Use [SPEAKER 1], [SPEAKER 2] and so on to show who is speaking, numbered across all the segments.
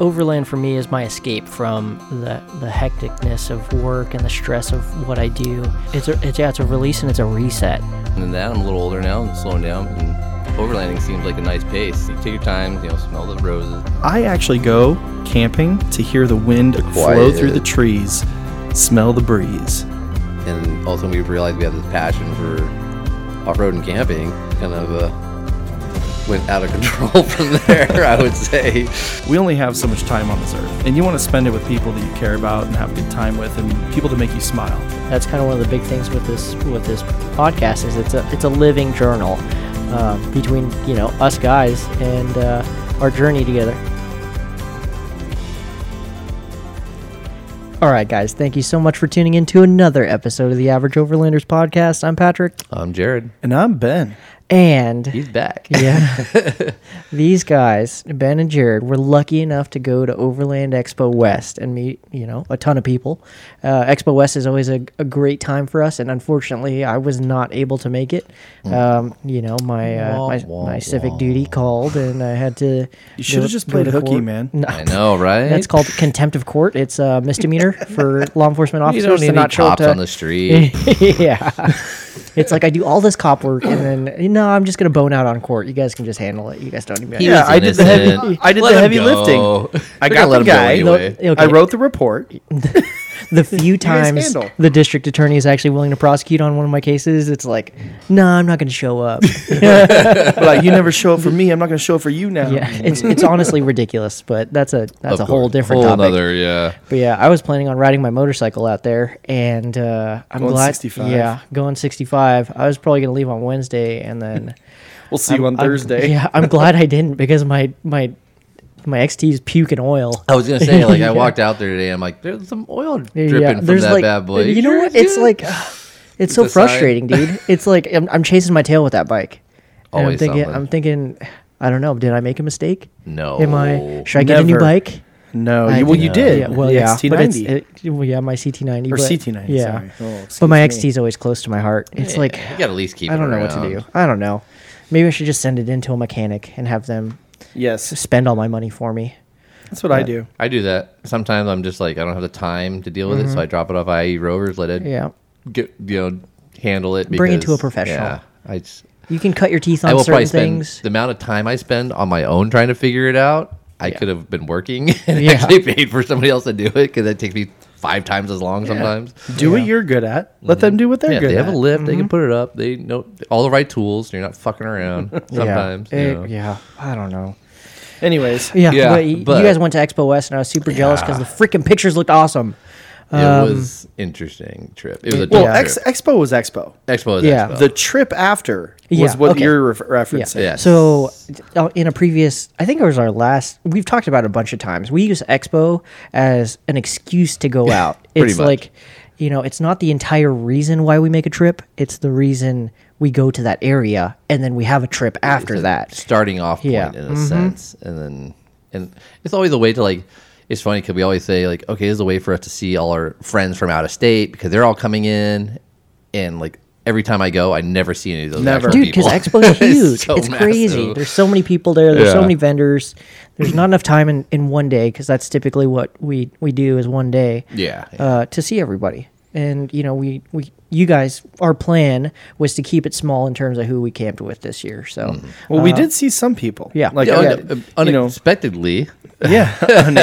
[SPEAKER 1] overland for me is my escape from the, the hecticness of work and the stress of what I do. It's a, it's, yeah, it's a release and it's a reset.
[SPEAKER 2] And then that, I'm a little older now, I'm slowing down, and overlanding seems like a nice pace. You take your time, you know, smell the roses.
[SPEAKER 3] I actually go camping to hear the wind flow
[SPEAKER 2] quiet.
[SPEAKER 3] through the trees, smell the breeze.
[SPEAKER 2] And also, we realized we have this passion for off-road and camping. Kind of uh, went out of control from there, I would say.
[SPEAKER 3] We only have so much time on this earth, and you want to spend it with people that you care about and have a good time with, and people that make you smile.
[SPEAKER 1] That's kind of one of the big things with this with this podcast is it's a it's a living journal uh, between you know us guys and uh, our journey together. All right, guys, thank you so much for tuning in to another episode of the Average Overlanders podcast. I'm Patrick,
[SPEAKER 2] I'm Um, Jared.
[SPEAKER 3] And I'm Ben.
[SPEAKER 1] and
[SPEAKER 2] He's back.
[SPEAKER 1] Yeah. These guys, Ben and Jared, were lucky enough to go to Overland Expo West and meet, you know, a ton of people. Uh, Expo West is always a, a great time for us, and unfortunately, I was not able to make it. Um, you know, my uh,
[SPEAKER 2] Hmm. Wah,
[SPEAKER 1] my,
[SPEAKER 2] wah,
[SPEAKER 1] my civic
[SPEAKER 2] wah.
[SPEAKER 1] duty called, and I had to.
[SPEAKER 3] You should have just played hooky, man.
[SPEAKER 1] No,
[SPEAKER 2] I know, right?
[SPEAKER 1] that's called contempt of court. It's a misdemeanor for law enforcement
[SPEAKER 2] You
[SPEAKER 1] officers
[SPEAKER 2] don't
[SPEAKER 1] to
[SPEAKER 2] need any
[SPEAKER 1] not show up
[SPEAKER 2] cops
[SPEAKER 1] to-
[SPEAKER 2] on the street.
[SPEAKER 1] yeah. It's like I do all this cop work and then no, I'm just gonna bone out on court. You guys can just handle it. You guys don't even.
[SPEAKER 2] He
[SPEAKER 3] Yeah,
[SPEAKER 2] was
[SPEAKER 3] I did the heavy-
[SPEAKER 2] innocent.
[SPEAKER 3] I did the
[SPEAKER 2] him
[SPEAKER 3] heavy
[SPEAKER 2] go.
[SPEAKER 3] lifting. I
[SPEAKER 2] We're
[SPEAKER 3] got
[SPEAKER 2] gonna
[SPEAKER 3] the
[SPEAKER 2] let him go
[SPEAKER 3] guy.
[SPEAKER 2] anyway.
[SPEAKER 1] No,
[SPEAKER 3] I wrote the report.
[SPEAKER 1] the few
[SPEAKER 3] guys
[SPEAKER 1] times
[SPEAKER 3] handle.
[SPEAKER 1] the district attorney is actually willing to prosecute on one of my cases. It's like, no, I'm not gonna show up. yeah,
[SPEAKER 3] But like, you never show up for me. I'm not going to show up for you now.
[SPEAKER 1] it's it's honestly ridiculous, but that's a that's a
[SPEAKER 2] Of
[SPEAKER 1] whole
[SPEAKER 2] course.
[SPEAKER 1] different
[SPEAKER 2] whole
[SPEAKER 1] topic.
[SPEAKER 2] Another, yeah.
[SPEAKER 1] But yeah, I was planning on riding my motorcycle out there, and uh, I'm
[SPEAKER 3] Going
[SPEAKER 1] glad.
[SPEAKER 3] 65.
[SPEAKER 1] Yeah, going 65. I was probably gonna leave on Wednesday, and then.
[SPEAKER 3] We'll see you on
[SPEAKER 1] I'm-
[SPEAKER 3] Thursday.
[SPEAKER 1] yeah, I'm glad I didn't because my my my XT is puking oil.
[SPEAKER 2] I was gonna say, like,
[SPEAKER 1] Yeah.
[SPEAKER 2] I walked out there today. I'm like, there's some oil dripping
[SPEAKER 1] yeah,
[SPEAKER 2] from
[SPEAKER 1] there's
[SPEAKER 2] that
[SPEAKER 1] like
[SPEAKER 2] bad boy.
[SPEAKER 1] you know
[SPEAKER 2] sure
[SPEAKER 1] what? It's
[SPEAKER 2] good?
[SPEAKER 1] like ugh, it's so
[SPEAKER 2] It's a sign.
[SPEAKER 1] frustrating, dude. It's like I'm, I'm chasing my tail with that bike. And I'm
[SPEAKER 2] Always
[SPEAKER 1] thinking,
[SPEAKER 2] something.
[SPEAKER 1] I'm thinking, I don't know. Did I make a mistake?
[SPEAKER 2] no.
[SPEAKER 1] Am
[SPEAKER 2] Oh,
[SPEAKER 1] I? Should I get a new
[SPEAKER 3] Never.
[SPEAKER 1] bike?
[SPEAKER 3] No,
[SPEAKER 1] I-
[SPEAKER 3] you, well, you
[SPEAKER 1] yeah,
[SPEAKER 3] did.
[SPEAKER 1] Yeah, well,
[SPEAKER 3] The
[SPEAKER 1] yeah, but it's-
[SPEAKER 3] XT90.
[SPEAKER 1] it- well, yeah, my CT90
[SPEAKER 3] Or
[SPEAKER 1] but-
[SPEAKER 3] CT90,
[SPEAKER 1] Yeah,
[SPEAKER 3] sorry. Oh,
[SPEAKER 1] but
[SPEAKER 3] excuse
[SPEAKER 1] my
[SPEAKER 3] me.
[SPEAKER 1] XT is always close to my heart. It's like
[SPEAKER 2] you gotta at least keep.
[SPEAKER 1] I don't
[SPEAKER 2] it
[SPEAKER 1] know what
[SPEAKER 2] around.
[SPEAKER 1] to do. I don't know. Maybe I should just send it into a mechanic and have them
[SPEAKER 3] yes,
[SPEAKER 1] spend all my money for me.
[SPEAKER 3] that's what I do.
[SPEAKER 2] I do that sometimes. I'm just like, I don't have the time to deal with it, so I drop it off IE Rovers. Let it,
[SPEAKER 1] Mm-hmm. Yeah.
[SPEAKER 2] get you know, handle it.
[SPEAKER 1] Bring it to a
[SPEAKER 2] because-
[SPEAKER 1] professional.
[SPEAKER 2] Yeah, I just,
[SPEAKER 1] You can cut your teeth
[SPEAKER 2] I
[SPEAKER 1] on
[SPEAKER 2] will probably
[SPEAKER 1] certain
[SPEAKER 2] spend
[SPEAKER 1] things.
[SPEAKER 2] the amount of time I spend on my own trying to figure it out. I could have been working and
[SPEAKER 1] Yeah.
[SPEAKER 2] actually paid for somebody else to do it because that takes me five times as long sometimes.
[SPEAKER 3] Do what you're good at. Let them do what they're
[SPEAKER 2] Yeah,
[SPEAKER 3] good
[SPEAKER 2] they have
[SPEAKER 3] at.
[SPEAKER 2] a lift. They
[SPEAKER 1] Mm-hmm.
[SPEAKER 2] can put it up. They know all the right tools. You're not fucking around sometimes.
[SPEAKER 1] Yeah.
[SPEAKER 2] you
[SPEAKER 1] Eh,
[SPEAKER 2] know.
[SPEAKER 1] yeah. I don't know.
[SPEAKER 3] Anyways,
[SPEAKER 1] Yeah.
[SPEAKER 2] Yeah,
[SPEAKER 1] but, y-
[SPEAKER 2] but-
[SPEAKER 1] you guys went to Expo West and I was super jealous because the freaking pictures looked awesome. um,
[SPEAKER 2] It was interesting trip. It was a
[SPEAKER 3] Well,
[SPEAKER 2] dope
[SPEAKER 3] Ex-
[SPEAKER 2] trip.
[SPEAKER 3] Expo was Expo.
[SPEAKER 2] Expo is
[SPEAKER 1] yeah,
[SPEAKER 2] Expo.
[SPEAKER 3] The trip after was
[SPEAKER 1] Yeah,
[SPEAKER 3] what
[SPEAKER 1] okay.
[SPEAKER 3] you're re-
[SPEAKER 1] Yeah.
[SPEAKER 3] referencing.
[SPEAKER 2] Yes.
[SPEAKER 1] So uh, in a previous, I think it was our last, we've talked about it a bunch of times. We use Expo as an excuse to go out.
[SPEAKER 2] Pretty
[SPEAKER 1] it's
[SPEAKER 2] much.
[SPEAKER 1] like, you know, it's not the entire reason why we make a trip. It's the reason we go to that area and then we have a trip after that.
[SPEAKER 2] starting off point
[SPEAKER 1] Yeah.
[SPEAKER 2] in a
[SPEAKER 3] Mm-hmm.
[SPEAKER 2] sense, and then and it's always a way to like. It's funny because we always say like, okay, this is a way for us to see all our friends from out of state because they're all coming in, and like every time I go, I never see any of those.
[SPEAKER 3] Never.
[SPEAKER 2] actual
[SPEAKER 1] dude because
[SPEAKER 2] people.
[SPEAKER 1] expo's huge it's,
[SPEAKER 2] so
[SPEAKER 1] crazy
[SPEAKER 2] massive.
[SPEAKER 1] there's so many people there there's so
[SPEAKER 2] Yeah.
[SPEAKER 1] many vendors there's not enough time in, in one day because that's typically what we we do is one day
[SPEAKER 2] Yeah, yeah.
[SPEAKER 1] uh, to see everybody and you know we we you guys our plan was to keep it small in terms of who we camped with this year so
[SPEAKER 2] Hmm.
[SPEAKER 3] Well, we did see some people.
[SPEAKER 1] Uh-huh. yeah.
[SPEAKER 3] Like,
[SPEAKER 2] Yeah,
[SPEAKER 3] yeah,
[SPEAKER 2] un- uh,
[SPEAKER 3] you know,
[SPEAKER 2] unexpectedly,
[SPEAKER 3] yeah,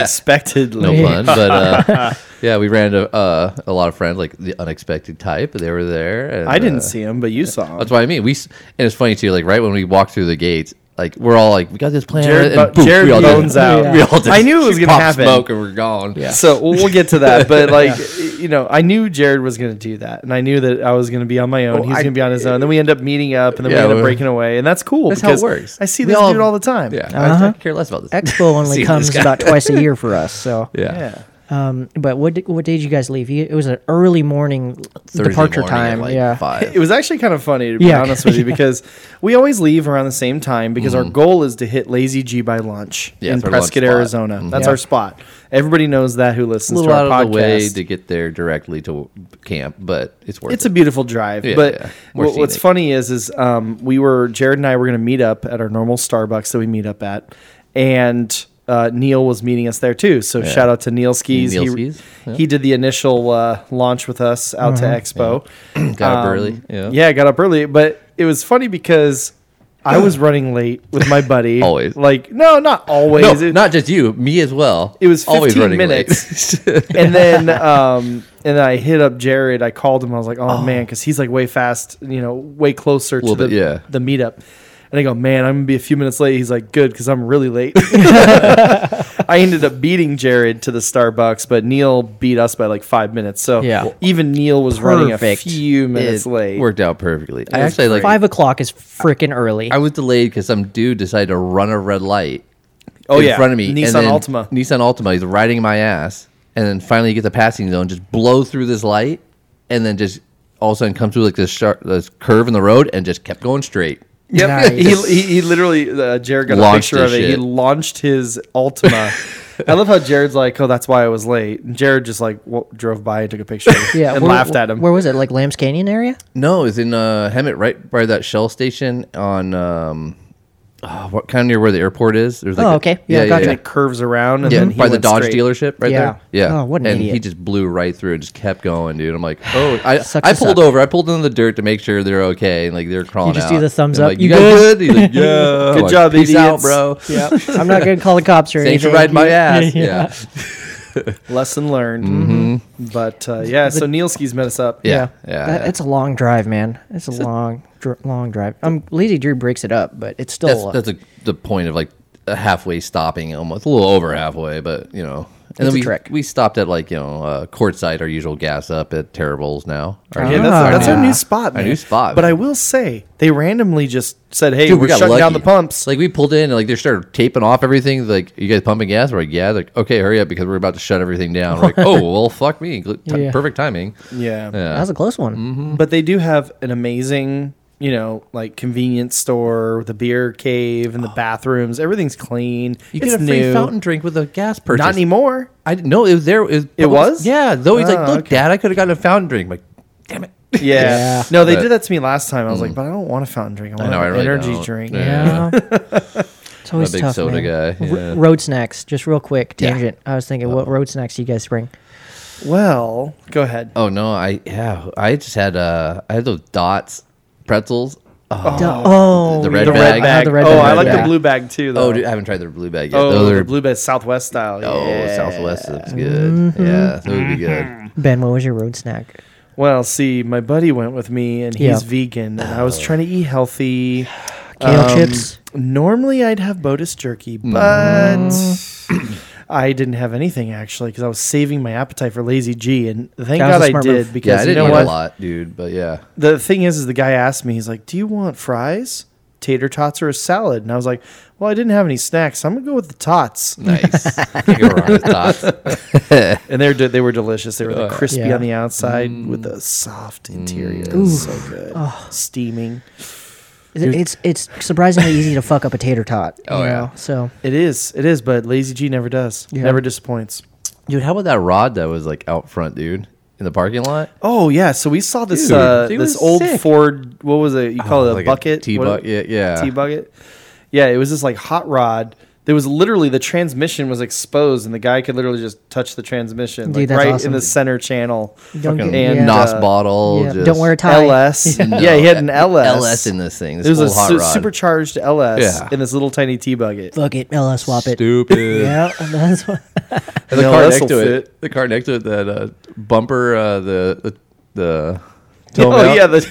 [SPEAKER 2] no
[SPEAKER 3] unexpectedly.
[SPEAKER 2] pun, but uh, yeah, we ran to uh, a lot of friends like the unexpected type. They were there. And,
[SPEAKER 3] I didn't
[SPEAKER 2] uh,
[SPEAKER 3] see him, but you saw him.
[SPEAKER 2] That's what I mean. We s- and it's funny too. Like right when we walked through the gates, like we're all like, we got this plan.
[SPEAKER 3] Jared
[SPEAKER 2] and
[SPEAKER 3] bo-
[SPEAKER 2] boom,
[SPEAKER 3] Jared
[SPEAKER 2] we all
[SPEAKER 3] bones out.
[SPEAKER 2] We all just
[SPEAKER 3] I knew it was gonna
[SPEAKER 2] pop
[SPEAKER 3] happen.
[SPEAKER 2] Smoke and we're gone. Yeah.
[SPEAKER 3] So we'll, we'll get to that, but like you know, I knew Jared was going to do that, and I knew that I was going to be on my own.
[SPEAKER 2] Well,
[SPEAKER 3] He's
[SPEAKER 2] I-
[SPEAKER 3] going to be on his own. Then we end up meeting up, and then
[SPEAKER 2] Yeah,
[SPEAKER 3] we end up
[SPEAKER 2] well,
[SPEAKER 3] breaking away, and that's cool.
[SPEAKER 2] that's how it
[SPEAKER 3] because
[SPEAKER 2] works.
[SPEAKER 3] I see
[SPEAKER 2] We
[SPEAKER 3] this
[SPEAKER 2] all-
[SPEAKER 3] dude all the time.
[SPEAKER 2] Yeah. I-
[SPEAKER 3] Uh-huh.
[SPEAKER 2] I, care less about this.
[SPEAKER 1] expo only
[SPEAKER 2] See
[SPEAKER 1] comes
[SPEAKER 2] this guy.
[SPEAKER 1] about twice a year for us so
[SPEAKER 2] yeah.
[SPEAKER 3] yeah.
[SPEAKER 1] um but what di- what day did you guys leave you, it was an early morning
[SPEAKER 2] Thursday
[SPEAKER 1] departure
[SPEAKER 2] morning at,
[SPEAKER 1] time
[SPEAKER 2] like
[SPEAKER 1] yeah
[SPEAKER 2] Five.
[SPEAKER 3] It was actually kind of funny to be
[SPEAKER 1] Yeah.
[SPEAKER 3] honest with you because we always leave around the same time because our goal is to hit Lazy G by lunch
[SPEAKER 2] Mm-hmm. Yeah,
[SPEAKER 3] in
[SPEAKER 2] it's our lunch
[SPEAKER 3] Prescott,
[SPEAKER 2] spot.
[SPEAKER 3] Arizona. That's
[SPEAKER 1] Yeah.
[SPEAKER 3] our spot. Everybody knows that who
[SPEAKER 2] a
[SPEAKER 3] listens
[SPEAKER 2] little
[SPEAKER 3] to
[SPEAKER 2] out
[SPEAKER 3] our
[SPEAKER 2] of
[SPEAKER 3] podcast.
[SPEAKER 2] the way to get there directly to camp, but it's worth
[SPEAKER 3] it's a
[SPEAKER 2] it.
[SPEAKER 3] beautiful drive,
[SPEAKER 2] Yeah,
[SPEAKER 3] but
[SPEAKER 2] yeah. More
[SPEAKER 3] what, what's
[SPEAKER 2] scenic.
[SPEAKER 3] funny is is um, we were Jared and I were going to meet up at our normal Starbucks that we meet up at, and uh, Neil was meeting us there too. So shout out to Neil Skis.
[SPEAKER 2] Neil
[SPEAKER 3] he,
[SPEAKER 2] Skis, yeah.
[SPEAKER 3] he did the initial uh, launch with us out
[SPEAKER 1] Mm-hmm.
[SPEAKER 3] to Expo.
[SPEAKER 2] Got up
[SPEAKER 3] Um,
[SPEAKER 2] early. Yeah.
[SPEAKER 3] yeah, I got up early, but it was funny because I was running late with my buddy.
[SPEAKER 2] Always.
[SPEAKER 3] like no, not
[SPEAKER 2] No,
[SPEAKER 3] always. It-
[SPEAKER 2] not just you, me as well.
[SPEAKER 3] It was 15
[SPEAKER 2] running
[SPEAKER 3] minutes.
[SPEAKER 2] late.
[SPEAKER 3] and then um, and then I hit up Jared. I called him. I was like, oh, man, because he's like way fast, you know, way closer to
[SPEAKER 2] Little
[SPEAKER 3] the,
[SPEAKER 2] bit, yeah.
[SPEAKER 3] the meetup. And I go, man, I'm gonna be a few minutes late. He's like, good, because I'm really late. I ended up beating Jared to the Starbucks, but Neil beat us by like five minutes. So
[SPEAKER 1] Yeah.
[SPEAKER 3] even Neil was running a
[SPEAKER 1] Perfect.
[SPEAKER 3] few minutes
[SPEAKER 2] It
[SPEAKER 3] late.
[SPEAKER 2] Worked out perfectly. I actually like.
[SPEAKER 1] Five o'clock is freaking early.
[SPEAKER 2] I was delayed because some dude decided to run a red light.
[SPEAKER 3] Oh,
[SPEAKER 2] in
[SPEAKER 3] yeah.
[SPEAKER 2] front of me. and
[SPEAKER 3] Nissan
[SPEAKER 2] then
[SPEAKER 3] Altima.
[SPEAKER 2] Nissan Altima. He's riding my ass, and then finally you get the passing zone, just blow through this light, and then just all of a sudden come through like this sharp this curve in the road, and just kept going straight.
[SPEAKER 3] Yep.
[SPEAKER 1] Nice.
[SPEAKER 3] He, he, he literally, uh, Jared got a
[SPEAKER 2] Launched
[SPEAKER 3] picture of
[SPEAKER 2] his
[SPEAKER 3] it. He
[SPEAKER 2] shit.
[SPEAKER 3] launched his Altima. I love how Jared's like, oh, that's why I was late. And Jared just like w- drove by and took a picture
[SPEAKER 1] yeah,
[SPEAKER 3] and
[SPEAKER 1] where-
[SPEAKER 3] laughed at him.
[SPEAKER 1] Where was it? Like Lambs Canyon area?
[SPEAKER 2] No, it's in uh, Hemet, right by that Shell station on um, oh, what kind of near where the airport is. There's like
[SPEAKER 1] Oh,
[SPEAKER 2] a-
[SPEAKER 1] okay. Yeah, gotcha.
[SPEAKER 3] and it curves around and
[SPEAKER 1] Mm-hmm.
[SPEAKER 2] Yeah,
[SPEAKER 3] then he
[SPEAKER 2] by the
[SPEAKER 3] went
[SPEAKER 2] Dodge
[SPEAKER 3] straight.
[SPEAKER 2] dealership right
[SPEAKER 1] Yeah.
[SPEAKER 2] there. Yeah.
[SPEAKER 1] Oh, what an
[SPEAKER 2] and he
[SPEAKER 1] idiot.
[SPEAKER 2] just blew right through and just kept going, dude. I'm like, oh, I,
[SPEAKER 1] Sucks
[SPEAKER 2] I
[SPEAKER 1] us
[SPEAKER 2] pulled
[SPEAKER 1] up.
[SPEAKER 2] over. I pulled into the dirt to make sure they're okay. And like they're crawling
[SPEAKER 1] just
[SPEAKER 2] out.
[SPEAKER 1] do the thumbs
[SPEAKER 2] I'm
[SPEAKER 1] up.
[SPEAKER 2] Like,
[SPEAKER 1] You
[SPEAKER 2] you, guys good? He's like, yeah. I'm
[SPEAKER 3] Good
[SPEAKER 2] like,
[SPEAKER 3] job,
[SPEAKER 2] Peace out,
[SPEAKER 3] idiots."
[SPEAKER 2] bro.
[SPEAKER 1] Yeah. I'm not going to call the cops or
[SPEAKER 2] Thanks for
[SPEAKER 1] anything.
[SPEAKER 2] riding my
[SPEAKER 1] You-
[SPEAKER 2] ass. Yeah. Yeah.
[SPEAKER 3] Lesson learned. But uh, yeah, so Nielski's met us up.
[SPEAKER 2] Mm-hmm. Yeah.
[SPEAKER 1] That-
[SPEAKER 2] yeah.
[SPEAKER 1] It's a long drive, man. It's a long, dr- long drive. Um, Lazy Drew breaks it up, but it's still.
[SPEAKER 2] That's, that's a, the point of like a halfway stopping, almost a little over halfway, but you know. And
[SPEAKER 1] It's a
[SPEAKER 2] then we
[SPEAKER 1] trick.
[SPEAKER 2] we stopped at like you know uh, courtside, our usual gas up at Terrible's now. Our
[SPEAKER 1] Yeah,
[SPEAKER 3] Yeah,
[SPEAKER 2] new-
[SPEAKER 3] that's,
[SPEAKER 1] Ah.
[SPEAKER 3] that's our
[SPEAKER 1] Yeah.
[SPEAKER 3] new spot,
[SPEAKER 2] Our
[SPEAKER 3] man.
[SPEAKER 2] new spot,
[SPEAKER 3] But I
[SPEAKER 2] man.
[SPEAKER 3] will say, they randomly just said, "Hey,
[SPEAKER 2] Dude,
[SPEAKER 3] we're
[SPEAKER 2] we got
[SPEAKER 3] shutting down the
[SPEAKER 2] lucky.
[SPEAKER 3] pumps."
[SPEAKER 2] Like we pulled in and like they started taping off everything. Like, you guys pumping gas? We're like, yeah. They're like, okay, hurry up because we're about to shut everything down. We're like, oh well, fuck me. Gl- ti-
[SPEAKER 1] Yeah.
[SPEAKER 2] Perfect timing.
[SPEAKER 3] yeah.
[SPEAKER 1] that was a close one.
[SPEAKER 2] Mm-hmm.
[SPEAKER 3] But they do have an amazing, you know, like convenience store with a beer cave and the bathrooms. Everything's clean.
[SPEAKER 2] You
[SPEAKER 3] it's
[SPEAKER 2] get a free
[SPEAKER 3] new.
[SPEAKER 2] fountain drink with a gas purchase.
[SPEAKER 3] Not anymore.
[SPEAKER 2] I didn't know it was there. It was,
[SPEAKER 3] It was?
[SPEAKER 2] Yeah. Though he's
[SPEAKER 3] Ah,
[SPEAKER 2] like, look,
[SPEAKER 3] okay.
[SPEAKER 2] Dad, I could have gotten a fountain drink. I'm like, damn it.
[SPEAKER 3] Yeah.
[SPEAKER 1] Yeah.
[SPEAKER 3] No, they
[SPEAKER 2] But-
[SPEAKER 3] did that to me last time. I was like, but I don't want a fountain drink. I want
[SPEAKER 2] know,
[SPEAKER 3] an
[SPEAKER 2] I really
[SPEAKER 3] energy
[SPEAKER 2] don't.
[SPEAKER 3] drink.
[SPEAKER 2] Yeah.
[SPEAKER 1] Yeah. it's always
[SPEAKER 2] a big
[SPEAKER 1] tough,
[SPEAKER 2] soda
[SPEAKER 1] man.
[SPEAKER 2] guy,
[SPEAKER 1] R-
[SPEAKER 2] yeah.
[SPEAKER 1] road snacks, just real quick
[SPEAKER 2] Yeah.
[SPEAKER 1] tangent. I was thinking, what road snacks do you guys bring?
[SPEAKER 3] Well, go ahead.
[SPEAKER 2] Oh no, I yeah, I just had uh, I had those dots pretzels. Oh,
[SPEAKER 1] Duh- Oh,
[SPEAKER 2] the
[SPEAKER 1] yeah.
[SPEAKER 2] red
[SPEAKER 3] the
[SPEAKER 2] bag.
[SPEAKER 3] red bag.
[SPEAKER 1] Oh, the red
[SPEAKER 3] oh,
[SPEAKER 1] bag.
[SPEAKER 3] I like
[SPEAKER 1] Yeah.
[SPEAKER 3] the blue bag too, though.
[SPEAKER 2] oh, dude, I haven't tried their blue bag yet.
[SPEAKER 3] Oh,
[SPEAKER 2] those
[SPEAKER 3] the
[SPEAKER 2] are
[SPEAKER 3] blue bag, Southwest style.
[SPEAKER 2] oh
[SPEAKER 3] yeah. Mm-hmm.
[SPEAKER 2] Southwest looks good. Yeah, that would be good.
[SPEAKER 1] Ben, what was your road snack?
[SPEAKER 3] Well, see, my buddy went with me, and he's
[SPEAKER 1] Yeah. Oh.
[SPEAKER 3] vegan, and I was trying to eat healthy.
[SPEAKER 1] Kale
[SPEAKER 3] Um,
[SPEAKER 1] chips.
[SPEAKER 3] Normally, I'd have Botus jerky,
[SPEAKER 2] Mm.
[SPEAKER 3] but
[SPEAKER 1] Mm.
[SPEAKER 3] I didn't have anything actually because I was saving my appetite for Lazy G, and thank
[SPEAKER 1] That was
[SPEAKER 3] God
[SPEAKER 1] a
[SPEAKER 3] I
[SPEAKER 1] smart
[SPEAKER 3] did
[SPEAKER 1] move.
[SPEAKER 2] Yeah,
[SPEAKER 3] because
[SPEAKER 2] I
[SPEAKER 3] you
[SPEAKER 2] didn't
[SPEAKER 3] know
[SPEAKER 2] eat
[SPEAKER 3] what?
[SPEAKER 2] a lot, dude, but yeah.
[SPEAKER 3] The thing is, is the guy asked me, he's like, "Do you want fries, tater tots, or a salad?" And I was like, "Well, I didn't have any snacks, so I'm gonna go with the tots."
[SPEAKER 2] Nice. Can't go wrong with dots.
[SPEAKER 3] And they're de- they were delicious. They were the crispy
[SPEAKER 1] Yeah. Mm.
[SPEAKER 3] on the outside with
[SPEAKER 2] Mm.
[SPEAKER 3] the soft interior. It was So good, steaming.
[SPEAKER 1] Is it- It's it's surprisingly easy to fuck up a tater tot. Oh
[SPEAKER 2] yeah.
[SPEAKER 1] So
[SPEAKER 3] It is, it is, but Lazy G never does,
[SPEAKER 1] Yeah.
[SPEAKER 3] never disappoints.
[SPEAKER 2] Dude, how about that rod that was like out front, dude, in the parking lot?
[SPEAKER 3] Oh yeah, so we saw this
[SPEAKER 2] Dude,
[SPEAKER 3] uh,
[SPEAKER 2] it
[SPEAKER 3] this
[SPEAKER 2] was
[SPEAKER 3] old
[SPEAKER 2] sick.
[SPEAKER 3] Ford. What was it? You call it Oh, a
[SPEAKER 2] Like
[SPEAKER 3] bucket?
[SPEAKER 2] T
[SPEAKER 3] What-
[SPEAKER 2] bucket, yeah.
[SPEAKER 3] T bucket. Yeah, it was this like hot rod. There was literally the transmission was exposed, and the guy could literally just touch the transmission,
[SPEAKER 1] Dude,
[SPEAKER 3] like
[SPEAKER 1] that's
[SPEAKER 3] right in
[SPEAKER 1] awesome.
[SPEAKER 3] the center channel.
[SPEAKER 1] don't get
[SPEAKER 2] Fucking
[SPEAKER 1] yeah.
[SPEAKER 3] and,
[SPEAKER 2] nos
[SPEAKER 3] uh,
[SPEAKER 2] bottle.
[SPEAKER 1] yeah.
[SPEAKER 2] just-
[SPEAKER 1] Don't wear a tie.
[SPEAKER 3] LS. Yeah.
[SPEAKER 2] No,
[SPEAKER 3] he had an LS.
[SPEAKER 2] LS in this thing. This
[SPEAKER 3] It was a
[SPEAKER 2] old hot
[SPEAKER 3] su-
[SPEAKER 2] rod.
[SPEAKER 3] supercharged LS
[SPEAKER 2] Yeah.
[SPEAKER 3] in this little tiny T bucket.
[SPEAKER 1] Fuck it, LS swap it.
[SPEAKER 2] Stupid.
[SPEAKER 1] Yeah, that's what.
[SPEAKER 2] And the
[SPEAKER 3] No,
[SPEAKER 2] car
[SPEAKER 3] this'll
[SPEAKER 2] next to
[SPEAKER 3] fit.
[SPEAKER 2] it. The car next to it. That uh, bumper. Uh, the the the toe
[SPEAKER 3] Oh
[SPEAKER 2] mount-
[SPEAKER 3] yeah, the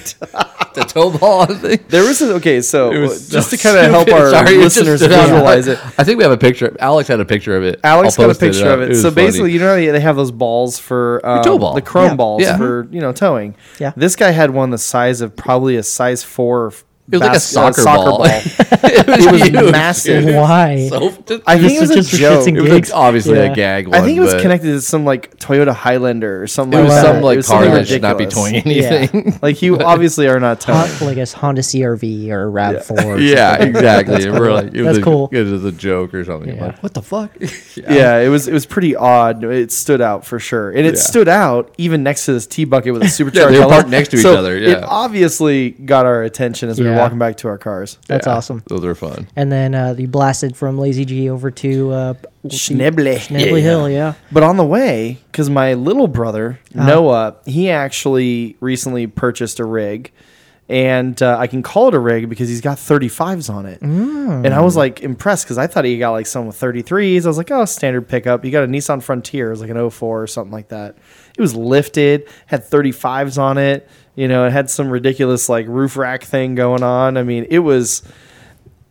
[SPEAKER 2] the toe ball thing.
[SPEAKER 3] There was a, okay, so
[SPEAKER 2] It was
[SPEAKER 3] just
[SPEAKER 2] so
[SPEAKER 3] to kind of help
[SPEAKER 2] stupid.
[SPEAKER 3] our
[SPEAKER 2] Sorry, it just
[SPEAKER 3] listeners
[SPEAKER 2] stood out.
[SPEAKER 3] visualize it.
[SPEAKER 2] I think we have a picture. Alex had a picture of it.
[SPEAKER 3] Alex
[SPEAKER 2] I'll
[SPEAKER 3] got a
[SPEAKER 2] post
[SPEAKER 3] picture of
[SPEAKER 2] up.
[SPEAKER 3] it.
[SPEAKER 2] was
[SPEAKER 3] so
[SPEAKER 2] funny.
[SPEAKER 3] basically, you know how they they have those balls for um,
[SPEAKER 2] tow ball.
[SPEAKER 3] the chrome
[SPEAKER 1] Yeah.
[SPEAKER 3] balls
[SPEAKER 2] Yeah.
[SPEAKER 3] for you know towing.
[SPEAKER 1] Yeah.
[SPEAKER 3] this guy had one the size of probably a size four. uh, It
[SPEAKER 2] it was like a soccer, ball.
[SPEAKER 3] It was
[SPEAKER 2] huge,
[SPEAKER 3] massive.
[SPEAKER 2] dude.
[SPEAKER 1] Why?
[SPEAKER 2] So, just-
[SPEAKER 3] I think it
[SPEAKER 1] Just-
[SPEAKER 3] was a
[SPEAKER 1] just for shits
[SPEAKER 3] joke.
[SPEAKER 1] and
[SPEAKER 2] it was
[SPEAKER 1] gigs.
[SPEAKER 2] like obviously
[SPEAKER 1] Yeah.
[SPEAKER 2] a gag. One,
[SPEAKER 3] I think it was
[SPEAKER 2] but
[SPEAKER 3] connected to some like Toyota Highlander or something.
[SPEAKER 2] It was
[SPEAKER 1] Right.
[SPEAKER 2] some like
[SPEAKER 3] It was
[SPEAKER 2] car
[SPEAKER 3] something
[SPEAKER 2] that should not be
[SPEAKER 3] ridiculous.
[SPEAKER 2] towing anything.
[SPEAKER 3] Like you obviously are not towing.
[SPEAKER 1] Hon- like a Honda CRV or a Rav Four.
[SPEAKER 2] Yeah, exactly. And We're like, it was
[SPEAKER 1] That's
[SPEAKER 2] a,
[SPEAKER 1] cool.
[SPEAKER 2] It was a joke or something. I'm
[SPEAKER 1] Yeah.
[SPEAKER 2] like, what the fuck?
[SPEAKER 3] yeah, it was it was pretty odd. It stood out for sure, and it
[SPEAKER 2] Yeah.
[SPEAKER 3] stood out even next to this tea bucket with a supercharged.
[SPEAKER 2] they were
[SPEAKER 3] yellow-
[SPEAKER 2] parked next to each
[SPEAKER 3] So
[SPEAKER 2] other,
[SPEAKER 3] it
[SPEAKER 2] yeah.
[SPEAKER 3] obviously got our attention as we were
[SPEAKER 1] Yeah.
[SPEAKER 3] walking back to our cars.
[SPEAKER 1] That's
[SPEAKER 2] Yeah,
[SPEAKER 1] awesome.
[SPEAKER 2] Those are fun.
[SPEAKER 1] And then uh, you blasted from Lazy G over to uh,
[SPEAKER 3] Schneble.
[SPEAKER 1] Schneble Hill. Yeah.
[SPEAKER 3] But on the way, because my little brother Noah, he actually recently purchased a rig, and uh, I can call it a rig because he's got 35s on it. And I was like impressed because I thought he got like some with 33s. I was like, oh, standard pickup. He got a Nissan Frontier, it was like an 04 or something like that. It was lifted, had 35s on it. You know, it had some ridiculous like roof rack thing going on. I mean, it was,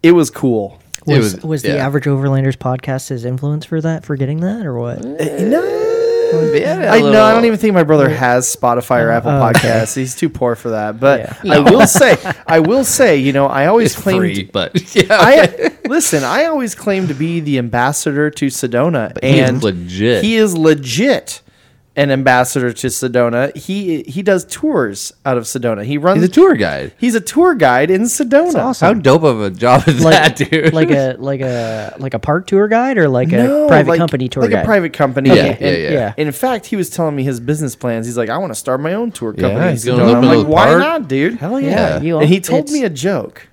[SPEAKER 3] it was cool.
[SPEAKER 2] It
[SPEAKER 1] Was was,
[SPEAKER 2] was-
[SPEAKER 1] the
[SPEAKER 2] yeah.
[SPEAKER 1] average Overlanders podcast his influence for that for getting that or what?
[SPEAKER 2] Yeah,
[SPEAKER 3] I no, I don't even think my brother has Spotify
[SPEAKER 2] Uh,
[SPEAKER 3] or Apple Podcasts. He's too poor for that. But
[SPEAKER 1] Yeah.
[SPEAKER 3] I will say, I will say, you know, I always
[SPEAKER 2] It's
[SPEAKER 3] claim.
[SPEAKER 2] free, but yeah,
[SPEAKER 3] I listen. I always claim to be the ambassador to Sedona,
[SPEAKER 2] he's
[SPEAKER 3] and
[SPEAKER 2] legit.
[SPEAKER 3] He is legit an ambassador to Sedona. He he does tours out of Sedona. He runs.
[SPEAKER 2] he's a tour guide.
[SPEAKER 3] He's a tour guide in Sedona.
[SPEAKER 2] How dope of a job is that, dude?
[SPEAKER 1] like a like a like a park tour guide or like
[SPEAKER 3] No,
[SPEAKER 1] a private
[SPEAKER 3] like-
[SPEAKER 1] company tour
[SPEAKER 3] like
[SPEAKER 1] guide.
[SPEAKER 3] a private company.
[SPEAKER 2] Okay.
[SPEAKER 3] And-
[SPEAKER 2] Yeah, yeah, yeah.
[SPEAKER 3] And in fact, he was telling me his business plans. He's like, I want to start my own tour
[SPEAKER 2] Yeah,
[SPEAKER 3] company.
[SPEAKER 2] he's
[SPEAKER 3] in
[SPEAKER 2] gonna
[SPEAKER 3] Sedona."
[SPEAKER 2] open
[SPEAKER 3] I'm
[SPEAKER 2] a
[SPEAKER 3] like,
[SPEAKER 2] little
[SPEAKER 3] why
[SPEAKER 2] park."
[SPEAKER 3] not, dude?
[SPEAKER 1] Hell
[SPEAKER 2] yeah.
[SPEAKER 1] You
[SPEAKER 3] and he told
[SPEAKER 1] it's-
[SPEAKER 3] me a joke.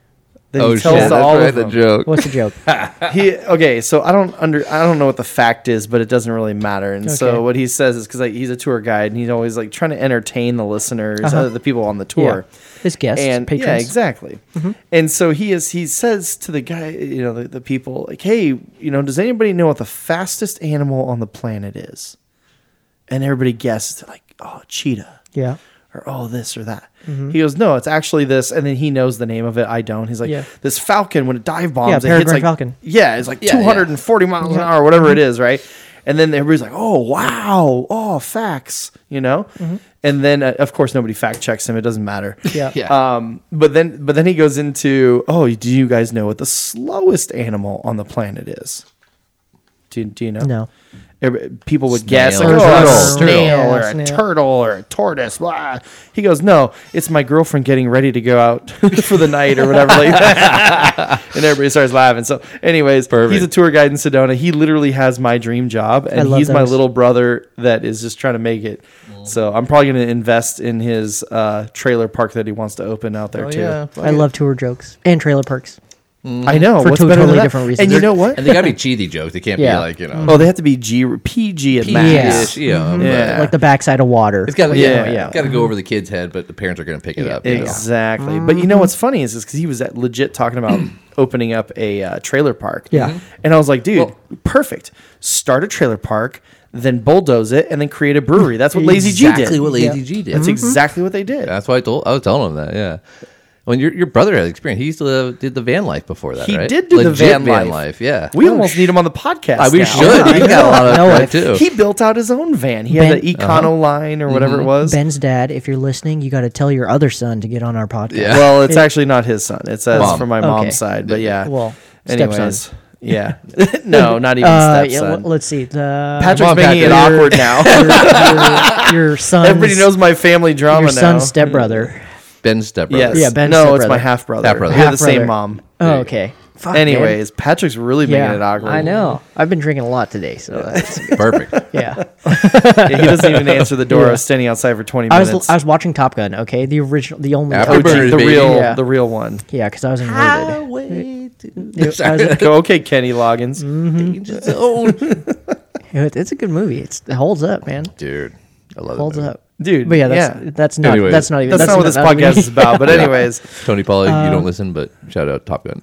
[SPEAKER 3] That
[SPEAKER 2] oh
[SPEAKER 3] he
[SPEAKER 2] shit,
[SPEAKER 3] tells
[SPEAKER 2] that's
[SPEAKER 3] to all
[SPEAKER 2] right,
[SPEAKER 3] of
[SPEAKER 2] the
[SPEAKER 3] them.
[SPEAKER 2] joke.
[SPEAKER 1] What's the joke?
[SPEAKER 3] He, okay, so I don't under I don't know what the fact is, but it doesn't really matter. And
[SPEAKER 1] Okay.
[SPEAKER 3] so what he says is because like, he's a tour guide and he's always like trying to entertain the listeners, uh, the people on the
[SPEAKER 1] Uh-huh. yeah.
[SPEAKER 3] tour.
[SPEAKER 1] His guest
[SPEAKER 3] and
[SPEAKER 1] patrons. Mm-hmm.
[SPEAKER 3] yeah, exactly. And so he is. He says to the guy, you know, the, the people, like, hey, you know, does anybody know what the fastest animal on the planet is? And everybody guesses, like, oh, cheetah,
[SPEAKER 1] Yeah.
[SPEAKER 3] or oh, this or that.
[SPEAKER 1] Mm-hmm.
[SPEAKER 3] He goes, no, it's actually this. And then he knows the name of it. I don't. He's like,
[SPEAKER 1] Yeah.
[SPEAKER 3] this falcon when it dive bombs, it
[SPEAKER 1] peregrine
[SPEAKER 3] hits like,
[SPEAKER 1] falcon. Mm-hmm.
[SPEAKER 3] yeah, it's like
[SPEAKER 2] Yeah, yeah.
[SPEAKER 3] 240 miles an hour, whatever it is, right? And then everybody's like, oh, wow, oh, facts, you know? And then, uh, of course, nobody fact checks him. It doesn't matter.
[SPEAKER 1] Mm-hmm. Yeah.
[SPEAKER 2] Yeah.
[SPEAKER 3] Um, but then, but then he goes into, oh, do you guys know what the slowest animal on the planet is? Do, do you know?
[SPEAKER 1] No.
[SPEAKER 3] Every- People would guess like,
[SPEAKER 2] Snail.
[SPEAKER 3] oh,
[SPEAKER 1] Turtle.
[SPEAKER 3] a snail
[SPEAKER 1] Turtle.
[SPEAKER 3] or
[SPEAKER 1] Yeah,
[SPEAKER 3] a
[SPEAKER 1] snail.
[SPEAKER 3] turtle or a tortoise. Blah. He goes, no, it's my girlfriend getting ready to go out for the night or whatever. Like that. and everybody starts laughing. So, anyways, he's a
[SPEAKER 2] Perfect.
[SPEAKER 3] tour guide in Sedona. He literally has my dream job, and
[SPEAKER 1] love
[SPEAKER 3] he's my
[SPEAKER 1] those.
[SPEAKER 3] little brother that is just trying to make it. So I'm probably going to invest in his uh, trailer park that he wants to open out
[SPEAKER 1] Oh,
[SPEAKER 2] Oh,
[SPEAKER 3] there too.
[SPEAKER 1] I love tour jokes and trailer parks.
[SPEAKER 3] I know
[SPEAKER 1] For
[SPEAKER 3] what's
[SPEAKER 1] two
[SPEAKER 3] better than
[SPEAKER 1] totally
[SPEAKER 3] that?
[SPEAKER 1] different reasons.
[SPEAKER 3] And you
[SPEAKER 1] They're-
[SPEAKER 3] know what?
[SPEAKER 2] And they gotta be cheesy jokes. They can't
[SPEAKER 1] Yeah.
[SPEAKER 2] be like you know.
[SPEAKER 3] Oh, they have to be G PG at max.
[SPEAKER 2] PG-ish, you know, but-
[SPEAKER 3] Yeah.
[SPEAKER 1] Like the backside of water.
[SPEAKER 2] It's got to
[SPEAKER 3] Yeah,
[SPEAKER 2] yeah,
[SPEAKER 3] yeah.
[SPEAKER 2] yeah. Got to go over the kid's head, but the parents are going to pick it up. you know.
[SPEAKER 3] Exactly. But
[SPEAKER 1] Mm-hmm.
[SPEAKER 3] you know what's funny is because he was at legit talking about opening up a uh, trailer park.
[SPEAKER 1] Yeah.
[SPEAKER 2] Mm-hmm.
[SPEAKER 1] Mhm.
[SPEAKER 3] And I was like, dude, perfect. Start a trailer park, then bulldoze it, and then create a brewery. That's what Lazy G did.
[SPEAKER 2] Exactly what Lazy G did.
[SPEAKER 1] Mm-hmm.
[SPEAKER 3] That's exactly what they did.
[SPEAKER 2] That's why I told I was telling him that. Yeah. When your your brother had experience, he used to live, did the van life before that.
[SPEAKER 3] He
[SPEAKER 2] right?
[SPEAKER 3] did do the
[SPEAKER 2] Legit
[SPEAKER 3] van life.
[SPEAKER 2] Yeah.
[SPEAKER 1] Oh,
[SPEAKER 3] We almost need him on the podcast.
[SPEAKER 2] I- we
[SPEAKER 3] now.
[SPEAKER 2] should. He got a lot of
[SPEAKER 1] No, I-
[SPEAKER 2] credit too. Uh-huh.
[SPEAKER 3] He built out his own van. He had
[SPEAKER 1] Ben-
[SPEAKER 3] an Econo line or whatever
[SPEAKER 1] Mm-hmm.
[SPEAKER 3] it was.
[SPEAKER 1] Ben's dad, if you're listening, you got to tell your other son to get on our podcast.
[SPEAKER 2] Yeah.
[SPEAKER 3] Well, it's actually not his son. It's uh, it's
[SPEAKER 2] Mom.
[SPEAKER 3] from my mom's
[SPEAKER 1] Okay.
[SPEAKER 3] side, but yeah.
[SPEAKER 1] Well,
[SPEAKER 3] anyways,
[SPEAKER 1] stepson.
[SPEAKER 3] yeah. no, not even
[SPEAKER 1] Uh, yeah,
[SPEAKER 3] stepson.
[SPEAKER 1] l- let's see. The,
[SPEAKER 3] Patrick's
[SPEAKER 2] Come on,
[SPEAKER 3] making it
[SPEAKER 2] Patrick.
[SPEAKER 3] awkward now.
[SPEAKER 1] your, your, your son's,
[SPEAKER 3] Everybody knows my family drama
[SPEAKER 1] your
[SPEAKER 3] now. Mm-hmm.
[SPEAKER 1] son's stepbrother.
[SPEAKER 2] Ben's stepbrother.
[SPEAKER 3] Yes.
[SPEAKER 1] Yeah, Ben's
[SPEAKER 3] No, it's
[SPEAKER 1] stepbrother.
[SPEAKER 3] my half brother.
[SPEAKER 2] Half-brother.
[SPEAKER 3] We have the
[SPEAKER 1] Half-brother.
[SPEAKER 3] same mom.
[SPEAKER 1] Oh, okay. Fuck, man.
[SPEAKER 3] Anyways, Patrick's really
[SPEAKER 1] yeah,
[SPEAKER 3] making it awkward.
[SPEAKER 1] I know. I've been drinking a lot today, so that's,
[SPEAKER 2] Perfect.
[SPEAKER 1] yeah.
[SPEAKER 3] Yeah, he doesn't even answer the door. I
[SPEAKER 1] Yeah.
[SPEAKER 3] was standing outside for twenty
[SPEAKER 1] I
[SPEAKER 3] minutes.
[SPEAKER 1] was I was watching Top Gun. Okay, the original, the only. Top
[SPEAKER 2] After
[SPEAKER 3] OG,
[SPEAKER 1] Gun.
[SPEAKER 2] Burgers,
[SPEAKER 3] the
[SPEAKER 2] baby.
[SPEAKER 3] real,
[SPEAKER 1] Yeah.
[SPEAKER 3] the real one.
[SPEAKER 1] Yeah, because I was enrooted.
[SPEAKER 2] Highway to
[SPEAKER 1] It- I was-
[SPEAKER 3] Go, okay, Kenny Loggins.
[SPEAKER 1] Mm.
[SPEAKER 2] danger's own.
[SPEAKER 1] it- it's a good movie. It's, it holds up, man.
[SPEAKER 2] Dude, I love
[SPEAKER 1] Holds
[SPEAKER 2] it.
[SPEAKER 1] up,
[SPEAKER 3] Dude,
[SPEAKER 1] But yeah, that's
[SPEAKER 3] yeah.
[SPEAKER 1] that's not
[SPEAKER 2] Anyways,
[SPEAKER 1] that's not even
[SPEAKER 3] That's, not what this podcast is about. But
[SPEAKER 2] Yeah.
[SPEAKER 3] anyways,
[SPEAKER 2] Tony Pollard, you
[SPEAKER 3] Uh,
[SPEAKER 2] don't listen, but shout out Top Gun.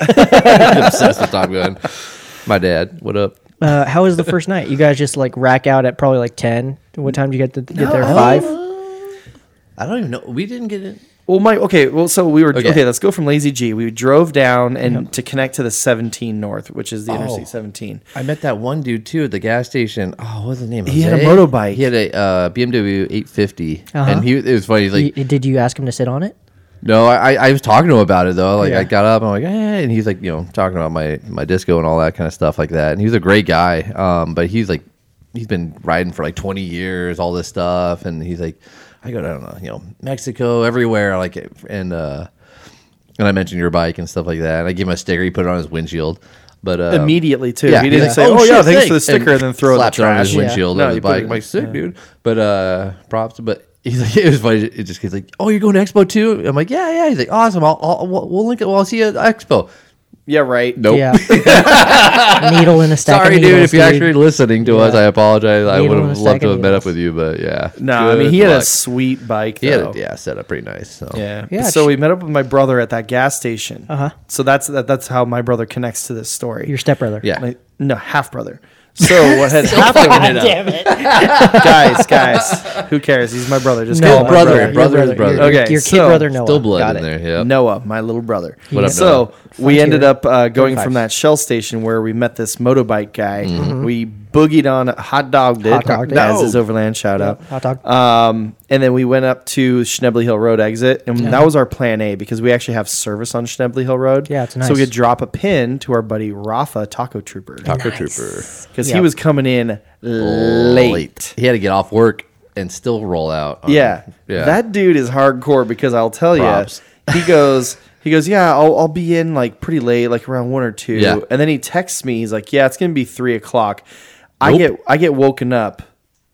[SPEAKER 2] Obsessed with Top Gun. My dad, what up?
[SPEAKER 1] Uh, how was the first night? You guys just like rack out at probably like ten. What time did you get to get there?
[SPEAKER 3] No.
[SPEAKER 1] Five.
[SPEAKER 2] I don't even know. We didn't get it.
[SPEAKER 3] well, my okay. Well, so we were okay.
[SPEAKER 2] Okay.
[SPEAKER 3] Let's go from Lazy G. We drove down and to connect to the 17 North, which
[SPEAKER 1] Oh.
[SPEAKER 3] is the Interstate 17.
[SPEAKER 2] I met that one dude too at the gas station. Oh, what's his name?
[SPEAKER 3] He had a
[SPEAKER 2] Jose?
[SPEAKER 3] motorbike.
[SPEAKER 2] He had a uh, BMW 850,
[SPEAKER 1] Uh-huh.
[SPEAKER 2] and he it was funny. He's like,
[SPEAKER 1] Y- did you ask him to sit on it?
[SPEAKER 2] no, I, I was talking to him about it though. Like
[SPEAKER 1] Yeah.
[SPEAKER 2] I got up, I'm like, eh, and he's like, you know, talking about my my disco and all that kind of stuff like that. And he was a great guy, um, but he's like, he's been riding for like 20 years, all this stuff, and he's like, I go to I don't know, you know, Mexico, everywhere, like, and uh, and I mentioned your bike and stuff like that. And I gave him a sticker. He put it on his windshield, but uh,
[SPEAKER 3] Immediately too. he
[SPEAKER 2] he's
[SPEAKER 3] didn't
[SPEAKER 2] like,
[SPEAKER 3] say, "Oh, Um, yeah,
[SPEAKER 2] shit,
[SPEAKER 3] thanks for the sticker," and, then throw it in the
[SPEAKER 2] slapped on his
[SPEAKER 3] trash.
[SPEAKER 1] Yeah.
[SPEAKER 2] windshield
[SPEAKER 3] No,
[SPEAKER 2] of his
[SPEAKER 3] you put it
[SPEAKER 2] bike.
[SPEAKER 3] in-
[SPEAKER 2] I'm like, sick, dude. But uh, props. But He's like, it was funny. It just he's like, oh, you're going to Expo too? I'm like, yeah, yeah. He's like, awesome. I'll, I'll we'll we'll link it. Well, I'll see you at Expo.
[SPEAKER 3] Yeah, right.
[SPEAKER 2] Nope.
[SPEAKER 1] Yeah. needle in a stack.
[SPEAKER 2] Sorry,
[SPEAKER 1] of
[SPEAKER 2] dude.
[SPEAKER 1] needles,
[SPEAKER 2] If you're actually listening to us,
[SPEAKER 1] Yeah.
[SPEAKER 2] I apologize. I
[SPEAKER 1] Needle
[SPEAKER 2] would
[SPEAKER 1] in a
[SPEAKER 2] have
[SPEAKER 1] stack
[SPEAKER 2] loved to
[SPEAKER 1] of
[SPEAKER 2] have met up
[SPEAKER 1] needles.
[SPEAKER 2] with you, but yeah.
[SPEAKER 3] No, I mean
[SPEAKER 2] Good
[SPEAKER 3] he had a
[SPEAKER 2] luck.
[SPEAKER 3] sweet bike.
[SPEAKER 2] he had
[SPEAKER 3] though.
[SPEAKER 2] a, yeah set up pretty nice. So.
[SPEAKER 3] Yeah.
[SPEAKER 1] Yeah,
[SPEAKER 3] So
[SPEAKER 1] sh-
[SPEAKER 3] we met up with my brother at that gas station.
[SPEAKER 1] Uh
[SPEAKER 2] Uh-huh.
[SPEAKER 1] huh.
[SPEAKER 3] So that's that, that's how my brother connects to this story.
[SPEAKER 1] Your stepbrother.
[SPEAKER 2] Yeah.
[SPEAKER 3] My- no half brother. So what had happened,
[SPEAKER 1] God damn it.
[SPEAKER 3] guys? Guys, who cares? He's my brother. Just
[SPEAKER 1] No,
[SPEAKER 3] call him my
[SPEAKER 2] brother,
[SPEAKER 1] Your
[SPEAKER 2] brother is brother.
[SPEAKER 1] Your,
[SPEAKER 3] Okay,
[SPEAKER 1] your kid
[SPEAKER 3] so-
[SPEAKER 1] brother Noah.
[SPEAKER 2] Still blood
[SPEAKER 3] Got
[SPEAKER 2] in
[SPEAKER 3] it.
[SPEAKER 2] there. Yeah.
[SPEAKER 3] Noah, my little brother.
[SPEAKER 2] What up,
[SPEAKER 3] so we
[SPEAKER 1] Frontier.
[SPEAKER 3] ended up uh, going
[SPEAKER 1] Frontier.
[SPEAKER 3] from that Shell station where we met this motorbike guy.
[SPEAKER 2] Mm-hmm.
[SPEAKER 3] We boogied on, hot dogged it.
[SPEAKER 1] Hot dogged it.
[SPEAKER 3] That was
[SPEAKER 2] No.
[SPEAKER 3] his overland shout out.
[SPEAKER 1] Hot dog.
[SPEAKER 2] Uh,
[SPEAKER 3] Um, and then we went up to Schnebley Hill Road exit, and that was our plan A because we actually have service on Schnebley Hill Road.
[SPEAKER 1] Yeah, it's
[SPEAKER 3] So we
[SPEAKER 1] nice.
[SPEAKER 3] could drop a pin to our buddy Rafa Taco Trooper
[SPEAKER 2] Taco
[SPEAKER 1] Nice.
[SPEAKER 2] Trooper.
[SPEAKER 3] because he
[SPEAKER 1] Yeah.
[SPEAKER 3] was coming in late.
[SPEAKER 2] He had to get off work and still roll out. on-
[SPEAKER 3] Yeah.
[SPEAKER 2] Yeah.
[SPEAKER 3] that dude is hardcore because I'll tell
[SPEAKER 2] Props.
[SPEAKER 3] you, he goes. He goes, yeah, I'll, I'll be in like pretty late, like around one or two.
[SPEAKER 2] Yeah.
[SPEAKER 3] And then he texts me. He's like, yeah, it's gonna be three o'clock. I
[SPEAKER 2] Nope.
[SPEAKER 3] get I get woken up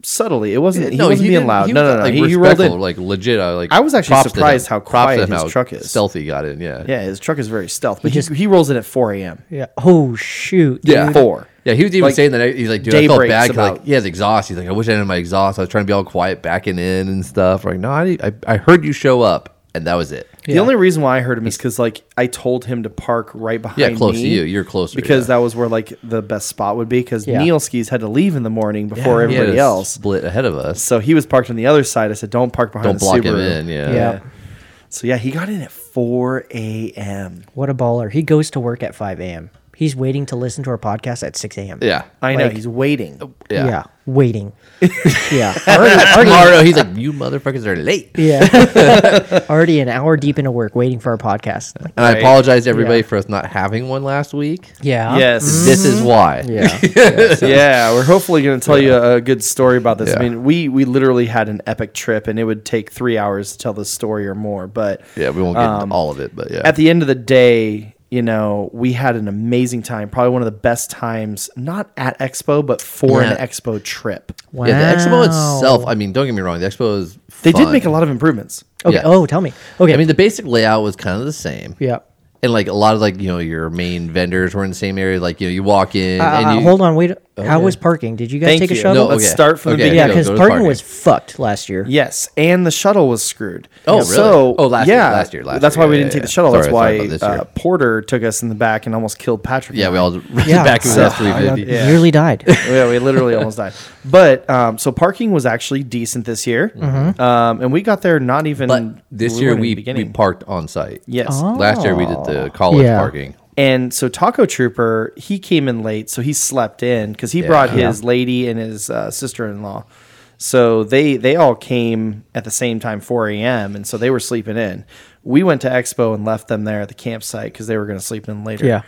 [SPEAKER 3] subtly. It wasn't. He wasn't being
[SPEAKER 2] didn't-
[SPEAKER 3] loud.
[SPEAKER 2] he
[SPEAKER 3] no,
[SPEAKER 2] was,
[SPEAKER 3] no, no.
[SPEAKER 2] Like,
[SPEAKER 3] he, he rolled
[SPEAKER 2] respectful,
[SPEAKER 3] in.
[SPEAKER 2] Like legit. I like.
[SPEAKER 3] I was actually
[SPEAKER 2] props to him.
[SPEAKER 3] surprised how
[SPEAKER 2] Props to
[SPEAKER 3] quiet
[SPEAKER 2] him,
[SPEAKER 3] his
[SPEAKER 2] how
[SPEAKER 3] truck is.
[SPEAKER 2] Stealthy got in. Yeah.
[SPEAKER 3] Yeah, his truck is very stealth, but he,
[SPEAKER 1] just-
[SPEAKER 3] he rolls in at four a.m.
[SPEAKER 1] yeah. Oh shoot.
[SPEAKER 2] Yeah.
[SPEAKER 1] dude.
[SPEAKER 3] Four.
[SPEAKER 2] Yeah, he was even
[SPEAKER 3] Like,
[SPEAKER 2] saying that. He's like, dude,
[SPEAKER 3] day
[SPEAKER 2] I felt
[SPEAKER 3] breaks
[SPEAKER 2] bad. 'cause, Like,
[SPEAKER 3] about-
[SPEAKER 2] he has exhaust. He's like, I wish I had my exhaust. I was trying to be all quiet, backing in and stuff. Like, no, I, I, I heard you show up, and that was it.
[SPEAKER 3] The
[SPEAKER 1] Yeah.
[SPEAKER 3] only reason why I heard him is because like I told him to park right behind.
[SPEAKER 2] Yeah, close to
[SPEAKER 3] me
[SPEAKER 2] you. You're closer,
[SPEAKER 3] because
[SPEAKER 2] yeah.
[SPEAKER 3] that was where like the best spot would be. Because
[SPEAKER 1] Yeah.
[SPEAKER 3] Neil skis had to leave in the morning before
[SPEAKER 2] He had
[SPEAKER 3] everybody
[SPEAKER 2] a
[SPEAKER 3] else,
[SPEAKER 2] split ahead of us.
[SPEAKER 3] so he was parked on the other side. I said, "Don't park behind
[SPEAKER 2] Don't
[SPEAKER 3] the
[SPEAKER 2] block
[SPEAKER 3] Subaru."
[SPEAKER 2] him in. Yeah.
[SPEAKER 1] Yeah.
[SPEAKER 3] So yeah, he got in at four a.m.
[SPEAKER 1] What a baller. He goes to work at 5 a.m. He's waiting to listen to our podcast at 6 a.m.
[SPEAKER 2] Yeah.
[SPEAKER 3] I know
[SPEAKER 1] Like-
[SPEAKER 3] he's waiting.
[SPEAKER 1] Yeah.
[SPEAKER 2] Yeah.
[SPEAKER 1] Waiting. yeah.
[SPEAKER 2] Mario, he's like, you motherfuckers are late.
[SPEAKER 1] Yeah. Already an hour deep into work waiting for our podcast. Like,
[SPEAKER 2] And I
[SPEAKER 3] Right.
[SPEAKER 2] apologize to everybody
[SPEAKER 1] Yeah.
[SPEAKER 2] for us not having one last week.
[SPEAKER 1] yeah.
[SPEAKER 3] Yes.
[SPEAKER 2] This is why.
[SPEAKER 1] Yeah.
[SPEAKER 3] yeah, we're hopefully going to tell you a good story about this. I
[SPEAKER 2] Yeah.
[SPEAKER 3] mean, we we literally had an epic trip, and it would take three hours to tell this story or more. But
[SPEAKER 2] Yeah, we won't get
[SPEAKER 3] Um,
[SPEAKER 2] into all of it, but yeah.
[SPEAKER 3] at the end of the day, you know, we had an amazing time. Probably one of the best times, not at Expo, but for an
[SPEAKER 2] Yeah.
[SPEAKER 3] Expo trip.
[SPEAKER 1] Wow.
[SPEAKER 2] Yeah, the expo itself. I mean, don't get me wrong. The expo is
[SPEAKER 3] They did
[SPEAKER 2] fun.
[SPEAKER 3] make a lot of improvements.
[SPEAKER 1] Okay.
[SPEAKER 2] yeah.
[SPEAKER 1] Oh, tell me. Okay.
[SPEAKER 2] I mean, the basic layout was kind of the same.
[SPEAKER 1] yeah.
[SPEAKER 2] and like a lot of like you know your main vendors were in the same area. Like you know you walk in
[SPEAKER 1] Uh,
[SPEAKER 2] and you
[SPEAKER 1] hold on. Wait. How was parking? Did you guys
[SPEAKER 3] Thank
[SPEAKER 1] take
[SPEAKER 3] you.
[SPEAKER 1] a shuttle?
[SPEAKER 3] No, let's start from the beginning.
[SPEAKER 1] yeah,
[SPEAKER 2] go-
[SPEAKER 1] because
[SPEAKER 2] go to
[SPEAKER 1] parking, was fucked last year.
[SPEAKER 3] Yes, and the shuttle was screwed.
[SPEAKER 2] Oh, really?
[SPEAKER 3] So,
[SPEAKER 2] Oh, last year,
[SPEAKER 3] yeah,
[SPEAKER 2] last year, last
[SPEAKER 3] that's
[SPEAKER 2] year.
[SPEAKER 3] why we
[SPEAKER 2] Yeah,
[SPEAKER 3] didn't
[SPEAKER 2] yeah,
[SPEAKER 3] take the shuttle.
[SPEAKER 2] yeah.
[SPEAKER 3] that's
[SPEAKER 2] Sorry,
[SPEAKER 3] why
[SPEAKER 2] sorry about this
[SPEAKER 3] uh,
[SPEAKER 2] year.
[SPEAKER 3] Porter took us in the back and almost killed Patrick.
[SPEAKER 2] yeah we all
[SPEAKER 1] Yeah.
[SPEAKER 2] back in
[SPEAKER 1] so-
[SPEAKER 2] the three fifty.
[SPEAKER 1] I nearly died.
[SPEAKER 3] yeah, we literally almost died. But um, so parking was actually decent this year, um, and we got there not even.
[SPEAKER 2] Mm-hmm. But this
[SPEAKER 3] we
[SPEAKER 2] year
[SPEAKER 3] weren't in the
[SPEAKER 2] we we
[SPEAKER 3] beginning.
[SPEAKER 2] parked on site.
[SPEAKER 3] yes, Oh.
[SPEAKER 2] Last year we did the college
[SPEAKER 1] Yeah.
[SPEAKER 2] parking.
[SPEAKER 3] And so Taco Trooper, he came in late, so he slept in because he brought his lady and his uh, sister in law. So they they all came at the same time, 4 a.m. And so they were sleeping in. We went to Expo and left them there at the campsite because they were going to sleep in later.
[SPEAKER 1] Yeah.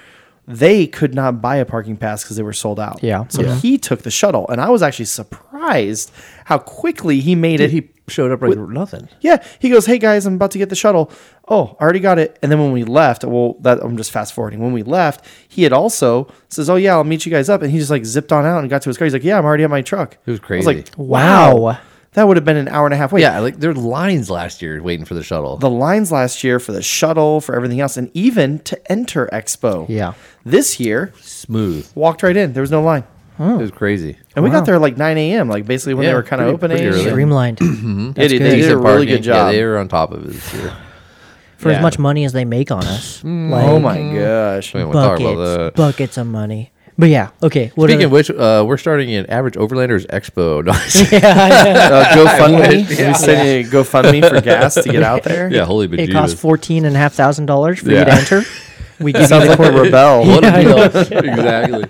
[SPEAKER 3] They could not buy a parking pass because they were sold out.
[SPEAKER 1] Yeah.
[SPEAKER 3] So
[SPEAKER 1] Yeah.
[SPEAKER 3] he took the shuttle, and I was actually surprised how quickly he made it.
[SPEAKER 2] He showed up like nothing.
[SPEAKER 3] Yeah, he goes, "Hey guys, I'm about to get the shuttle." Oh, I already got it. And then when we left, well, that I'm just fast forwarding. When we left, he had also says, "Oh yeah, I'll meet you guys up," and he just like zipped on out and got to his car. He's like, "Yeah, I'm already at my truck." It
[SPEAKER 2] was
[SPEAKER 3] I was like,
[SPEAKER 2] crazy.
[SPEAKER 3] "Wow,
[SPEAKER 1] Wow.
[SPEAKER 3] that would have been an hour and a half wait."
[SPEAKER 2] Yeah, like there were lines last year waiting for the shuttle.
[SPEAKER 3] the lines last year for the shuttle, for everything else, and even to enter Expo.
[SPEAKER 1] Yeah.
[SPEAKER 3] this year
[SPEAKER 2] Smooth.
[SPEAKER 3] walked right in. There was no line, Oh.
[SPEAKER 2] It was crazy.
[SPEAKER 3] and we got there like 9 a.m. Like basically when they
[SPEAKER 2] Yeah,
[SPEAKER 3] were kind of
[SPEAKER 2] pretty-
[SPEAKER 3] opening.
[SPEAKER 2] pretty early.
[SPEAKER 1] Streamlined.
[SPEAKER 3] Yeah,
[SPEAKER 1] That's good.
[SPEAKER 3] dude, they did a
[SPEAKER 2] Decent
[SPEAKER 3] really good
[SPEAKER 2] parking. Yeah,
[SPEAKER 3] job.
[SPEAKER 2] they were on top of it this year.
[SPEAKER 1] for as
[SPEAKER 3] Yeah.
[SPEAKER 1] much money as they make on us.
[SPEAKER 2] Mm.
[SPEAKER 1] like,
[SPEAKER 3] oh my gosh!
[SPEAKER 2] We won't talk about
[SPEAKER 1] buckets,
[SPEAKER 2] that.
[SPEAKER 1] buckets of money. But yeah, okay. What
[SPEAKER 2] Speaking
[SPEAKER 1] are
[SPEAKER 2] of which, uh, we're starting an average Overlanders Expo. No, I'm just-
[SPEAKER 1] the- yeah,
[SPEAKER 3] Uh, GoFundMe. We send you a GoFundMe for gas to get out there.
[SPEAKER 2] yeah, holy
[SPEAKER 1] it
[SPEAKER 2] bejesus.
[SPEAKER 1] costs fourteen and a half thousand dollars for you to
[SPEAKER 2] Yeah.
[SPEAKER 1] enter. We give you
[SPEAKER 3] sounds
[SPEAKER 1] the
[SPEAKER 3] like a
[SPEAKER 1] quarter.
[SPEAKER 3] rebel.
[SPEAKER 2] What a deal. exactly.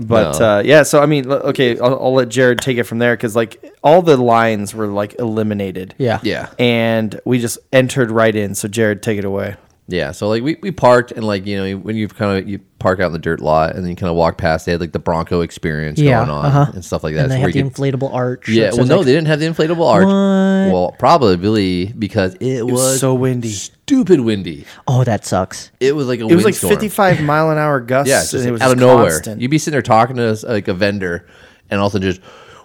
[SPEAKER 3] But
[SPEAKER 2] No.
[SPEAKER 3] uh, yeah, so I mean, l- okay, I'll, I'll let Jared take it from there because like all the lines were like eliminated.
[SPEAKER 1] Yeah.
[SPEAKER 2] Yeah.
[SPEAKER 3] And we just entered right in. So Jared, take it away.
[SPEAKER 2] Yeah, so like we, we parked and like you know when you kind of you park out in the dirt lot and then you kind of walk past they had like the Bronco experience
[SPEAKER 1] Yeah,
[SPEAKER 2] going on
[SPEAKER 1] uh-huh.
[SPEAKER 2] and stuff like that.
[SPEAKER 1] And they
[SPEAKER 2] So
[SPEAKER 1] have
[SPEAKER 2] we
[SPEAKER 1] the
[SPEAKER 2] could-
[SPEAKER 1] inflatable arch.
[SPEAKER 2] yeah,
[SPEAKER 1] that
[SPEAKER 2] well
[SPEAKER 1] says
[SPEAKER 2] no,
[SPEAKER 1] X-
[SPEAKER 2] they didn't have the inflatable arch.
[SPEAKER 1] What?
[SPEAKER 2] Well, probably because it was,
[SPEAKER 3] so windy.
[SPEAKER 2] stupid windy.
[SPEAKER 1] oh, that sucks.
[SPEAKER 2] It was like a
[SPEAKER 3] It was like
[SPEAKER 2] windstorm.
[SPEAKER 3] 55 mile an hour gusts.
[SPEAKER 2] Yeah, it's just
[SPEAKER 3] and it was
[SPEAKER 2] out
[SPEAKER 3] just
[SPEAKER 2] of nowhere.
[SPEAKER 3] constant.
[SPEAKER 2] You'd be sitting there talking to us, like a vendor and also just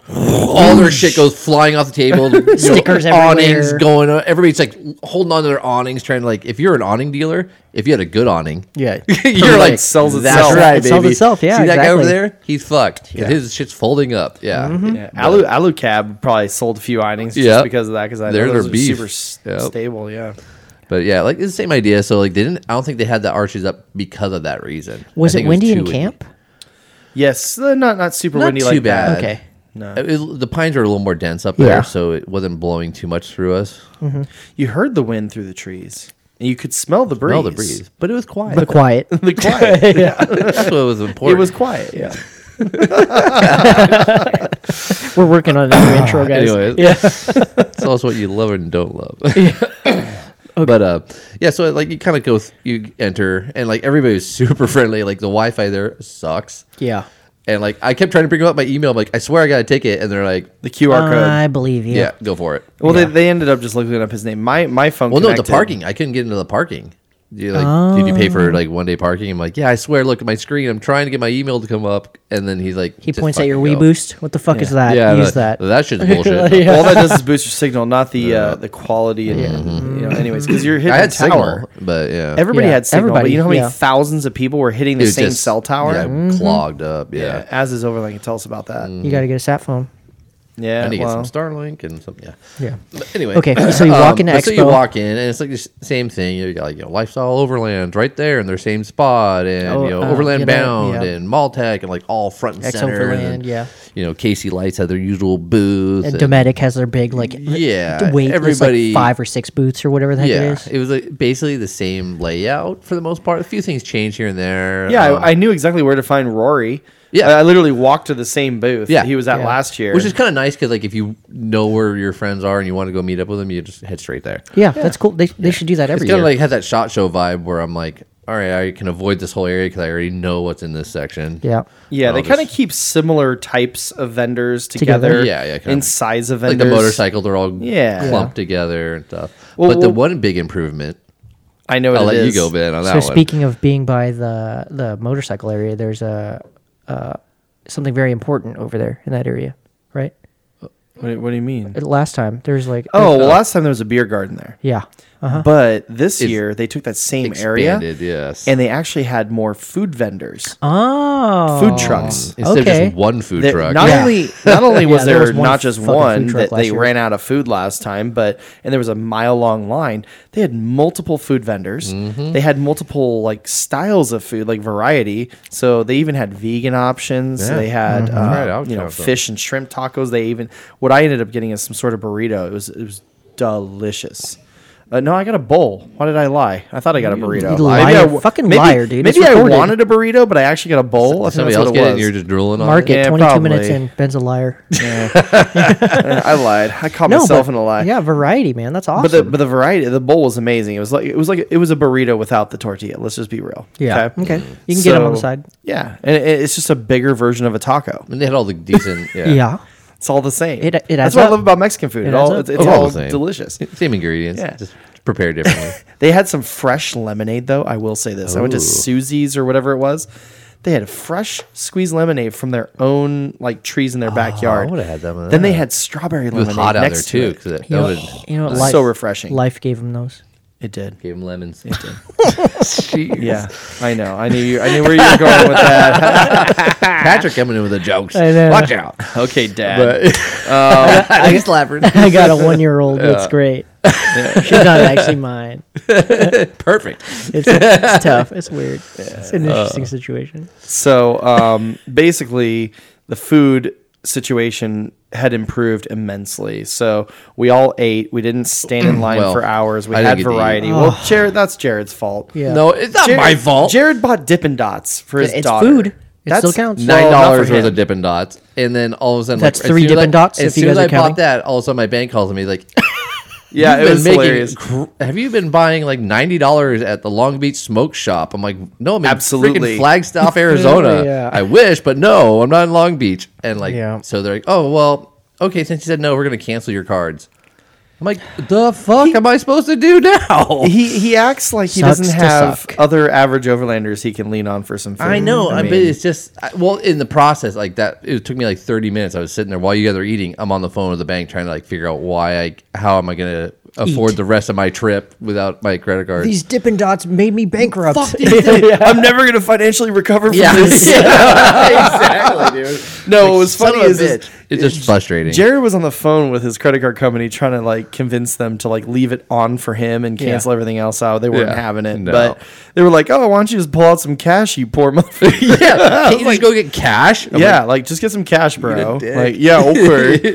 [SPEAKER 2] all their shit goes flying off the table. you know,
[SPEAKER 1] Stickers
[SPEAKER 2] awnings
[SPEAKER 1] everywhere.
[SPEAKER 2] going. on. Everybody's like holding on to their awnings, trying to like. If you're an awning dealer, if you had a good awning,
[SPEAKER 1] Yeah.
[SPEAKER 2] you're like
[SPEAKER 3] It sells
[SPEAKER 2] that's
[SPEAKER 3] itself.
[SPEAKER 2] right,
[SPEAKER 1] It
[SPEAKER 2] baby.
[SPEAKER 1] sells itself, yeah,
[SPEAKER 2] See that guy over
[SPEAKER 1] exactly. Mm-hmm.
[SPEAKER 2] there? He's fucked. 'cause
[SPEAKER 3] Yeah.
[SPEAKER 2] His shit's folding up. Yeah.
[SPEAKER 3] Yeah, Alu Alu Cab probably sold a few innings just
[SPEAKER 2] Yep.
[SPEAKER 3] because of that because I
[SPEAKER 2] There's
[SPEAKER 3] know
[SPEAKER 2] their
[SPEAKER 3] those are
[SPEAKER 2] beef.
[SPEAKER 3] super s-
[SPEAKER 2] Yep.
[SPEAKER 3] stable. Yeah,
[SPEAKER 2] But yeah, like it's the same idea. So like they didn't. I don't think they had the arches up because of that reason.
[SPEAKER 1] Was it
[SPEAKER 2] I think
[SPEAKER 1] windy
[SPEAKER 2] too
[SPEAKER 1] in camp?
[SPEAKER 3] yes, uh, not not super
[SPEAKER 2] Not
[SPEAKER 3] windy
[SPEAKER 2] too
[SPEAKER 3] like
[SPEAKER 2] bad.
[SPEAKER 3] that.
[SPEAKER 1] Okay.
[SPEAKER 3] No,
[SPEAKER 2] It was- the pines are a little more dense up
[SPEAKER 1] Yeah.
[SPEAKER 2] there, so it wasn't blowing too much through us.
[SPEAKER 3] you heard the wind through the trees. And you could smell the breeze.
[SPEAKER 2] Smell the breeze, but it was quiet.
[SPEAKER 1] The quiet.
[SPEAKER 3] The quiet.
[SPEAKER 2] That's what was
[SPEAKER 3] it
[SPEAKER 2] important.
[SPEAKER 3] was quiet. Yeah.
[SPEAKER 1] We're working on another intro, guys.
[SPEAKER 2] Anyways.
[SPEAKER 1] Yeah.
[SPEAKER 2] it's also what you love and don't love. But uh, yeah, so like you kind of go, th- you enter, and like everybody was super friendly. Like the Wi-Fi there sucks,
[SPEAKER 1] Yeah.
[SPEAKER 2] and like I kept trying to bring up my email. I'm like, I swear I got a ticket, and they're like,
[SPEAKER 3] The QR code.
[SPEAKER 1] I believe you.
[SPEAKER 2] Yeah, go for it.
[SPEAKER 3] well, they, they ended up just looking up his name. My my phone.
[SPEAKER 2] Well, no, the
[SPEAKER 3] connected.
[SPEAKER 2] parking. I couldn't get into the parking. You like, did you pay for like one day parking? I'm like, yeah, I swear. Look at my screen. I'm trying to get my email to come up, and then he's like,
[SPEAKER 1] He
[SPEAKER 2] "Just
[SPEAKER 1] points at your
[SPEAKER 2] fucking
[SPEAKER 1] Wii
[SPEAKER 2] go."
[SPEAKER 1] Boost. What the fuck is that?
[SPEAKER 2] Yeah,
[SPEAKER 1] Use
[SPEAKER 2] that,
[SPEAKER 1] that.
[SPEAKER 2] that shit's bullshit.
[SPEAKER 1] Yeah.
[SPEAKER 3] All that does is boost your signal, not the uh, the quality. And, you know, anyways, because you're hitting
[SPEAKER 2] I had
[SPEAKER 3] the tower.
[SPEAKER 2] signal, but yeah,
[SPEAKER 1] Mm-hmm.
[SPEAKER 3] Everybody
[SPEAKER 1] Yeah,
[SPEAKER 3] had signal,
[SPEAKER 1] everybody,
[SPEAKER 3] but you know how many
[SPEAKER 1] yeah. Mm-hmm.
[SPEAKER 3] thousands of people were hitting the
[SPEAKER 2] It was
[SPEAKER 3] same
[SPEAKER 2] just-
[SPEAKER 3] cell tower?
[SPEAKER 2] yeah, clogged up. Yeah, Mm-hmm.
[SPEAKER 3] Yeah, As is over, like, tell us about that.
[SPEAKER 1] You got to get a sat phone.
[SPEAKER 3] Yeah,
[SPEAKER 2] I need to
[SPEAKER 3] well,
[SPEAKER 2] get some Starlink and some yeah.
[SPEAKER 1] Yeah.
[SPEAKER 2] But anyway, Um,
[SPEAKER 1] Okay, so you walk into
[SPEAKER 2] but So you
[SPEAKER 1] Expo.
[SPEAKER 2] walk in, and it's like the s- same thing. You got like you know, lifestyle overland right there in their same spot, and
[SPEAKER 1] Oh,
[SPEAKER 2] you know
[SPEAKER 1] uh,
[SPEAKER 2] overland
[SPEAKER 1] you know,
[SPEAKER 2] bound
[SPEAKER 1] yeah.
[SPEAKER 2] and Maltech, and like all front and
[SPEAKER 1] Ex
[SPEAKER 2] center. and
[SPEAKER 1] Overland,
[SPEAKER 2] then,
[SPEAKER 1] yeah.
[SPEAKER 2] You know, Casey Lights had their usual booth.
[SPEAKER 1] And
[SPEAKER 2] and-
[SPEAKER 1] Dometic has their big like
[SPEAKER 2] Yeah,
[SPEAKER 1] wait everybody
[SPEAKER 2] everybody-
[SPEAKER 1] like five or six booths or whatever the heck
[SPEAKER 2] yeah,
[SPEAKER 1] it is.
[SPEAKER 2] it was like basically the same layout for the most part. A few things changed here and there.
[SPEAKER 3] yeah,
[SPEAKER 2] um,
[SPEAKER 3] I, I knew exactly where to find Rory.
[SPEAKER 2] Yeah.
[SPEAKER 3] I, I literally walked to the same booth
[SPEAKER 2] Yeah.
[SPEAKER 3] that he was at
[SPEAKER 1] Yeah.
[SPEAKER 3] last year.
[SPEAKER 2] which is kind of nice because like if you know where your friends are and you want to go meet up with them, you just head straight there.
[SPEAKER 1] Yeah, that's cool. They, they should do that every
[SPEAKER 2] it's kind
[SPEAKER 1] year.
[SPEAKER 2] of like had that shot show vibe where I'm like, all right, I can avoid this whole area because I already know what's in this section.
[SPEAKER 1] yeah,
[SPEAKER 3] yeah,
[SPEAKER 2] I'll
[SPEAKER 3] they kind of
[SPEAKER 2] just-
[SPEAKER 3] keep similar types of vendors
[SPEAKER 1] Together.
[SPEAKER 3] together.
[SPEAKER 2] Yeah, yeah, kinda.
[SPEAKER 3] In size of
[SPEAKER 2] like
[SPEAKER 3] vendors.
[SPEAKER 2] the motorcycles are all
[SPEAKER 3] Yeah.
[SPEAKER 2] clumped together and stuff.
[SPEAKER 3] Well,
[SPEAKER 2] but the
[SPEAKER 3] well-
[SPEAKER 2] one big improvement,
[SPEAKER 3] I know what
[SPEAKER 2] I'll
[SPEAKER 3] it
[SPEAKER 2] let you
[SPEAKER 3] is.
[SPEAKER 2] go, Ben, on
[SPEAKER 1] So
[SPEAKER 2] Oh, that one.
[SPEAKER 1] speaking of being by the the motorcycle area, there's a uh, something very important over there in that area, right? Uh,
[SPEAKER 3] What, do- what do you mean?
[SPEAKER 1] Last time there's like
[SPEAKER 3] Oh, well, last time there was a beer garden there.
[SPEAKER 1] yeah,
[SPEAKER 3] But this
[SPEAKER 2] It's
[SPEAKER 3] year, they took that same area
[SPEAKER 2] Expanded, yes.
[SPEAKER 3] and they actually had more food vendors.
[SPEAKER 1] oh
[SPEAKER 3] Food trucks.
[SPEAKER 2] Mm. instead
[SPEAKER 1] okay.
[SPEAKER 2] of just one food
[SPEAKER 3] There-
[SPEAKER 2] truck.
[SPEAKER 3] Not
[SPEAKER 1] Yeah.
[SPEAKER 3] only not only was
[SPEAKER 1] Yeah, there
[SPEAKER 3] there,
[SPEAKER 1] was one
[SPEAKER 3] not just
[SPEAKER 1] fucking food
[SPEAKER 3] one
[SPEAKER 1] truck
[SPEAKER 3] that
[SPEAKER 1] last
[SPEAKER 3] they
[SPEAKER 1] year.
[SPEAKER 3] ran out of food last time, but and there was a mile long line. They had multiple food vendors.
[SPEAKER 2] Mm-hmm.
[SPEAKER 3] They had multiple like styles of food, like variety. So they even had vegan options.
[SPEAKER 2] Yeah. Mm-hmm.
[SPEAKER 3] They had uh,
[SPEAKER 2] Right, I would
[SPEAKER 3] you know
[SPEAKER 2] count those.
[SPEAKER 3] fish and shrimp tacos. They even what I ended up getting is some sort of burrito. It was it was delicious. Uh, no, I got a bowl. Why did I lie? I thought I got a burrito.
[SPEAKER 1] liar.
[SPEAKER 3] Maybe I
[SPEAKER 1] Fucking
[SPEAKER 3] maybe-
[SPEAKER 1] liar, dude. It's
[SPEAKER 3] Maybe I
[SPEAKER 1] recorded.
[SPEAKER 3] wanted a burrito, but I actually got a bowl. I think
[SPEAKER 2] Somebody else
[SPEAKER 3] that's what
[SPEAKER 2] get it
[SPEAKER 3] was.
[SPEAKER 2] and you're just drooling on
[SPEAKER 1] Mark
[SPEAKER 2] it.
[SPEAKER 1] it
[SPEAKER 3] Yeah,
[SPEAKER 1] 22
[SPEAKER 3] probably.
[SPEAKER 1] minutes in. Ben's a liar.
[SPEAKER 3] I lied. I caught myself in a lie.
[SPEAKER 1] Yeah, variety, man. That's awesome.
[SPEAKER 3] But the but the variety, the bowl was amazing. It was like it was like it was a burrito without the tortilla. Let's just be real.
[SPEAKER 1] yeah. Okay. You can get 'em get them on the
[SPEAKER 3] So,
[SPEAKER 1] side.
[SPEAKER 3] Yeah, and it, it's just a bigger version of a taco.
[SPEAKER 2] And they had all the decent, yeah.
[SPEAKER 1] Yeah.
[SPEAKER 3] It's all the same.
[SPEAKER 1] It- it adds
[SPEAKER 3] That's what
[SPEAKER 1] up.
[SPEAKER 3] I love about Mexican food.
[SPEAKER 1] It
[SPEAKER 3] It,
[SPEAKER 1] adds
[SPEAKER 3] all
[SPEAKER 1] up.
[SPEAKER 3] it's, it's
[SPEAKER 2] It's all
[SPEAKER 3] all
[SPEAKER 2] the same.
[SPEAKER 3] delicious.
[SPEAKER 2] Same ingredients,
[SPEAKER 3] Yeah.
[SPEAKER 2] just prepared differently.
[SPEAKER 3] They had some fresh lemonade though. I will say this. I went to
[SPEAKER 2] Ooh.
[SPEAKER 3] Susie's or whatever it was. They had fresh squeezed lemonade from their own like trees in their backyard.
[SPEAKER 2] Oh, would've had some of
[SPEAKER 3] Then they
[SPEAKER 2] that.
[SPEAKER 3] had strawberry
[SPEAKER 2] it was
[SPEAKER 3] lemonade
[SPEAKER 2] hot out there
[SPEAKER 3] next
[SPEAKER 2] too.
[SPEAKER 3] to
[SPEAKER 2] Cause
[SPEAKER 3] it.
[SPEAKER 2] that,
[SPEAKER 1] You know,
[SPEAKER 2] that would
[SPEAKER 1] you know what
[SPEAKER 3] so
[SPEAKER 1] life,
[SPEAKER 3] refreshing.
[SPEAKER 1] Life gave him those.
[SPEAKER 3] It did.
[SPEAKER 2] gave them lemons.
[SPEAKER 3] Yeah, I know. I knew you. I knew where you were going with that.
[SPEAKER 2] Patrick coming in with the jokes.
[SPEAKER 1] I know.
[SPEAKER 2] Watch out.
[SPEAKER 3] Okay, Dad. Um,
[SPEAKER 2] But I just laughing.
[SPEAKER 1] I got a one year old. That's great. She's not actually mine.
[SPEAKER 2] Perfect.
[SPEAKER 1] It's, it's tough. It's weird. It's an
[SPEAKER 2] Uh,
[SPEAKER 1] interesting situation.
[SPEAKER 3] So um, basically, the food situation had improved immensely. So we all ate. We didn't stand in line
[SPEAKER 2] Well,
[SPEAKER 3] for hours. We
[SPEAKER 2] I didn't
[SPEAKER 3] had
[SPEAKER 2] get to eat.
[SPEAKER 3] variety. Well, Jared, that's Jared's fault.
[SPEAKER 1] Yeah.
[SPEAKER 2] No, it's not
[SPEAKER 3] Jared-
[SPEAKER 2] my fault.
[SPEAKER 3] Jared bought Dippin' Dots for his
[SPEAKER 1] It's
[SPEAKER 3] daughter.
[SPEAKER 1] food. It still counts.
[SPEAKER 2] Nine dollars
[SPEAKER 3] well,
[SPEAKER 2] worth
[SPEAKER 3] not
[SPEAKER 2] of Dippin' Dots, and then all of a sudden,
[SPEAKER 1] That's
[SPEAKER 2] like, as
[SPEAKER 1] three
[SPEAKER 2] soon as I-
[SPEAKER 1] Dippin' Dots,
[SPEAKER 2] As
[SPEAKER 1] if you
[SPEAKER 2] soon as
[SPEAKER 1] guys
[SPEAKER 2] I
[SPEAKER 1] are counting.
[SPEAKER 2] bought that, all of a sudden my bank calls me like,
[SPEAKER 3] for him. Yeah,
[SPEAKER 2] "You've
[SPEAKER 3] it was
[SPEAKER 2] been making
[SPEAKER 3] hilarious.
[SPEAKER 2] cr- have you been buying like ninety dollars at the Long Beach Smoke Shop?" I'm like, "No, I'm in freaking
[SPEAKER 3] Absolutely.
[SPEAKER 2] Flagstaff, Arizona.
[SPEAKER 1] Yeah.
[SPEAKER 2] I wish, but no, I'm not in Long Beach." And like,
[SPEAKER 1] Yeah.
[SPEAKER 2] so they're like, "Oh well, okay." Since you said no, we're gonna cancel your cards. I'm I'm like, the fuck am I supposed to do now?
[SPEAKER 3] He he acts like he
[SPEAKER 1] Sucks
[SPEAKER 3] doesn't
[SPEAKER 1] to
[SPEAKER 3] have
[SPEAKER 1] suck.
[SPEAKER 3] other average overlanders he can lean on for some food.
[SPEAKER 2] I know, I
[SPEAKER 3] mean,
[SPEAKER 2] but it's just I, well in the process like that. It took me like thirty minutes. I was sitting there while you guys are eating. I'm on the phone with the bank trying to like figure out why I how am I going to afford
[SPEAKER 1] Eat.
[SPEAKER 2] the rest of my trip without my credit card.
[SPEAKER 1] These Dippin' Dots made me bankrupt.
[SPEAKER 2] Fuck these things.
[SPEAKER 3] I'm never gonna financially recover from
[SPEAKER 2] Yeah.
[SPEAKER 3] this.
[SPEAKER 2] exactly, dude.
[SPEAKER 3] No, what was
[SPEAKER 2] Son
[SPEAKER 3] funny
[SPEAKER 2] of a
[SPEAKER 3] is, is
[SPEAKER 2] bitch. it's just frustrating.
[SPEAKER 3] Jared was on the phone with his credit card company trying to like convince them to like leave it on for him and cancel everything else out. They weren't
[SPEAKER 2] Yeah.
[SPEAKER 3] having it,
[SPEAKER 2] No.
[SPEAKER 3] but they were like, "Oh, why don't you just pull out some cash, you poor motherfucker?"
[SPEAKER 2] yeah, can't you just go get cash? I'm
[SPEAKER 3] yeah, like, just get some cash, bro.
[SPEAKER 2] dick.
[SPEAKER 3] Like, yeah, okay.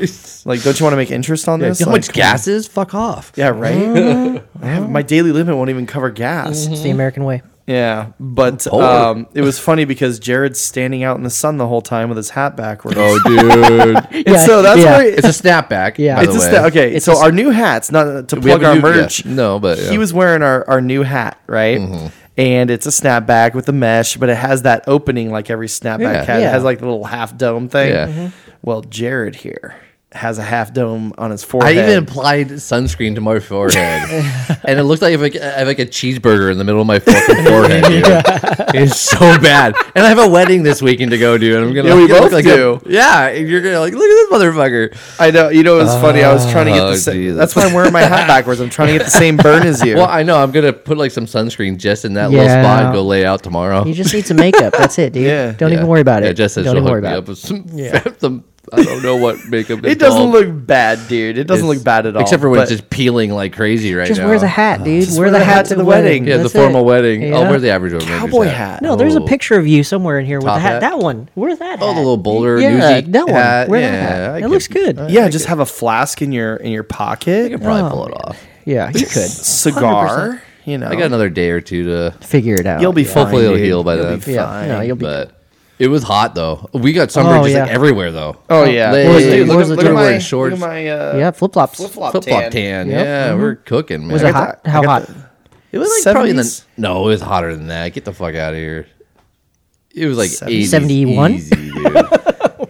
[SPEAKER 2] like,
[SPEAKER 3] like, don't you want to make interest on this?
[SPEAKER 2] how
[SPEAKER 3] Like,
[SPEAKER 2] much gas is? Fuck off.
[SPEAKER 3] Yeah, right. I have- my daily limit won't even cover gas.
[SPEAKER 1] It's the American way.
[SPEAKER 3] Yeah, but
[SPEAKER 2] Mm-hmm. Poor.
[SPEAKER 3] um, it was funny because Jared's standing out in the sun the whole time with his hat backwards.
[SPEAKER 2] Oh, dude.
[SPEAKER 3] And so that's
[SPEAKER 1] yeah.
[SPEAKER 3] why
[SPEAKER 2] it's a snapback.
[SPEAKER 1] Yeah.
[SPEAKER 2] by
[SPEAKER 3] it's
[SPEAKER 2] the
[SPEAKER 3] a
[SPEAKER 2] way.
[SPEAKER 3] sta- okay.
[SPEAKER 1] It's
[SPEAKER 3] so
[SPEAKER 1] a sta-
[SPEAKER 3] our new hats, not to
[SPEAKER 2] We have
[SPEAKER 3] plug
[SPEAKER 2] a
[SPEAKER 3] our
[SPEAKER 2] new-
[SPEAKER 3] merch.
[SPEAKER 2] yeah, no, but,
[SPEAKER 3] he
[SPEAKER 2] yeah. Mm-hmm.
[SPEAKER 3] was wearing our our new hat, right? And it's a snapback with the mesh, but it has that opening like every snapback
[SPEAKER 2] Yeah.
[SPEAKER 3] hat. It
[SPEAKER 1] Yeah.
[SPEAKER 3] has like the little half dome thing.
[SPEAKER 2] Yeah. Mhm.
[SPEAKER 3] Well, Jared here has a half dome on his
[SPEAKER 2] I
[SPEAKER 3] forehead.
[SPEAKER 2] even applied sunscreen to my forehead, and it looked like if I, I have like a cheeseburger in the middle of my fucking forehead. dude. It's so bad, and I have a wedding this weekend to go to, and I'm gonna
[SPEAKER 3] Yeah, we
[SPEAKER 2] look
[SPEAKER 3] both
[SPEAKER 2] like
[SPEAKER 3] do.
[SPEAKER 2] A, yeah, and you're gonna like look at this motherfucker.
[SPEAKER 3] I know. You know, it was funny. I was trying to get
[SPEAKER 2] Oh,
[SPEAKER 3] the. Sa-
[SPEAKER 2] Jesus.
[SPEAKER 3] that's why I'm wearing my hat backwards. I'm trying to get the same burn as you.
[SPEAKER 2] Well, I know I'm gonna put like some sunscreen just in that little
[SPEAKER 1] Yeah.
[SPEAKER 2] spot and go lay out tomorrow.
[SPEAKER 1] You just need some makeup. That's it, dude.
[SPEAKER 3] Yeah.
[SPEAKER 1] Don't
[SPEAKER 2] Yeah.
[SPEAKER 1] even worry about it.
[SPEAKER 2] Yeah, just says
[SPEAKER 1] Don't
[SPEAKER 2] she'll
[SPEAKER 1] even worry
[SPEAKER 2] hook me up
[SPEAKER 1] about it.
[SPEAKER 2] with some, some- I don't know what makeup.
[SPEAKER 3] it
[SPEAKER 2] it's
[SPEAKER 3] doesn't
[SPEAKER 2] called.
[SPEAKER 3] look bad, dude. It doesn't
[SPEAKER 2] It's-
[SPEAKER 3] look bad at all.
[SPEAKER 2] except for when
[SPEAKER 3] but-
[SPEAKER 2] it's just peeling like crazy right
[SPEAKER 1] Just
[SPEAKER 2] now.
[SPEAKER 1] wear the
[SPEAKER 2] oh.
[SPEAKER 1] hat, dude.
[SPEAKER 3] Just
[SPEAKER 1] wear, the, hat, to the wedding.
[SPEAKER 2] Yeah,
[SPEAKER 1] That's
[SPEAKER 2] the formal
[SPEAKER 1] it.
[SPEAKER 2] wedding. I'll
[SPEAKER 1] Yeah.
[SPEAKER 2] wear the average overlander's
[SPEAKER 3] Cowboy hat.
[SPEAKER 1] No, there's a
[SPEAKER 2] Oh.
[SPEAKER 1] picture of you somewhere in here with
[SPEAKER 2] Top
[SPEAKER 1] the hat.
[SPEAKER 2] hat?
[SPEAKER 1] That one. Wear that.
[SPEAKER 2] Oh,
[SPEAKER 1] hat.
[SPEAKER 2] the little Boulder
[SPEAKER 1] Yeah,
[SPEAKER 2] Newsy
[SPEAKER 1] that one.
[SPEAKER 2] hat.
[SPEAKER 1] Wear
[SPEAKER 2] Yeah,
[SPEAKER 1] that
[SPEAKER 2] I
[SPEAKER 1] hat. It
[SPEAKER 2] could-
[SPEAKER 1] looks good.
[SPEAKER 3] yeah, just have a flask in your in your
[SPEAKER 2] I
[SPEAKER 3] pocket,
[SPEAKER 2] could probably
[SPEAKER 1] Oh.
[SPEAKER 2] pull it off.
[SPEAKER 1] yeah, you could
[SPEAKER 3] cigar. You know,
[SPEAKER 2] I got another day or two to.
[SPEAKER 1] figure it out.
[SPEAKER 3] you'll be fine.
[SPEAKER 2] Hopefully it'll
[SPEAKER 3] dude.
[SPEAKER 2] heal by
[SPEAKER 3] You'll
[SPEAKER 2] then.
[SPEAKER 3] be
[SPEAKER 1] Yeah,
[SPEAKER 3] fine.
[SPEAKER 1] no, you'll be.
[SPEAKER 2] But it was hot though. We got summer
[SPEAKER 1] Oh,
[SPEAKER 2] just
[SPEAKER 1] yeah.
[SPEAKER 2] like everywhere though.
[SPEAKER 3] Oh yeah,
[SPEAKER 2] Like,
[SPEAKER 1] What was it-
[SPEAKER 2] dude,
[SPEAKER 1] what
[SPEAKER 2] look,
[SPEAKER 1] was
[SPEAKER 2] at-
[SPEAKER 1] it
[SPEAKER 2] look at
[SPEAKER 1] doing?
[SPEAKER 2] my
[SPEAKER 3] my-
[SPEAKER 2] shorts,
[SPEAKER 3] Look at my uh,
[SPEAKER 1] yeah, flip flops.
[SPEAKER 3] flip flop
[SPEAKER 2] flip
[SPEAKER 3] tan.
[SPEAKER 2] flop tan.
[SPEAKER 1] Yep.
[SPEAKER 2] Yeah, we're cooking, man.
[SPEAKER 1] Mm-hmm. Was
[SPEAKER 2] I
[SPEAKER 1] it
[SPEAKER 2] got
[SPEAKER 1] hot?
[SPEAKER 3] the- I
[SPEAKER 1] How
[SPEAKER 3] got
[SPEAKER 1] hot?
[SPEAKER 3] the-
[SPEAKER 2] the- It was like probably in the
[SPEAKER 3] 70s?
[SPEAKER 2] no. It was hotter than that. Get the fuck out of here. It was like
[SPEAKER 3] 70.
[SPEAKER 2] 80s,
[SPEAKER 1] 71?
[SPEAKER 2] easy, dude.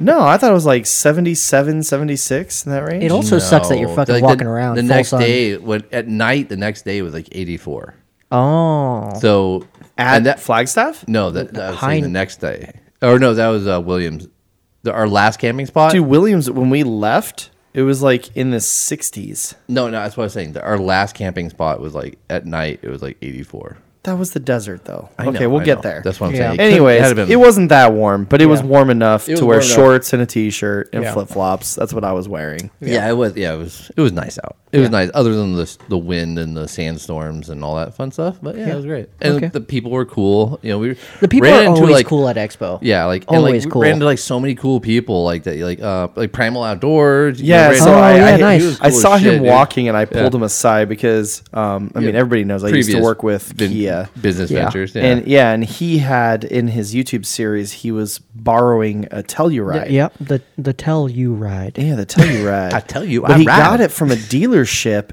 [SPEAKER 3] No, I thought it was like 77, 76 in that range.
[SPEAKER 1] It also sucks that you're
[SPEAKER 2] No.
[SPEAKER 1] fucking
[SPEAKER 2] Like, the-
[SPEAKER 1] walking around.
[SPEAKER 2] The
[SPEAKER 1] full
[SPEAKER 2] next
[SPEAKER 1] sun.
[SPEAKER 2] day, when at night, the next day was like 84.
[SPEAKER 1] Oh,
[SPEAKER 2] So
[SPEAKER 3] at
[SPEAKER 2] and that
[SPEAKER 3] Flagstaff.
[SPEAKER 2] no, that, that was
[SPEAKER 1] Pine-
[SPEAKER 2] the next day. Or no, that was uh, Williams. The, our last camping spot.
[SPEAKER 3] Dude, Williams, when we left, it was like in the 60s.
[SPEAKER 2] No, no, that's what I was saying. The- Our last camping spot was like at night. It was like 84.
[SPEAKER 3] That was the desert, though.
[SPEAKER 2] I
[SPEAKER 3] okay,
[SPEAKER 2] know,
[SPEAKER 3] we'll
[SPEAKER 2] I
[SPEAKER 3] get
[SPEAKER 2] know.
[SPEAKER 3] there.
[SPEAKER 2] That's what I'm
[SPEAKER 1] Yeah.
[SPEAKER 2] saying.
[SPEAKER 3] Anyways,
[SPEAKER 2] had
[SPEAKER 3] it,
[SPEAKER 2] been-
[SPEAKER 3] wasn't that warm, but it was
[SPEAKER 1] Yeah.
[SPEAKER 3] warm enough
[SPEAKER 2] was
[SPEAKER 3] to wear
[SPEAKER 2] warm enough.
[SPEAKER 3] shorts and a t-shirt and
[SPEAKER 1] Yeah.
[SPEAKER 3] flip flops. That's what I was wearing.
[SPEAKER 2] yeah. it was. Yeah, it was. It was nice out. It was nice, other than the the wind and the sandstorms and all that fun stuff. But yeah, it was great. And
[SPEAKER 1] Okay.
[SPEAKER 2] the people were cool. You know, we
[SPEAKER 1] the people
[SPEAKER 2] ran
[SPEAKER 1] are
[SPEAKER 2] into,
[SPEAKER 1] always
[SPEAKER 2] like,
[SPEAKER 1] cool at Expo.
[SPEAKER 2] Yeah, like and,
[SPEAKER 1] always
[SPEAKER 2] like, we
[SPEAKER 1] cool.
[SPEAKER 2] Ran into like so many cool people, like that, like uh, like Primal Outdoors. you know,
[SPEAKER 3] Yeah,
[SPEAKER 2] ran-
[SPEAKER 3] so
[SPEAKER 1] Oh,
[SPEAKER 3] I,
[SPEAKER 1] yeah,
[SPEAKER 3] I,
[SPEAKER 1] nice.
[SPEAKER 2] he was
[SPEAKER 3] I
[SPEAKER 2] cool as
[SPEAKER 3] saw him
[SPEAKER 2] shit, dude.
[SPEAKER 3] walking and I pulled
[SPEAKER 2] Yeah.
[SPEAKER 3] him aside because, um, I mean, everybody knows I used to
[SPEAKER 2] Previous
[SPEAKER 3] work with
[SPEAKER 2] vin-
[SPEAKER 3] Kia.
[SPEAKER 2] business
[SPEAKER 1] Yeah.
[SPEAKER 2] ventures. Yeah.
[SPEAKER 3] And yeah, and he had in his YouTube series, he was borrowing a Telluride.
[SPEAKER 1] Yep. The the tell you ride.
[SPEAKER 3] Yeah, the Telluride.
[SPEAKER 2] I tell you,
[SPEAKER 3] but
[SPEAKER 2] I
[SPEAKER 3] he
[SPEAKER 2] ride.
[SPEAKER 3] got it from a dealership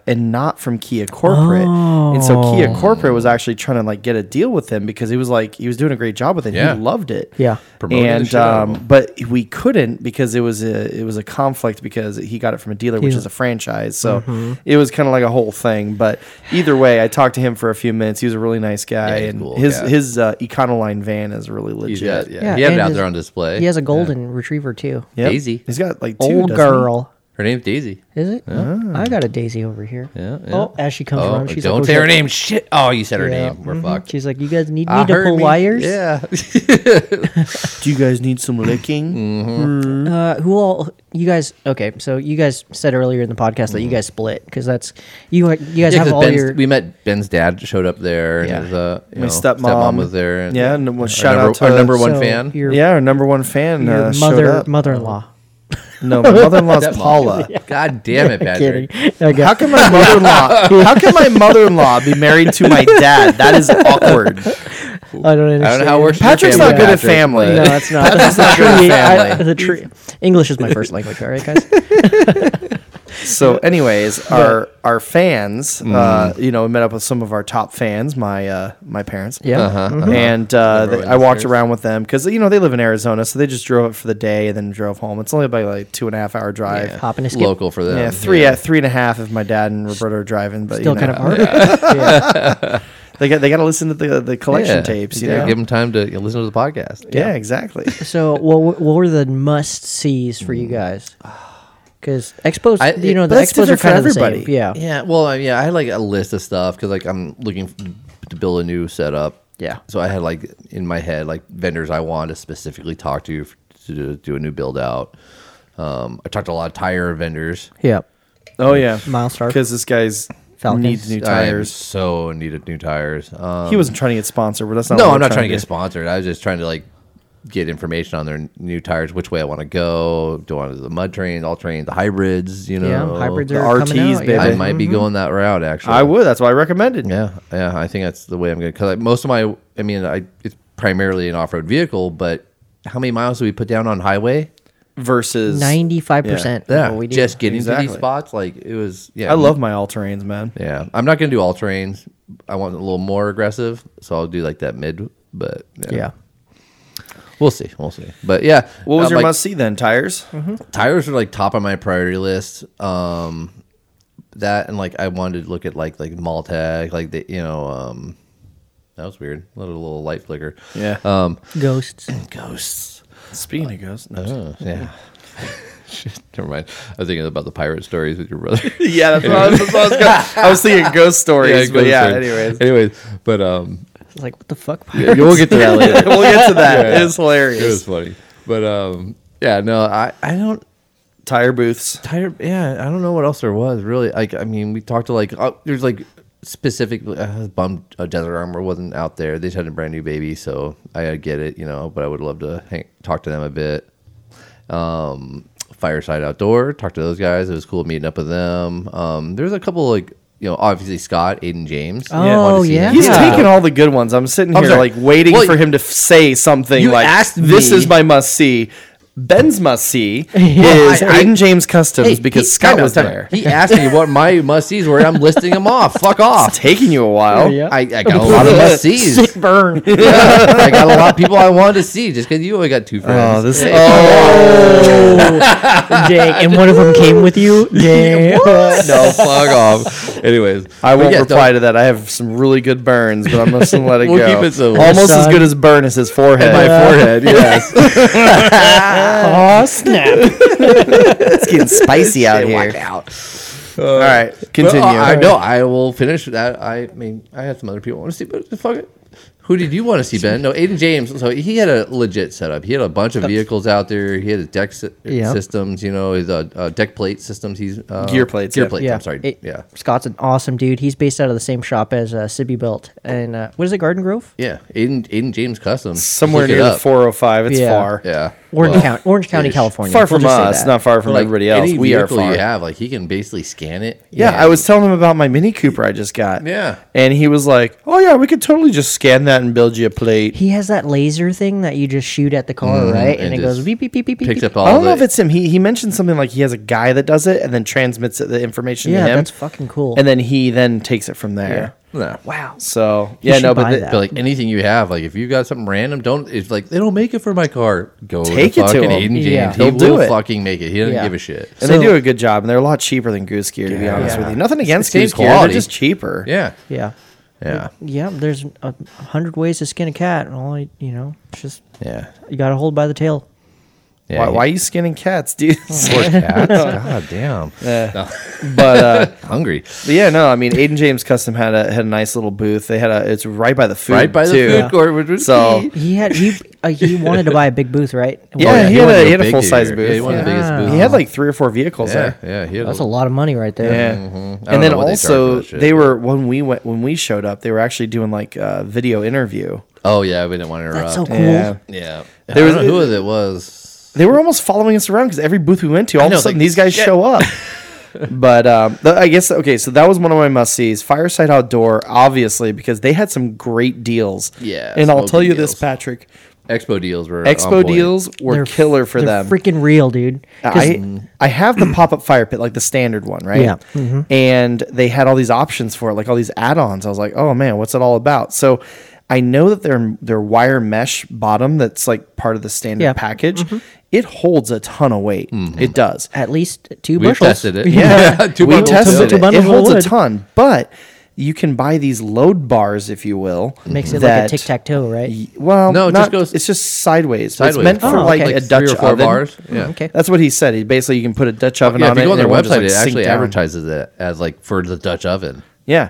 [SPEAKER 3] and not from Kia corporate. And so Kia
[SPEAKER 2] Oh.
[SPEAKER 3] corporate was actually trying to like get a deal with him because he was like he was doing a great job with it.
[SPEAKER 2] Yeah.
[SPEAKER 3] He loved it.
[SPEAKER 1] Yeah.
[SPEAKER 2] Promoting the
[SPEAKER 3] and
[SPEAKER 2] shit out of
[SPEAKER 3] um, but we couldn't because it was a it was a conflict because he got it from a dealer, which
[SPEAKER 1] Yeah.
[SPEAKER 3] is a franchise. So
[SPEAKER 2] Mm-hmm.
[SPEAKER 3] it was kind of like a whole thing. But either way, I talked to him for a few minutes. He was a really nice guy,
[SPEAKER 2] Yeah, he's
[SPEAKER 3] and
[SPEAKER 2] cool,
[SPEAKER 3] his
[SPEAKER 2] yeah.
[SPEAKER 3] his uh, Econoline van is really legit.
[SPEAKER 2] He's got, yeah,
[SPEAKER 1] Yeah,
[SPEAKER 2] he had it
[SPEAKER 1] and
[SPEAKER 2] out
[SPEAKER 1] his-
[SPEAKER 2] there on display.
[SPEAKER 1] He has a golden retriever too.
[SPEAKER 3] Yep.
[SPEAKER 2] Daisy.
[SPEAKER 3] He's got like two,
[SPEAKER 1] Old
[SPEAKER 3] doesn't he?
[SPEAKER 1] girl.
[SPEAKER 2] Her name's Daisy.
[SPEAKER 1] Is it? Oh, I got a daisy over here.
[SPEAKER 2] Yeah, yeah.
[SPEAKER 1] Oh, as she comes
[SPEAKER 2] Oh,
[SPEAKER 1] around, she's
[SPEAKER 2] don't
[SPEAKER 1] like,
[SPEAKER 2] say
[SPEAKER 1] "Oh,
[SPEAKER 2] her
[SPEAKER 1] shit."
[SPEAKER 2] name. Shit. Oh, you said her
[SPEAKER 1] Yeah,
[SPEAKER 2] name. We're
[SPEAKER 1] mhm.
[SPEAKER 2] fucked.
[SPEAKER 1] She's like, you guys need me
[SPEAKER 2] I
[SPEAKER 1] to
[SPEAKER 2] heard
[SPEAKER 1] pull
[SPEAKER 2] me.
[SPEAKER 1] wires.
[SPEAKER 2] Yeah.
[SPEAKER 3] Do you guys need some
[SPEAKER 2] Mm.
[SPEAKER 3] licking?
[SPEAKER 1] Uh, who all you guys? Okay, so you guys said earlier in the podcast that you guys split because that's you. You guys
[SPEAKER 2] Mm. Yeah,
[SPEAKER 1] have
[SPEAKER 2] 'cause
[SPEAKER 1] all
[SPEAKER 2] Ben's-
[SPEAKER 1] your
[SPEAKER 2] we met Ben's dad showed up there.
[SPEAKER 1] Yeah.
[SPEAKER 2] And his, uh, you
[SPEAKER 3] My
[SPEAKER 2] know,
[SPEAKER 3] stepmom.
[SPEAKER 2] was there. And
[SPEAKER 3] Yeah, and well,
[SPEAKER 2] our
[SPEAKER 3] shout
[SPEAKER 2] number,
[SPEAKER 3] out to-
[SPEAKER 2] our number one
[SPEAKER 1] so
[SPEAKER 2] fan.
[SPEAKER 1] Your,
[SPEAKER 3] yeah, our number one fan
[SPEAKER 1] your
[SPEAKER 3] uh, showed
[SPEAKER 1] mother
[SPEAKER 3] up.
[SPEAKER 1] mother-in-law.
[SPEAKER 3] No, my mother-in-law's
[SPEAKER 2] Stepmom.
[SPEAKER 3] Paula.
[SPEAKER 2] God damn it, Patrick.
[SPEAKER 1] Okay.
[SPEAKER 3] How can my mother-in-law? How can my mother-in-law be married to my dad? That is awkward.
[SPEAKER 1] I don't understand.
[SPEAKER 2] I don't know how it works. in your
[SPEAKER 3] Patrick's
[SPEAKER 2] family,
[SPEAKER 3] not good at
[SPEAKER 2] Patrick,
[SPEAKER 3] family.
[SPEAKER 1] No, it's not. That's
[SPEAKER 2] not good
[SPEAKER 1] tree,
[SPEAKER 2] family.
[SPEAKER 1] I- the tree. English is my first language. All right, guys.
[SPEAKER 3] So, anyways, our our fans, uh,
[SPEAKER 2] Mm.
[SPEAKER 3] you know, met up with some of our top fans, my uh, my parents.
[SPEAKER 1] Yeah.
[SPEAKER 2] Uh-huh.
[SPEAKER 1] Mm-hmm.
[SPEAKER 3] And uh,
[SPEAKER 2] Remember
[SPEAKER 3] they,
[SPEAKER 2] when
[SPEAKER 3] I
[SPEAKER 2] this
[SPEAKER 3] walked
[SPEAKER 2] airs?
[SPEAKER 3] around with them because you know they live in Arizona, so they just drove up for the day and then drove home. It's only about like two and a half hour drive.
[SPEAKER 2] Yeah.
[SPEAKER 3] Yeah,
[SPEAKER 1] Hop and a skip.
[SPEAKER 2] local for them.
[SPEAKER 3] three uh, three and a half if my dad and Roberto are driving. But
[SPEAKER 1] Still
[SPEAKER 3] you know,
[SPEAKER 1] kind of hard. Yeah.
[SPEAKER 3] they got they got to listen to the the collection
[SPEAKER 2] Yeah.
[SPEAKER 3] tapes. You
[SPEAKER 2] yeah.
[SPEAKER 3] know,
[SPEAKER 2] give them time to you know, listen to the podcast.
[SPEAKER 3] yeah, exactly.
[SPEAKER 1] So, what, what were the must sees for you guys? Because expos,
[SPEAKER 2] I-
[SPEAKER 1] you know,
[SPEAKER 2] but
[SPEAKER 1] the
[SPEAKER 3] that's
[SPEAKER 1] expos are
[SPEAKER 3] different for
[SPEAKER 1] kind of the same.
[SPEAKER 3] everybody.
[SPEAKER 1] Yeah.
[SPEAKER 2] Yeah, well, I mean, I had like a list of stuff because like I'm looking f- to build a new setup.
[SPEAKER 3] Yeah.
[SPEAKER 2] So I had like in my head like vendors I wanted to specifically talk to f- to do- do a new build out. Um, I talked to a lot of tire vendors.
[SPEAKER 1] Yeah.
[SPEAKER 3] Oh yeah,
[SPEAKER 1] Miles Stark.
[SPEAKER 3] because this guy's
[SPEAKER 1] Falcons.
[SPEAKER 3] needs new
[SPEAKER 2] I am
[SPEAKER 3] tires.
[SPEAKER 2] so in need of new tires. Um,
[SPEAKER 3] he wasn't trying to get sponsored, but that's not.
[SPEAKER 2] no,
[SPEAKER 3] what
[SPEAKER 2] I'm
[SPEAKER 3] we're
[SPEAKER 2] not trying to get
[SPEAKER 3] do.
[SPEAKER 2] sponsored. I was just trying to like get information on their n- new tires, which way I want to go. Do I want the mud trains, all trains, the hybrids? You know,
[SPEAKER 1] Yeah, hybrids
[SPEAKER 3] the
[SPEAKER 1] are coming
[SPEAKER 3] RTs,
[SPEAKER 1] out.
[SPEAKER 3] baby.
[SPEAKER 1] Yeah.
[SPEAKER 2] I might be going that route actually.
[SPEAKER 3] I would. That's why I recommended.
[SPEAKER 2] Yeah, yeah, I think that's the way I'm going. Because like, most of my, I mean, I it's primarily an off-road vehicle, but how many miles do we put down on highway?
[SPEAKER 3] Versus,
[SPEAKER 1] Ninety-five percent.
[SPEAKER 2] Yeah,
[SPEAKER 1] we do.
[SPEAKER 2] just getting to
[SPEAKER 3] Exactly.
[SPEAKER 2] these spots, like it was. Yeah,
[SPEAKER 3] I love my all terrains, man.
[SPEAKER 2] Yeah, I'm not going to do all terrains. I want a little more aggressive, so I'll do like that mid. But yeah,
[SPEAKER 1] yeah.
[SPEAKER 2] we'll see, we'll see. But yeah,
[SPEAKER 3] What was
[SPEAKER 2] I'm
[SPEAKER 3] your
[SPEAKER 2] like-
[SPEAKER 3] must see then? Tires.
[SPEAKER 1] Mm-hmm.
[SPEAKER 2] tires are like top of my priority list. Um, that and like I wanted to look at like like Maltag, like the you know um, that was weird. A little, little light flicker.
[SPEAKER 3] Yeah.
[SPEAKER 2] Um,
[SPEAKER 1] Ghosts.
[SPEAKER 2] ghosts.
[SPEAKER 3] Speaking of ghosts, no.
[SPEAKER 2] Oh, yeah. Shit, Never mind. I was thinking about the pirate stories with your brother. Yeah,
[SPEAKER 3] yeah, that's what I was, that's what I was gonna- I was thinking ghost stories, but
[SPEAKER 2] ghost
[SPEAKER 3] yeah.
[SPEAKER 2] stories.
[SPEAKER 3] Anyways,
[SPEAKER 2] Anyways, but um,
[SPEAKER 1] It's like what the fuck?
[SPEAKER 2] yeah, we'll get to that later.
[SPEAKER 3] we'll get to that.
[SPEAKER 2] Yeah.
[SPEAKER 3] It is hilarious.
[SPEAKER 2] It was funny, but um, yeah, no, I I don't
[SPEAKER 3] Tire booths.
[SPEAKER 2] tire. Yeah, I don't know what else there was really. Like, I mean, we talked to like oh, there's like specific uh, bum uh, desert armor wasn't out there. They just had a brand new baby, so I uh, get it, you know. But I would love to hang, talk to them a bit. um, Fireside Outdoor. Talked to those guys. It was cool meeting up with them. Um, there's a couple like you know, obviously Scott, Aiden, James.
[SPEAKER 1] Oh,
[SPEAKER 2] Wanted to see
[SPEAKER 1] yeah.
[SPEAKER 2] them.
[SPEAKER 3] He's
[SPEAKER 1] Yeah.
[SPEAKER 3] taking all the good ones. I'm sitting
[SPEAKER 2] I'm
[SPEAKER 3] here
[SPEAKER 2] sorry.
[SPEAKER 3] like waiting
[SPEAKER 2] Well,
[SPEAKER 3] for him to f- say something
[SPEAKER 2] you
[SPEAKER 3] like,
[SPEAKER 2] asked
[SPEAKER 3] "This
[SPEAKER 2] me-
[SPEAKER 3] is my must see." Ben's must see
[SPEAKER 1] Yeah.
[SPEAKER 3] is
[SPEAKER 2] I- I-
[SPEAKER 3] Aiden James Customs
[SPEAKER 2] Hey,
[SPEAKER 3] because
[SPEAKER 2] he-
[SPEAKER 3] Scott
[SPEAKER 2] time out,
[SPEAKER 3] was
[SPEAKER 2] time out.
[SPEAKER 3] there.
[SPEAKER 2] He asked me what my must sees were. and I'm listing them off. Fuck
[SPEAKER 3] It's
[SPEAKER 2] off.
[SPEAKER 3] taking you a while.
[SPEAKER 1] Yeah.
[SPEAKER 2] I, I got a lot of must sees.
[SPEAKER 1] Sick burn.
[SPEAKER 2] I got a lot of people I wanted to see just because you only got two friends.
[SPEAKER 3] Oh, this.
[SPEAKER 1] Oh, dang. And one of them came with you? Dang.
[SPEAKER 2] no, fuck off. Anyways,
[SPEAKER 3] I
[SPEAKER 2] but
[SPEAKER 3] won't
[SPEAKER 2] yeah,
[SPEAKER 3] reply to that. I have some really good burns, but I'm just gonna let it
[SPEAKER 2] We'll
[SPEAKER 3] go.
[SPEAKER 2] keep it simple.
[SPEAKER 3] Almost as
[SPEAKER 1] Son.
[SPEAKER 3] good as burn as his forehead.
[SPEAKER 2] my forehead. Yes.
[SPEAKER 1] Aw, snap.
[SPEAKER 3] it's getting spicy out here. All right, continue.
[SPEAKER 2] Well, I I know. I will finish that. I mean, I had some other people I want to see, but fuck it. Who did you want to see, Ben? No, Aiden James. So he had a legit setup. He had a bunch of vehicles out there. He had a deck sy-
[SPEAKER 1] Yeah.
[SPEAKER 2] systems, you know, his uh, uh, deck plate systems. He's uh,
[SPEAKER 3] Gear plates,
[SPEAKER 2] Gear
[SPEAKER 3] yeah.
[SPEAKER 2] plates. I'm sorry.
[SPEAKER 1] It-
[SPEAKER 2] yeah.
[SPEAKER 1] Scott's an awesome dude. He's based out of the same shop as uh, Sibby Belt. And uh, what is it, Garden Grove?
[SPEAKER 2] Yeah. Aiden, Aiden James Customs.
[SPEAKER 3] Somewhere
[SPEAKER 2] Look it
[SPEAKER 3] near the
[SPEAKER 2] up.
[SPEAKER 3] 405. It's
[SPEAKER 1] Yeah.
[SPEAKER 3] far.
[SPEAKER 2] Yeah.
[SPEAKER 1] Orange
[SPEAKER 2] Well,
[SPEAKER 1] County, Orange County,
[SPEAKER 2] ish.
[SPEAKER 1] California.
[SPEAKER 3] Far
[SPEAKER 1] We'll
[SPEAKER 3] from
[SPEAKER 1] just say
[SPEAKER 3] us,
[SPEAKER 1] that.
[SPEAKER 3] not far from
[SPEAKER 2] Like,
[SPEAKER 3] everybody else.
[SPEAKER 2] Any
[SPEAKER 3] We are
[SPEAKER 2] vehicle
[SPEAKER 3] far.
[SPEAKER 2] you have, like he can basically scan it.
[SPEAKER 3] Yeah, I
[SPEAKER 2] and-
[SPEAKER 3] was telling him about my Mini Cooper I just got.
[SPEAKER 2] Yeah.
[SPEAKER 3] And he was like, "Oh yeah, we could totally just scan that and build you a plate."
[SPEAKER 1] He has that laser thing that you just shoot at the car,
[SPEAKER 3] Mm-hmm.
[SPEAKER 1] right? And,
[SPEAKER 2] and
[SPEAKER 1] it goes
[SPEAKER 2] just
[SPEAKER 1] beep, beep, beep, beep, beep.
[SPEAKER 2] Picks
[SPEAKER 1] beep.
[SPEAKER 2] up all.
[SPEAKER 3] I don't
[SPEAKER 2] the,
[SPEAKER 3] know if it's him. He he mentioned something like he has a guy that does it and then transmits it- the information
[SPEAKER 1] Yeah,
[SPEAKER 3] to him.
[SPEAKER 1] that's fucking cool.
[SPEAKER 3] And then he then takes it from there.
[SPEAKER 2] No.
[SPEAKER 1] wow.
[SPEAKER 3] So yeah,
[SPEAKER 1] should
[SPEAKER 3] no, but
[SPEAKER 1] buy
[SPEAKER 3] the-
[SPEAKER 1] that.
[SPEAKER 2] But like anything you have, like if you got something random, don't. It's like they don't make it for my car. Go
[SPEAKER 3] Take
[SPEAKER 2] to
[SPEAKER 3] it to
[SPEAKER 2] fucking
[SPEAKER 3] him.
[SPEAKER 2] Aiden James.
[SPEAKER 1] Yeah.
[SPEAKER 2] He
[SPEAKER 3] He'll
[SPEAKER 2] will
[SPEAKER 3] do it.
[SPEAKER 2] fucking make it. He doesn't
[SPEAKER 1] Yeah.
[SPEAKER 2] give a shit.
[SPEAKER 3] and
[SPEAKER 1] So-
[SPEAKER 3] they do a good job, and they're a lot cheaper than Goose Gear. To be honest
[SPEAKER 1] Yeah.
[SPEAKER 3] with you, nothing against
[SPEAKER 2] same
[SPEAKER 3] Goose Gear,
[SPEAKER 2] quality.
[SPEAKER 3] they're just cheaper.
[SPEAKER 2] Yeah,
[SPEAKER 1] Yeah.
[SPEAKER 2] yeah,
[SPEAKER 1] Yeah, there's a a hundred ways to skin a cat, and all I, you know, it's just
[SPEAKER 2] yeah.
[SPEAKER 1] you got to hold by the tail.
[SPEAKER 2] yeah
[SPEAKER 3] Why, why are you skinning cats, dude?
[SPEAKER 2] Poor cats. God damn. No.
[SPEAKER 3] but uh,
[SPEAKER 2] Hungry.
[SPEAKER 3] But yeah, no, I mean, Aiden James Custom had a had a nice little booth. They had a it's right by the food,
[SPEAKER 2] Right by the
[SPEAKER 3] too.
[SPEAKER 2] food court, which was
[SPEAKER 3] So-
[SPEAKER 2] key.
[SPEAKER 1] He had he uh, he wanted to buy a big booth, right?
[SPEAKER 3] Oh. Yeah, he, had
[SPEAKER 2] wanted
[SPEAKER 3] a,
[SPEAKER 2] to
[SPEAKER 3] he
[SPEAKER 2] go
[SPEAKER 3] had a
[SPEAKER 2] big
[SPEAKER 3] full size
[SPEAKER 2] here. Yeah,
[SPEAKER 3] booth.
[SPEAKER 2] he wanted the biggest
[SPEAKER 1] Yeah.
[SPEAKER 2] booth.
[SPEAKER 3] He had like three or four vehicles
[SPEAKER 2] Oh. yeah,
[SPEAKER 3] there.
[SPEAKER 2] yeah. He had
[SPEAKER 1] that's a lot of money right there.
[SPEAKER 3] Yeah.
[SPEAKER 2] Mm-hmm. I don't
[SPEAKER 3] And then
[SPEAKER 2] know what they charge for
[SPEAKER 3] also
[SPEAKER 2] that shit,
[SPEAKER 3] they
[SPEAKER 2] but-
[SPEAKER 3] were when we went when we showed up, they were actually doing like a video interview.
[SPEAKER 2] Oh yeah, we didn't want to interrupt.
[SPEAKER 1] That's so cool.
[SPEAKER 3] Yeah.
[SPEAKER 2] yeah.
[SPEAKER 3] There
[SPEAKER 2] There
[SPEAKER 3] was-
[SPEAKER 2] was who it was.
[SPEAKER 3] They were almost following us around because every booth we went to, all
[SPEAKER 2] know,
[SPEAKER 3] of a sudden
[SPEAKER 2] like,
[SPEAKER 3] these guys
[SPEAKER 2] shit.
[SPEAKER 3] show up. but um, th- I guess okay, so that was one of my must sees. Fireside Outdoor, obviously, because they had some great deals.
[SPEAKER 2] Yeah,
[SPEAKER 3] and I'll
[SPEAKER 2] smoking
[SPEAKER 3] tell you this,
[SPEAKER 2] deals.
[SPEAKER 3] Patrick.
[SPEAKER 2] Expo deals were on
[SPEAKER 3] Expo
[SPEAKER 2] point.
[SPEAKER 3] deals were
[SPEAKER 1] They're f-
[SPEAKER 3] killer for
[SPEAKER 1] they're
[SPEAKER 3] them.
[SPEAKER 1] Freaking real, dude. 'Cause
[SPEAKER 3] I I have the pop up fire pit like the standard one, right?
[SPEAKER 1] Yeah. Mm-hmm.
[SPEAKER 3] And they had all these options for it, like all these add ons. I was like, oh man, what's it all about? So I know that their their wire mesh bottom that's like part of the standard
[SPEAKER 1] Yeah.
[SPEAKER 3] package, it holds a ton of weight. It does.
[SPEAKER 1] at least two
[SPEAKER 2] We've
[SPEAKER 1] bushels.
[SPEAKER 2] tested it.
[SPEAKER 3] Yeah,
[SPEAKER 2] Two
[SPEAKER 3] we
[SPEAKER 2] bundles of
[SPEAKER 3] tested
[SPEAKER 2] wood.
[SPEAKER 3] it.
[SPEAKER 1] Two
[SPEAKER 3] It
[SPEAKER 1] bundles of
[SPEAKER 3] holds a
[SPEAKER 1] wood.
[SPEAKER 3] ton, but you can buy these load bars, if you will.
[SPEAKER 1] Makes it like a
[SPEAKER 3] that-
[SPEAKER 1] tic tac toe, right?
[SPEAKER 3] y- Well,
[SPEAKER 2] No, it
[SPEAKER 3] no, it
[SPEAKER 2] just
[SPEAKER 3] not,
[SPEAKER 2] goes-
[SPEAKER 3] goes. It's just sideways. but
[SPEAKER 2] Sideways.
[SPEAKER 3] It's meant for
[SPEAKER 1] Oh,
[SPEAKER 3] like
[SPEAKER 1] okay.
[SPEAKER 3] a
[SPEAKER 1] Like
[SPEAKER 3] Dutch
[SPEAKER 2] three or four
[SPEAKER 3] oven. Mm-hmm.
[SPEAKER 2] bars. Yeah.
[SPEAKER 1] Okay.
[SPEAKER 3] That's what he said. He basically you can put a Dutch oven
[SPEAKER 2] Yeah,
[SPEAKER 3] on
[SPEAKER 2] if you
[SPEAKER 3] it
[SPEAKER 2] go on
[SPEAKER 3] and
[SPEAKER 2] their
[SPEAKER 3] it won't just,
[SPEAKER 2] website,
[SPEAKER 3] like,
[SPEAKER 2] it
[SPEAKER 3] sink
[SPEAKER 2] actually
[SPEAKER 3] down.
[SPEAKER 2] advertises it as like for the Dutch oven.
[SPEAKER 3] Yeah.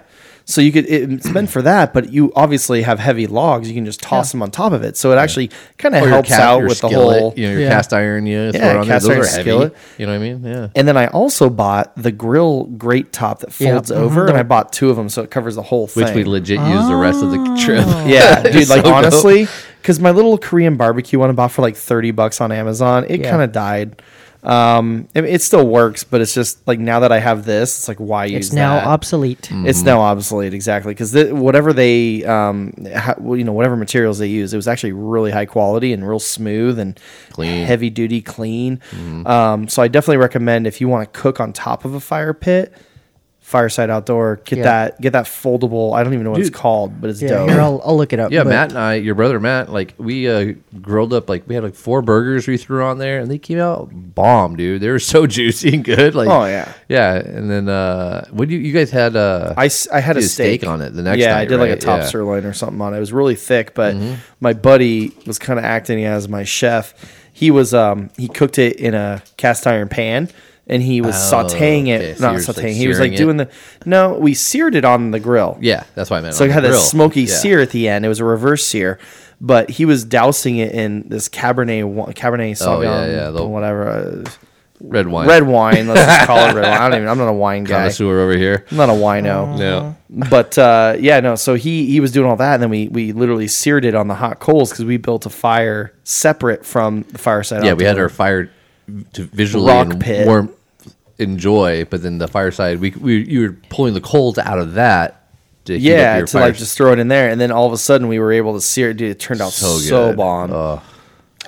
[SPEAKER 3] So you could it- it's meant for that, but you obviously have heavy logs. You can just toss them on top of it. So it actually kind of
[SPEAKER 2] Or
[SPEAKER 3] helps
[SPEAKER 2] cast-
[SPEAKER 3] out with the
[SPEAKER 2] skillet,
[SPEAKER 3] whole.
[SPEAKER 2] you know, your
[SPEAKER 1] Yeah.
[SPEAKER 2] cast iron, you throw
[SPEAKER 3] Yeah,
[SPEAKER 2] it on there.
[SPEAKER 3] cast
[SPEAKER 2] Those
[SPEAKER 3] iron
[SPEAKER 2] are heavy.
[SPEAKER 3] skillet.
[SPEAKER 2] You know what I mean? Yeah.
[SPEAKER 3] And then I also bought the grill grate top that
[SPEAKER 1] Yeah. Mm-hmm.
[SPEAKER 3] folds over, and I bought two of them, so it covers the whole thing.
[SPEAKER 2] Which we legit used the rest of
[SPEAKER 3] Ah.
[SPEAKER 2] the trip.
[SPEAKER 3] Yeah, dude. Like
[SPEAKER 2] so dope.
[SPEAKER 3] honestly, because my little Korean barbecue one I bought for like thirty bucks on Amazon, it
[SPEAKER 1] Yeah.
[SPEAKER 3] kind of died. Um, I mean, it still works, but it's just like now that I have this, it's like why use
[SPEAKER 1] it's now
[SPEAKER 3] that?
[SPEAKER 1] obsolete.
[SPEAKER 2] Mm.
[SPEAKER 3] It's now obsolete, exactly, because whatever they, um, ha, well, you know, whatever materials they use, it was actually really high quality and real smooth and
[SPEAKER 2] Clean.
[SPEAKER 3] heavy duty, clean. Um, so I definitely recommend if you want to cook on top of a fire pit, fireside outdoor, get
[SPEAKER 1] Yeah.
[SPEAKER 3] that, get that foldable. I don't even know what
[SPEAKER 2] Dude.
[SPEAKER 3] it's called, but it's
[SPEAKER 1] Yeah,
[SPEAKER 3] dope.
[SPEAKER 1] here, I'll, I'll look it up.
[SPEAKER 2] Yeah,
[SPEAKER 1] but-
[SPEAKER 2] Matt and I, your brother Matt, like we uh, grilled up like we had like four burgers we threw on there, and they came out bomb, dude. They were so juicy and good. Like,
[SPEAKER 3] Oh, yeah.
[SPEAKER 2] yeah. And then uh, what do you, you guys had? Uh,
[SPEAKER 3] I, s- I had
[SPEAKER 2] you
[SPEAKER 3] a
[SPEAKER 2] did
[SPEAKER 3] steak.
[SPEAKER 2] on it the next
[SPEAKER 3] yeah,
[SPEAKER 2] night,
[SPEAKER 3] I did like
[SPEAKER 2] right?
[SPEAKER 3] a top
[SPEAKER 2] Yeah. Mm-hmm.
[SPEAKER 3] sirloin or something on it. It was really thick, but my buddy was kind of acting as my chef. He was um he cooked it in a cast iron pan and he was
[SPEAKER 2] Oh,
[SPEAKER 3] sautéing it,
[SPEAKER 2] okay, so
[SPEAKER 3] not
[SPEAKER 2] you were just,
[SPEAKER 3] sautéing.
[SPEAKER 2] like,
[SPEAKER 3] he was
[SPEAKER 2] searing
[SPEAKER 3] like
[SPEAKER 2] it?
[SPEAKER 3] doing the No, we seared it on the grill.
[SPEAKER 2] Yeah, that's what I meant.
[SPEAKER 3] So
[SPEAKER 2] on
[SPEAKER 3] it
[SPEAKER 2] the
[SPEAKER 3] had
[SPEAKER 2] grill.
[SPEAKER 3] that smoky
[SPEAKER 2] Yeah.
[SPEAKER 3] sear at the end. It was a reverse sear, but he was dousing it in this Cabernet wa- Cabernet Sauvignon,
[SPEAKER 2] Oh, yeah, yeah, the-
[SPEAKER 3] whatever. uh,
[SPEAKER 2] red wine,
[SPEAKER 3] Red wine, let's just call it red wine. I don't even I'm not a wine guy.
[SPEAKER 2] connoisseur over here.
[SPEAKER 1] Uh-huh.
[SPEAKER 3] I'm not a wino
[SPEAKER 2] No,
[SPEAKER 3] but uh, yeah, no. So he he was doing all that, and then we we literally seared it on the hot coals because we built a fire separate from the fireside.
[SPEAKER 2] yeah, we had
[SPEAKER 3] outdoor.
[SPEAKER 2] our fire to visually
[SPEAKER 3] Rock
[SPEAKER 2] and
[SPEAKER 3] pit.
[SPEAKER 2] warm enjoy, but then the fireside, we, we you were pulling the coals out of that. To heat up
[SPEAKER 3] yeah
[SPEAKER 2] your
[SPEAKER 3] to
[SPEAKER 2] fire-
[SPEAKER 3] like just throw it in there, and then all of a sudden we were able to sear it. Dude, it turned out
[SPEAKER 2] so
[SPEAKER 3] so,
[SPEAKER 2] good.
[SPEAKER 3] bomb.
[SPEAKER 2] Oh,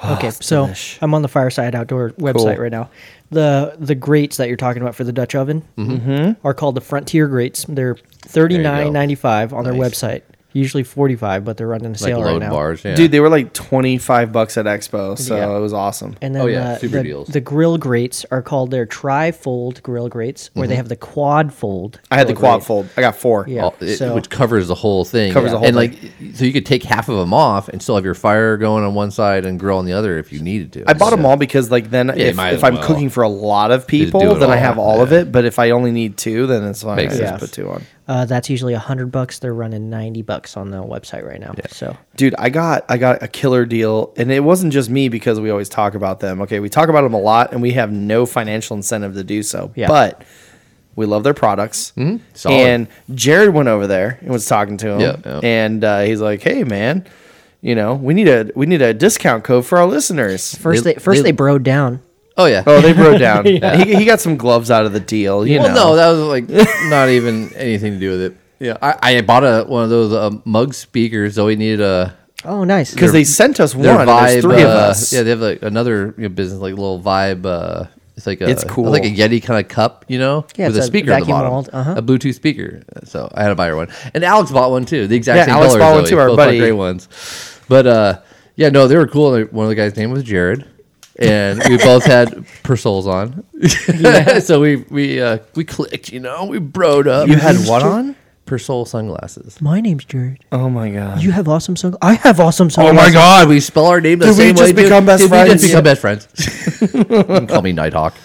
[SPEAKER 1] Okay, so I'm on the Fireside Outdoor website
[SPEAKER 3] Cool.
[SPEAKER 1] right now. The the grates that you're talking about for the Dutch oven
[SPEAKER 2] Mm-hmm.
[SPEAKER 1] are called the Frontier grates. They're thirty nine ninety five on their website. Usually forty five, but they're running a
[SPEAKER 2] like
[SPEAKER 1] sale right
[SPEAKER 2] load
[SPEAKER 1] now.
[SPEAKER 2] bars, yeah.
[SPEAKER 3] Dude, they were like twenty five bucks at Expo, so
[SPEAKER 1] Yeah.
[SPEAKER 3] it was awesome.
[SPEAKER 1] And then
[SPEAKER 2] Oh, yeah,
[SPEAKER 1] uh,
[SPEAKER 2] super
[SPEAKER 1] the,
[SPEAKER 2] deals.
[SPEAKER 1] the grill grates are called their tri-fold grill grates,
[SPEAKER 2] Mm-hmm.
[SPEAKER 1] where they have the quad fold.
[SPEAKER 3] I had the
[SPEAKER 1] grill
[SPEAKER 3] quad
[SPEAKER 1] grate.
[SPEAKER 3] fold. I got four.
[SPEAKER 1] Yeah.
[SPEAKER 2] all- it-
[SPEAKER 1] so-
[SPEAKER 2] which covers the whole thing.
[SPEAKER 3] Covers the whole
[SPEAKER 2] and
[SPEAKER 3] thing.
[SPEAKER 2] like, so you could take half of them off and still have your fire going on one side and grill on the other if you needed to.
[SPEAKER 3] I bought them
[SPEAKER 2] So-
[SPEAKER 3] all because like then if,
[SPEAKER 2] might as
[SPEAKER 3] if I'm
[SPEAKER 2] well.
[SPEAKER 3] cooking for a lot of people,
[SPEAKER 2] do it
[SPEAKER 3] then I
[SPEAKER 2] all,
[SPEAKER 3] have all of
[SPEAKER 2] yeah.
[SPEAKER 3] it. But if I only need two, then it's fine.
[SPEAKER 2] Makes
[SPEAKER 3] I just
[SPEAKER 1] sense.
[SPEAKER 3] put two on.
[SPEAKER 1] Uh, that's usually hundred bucks. They're running ninety bucks on the website right now. So
[SPEAKER 3] Dude, I got I got a killer deal, and it wasn't just me because we always talk about them. Okay, we talk about them a lot, and we have no financial incentive to do so.
[SPEAKER 1] Yeah.
[SPEAKER 3] But we love their products.
[SPEAKER 2] Mm-hmm. Solid.
[SPEAKER 3] And Jared went over there and was talking to him,
[SPEAKER 2] Yeah, yeah.
[SPEAKER 3] and uh, he's like, "Hey, man, you know we need a we need a discount code for our listeners."
[SPEAKER 1] first
[SPEAKER 2] They-
[SPEAKER 1] they, first
[SPEAKER 2] they-
[SPEAKER 1] they, broed down.
[SPEAKER 2] Oh yeah.
[SPEAKER 3] oh, they broke down. he, he got some gloves out of the deal. You
[SPEAKER 2] well,
[SPEAKER 3] know,
[SPEAKER 2] no, that was like not even anything to do with it. Yeah, I, I bought a one of those uh, mug speakers. Zoe needed a
[SPEAKER 1] Oh, nice.
[SPEAKER 3] because they sent us one.
[SPEAKER 2] their
[SPEAKER 3] and
[SPEAKER 2] vibe.
[SPEAKER 3] there's three of
[SPEAKER 2] uh,
[SPEAKER 3] us.
[SPEAKER 2] Yeah, they have like another you know, business like little vibe. Uh, it's like a
[SPEAKER 3] It's cool.
[SPEAKER 2] like a Yeti kind of cup, you know,
[SPEAKER 1] Yeah,
[SPEAKER 2] with a
[SPEAKER 1] it's a
[SPEAKER 2] speaker at the
[SPEAKER 1] vacuum
[SPEAKER 2] bottom,
[SPEAKER 1] walled, uh-huh.
[SPEAKER 2] a Bluetooth speaker. So I had to buy her one, and Alex bought one too. The exact
[SPEAKER 3] Yeah,
[SPEAKER 2] same
[SPEAKER 3] Alex
[SPEAKER 2] color.
[SPEAKER 3] bought one
[SPEAKER 2] Zoe,
[SPEAKER 3] too, our
[SPEAKER 2] both got
[SPEAKER 3] buddy.
[SPEAKER 2] Gray ones, but uh, yeah, no, they were cool. and One of the guys' name was Jared. And we both had persols on, so we we uh, we clicked, you know, we broed up.
[SPEAKER 3] you had what on?
[SPEAKER 2] Persol sunglasses.
[SPEAKER 1] My name's Jared.
[SPEAKER 3] Oh my god.
[SPEAKER 1] You have awesome sunglasses. I have awesome
[SPEAKER 2] Oh
[SPEAKER 1] sunglasses.
[SPEAKER 2] my God! We spell our name the
[SPEAKER 3] Did we
[SPEAKER 2] same
[SPEAKER 3] just
[SPEAKER 2] way. dude.
[SPEAKER 3] become best
[SPEAKER 2] Did We just
[SPEAKER 3] friends?
[SPEAKER 2] become best friends. you can call me Nighthawk.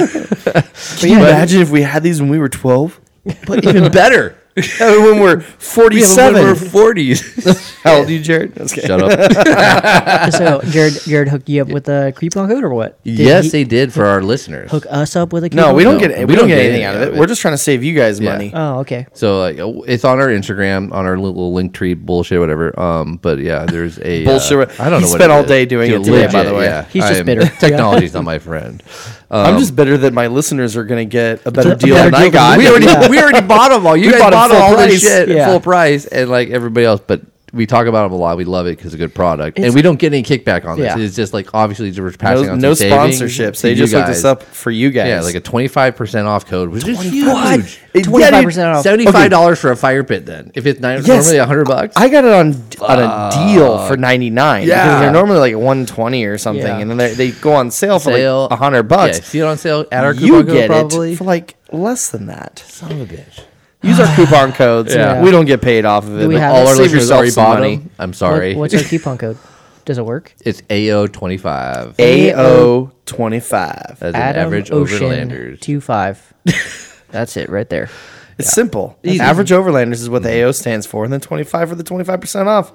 [SPEAKER 3] Can you imagine if we had these when we were twelve?
[SPEAKER 2] But even better,
[SPEAKER 3] Yeah, when we're
[SPEAKER 2] we have them when we're
[SPEAKER 3] 47.
[SPEAKER 2] forties.
[SPEAKER 3] How old are you, Jared? That's good.
[SPEAKER 2] Shut up.
[SPEAKER 1] so Jared Jared hooked you up with a coupon code or what? Did
[SPEAKER 2] yes,
[SPEAKER 1] he
[SPEAKER 2] they did for our listeners.
[SPEAKER 1] hook us up with a coupon
[SPEAKER 3] No, we don't
[SPEAKER 1] code?
[SPEAKER 3] get we, don't get anything out of it.
[SPEAKER 2] yeah.
[SPEAKER 3] We're just trying to save you guys money.
[SPEAKER 1] Oh, okay.
[SPEAKER 2] So like, uh, it's on our Instagram, on our little link tree bullshit, whatever. Um, but yeah, there's a uh,
[SPEAKER 3] Bullshit.
[SPEAKER 2] I don't
[SPEAKER 3] He
[SPEAKER 2] know. what
[SPEAKER 3] spent
[SPEAKER 2] it
[SPEAKER 3] all
[SPEAKER 2] is.
[SPEAKER 3] day doing
[SPEAKER 2] Dude,
[SPEAKER 3] it today, by the way.
[SPEAKER 1] He's just
[SPEAKER 2] I'm-
[SPEAKER 1] bitter.
[SPEAKER 2] Technology's not my friend. Um,
[SPEAKER 3] I'm just bitter that my listeners are going to get a better
[SPEAKER 1] A
[SPEAKER 3] deal
[SPEAKER 1] better
[SPEAKER 3] than I
[SPEAKER 1] deal than
[SPEAKER 3] got.
[SPEAKER 2] we
[SPEAKER 1] Yeah.
[SPEAKER 2] already we already bought them all. You
[SPEAKER 3] We
[SPEAKER 2] guys
[SPEAKER 3] bought 'em
[SPEAKER 2] bought
[SPEAKER 3] full
[SPEAKER 2] all this
[SPEAKER 3] price.
[SPEAKER 2] shit at
[SPEAKER 1] Yeah.
[SPEAKER 2] full price, and like everybody else, but we talk about them a lot. We love it because it's a good product, and we don't get any kickback on this.
[SPEAKER 1] Yeah.
[SPEAKER 2] It's just like obviously we're passing
[SPEAKER 3] No,
[SPEAKER 2] on
[SPEAKER 3] no
[SPEAKER 2] some savings
[SPEAKER 3] sponsorships.
[SPEAKER 2] to
[SPEAKER 3] They
[SPEAKER 2] you
[SPEAKER 3] just looked us
[SPEAKER 2] guys.
[SPEAKER 3] up for you guys.
[SPEAKER 2] Yeah, like a twenty five percent off code, which is huge.
[SPEAKER 3] It-
[SPEAKER 1] Twenty
[SPEAKER 3] yeah,
[SPEAKER 1] five
[SPEAKER 3] dude,
[SPEAKER 1] percent off.
[SPEAKER 2] Seventy five dollars for a fire pit. Then if it's nine,
[SPEAKER 3] Yes.
[SPEAKER 2] normally hundred bucks.
[SPEAKER 3] I got it on on a deal for ninety nine. Yeah,
[SPEAKER 2] Yeah.
[SPEAKER 3] because they're normally like one twenty or something,
[SPEAKER 1] Yeah.
[SPEAKER 3] and then they- they go on sale for
[SPEAKER 2] Sale.
[SPEAKER 3] like hundred
[SPEAKER 2] yeah,
[SPEAKER 3] bucks.
[SPEAKER 2] see it on sale at our
[SPEAKER 3] you
[SPEAKER 2] coupon code
[SPEAKER 3] get
[SPEAKER 2] probably.
[SPEAKER 3] it for like less than that.
[SPEAKER 2] Son of a bitch.
[SPEAKER 3] Use our coupon codes.
[SPEAKER 2] Yeah.
[SPEAKER 3] We don't get paid off of it.
[SPEAKER 1] we
[SPEAKER 3] but
[SPEAKER 1] have
[SPEAKER 2] All
[SPEAKER 1] it?
[SPEAKER 2] our
[SPEAKER 3] save
[SPEAKER 2] listeners
[SPEAKER 3] yourself
[SPEAKER 2] already
[SPEAKER 3] some
[SPEAKER 2] bought
[SPEAKER 3] money.
[SPEAKER 2] them. I'm sorry.
[SPEAKER 1] What- what's our coupon code? Does it work?
[SPEAKER 2] it's AO twenty five.
[SPEAKER 3] AO twenty five.
[SPEAKER 2] That's an average overlanders.
[SPEAKER 1] two five. That's it right there.
[SPEAKER 3] It's simple. Average overlanders is what the AO stands for, and then twenty five for the twenty five percent off.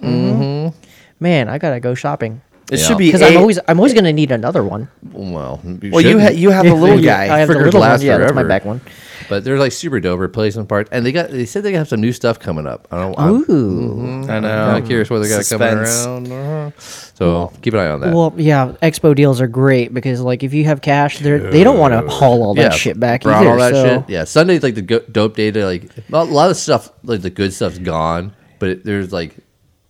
[SPEAKER 1] Man, I gotta go shopping
[SPEAKER 3] It
[SPEAKER 2] Mm. Yeah.
[SPEAKER 3] should be
[SPEAKER 1] because I'm
[SPEAKER 3] A-
[SPEAKER 1] always I'm always gonna need another one.
[SPEAKER 2] Well,
[SPEAKER 3] Well, you ha-
[SPEAKER 2] shouldn't.
[SPEAKER 3] you have the little
[SPEAKER 2] Yeah.
[SPEAKER 3] guy.
[SPEAKER 1] I have the
[SPEAKER 2] Frickers
[SPEAKER 1] little one.
[SPEAKER 2] last
[SPEAKER 1] Yeah, that's my
[SPEAKER 2] forever.
[SPEAKER 1] back one.
[SPEAKER 2] But they're like super dope replacement parts, and they got they said they have some new stuff coming up. I don't. I'm
[SPEAKER 1] Ooh.
[SPEAKER 3] I know.
[SPEAKER 2] kind of curious what they got
[SPEAKER 3] Suspense.
[SPEAKER 2] coming around. Uh-huh. So keep an eye on that.
[SPEAKER 1] Well, yeah, expo deals are great because like if you have cash, they they don't want to haul all that shit back
[SPEAKER 2] brought
[SPEAKER 1] either.
[SPEAKER 2] all that
[SPEAKER 1] so
[SPEAKER 2] shit. Yeah, Sunday's like the go- dope day to like a lot of stuff. Like the good stuff's gone, but it, there's like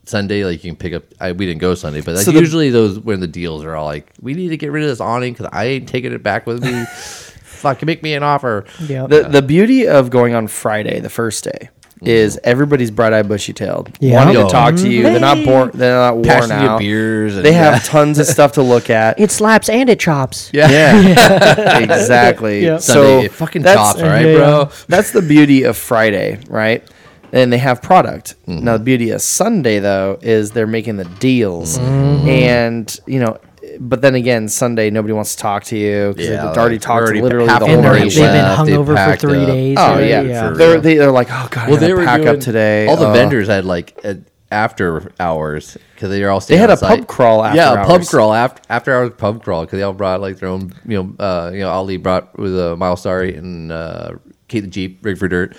[SPEAKER 2] Sunday, like you can pick up. I, we didn't go Sunday, but like
[SPEAKER 3] So the-
[SPEAKER 2] usually those when the deals are all like, we need to get rid of this awning because I ain't taking it back with me. Fuck, make me an offer.
[SPEAKER 1] Yep.
[SPEAKER 3] The the beauty of going on Friday, the first day,
[SPEAKER 2] Mm-hmm.
[SPEAKER 3] is everybody's bright eyed, bushy tailed,
[SPEAKER 1] Yeah.
[SPEAKER 3] wanting
[SPEAKER 2] Yo.
[SPEAKER 3] to talk to you. They're not born. They're not worn
[SPEAKER 2] Passing you
[SPEAKER 3] out.
[SPEAKER 2] Mm-hmm. beers. And
[SPEAKER 3] They have tons of stuff to look at.
[SPEAKER 1] it slaps and it chops.
[SPEAKER 2] yeah.
[SPEAKER 3] Yeah, exactly.
[SPEAKER 1] Yeah.
[SPEAKER 2] Sunday,
[SPEAKER 3] So
[SPEAKER 2] it fucking
[SPEAKER 3] that's-
[SPEAKER 2] chops, all right,
[SPEAKER 1] yeah.
[SPEAKER 2] bro.
[SPEAKER 3] That's the beauty of Friday, right? And they have product.
[SPEAKER 2] Mm-hmm.
[SPEAKER 3] Now the beauty of Sunday though is they're making the deals,
[SPEAKER 2] Mm-hmm.
[SPEAKER 3] and you know, but then again, Sunday nobody wants to talk to you because
[SPEAKER 2] Yeah,
[SPEAKER 3] they've already
[SPEAKER 2] like,
[SPEAKER 3] talked
[SPEAKER 2] already
[SPEAKER 3] literally
[SPEAKER 2] half
[SPEAKER 3] the
[SPEAKER 2] the
[SPEAKER 3] whole
[SPEAKER 1] And they're,
[SPEAKER 2] morning
[SPEAKER 3] night.
[SPEAKER 1] they've been
[SPEAKER 2] left, they
[SPEAKER 1] hungover for
[SPEAKER 2] packed
[SPEAKER 1] three
[SPEAKER 2] up.
[SPEAKER 1] days.
[SPEAKER 3] Oh
[SPEAKER 1] so,
[SPEAKER 3] yeah,
[SPEAKER 2] for
[SPEAKER 3] they're
[SPEAKER 2] real.
[SPEAKER 3] they, they're like, oh god,
[SPEAKER 2] Well,
[SPEAKER 3] I
[SPEAKER 2] they
[SPEAKER 3] gotta
[SPEAKER 2] were
[SPEAKER 3] pack
[SPEAKER 2] doing,
[SPEAKER 3] up today.
[SPEAKER 2] All the
[SPEAKER 3] uh,
[SPEAKER 2] vendors had like a, after hours because they were all
[SPEAKER 3] They
[SPEAKER 2] staying
[SPEAKER 3] had
[SPEAKER 2] on
[SPEAKER 3] a
[SPEAKER 2] site.
[SPEAKER 3] pub crawl after
[SPEAKER 2] yeah, a pub
[SPEAKER 3] hours.
[SPEAKER 2] crawl after after hours pub crawl because they all brought like their own. You know, uh, you know, Ali brought with uh, Miles Sorry and uh, Kate the Jeep Rig for Dirt.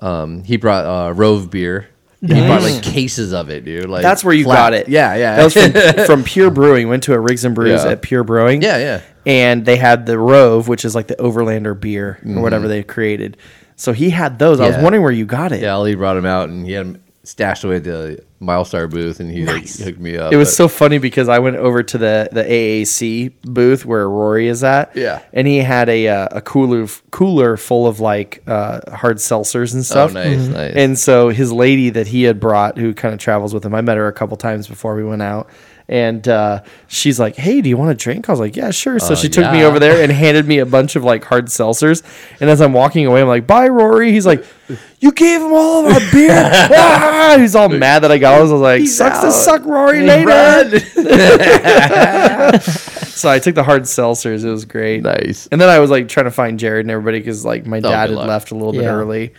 [SPEAKER 2] Um, he brought uh, Rove beer. He brought like cases of it, dude. Like
[SPEAKER 3] That's where you
[SPEAKER 2] flat.
[SPEAKER 3] got it.
[SPEAKER 2] Yeah, yeah.
[SPEAKER 3] That was from, from Pure Brewing. Went to a Rigs and Brews
[SPEAKER 2] Yeah.
[SPEAKER 3] at Pure Brewing.
[SPEAKER 2] Yeah, yeah.
[SPEAKER 3] And they had the Rove, which is like the Overlander beer or whatever they created. So he had those. I was
[SPEAKER 2] Yeah.
[SPEAKER 3] wondering where you got it.
[SPEAKER 2] yeah, Ali brought him out and he had him stashed away at the Miles Star booth, and he like, hooked me up.
[SPEAKER 3] It was
[SPEAKER 2] but-
[SPEAKER 3] so funny because I went over to the, the AAC booth where Rory is at.
[SPEAKER 2] Yeah.
[SPEAKER 3] And he had a uh, a cooler cooler full of like uh, hard seltzers and stuff.
[SPEAKER 2] nice, Mhm. nice.
[SPEAKER 3] And so his lady that he had brought, who kind of travels with him, I met her a couple times before we went out. And uh, she's like, "Hey, do you want a drink?" I was like, "Yeah, sure." So she took me
[SPEAKER 2] Oh, yeah.
[SPEAKER 3] over there and handed me a bunch of like hard seltzers. And as I'm walking away, I'm like, "Bye, Rory." He's like, "You gave him all of our beer." ah! He's all mad that I got. those. I was like, "Sucks to
[SPEAKER 2] out.
[SPEAKER 3] suck, Rory." Later.
[SPEAKER 2] Run!
[SPEAKER 3] So I took the hard seltzers. It was great.
[SPEAKER 2] nice.
[SPEAKER 3] And then I was like trying to find Jared and everybody because like my dad
[SPEAKER 2] Oh, good
[SPEAKER 3] had
[SPEAKER 2] luck.
[SPEAKER 3] left a little bit
[SPEAKER 1] Yeah.
[SPEAKER 3] early,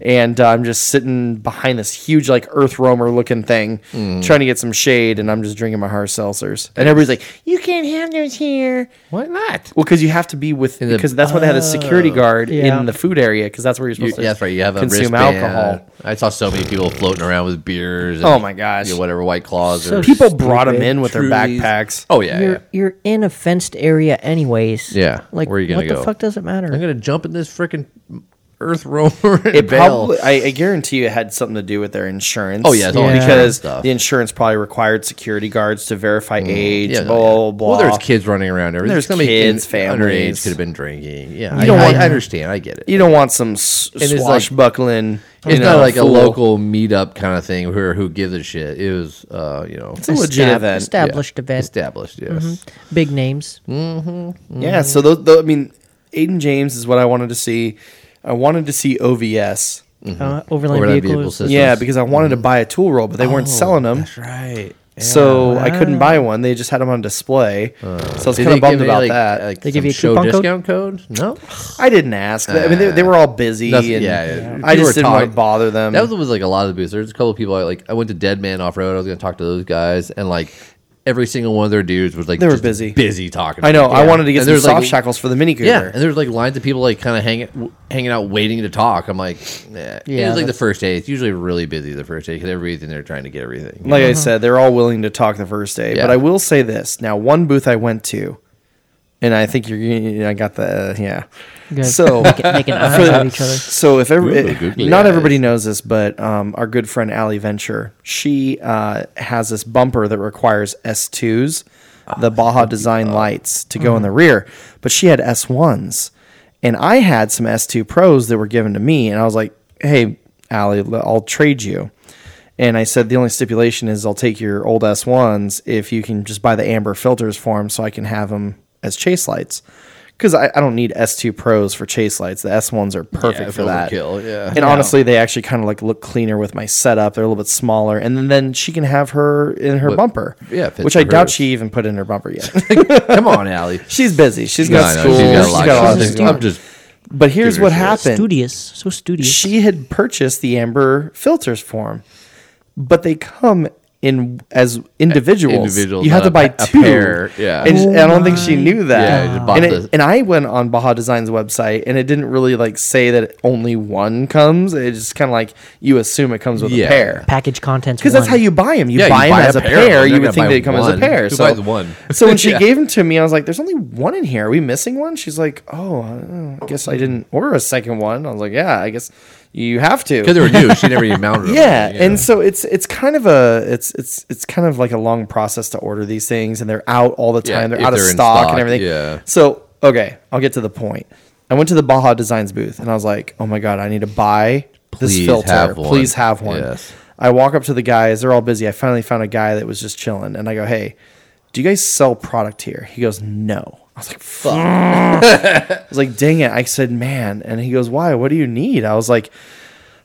[SPEAKER 3] and uh, I'm just sitting behind this huge like earth roamer looking thing,
[SPEAKER 2] Mm.
[SPEAKER 3] trying to get some shade, and I'm just drinking my hard seltzers. And everybody's like, "You can't have those here."
[SPEAKER 2] Why not?
[SPEAKER 3] Well, because you have to be with
[SPEAKER 2] the-
[SPEAKER 3] because that's why they had a security guard
[SPEAKER 1] yeah.
[SPEAKER 3] in the food area because that's where you're
[SPEAKER 2] You,
[SPEAKER 3] supposed to
[SPEAKER 2] yeah, that's right. You have a
[SPEAKER 3] consume
[SPEAKER 2] wristband.
[SPEAKER 3] alcohol.
[SPEAKER 2] I saw so many people floating around with beers. And
[SPEAKER 3] Oh my gosh.
[SPEAKER 2] you know, whatever white claws
[SPEAKER 1] So
[SPEAKER 2] or
[SPEAKER 3] People brought them
[SPEAKER 1] Stupid.
[SPEAKER 3] in with their
[SPEAKER 2] Trulies.
[SPEAKER 3] backpacks.
[SPEAKER 2] Oh yeah,
[SPEAKER 1] You're
[SPEAKER 2] yeah.
[SPEAKER 1] you're in a fenced area anyways.
[SPEAKER 2] Yeah,
[SPEAKER 1] Like
[SPEAKER 2] where are you gonna
[SPEAKER 1] what
[SPEAKER 2] go?
[SPEAKER 1] the fuck does it matter?
[SPEAKER 2] I'm gonna jump in this freaking earth roamer. And
[SPEAKER 3] It
[SPEAKER 2] bail.
[SPEAKER 3] probably, I, I guarantee you, it had something to do with their insurance.
[SPEAKER 2] Oh, yeah, it's all
[SPEAKER 1] Yeah. insurance
[SPEAKER 3] because
[SPEAKER 2] stuff. Mm.
[SPEAKER 3] the insurance probably required security guards to verify age.
[SPEAKER 2] Yeah, no,
[SPEAKER 3] blah,
[SPEAKER 2] yeah.
[SPEAKER 3] blah blah.
[SPEAKER 2] Well, there's kids running around. Everything.
[SPEAKER 3] There's
[SPEAKER 2] Somebody
[SPEAKER 3] kids,
[SPEAKER 2] in-
[SPEAKER 3] families.
[SPEAKER 2] underage could have been drinking. Yeah,
[SPEAKER 3] You
[SPEAKER 2] I,
[SPEAKER 3] don't
[SPEAKER 2] I-
[SPEAKER 3] want-
[SPEAKER 2] I understand. I get it.
[SPEAKER 3] You don't want some s-
[SPEAKER 2] it's like-
[SPEAKER 3] swashbuckling. you
[SPEAKER 2] it's
[SPEAKER 3] know,
[SPEAKER 2] not like
[SPEAKER 3] fool.
[SPEAKER 2] a local meetup kind of thing where who gives a shit. It was, uh, you know,
[SPEAKER 3] It's a legit
[SPEAKER 1] Estab-
[SPEAKER 3] event.
[SPEAKER 1] estab- established event.
[SPEAKER 2] Established, yes.
[SPEAKER 3] Mm-hmm.
[SPEAKER 1] Big names.
[SPEAKER 2] Mm.
[SPEAKER 3] Yeah. So those, tho- I mean, Aiden James is what I wanted to see. I wanted to see OVS.
[SPEAKER 1] Uh, Overland,
[SPEAKER 2] Mm-hmm. Overland
[SPEAKER 1] vehicles.
[SPEAKER 2] vehicle system.
[SPEAKER 3] Yeah, because I wanted to buy a tool roll, but they weren't selling them.
[SPEAKER 2] Mm. Oh, That's right.
[SPEAKER 3] So I couldn't buy one. They just had them on display. so I was
[SPEAKER 2] Did
[SPEAKER 3] kind
[SPEAKER 2] they
[SPEAKER 3] of bummed
[SPEAKER 2] give me,
[SPEAKER 3] about
[SPEAKER 2] like-
[SPEAKER 3] that.
[SPEAKER 2] Like
[SPEAKER 1] They give
[SPEAKER 2] some
[SPEAKER 1] you a
[SPEAKER 2] show
[SPEAKER 1] coupon code?
[SPEAKER 2] discount code? No.
[SPEAKER 3] I didn't ask. I mean, they, they were all busy.
[SPEAKER 2] Nothing-
[SPEAKER 3] and
[SPEAKER 2] Uh, yeah, yeah. People
[SPEAKER 3] I just
[SPEAKER 2] were
[SPEAKER 3] didn't want
[SPEAKER 2] talking-
[SPEAKER 3] to bother them.
[SPEAKER 2] That was with like a lot of the booths. There's a couple of people I like. I went to Dead Man Off Road. I was going to talk to those guys, and like every single one of their dudes was like
[SPEAKER 3] They were
[SPEAKER 2] just
[SPEAKER 3] busy.
[SPEAKER 2] busy talking.
[SPEAKER 3] I know. I wanted to get
[SPEAKER 2] And
[SPEAKER 3] some
[SPEAKER 2] there's,
[SPEAKER 3] soft
[SPEAKER 2] like,
[SPEAKER 3] shackles for the Mini Cooper.
[SPEAKER 2] Yeah, and there's like lines of people like kind of hanging w- hanging out, waiting to talk. I'm like, yeah. It
[SPEAKER 1] Yeah,
[SPEAKER 2] was like the
[SPEAKER 1] that's-
[SPEAKER 2] first day. It's usually really busy the first day because everybody's in there trying to get everything.
[SPEAKER 3] like I said, they're all willing to talk the first day. But
[SPEAKER 2] Mm-hmm. Yeah.
[SPEAKER 3] I will say this: now, one booth I went to, and I think you're, you know, I got the uh, yeah.
[SPEAKER 1] Good.
[SPEAKER 3] So
[SPEAKER 1] Making- making eyes at each other.
[SPEAKER 3] So if every,
[SPEAKER 2] Ooh,
[SPEAKER 3] it-
[SPEAKER 2] googly
[SPEAKER 3] not
[SPEAKER 2] eyes.
[SPEAKER 3] everybody knows this, but um, our good friend Allie Venture, she uh, has this bumper that requires S2s, the Baja design lights to go in the rear, but she had S1s. And I had some S2 Pros that were given to me, and I was like, hey, Allie, l- I'll trade you. And I said, the only stipulation is I'll take your old S1s if you can just buy the amber filters for them so I can have them as chase lights. Because I, I don't need S2 Pros for chase lights. The S1s are perfect
[SPEAKER 2] Yeah,
[SPEAKER 3] for that.
[SPEAKER 2] overkill, yeah.
[SPEAKER 3] And honestly, they actually kind of like look cleaner with my setup. They're a little bit smaller. And then she can have her in her bumper.
[SPEAKER 2] yeah, fits
[SPEAKER 3] Which I
[SPEAKER 2] for
[SPEAKER 3] doubt
[SPEAKER 2] hers.
[SPEAKER 3] she even put in her bumper yet.
[SPEAKER 2] Come on, Allie.
[SPEAKER 3] she's busy. She's
[SPEAKER 2] No,
[SPEAKER 3] got
[SPEAKER 2] no,
[SPEAKER 3] school.
[SPEAKER 2] she's got a lot.
[SPEAKER 1] got a lot
[SPEAKER 2] of
[SPEAKER 1] of
[SPEAKER 2] things
[SPEAKER 1] things
[SPEAKER 2] to do. I'm just
[SPEAKER 3] But here's
[SPEAKER 2] Give her
[SPEAKER 3] what
[SPEAKER 2] shit.
[SPEAKER 3] happened.
[SPEAKER 1] studious, so studious.
[SPEAKER 3] She had purchased the amber filters for him, but they come in as individuals.
[SPEAKER 2] Individuals,
[SPEAKER 3] you have to
[SPEAKER 2] not
[SPEAKER 3] buy
[SPEAKER 2] a- a
[SPEAKER 3] two.
[SPEAKER 2] pair, yeah.
[SPEAKER 3] and
[SPEAKER 1] Oh
[SPEAKER 3] I don't think she knew that.
[SPEAKER 2] Yeah, I just bought
[SPEAKER 3] and, it-
[SPEAKER 2] the-
[SPEAKER 3] and I went on Baja Design's website, and it didn't really like say that only one comes. It just kind of like you assume it comes with a
[SPEAKER 2] Yeah.
[SPEAKER 3] pair.
[SPEAKER 1] package contents.
[SPEAKER 3] Because that's how you buy them. You
[SPEAKER 2] Yeah, you
[SPEAKER 3] buy them
[SPEAKER 2] buy a
[SPEAKER 3] as a
[SPEAKER 2] pair. You're
[SPEAKER 3] pair. You
[SPEAKER 2] not
[SPEAKER 3] would
[SPEAKER 2] gonna
[SPEAKER 3] think they'd
[SPEAKER 2] buy
[SPEAKER 3] come as a
[SPEAKER 2] one.
[SPEAKER 3] pair.
[SPEAKER 2] Who
[SPEAKER 3] so
[SPEAKER 2] buys one?
[SPEAKER 3] so when she
[SPEAKER 2] Yeah.
[SPEAKER 3] gave them to me, I was like, "There's only one in here. Are we missing one?" She's like, "Oh, uh, I guess I didn't order a second one." I was like, "Yeah, I guess you have to."
[SPEAKER 2] because they were new. She never even mounted. them,
[SPEAKER 3] yeah,
[SPEAKER 2] you know.
[SPEAKER 3] and so it's it's kind of a it's it's it's kind of like a long process to order these things, and they're out all the
[SPEAKER 2] Yeah,
[SPEAKER 3] time.
[SPEAKER 2] if
[SPEAKER 3] they're out of
[SPEAKER 2] they're in
[SPEAKER 3] stock,
[SPEAKER 2] stock,
[SPEAKER 3] and everything.
[SPEAKER 2] yeah.
[SPEAKER 3] So okay, I'll get to the point. I went to the Baja Designs booth, and I was like, "Oh my god, I need to buy
[SPEAKER 2] Please
[SPEAKER 3] this filter.
[SPEAKER 2] have one."
[SPEAKER 3] Please have one."
[SPEAKER 2] Yes.
[SPEAKER 3] I walk up to the guys; they're all busy. I finally found a guy that was just chilling, and I go, "Hey, do you guys sell product here?" He goes, "No." I was like, "Fuck." I was like, "Dang it!" I said, "Man," and he goes, "Why? What do you need?" I was like.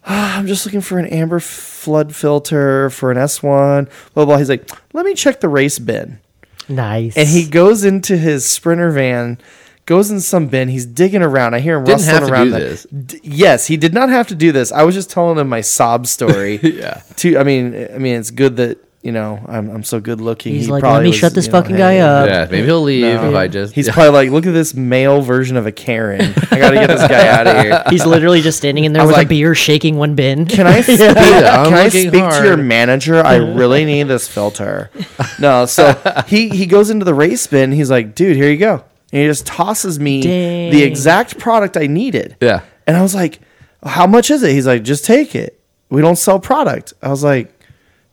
[SPEAKER 3] "Ah, I'm just looking for an amber flood filter for an S1, blah, blah. He's like, let me check the race bin.
[SPEAKER 1] nice.
[SPEAKER 3] And he goes into his Sprinter van, goes in some bin. He's digging around. I hear him
[SPEAKER 2] Didn't
[SPEAKER 3] rustling
[SPEAKER 2] have to
[SPEAKER 3] around.
[SPEAKER 2] do
[SPEAKER 3] the-
[SPEAKER 2] this.
[SPEAKER 3] D- yes, he did not have to do this. I was just telling him my sob story.
[SPEAKER 2] Yeah.
[SPEAKER 3] To, I mean, I mean, it's good that, you know, I'm, I'm so good looking.
[SPEAKER 1] He's
[SPEAKER 3] He
[SPEAKER 1] like,
[SPEAKER 3] probably
[SPEAKER 1] let me
[SPEAKER 3] was,
[SPEAKER 1] shut this
[SPEAKER 3] you know,
[SPEAKER 1] fucking guy
[SPEAKER 3] hey.
[SPEAKER 1] up.
[SPEAKER 2] yeah, maybe he'll leave if I just.
[SPEAKER 3] He's
[SPEAKER 2] yeah.
[SPEAKER 3] probably like, look at this male version of a Karen. I got to get this guy out of here.
[SPEAKER 1] He's literally just standing in there
[SPEAKER 3] was
[SPEAKER 1] with
[SPEAKER 3] like,
[SPEAKER 1] a beer, shaking one bin.
[SPEAKER 3] Can I speak,
[SPEAKER 2] I'm
[SPEAKER 3] can I
[SPEAKER 2] looking
[SPEAKER 3] speak to your
[SPEAKER 2] hard.
[SPEAKER 3] manager? I really need this filter. No, so he he goes into the race bin. He's like, dude, here you go. And he just tosses me the
[SPEAKER 1] Dang.
[SPEAKER 3] exact product I needed.
[SPEAKER 2] Yeah.
[SPEAKER 3] And I was like, how much is it? He's like, just take it. We don't sell product. I was like,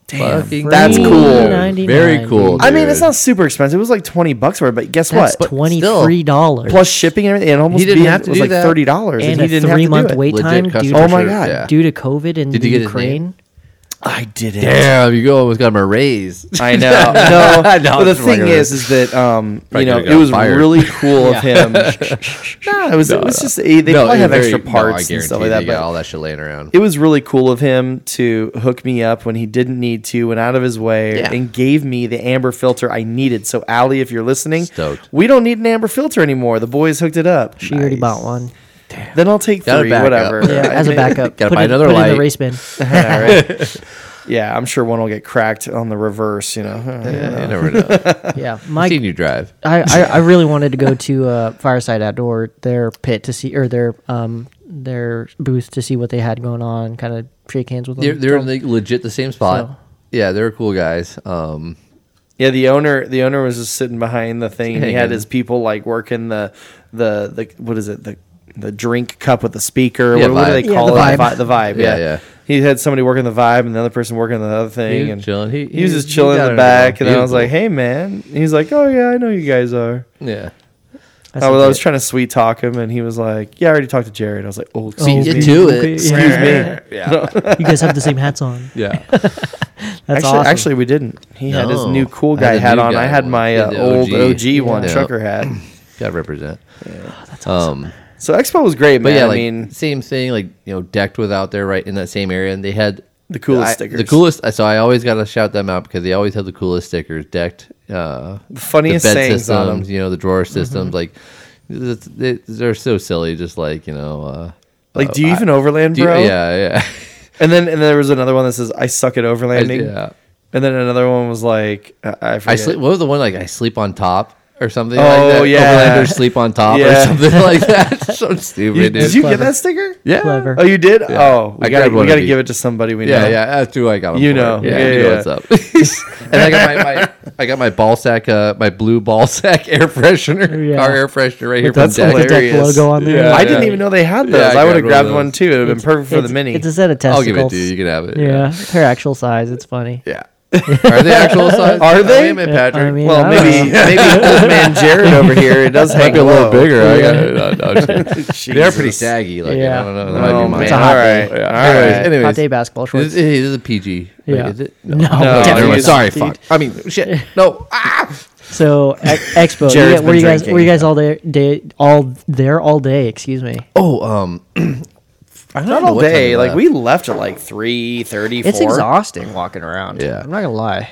[SPEAKER 3] damn,
[SPEAKER 2] Fucking
[SPEAKER 3] that's
[SPEAKER 1] free
[SPEAKER 3] cool.
[SPEAKER 1] 99.
[SPEAKER 2] Very cool.
[SPEAKER 3] I mean, it's
[SPEAKER 2] dude.
[SPEAKER 3] not super expensive. It was like twenty bucks for it, but guess
[SPEAKER 1] That's
[SPEAKER 3] what?
[SPEAKER 1] twenty three dollars
[SPEAKER 3] Plus shipping and everything, and almost
[SPEAKER 2] He didn't
[SPEAKER 3] being-
[SPEAKER 2] have to
[SPEAKER 3] it was
[SPEAKER 2] do
[SPEAKER 3] like
[SPEAKER 2] that.
[SPEAKER 3] thirty dollars,
[SPEAKER 1] and
[SPEAKER 3] and, he
[SPEAKER 1] a
[SPEAKER 3] didn't have
[SPEAKER 1] three
[SPEAKER 3] to
[SPEAKER 1] month
[SPEAKER 3] do it.
[SPEAKER 1] wait
[SPEAKER 2] Legit
[SPEAKER 1] time due to,
[SPEAKER 2] customer
[SPEAKER 3] Oh my
[SPEAKER 2] service,
[SPEAKER 3] God.
[SPEAKER 2] yeah.
[SPEAKER 1] due to COVID in
[SPEAKER 2] Did you get his
[SPEAKER 1] Ukraine.
[SPEAKER 3] I did it.
[SPEAKER 2] Damn, you go almost got him a raise.
[SPEAKER 3] I know. No, but the
[SPEAKER 2] it's
[SPEAKER 3] thing
[SPEAKER 2] regular.
[SPEAKER 3] is, is that um, you
[SPEAKER 2] Probably
[SPEAKER 3] know,
[SPEAKER 2] could've
[SPEAKER 3] it
[SPEAKER 2] got
[SPEAKER 3] was
[SPEAKER 2] fired.
[SPEAKER 3] really cool of him. no, it was it was just they
[SPEAKER 2] No,
[SPEAKER 3] probably
[SPEAKER 2] it's
[SPEAKER 3] have
[SPEAKER 2] very-
[SPEAKER 3] extra
[SPEAKER 2] no, I
[SPEAKER 3] parts and stuff
[SPEAKER 2] guarantee
[SPEAKER 3] like
[SPEAKER 2] they
[SPEAKER 3] that.
[SPEAKER 2] got
[SPEAKER 3] But
[SPEAKER 2] all that shit laying around.
[SPEAKER 3] it was really cool of him to hook me up when he didn't need to, went out of his way,
[SPEAKER 2] Yeah.
[SPEAKER 3] and gave me the amber filter I needed. So, Allie, if you're listening,
[SPEAKER 2] Stoked.
[SPEAKER 3] we don't need an amber filter anymore. The boys hooked it up.
[SPEAKER 1] She already bought one.
[SPEAKER 3] Then I'll take
[SPEAKER 2] Got a
[SPEAKER 3] three,
[SPEAKER 2] backup.
[SPEAKER 3] whatever.
[SPEAKER 1] Yeah,
[SPEAKER 3] I
[SPEAKER 1] as a
[SPEAKER 3] mean-
[SPEAKER 1] backup.
[SPEAKER 2] Gotta
[SPEAKER 1] put
[SPEAKER 2] buy
[SPEAKER 1] it,
[SPEAKER 2] another
[SPEAKER 1] put it in
[SPEAKER 2] light.
[SPEAKER 1] the race bin.
[SPEAKER 3] Yeah, right. yeah, I'm sure one will get cracked on the reverse. You know,
[SPEAKER 2] Yeah, you never know.
[SPEAKER 1] Yeah,
[SPEAKER 2] I've
[SPEAKER 1] my
[SPEAKER 2] seen you drive.
[SPEAKER 1] I, I, I really wanted to go to uh, Fireside Outdoor, their pit to see or their um their booth to see what they had going on, kind of shake hands with them.
[SPEAKER 2] They're, they're like legit the same spot.
[SPEAKER 1] So-
[SPEAKER 2] Yeah, they're cool guys. Um,
[SPEAKER 3] Yeah, the owner the owner was just sitting behind the thing. and He had
[SPEAKER 2] Hanging.
[SPEAKER 3] his people like working the the the what is it the the drink cup with the speaker.
[SPEAKER 2] Yeah,
[SPEAKER 3] what, what do
[SPEAKER 2] vibe.
[SPEAKER 3] they
[SPEAKER 1] Yeah,
[SPEAKER 3] call
[SPEAKER 1] the
[SPEAKER 3] it?
[SPEAKER 1] vibe.
[SPEAKER 3] The vibe. Yeah,
[SPEAKER 2] Yeah, yeah.
[SPEAKER 3] He had somebody working the vibe and the other person working the other thing.
[SPEAKER 2] was
[SPEAKER 3] and
[SPEAKER 2] chilling. He-
[SPEAKER 3] He, was
[SPEAKER 2] he-
[SPEAKER 3] just
[SPEAKER 2] he
[SPEAKER 3] chilling
[SPEAKER 2] got
[SPEAKER 3] in
[SPEAKER 2] it
[SPEAKER 3] the back.
[SPEAKER 2] down.
[SPEAKER 3] And then
[SPEAKER 2] He
[SPEAKER 3] I
[SPEAKER 2] was
[SPEAKER 3] was like, "Hey, man." He's like, "Oh yeah, I know you guys are."
[SPEAKER 2] yeah.
[SPEAKER 1] That's
[SPEAKER 3] I was, I was
[SPEAKER 1] legit.
[SPEAKER 3] trying to sweet talk him, and he was like, "Yeah, I already talked to Jared." I was like, "Oh,
[SPEAKER 1] See,
[SPEAKER 3] excuse
[SPEAKER 1] you
[SPEAKER 3] me."
[SPEAKER 1] do it.
[SPEAKER 3] Excuse me.
[SPEAKER 2] Yeah.
[SPEAKER 1] you guys have the same hats on.
[SPEAKER 2] Yeah.
[SPEAKER 1] That's
[SPEAKER 3] actually,
[SPEAKER 1] awesome.
[SPEAKER 3] actually, we didn't. He had his
[SPEAKER 2] No.
[SPEAKER 3] new cool
[SPEAKER 2] I had
[SPEAKER 3] guy
[SPEAKER 2] the
[SPEAKER 3] hat
[SPEAKER 2] new
[SPEAKER 3] on.
[SPEAKER 2] guy
[SPEAKER 3] I had
[SPEAKER 2] one.
[SPEAKER 3] my
[SPEAKER 2] Yeah,
[SPEAKER 3] uh,
[SPEAKER 2] the
[SPEAKER 3] old
[SPEAKER 2] OG.
[SPEAKER 3] OG one
[SPEAKER 2] Yeah.
[SPEAKER 3] trucker hat.
[SPEAKER 2] Gotta represent.
[SPEAKER 1] That's awesome.
[SPEAKER 2] Um,
[SPEAKER 3] So Expo was great,
[SPEAKER 2] But
[SPEAKER 3] man.
[SPEAKER 2] yeah,
[SPEAKER 3] I
[SPEAKER 2] like
[SPEAKER 3] mean,
[SPEAKER 2] same thing, like you know, decked was out there right in that same area, and they had
[SPEAKER 3] The coolest
[SPEAKER 2] I-
[SPEAKER 3] stickers.
[SPEAKER 2] The coolest. uh, So I always gotta shout them out because they always have the coolest stickers. Decked, uh, the
[SPEAKER 3] funniest sayings
[SPEAKER 2] systems,
[SPEAKER 3] on Mm-hmm. 'em.
[SPEAKER 2] you know, the drawer systems. Like it's- it- they're so silly. Just like you know, uh,
[SPEAKER 3] like, do you even overland,
[SPEAKER 2] do you-
[SPEAKER 3] bro?
[SPEAKER 2] yeah,
[SPEAKER 3] And then and there was another one that says, "I suck at
[SPEAKER 2] yeah,
[SPEAKER 3] overlanding."
[SPEAKER 2] yeah.
[SPEAKER 3] And then another one was like, "I, I
[SPEAKER 2] I
[SPEAKER 3] forget."
[SPEAKER 2] sleep. What was the one like? I sleep on top. or something
[SPEAKER 3] Oh,
[SPEAKER 2] like that.
[SPEAKER 3] yeah.
[SPEAKER 2] Overlanders sleep on top
[SPEAKER 3] Yeah.
[SPEAKER 2] or something like that. so stupid,
[SPEAKER 3] You-
[SPEAKER 2] dude.
[SPEAKER 3] did you get
[SPEAKER 1] Clever.
[SPEAKER 3] that sticker?
[SPEAKER 2] yeah.
[SPEAKER 1] Clever.
[SPEAKER 3] Oh, you did? Oh, we
[SPEAKER 2] I
[SPEAKER 3] gotta,
[SPEAKER 2] grabbed one
[SPEAKER 3] we
[SPEAKER 2] of
[SPEAKER 3] gotta
[SPEAKER 2] these.
[SPEAKER 3] give it to somebody we
[SPEAKER 2] Yeah,
[SPEAKER 3] know.
[SPEAKER 2] yeah, that's who I got. 'em
[SPEAKER 3] You
[SPEAKER 2] for.
[SPEAKER 3] know.
[SPEAKER 2] yeah,
[SPEAKER 3] Yeah,
[SPEAKER 2] you know
[SPEAKER 3] yeah.
[SPEAKER 2] what's up. and I got my, my I got my ball sack, uh, my blue ball sack air freshener,
[SPEAKER 1] Yeah.
[SPEAKER 2] car air freshener right here
[SPEAKER 3] That's
[SPEAKER 2] from
[SPEAKER 1] The
[SPEAKER 2] Deck.
[SPEAKER 3] hilarious.
[SPEAKER 1] deck logo on there.
[SPEAKER 2] Yeah,
[SPEAKER 3] I didn't
[SPEAKER 2] yeah.
[SPEAKER 3] even know they had
[SPEAKER 2] Yeah,
[SPEAKER 3] those.
[SPEAKER 2] I
[SPEAKER 3] I would have
[SPEAKER 2] grabbed one of
[SPEAKER 3] grabbed one
[SPEAKER 2] those.
[SPEAKER 3] too. It would have been perfect for the
[SPEAKER 1] It's-
[SPEAKER 3] mini.
[SPEAKER 1] It's a set of
[SPEAKER 2] I'll
[SPEAKER 1] testicles.
[SPEAKER 2] give it to you. You can have it.
[SPEAKER 1] Yeah, they're actual size. It's funny.
[SPEAKER 2] Yeah. Are they actual size? Oh,
[SPEAKER 3] Are they?
[SPEAKER 2] Wait a minute, Patrick.
[SPEAKER 1] I mean,
[SPEAKER 3] well,
[SPEAKER 1] I don't
[SPEAKER 3] maybe
[SPEAKER 1] know.
[SPEAKER 3] maybe old man Jared over here. It does hang
[SPEAKER 2] Might be a little
[SPEAKER 3] low.
[SPEAKER 2] bigger. I got it. No, no, I'm just kidding. They're pretty
[SPEAKER 3] Jesus.
[SPEAKER 2] saggy. Like
[SPEAKER 1] Yeah.
[SPEAKER 2] I don't know. That might
[SPEAKER 3] Oh
[SPEAKER 2] be
[SPEAKER 3] man!
[SPEAKER 2] mine.
[SPEAKER 1] It's a hot
[SPEAKER 3] All right,
[SPEAKER 1] day.
[SPEAKER 3] all
[SPEAKER 2] All right.
[SPEAKER 3] right.
[SPEAKER 2] Anyways,
[SPEAKER 1] Hot day basketball
[SPEAKER 2] This,
[SPEAKER 1] shorts.
[SPEAKER 2] it is a PG. Wait,
[SPEAKER 1] Yeah.
[SPEAKER 2] is it?
[SPEAKER 1] No. No,
[SPEAKER 2] never mind.
[SPEAKER 3] it's
[SPEAKER 2] Sorry.
[SPEAKER 3] PG.
[SPEAKER 2] Fuck. I mean, shit. No. Ah.
[SPEAKER 1] So ex- expo. you,
[SPEAKER 3] Jared's
[SPEAKER 1] were
[SPEAKER 3] been
[SPEAKER 1] you guys? Were you
[SPEAKER 3] drinking.
[SPEAKER 1] guys all there? Day all there all day? Excuse me.
[SPEAKER 2] Oh. Um. I don't
[SPEAKER 3] Not
[SPEAKER 2] know
[SPEAKER 3] all
[SPEAKER 2] what time
[SPEAKER 3] day.
[SPEAKER 2] we
[SPEAKER 3] Like
[SPEAKER 2] left.
[SPEAKER 3] we left at like three thirty.
[SPEAKER 1] It's exhausting walking around.
[SPEAKER 2] Yeah.
[SPEAKER 1] I'm not gonna lie.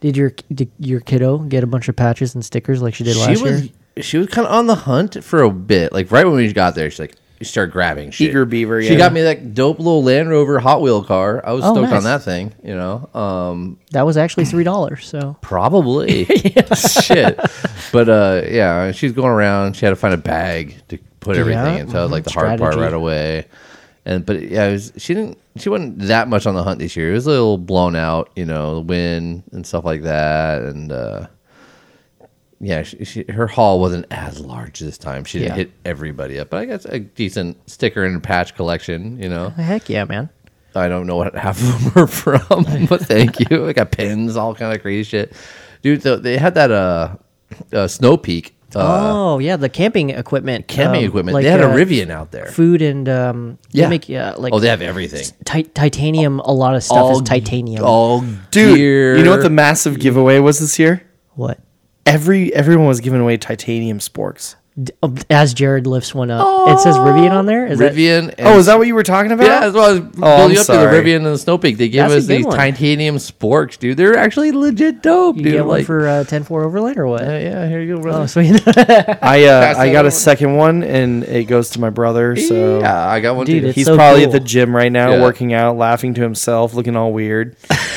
[SPEAKER 1] Did your did your kiddo get a bunch of patches and stickers like she did
[SPEAKER 2] She
[SPEAKER 1] last
[SPEAKER 2] was.
[SPEAKER 1] year?
[SPEAKER 2] She was kind of on the hunt for a bit. Like right when we got there, she like she started grabbing shit.
[SPEAKER 3] Eager beaver,
[SPEAKER 2] She
[SPEAKER 3] yeah.
[SPEAKER 2] got me that dope little Land Rover Hot Wheel car. I was
[SPEAKER 1] Oh,
[SPEAKER 2] stoked
[SPEAKER 1] nice.
[SPEAKER 2] on that thing. You know. Um.
[SPEAKER 1] That was actually three dollars. So
[SPEAKER 2] Probably. Shit. But uh yeah, she's going around. She had to find a bag to put everything in. So that was like the hard part
[SPEAKER 1] mm-hmm. Strategy.
[SPEAKER 2] right away. And but yeah, it was, she didn't she wasn't that much on the hunt this year. It was a little blown out, you know, the wind and stuff like that and uh yeah, she, she, her haul wasn't as large this time. She didn't
[SPEAKER 1] Yeah.
[SPEAKER 2] hit everybody up, but I guess a decent sticker and patch collection, you know.
[SPEAKER 1] heck yeah, man.
[SPEAKER 2] I don't know what half of them are from, but thank you. I got pins, all kind of crazy shit, dude. So they had that uh, uh snow peak uh,
[SPEAKER 1] oh yeah, the camping equipment.
[SPEAKER 2] camping
[SPEAKER 1] um,
[SPEAKER 2] equipment.
[SPEAKER 1] like,
[SPEAKER 2] they had a
[SPEAKER 1] uh,
[SPEAKER 2] Rivian out there.
[SPEAKER 1] Food and um, yeah, they make, yeah, like
[SPEAKER 2] oh, they have everything. Oh,
[SPEAKER 1] ti- titanium. A lot of stuff
[SPEAKER 2] All-
[SPEAKER 1] is titanium.
[SPEAKER 2] All
[SPEAKER 3] dude.
[SPEAKER 2] gear.
[SPEAKER 3] You know what the massive giveaway was this year?
[SPEAKER 1] what?
[SPEAKER 3] Every everyone was giving away titanium sporks.
[SPEAKER 1] D- uh, As Jared lifts one up, it says Rivian on there. Is that
[SPEAKER 2] Oh. Rivian? and-
[SPEAKER 3] Oh, is that what you were talking about?
[SPEAKER 2] Yeah, as well as
[SPEAKER 3] Oh,
[SPEAKER 2] building
[SPEAKER 3] I'm
[SPEAKER 2] up to the
[SPEAKER 3] sorry.
[SPEAKER 2] Rivian and the Snow Peak, they gave
[SPEAKER 1] That's a
[SPEAKER 2] us
[SPEAKER 1] good
[SPEAKER 2] these
[SPEAKER 1] one.
[SPEAKER 2] titanium sporks, dude. They're actually legit dope,
[SPEAKER 1] you
[SPEAKER 2] dude.
[SPEAKER 1] get one
[SPEAKER 2] like,
[SPEAKER 1] for uh, 10-4 Overland or what?
[SPEAKER 2] yeah, yeah, here you go, brother.
[SPEAKER 1] Oh, sweet.
[SPEAKER 3] I uh,
[SPEAKER 2] Pass
[SPEAKER 3] I
[SPEAKER 2] that
[SPEAKER 3] got
[SPEAKER 2] over.
[SPEAKER 3] a second one and it goes to my brother. So
[SPEAKER 2] yeah, I got one
[SPEAKER 1] Dude,
[SPEAKER 2] too.
[SPEAKER 1] it's
[SPEAKER 3] he's
[SPEAKER 1] so
[SPEAKER 3] probably at
[SPEAKER 1] cool.
[SPEAKER 3] the gym right now,
[SPEAKER 2] Yeah.
[SPEAKER 3] working out, laughing to himself, looking all weird.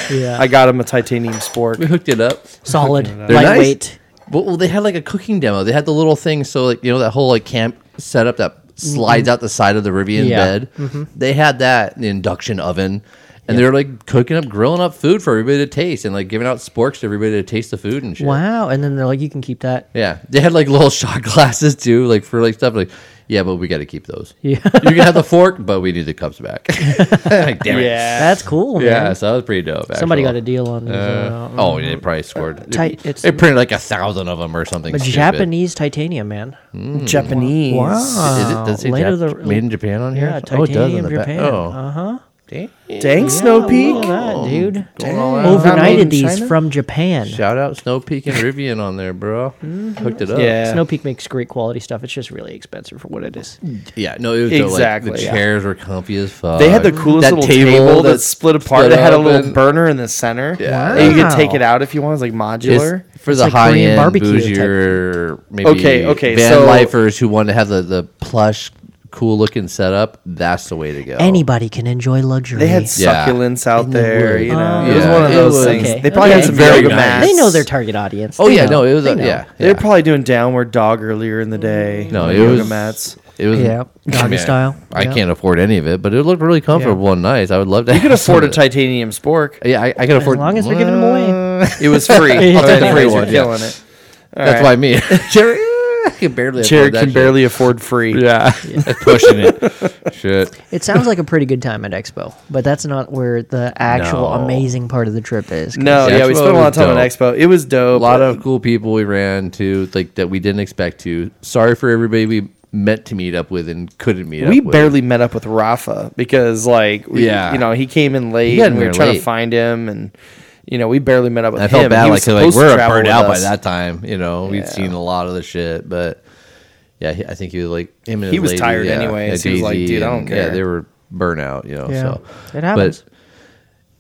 [SPEAKER 1] yeah,
[SPEAKER 3] I got him a titanium spork.
[SPEAKER 2] we hooked it up.
[SPEAKER 1] solid,
[SPEAKER 2] They're nice.
[SPEAKER 1] lightweight.
[SPEAKER 2] Well, well, they had like a cooking demo. They had the little thing, so like you know that whole like camp setup that slides out the side of the Rivian
[SPEAKER 1] Mm-hmm. Yeah. Mm-hmm.
[SPEAKER 2] bed. They had that in the induction oven, and they were like cooking up, grilling up food for everybody to taste, and like giving out sporks to everybody to taste the food and shit.
[SPEAKER 1] Wow, and then they're like, you can keep that.
[SPEAKER 2] Yeah, they had like little shot glasses too, like for like stuff like. Yeah, but we got to keep those.
[SPEAKER 1] Yeah.
[SPEAKER 2] you can have the fork, but we need the cups back. like, damn it.
[SPEAKER 1] That's cool,
[SPEAKER 2] Yeah,
[SPEAKER 1] man.
[SPEAKER 2] so that was pretty dope.
[SPEAKER 1] Somebody got
[SPEAKER 2] actually.
[SPEAKER 1] a deal on these.
[SPEAKER 2] Uh,
[SPEAKER 1] Uh,
[SPEAKER 2] oh, yeah, they probably scored.
[SPEAKER 1] tight-
[SPEAKER 2] They-
[SPEAKER 1] it's-
[SPEAKER 2] they printed like a thousand of them or something.
[SPEAKER 1] a
[SPEAKER 2] stupid.
[SPEAKER 1] Japanese titanium, man.
[SPEAKER 3] Hmm.
[SPEAKER 2] Is
[SPEAKER 3] Japanese.
[SPEAKER 2] it,
[SPEAKER 1] Wow.
[SPEAKER 2] does it say
[SPEAKER 1] Later
[SPEAKER 2] Jap-
[SPEAKER 1] the-
[SPEAKER 2] made in Japan on here?
[SPEAKER 1] Yeah,
[SPEAKER 2] oh, it does
[SPEAKER 1] titanium
[SPEAKER 2] on the
[SPEAKER 1] Japan.
[SPEAKER 2] back. Oh,
[SPEAKER 1] Uh huh.
[SPEAKER 2] Dang.
[SPEAKER 3] Dang, Snow Peak.
[SPEAKER 1] that, dude.
[SPEAKER 2] Going all out.
[SPEAKER 3] made in
[SPEAKER 1] Overnighted these
[SPEAKER 3] China?
[SPEAKER 1] from Japan.
[SPEAKER 2] Shout out Snow Peak and Rivian on there, bro.
[SPEAKER 1] Mm-hmm.
[SPEAKER 2] Hooked it up.
[SPEAKER 3] Yeah.
[SPEAKER 1] Snow Peak makes great quality stuff. It's just really expensive for what it is.
[SPEAKER 2] yeah. No, it was dope.
[SPEAKER 3] Exactly,
[SPEAKER 2] Like, the
[SPEAKER 3] yeah.
[SPEAKER 2] chairs were comfy as fuck.
[SPEAKER 3] They had
[SPEAKER 1] Mm-hmm.
[SPEAKER 3] the coolest
[SPEAKER 2] Uh, That
[SPEAKER 3] little table, that's
[SPEAKER 2] that's
[SPEAKER 3] split apart.
[SPEAKER 2] split
[SPEAKER 3] It had a
[SPEAKER 2] up
[SPEAKER 3] little
[SPEAKER 2] and-
[SPEAKER 3] burner in the center.
[SPEAKER 2] Yeah.
[SPEAKER 3] And you could
[SPEAKER 1] Wow.
[SPEAKER 3] take it out if you want. It's like
[SPEAKER 2] it's
[SPEAKER 3] modular.
[SPEAKER 2] for
[SPEAKER 1] It's
[SPEAKER 2] the
[SPEAKER 1] like
[SPEAKER 2] high
[SPEAKER 1] Korean
[SPEAKER 2] end
[SPEAKER 1] barbecue type.
[SPEAKER 2] bougier, maybe
[SPEAKER 3] Okay, okay,
[SPEAKER 2] van
[SPEAKER 3] so-
[SPEAKER 2] lifers who want to have the, the plush, cool looking setup. That's the way to go.
[SPEAKER 1] Anybody can enjoy luxury.
[SPEAKER 3] They had
[SPEAKER 2] Yeah.
[SPEAKER 3] succulents out
[SPEAKER 1] In the
[SPEAKER 3] there.
[SPEAKER 1] woods.
[SPEAKER 3] you know,
[SPEAKER 1] Oh.
[SPEAKER 3] it was
[SPEAKER 2] Yeah.
[SPEAKER 3] one of
[SPEAKER 2] It
[SPEAKER 3] those
[SPEAKER 2] was-
[SPEAKER 3] things.
[SPEAKER 1] okay,
[SPEAKER 3] They probably
[SPEAKER 1] okay.
[SPEAKER 3] had some
[SPEAKER 2] Very
[SPEAKER 3] yoga
[SPEAKER 2] nice.
[SPEAKER 3] mats.
[SPEAKER 1] They know their target audience.
[SPEAKER 2] Oh
[SPEAKER 1] They
[SPEAKER 2] yeah,
[SPEAKER 1] know.
[SPEAKER 2] no, it was
[SPEAKER 1] They
[SPEAKER 2] a,
[SPEAKER 1] know.
[SPEAKER 2] yeah,
[SPEAKER 3] They were
[SPEAKER 2] yeah.
[SPEAKER 3] probably doing downward dog earlier in the day.
[SPEAKER 2] No,
[SPEAKER 3] on
[SPEAKER 2] it
[SPEAKER 3] yoga
[SPEAKER 2] was-
[SPEAKER 3] mats.
[SPEAKER 2] It was
[SPEAKER 1] Yeah, doggy style.
[SPEAKER 2] I
[SPEAKER 1] Yeah.
[SPEAKER 2] can't afford any of it, but it looked really comfortable and nice. I would love to.
[SPEAKER 3] You could afford a titanium spork.
[SPEAKER 2] Yeah, I, I could afford.
[SPEAKER 1] As long as they're giving them away.
[SPEAKER 3] It was free.
[SPEAKER 1] Yeah.
[SPEAKER 3] Oh, anyways, you're
[SPEAKER 2] Everyone, yeah.
[SPEAKER 3] killing it. All
[SPEAKER 2] That's
[SPEAKER 3] right.
[SPEAKER 2] why me, Jared, I can barely.
[SPEAKER 3] Jared
[SPEAKER 2] afford that
[SPEAKER 3] can
[SPEAKER 2] shit.
[SPEAKER 3] barely afford free.
[SPEAKER 2] Yeah, pushing it. shit.
[SPEAKER 1] It sounds like a pretty good time at Expo, but that's not where the actual
[SPEAKER 2] No.
[SPEAKER 1] amazing part of the trip is. 'cause
[SPEAKER 3] No,
[SPEAKER 2] The
[SPEAKER 3] yeah, we
[SPEAKER 2] Expo
[SPEAKER 3] spent a lot of
[SPEAKER 2] was
[SPEAKER 3] time at Expo. It was dope.
[SPEAKER 2] A lot of cool people we ran to, like that we didn't expect to. Sorry for everybody we meant to meet up with and couldn't meet up.
[SPEAKER 3] we
[SPEAKER 2] with.
[SPEAKER 3] barely met up with Rafa because like we,
[SPEAKER 2] Yeah.
[SPEAKER 3] you know he came in late
[SPEAKER 2] got
[SPEAKER 3] and we
[SPEAKER 2] in
[SPEAKER 3] were
[SPEAKER 2] there
[SPEAKER 3] trying to
[SPEAKER 2] late.
[SPEAKER 3] find him and you know we barely met up with
[SPEAKER 2] I
[SPEAKER 3] him.
[SPEAKER 2] felt bad,
[SPEAKER 3] He
[SPEAKER 2] like,
[SPEAKER 3] was
[SPEAKER 2] 'cause, like
[SPEAKER 3] supposed to
[SPEAKER 2] we're
[SPEAKER 3] travel
[SPEAKER 2] burned
[SPEAKER 3] with
[SPEAKER 2] out by
[SPEAKER 3] us.
[SPEAKER 2] that time. You know,
[SPEAKER 3] Yeah.
[SPEAKER 2] we'd seen a lot of the shit, but yeah, he- I think he was like him and
[SPEAKER 3] He
[SPEAKER 2] his
[SPEAKER 3] was
[SPEAKER 2] lady,
[SPEAKER 3] tired
[SPEAKER 2] yeah,
[SPEAKER 3] anyways.
[SPEAKER 2] yeah,
[SPEAKER 3] He was like,
[SPEAKER 2] Daisy
[SPEAKER 3] "Dude, I don't
[SPEAKER 2] and-
[SPEAKER 3] care."
[SPEAKER 2] Yeah, they were burnout. You know,
[SPEAKER 1] Yeah.
[SPEAKER 2] so
[SPEAKER 1] It happens.
[SPEAKER 2] But,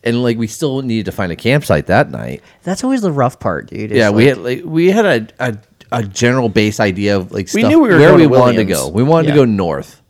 [SPEAKER 2] and like we still needed to find a campsite that night.
[SPEAKER 1] That's always the rough part, dude. is
[SPEAKER 2] yeah, we
[SPEAKER 1] like-
[SPEAKER 2] had like we had a, a a general base idea of like
[SPEAKER 3] We
[SPEAKER 2] stuff-
[SPEAKER 3] knew we were
[SPEAKER 2] where
[SPEAKER 3] going
[SPEAKER 2] we
[SPEAKER 3] to
[SPEAKER 2] wanted to
[SPEAKER 3] Williams.
[SPEAKER 2] go.
[SPEAKER 3] Mm-hmm.
[SPEAKER 2] We wanted
[SPEAKER 1] Yeah.
[SPEAKER 2] to go north.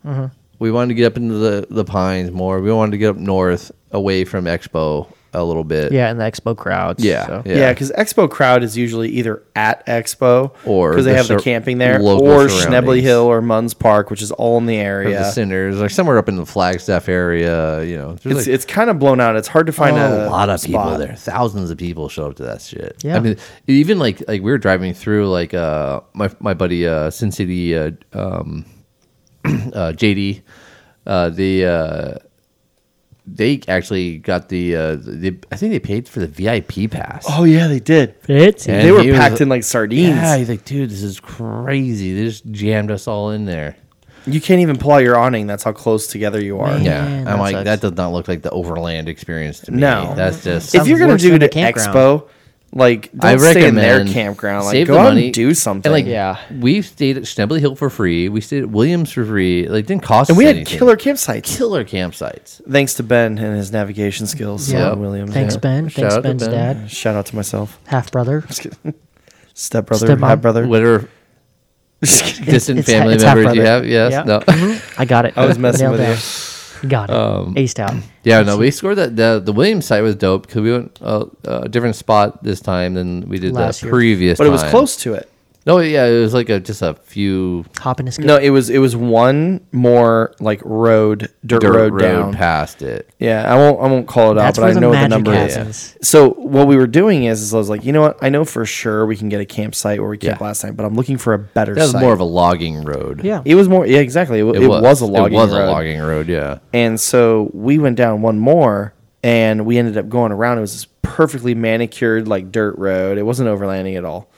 [SPEAKER 2] We wanted to get up into the the pines more. We wanted to get up north away from Expo a little bit.
[SPEAKER 1] Yeah, and the expo crowds.
[SPEAKER 2] Yeah.
[SPEAKER 1] so.
[SPEAKER 2] yeah.
[SPEAKER 3] Yeah, because Expo crowd is usually either at Expo
[SPEAKER 2] Or
[SPEAKER 3] because they
[SPEAKER 2] the
[SPEAKER 3] have the
[SPEAKER 2] sur-
[SPEAKER 3] camping there,
[SPEAKER 2] local
[SPEAKER 3] or Schnebley
[SPEAKER 2] surroundings.
[SPEAKER 3] Hill or Munns Park, which is all in the
[SPEAKER 2] Or The
[SPEAKER 3] area.
[SPEAKER 2] Sinners, like somewhere up in the Flagstaff area, you know. There's
[SPEAKER 3] It's,
[SPEAKER 2] like
[SPEAKER 3] it's kind of blown out. It's hard to find
[SPEAKER 2] Oh, a
[SPEAKER 3] a,
[SPEAKER 2] lot of people
[SPEAKER 3] spot.
[SPEAKER 2] there. Thousands of people show up to that shit.
[SPEAKER 1] Yeah.
[SPEAKER 2] I mean, even like like we were driving through like uh my my buddy uh Sin City uh, um uh JD uh the uh they actually got the uh the, I think they paid for the VIP pass.
[SPEAKER 3] Oh yeah, they did.
[SPEAKER 1] Fancy.
[SPEAKER 2] And
[SPEAKER 3] they were
[SPEAKER 2] he was-
[SPEAKER 3] packed in like sardines.
[SPEAKER 2] Yeah, he's like, dude, this is crazy. They just jammed us all in there.
[SPEAKER 3] You can't even pull out your awning. That's how close together you are.
[SPEAKER 1] Man.
[SPEAKER 2] Yeah,
[SPEAKER 1] that
[SPEAKER 2] I'm like,
[SPEAKER 1] sucks.
[SPEAKER 2] that does not look like the overland experience to me.
[SPEAKER 3] No.
[SPEAKER 2] that's just
[SPEAKER 3] If
[SPEAKER 1] Sounds
[SPEAKER 3] you're gonna
[SPEAKER 1] worse
[SPEAKER 3] do
[SPEAKER 1] than
[SPEAKER 3] it
[SPEAKER 1] a
[SPEAKER 3] at
[SPEAKER 1] campground.
[SPEAKER 3] Expo, like don't
[SPEAKER 2] I
[SPEAKER 3] stay in
[SPEAKER 2] recommend
[SPEAKER 3] their campground. Like
[SPEAKER 2] save
[SPEAKER 3] go
[SPEAKER 2] the
[SPEAKER 3] out
[SPEAKER 2] money
[SPEAKER 3] and do
[SPEAKER 2] And
[SPEAKER 3] something.
[SPEAKER 2] like,
[SPEAKER 1] Yeah.
[SPEAKER 2] we stayed at Schnebley Hill for free. We stayed at Williams for free. Like, didn't cost.
[SPEAKER 3] and
[SPEAKER 2] us
[SPEAKER 3] we had
[SPEAKER 2] anything.
[SPEAKER 3] killer campsites.
[SPEAKER 2] killer campsites.
[SPEAKER 3] Thanks to Ben and his navigation skills.
[SPEAKER 1] Yeah.
[SPEAKER 3] uh, Williams.
[SPEAKER 1] Thanks,
[SPEAKER 3] yeah.
[SPEAKER 1] Ben.
[SPEAKER 2] Shout
[SPEAKER 1] Thanks,
[SPEAKER 2] out to
[SPEAKER 1] Ben's
[SPEAKER 2] Ben.
[SPEAKER 1] dad.
[SPEAKER 3] Shout out to myself.
[SPEAKER 1] Half brother.
[SPEAKER 3] Step brother,
[SPEAKER 1] Stepmom.
[SPEAKER 3] half brother.
[SPEAKER 2] Whatever
[SPEAKER 3] Just kidding.
[SPEAKER 2] distant
[SPEAKER 1] it's ha-
[SPEAKER 2] family
[SPEAKER 1] it's
[SPEAKER 2] members you
[SPEAKER 1] half-brother.
[SPEAKER 2] have, yes,
[SPEAKER 1] Yeah.
[SPEAKER 2] no.
[SPEAKER 1] Mm-hmm. I got it.
[SPEAKER 3] I was messing
[SPEAKER 1] Nailed
[SPEAKER 3] with
[SPEAKER 1] down.
[SPEAKER 3] you.
[SPEAKER 1] Got it.
[SPEAKER 2] Um,
[SPEAKER 1] Aced out.
[SPEAKER 2] Yeah, no, we scored that. The, the Williams site was dope because we went uh, a different spot this time than we did
[SPEAKER 1] Last
[SPEAKER 2] the
[SPEAKER 1] year.
[SPEAKER 2] previous.
[SPEAKER 3] But it was
[SPEAKER 2] time.
[SPEAKER 3] close to it.
[SPEAKER 2] No, yeah, it was like a, just a few
[SPEAKER 1] Hop in a skip.
[SPEAKER 3] No, it was it was one more like road, dirt,
[SPEAKER 2] dirt
[SPEAKER 3] road,
[SPEAKER 2] road
[SPEAKER 3] down.
[SPEAKER 2] past it.
[SPEAKER 3] Yeah, I won't I won't call it out,
[SPEAKER 1] That's
[SPEAKER 3] but
[SPEAKER 1] where
[SPEAKER 3] I
[SPEAKER 1] the
[SPEAKER 3] know what the
[SPEAKER 1] magic
[SPEAKER 3] number is.
[SPEAKER 1] happens.
[SPEAKER 3] So what we were doing is, is I was like, you know what? I know for sure we can get a campsite where we camped
[SPEAKER 2] Yeah.
[SPEAKER 3] last night, but I'm looking for a better.
[SPEAKER 2] That was
[SPEAKER 3] site.
[SPEAKER 2] more of a logging road.
[SPEAKER 1] Yeah.
[SPEAKER 3] It was more. Yeah, exactly. It, it, was. a logging.
[SPEAKER 2] It was
[SPEAKER 3] road.
[SPEAKER 2] a logging road. Yeah.
[SPEAKER 3] And so we went down one more, and we ended up going around. It was this perfectly manicured like dirt road. It wasn't overlanding at all.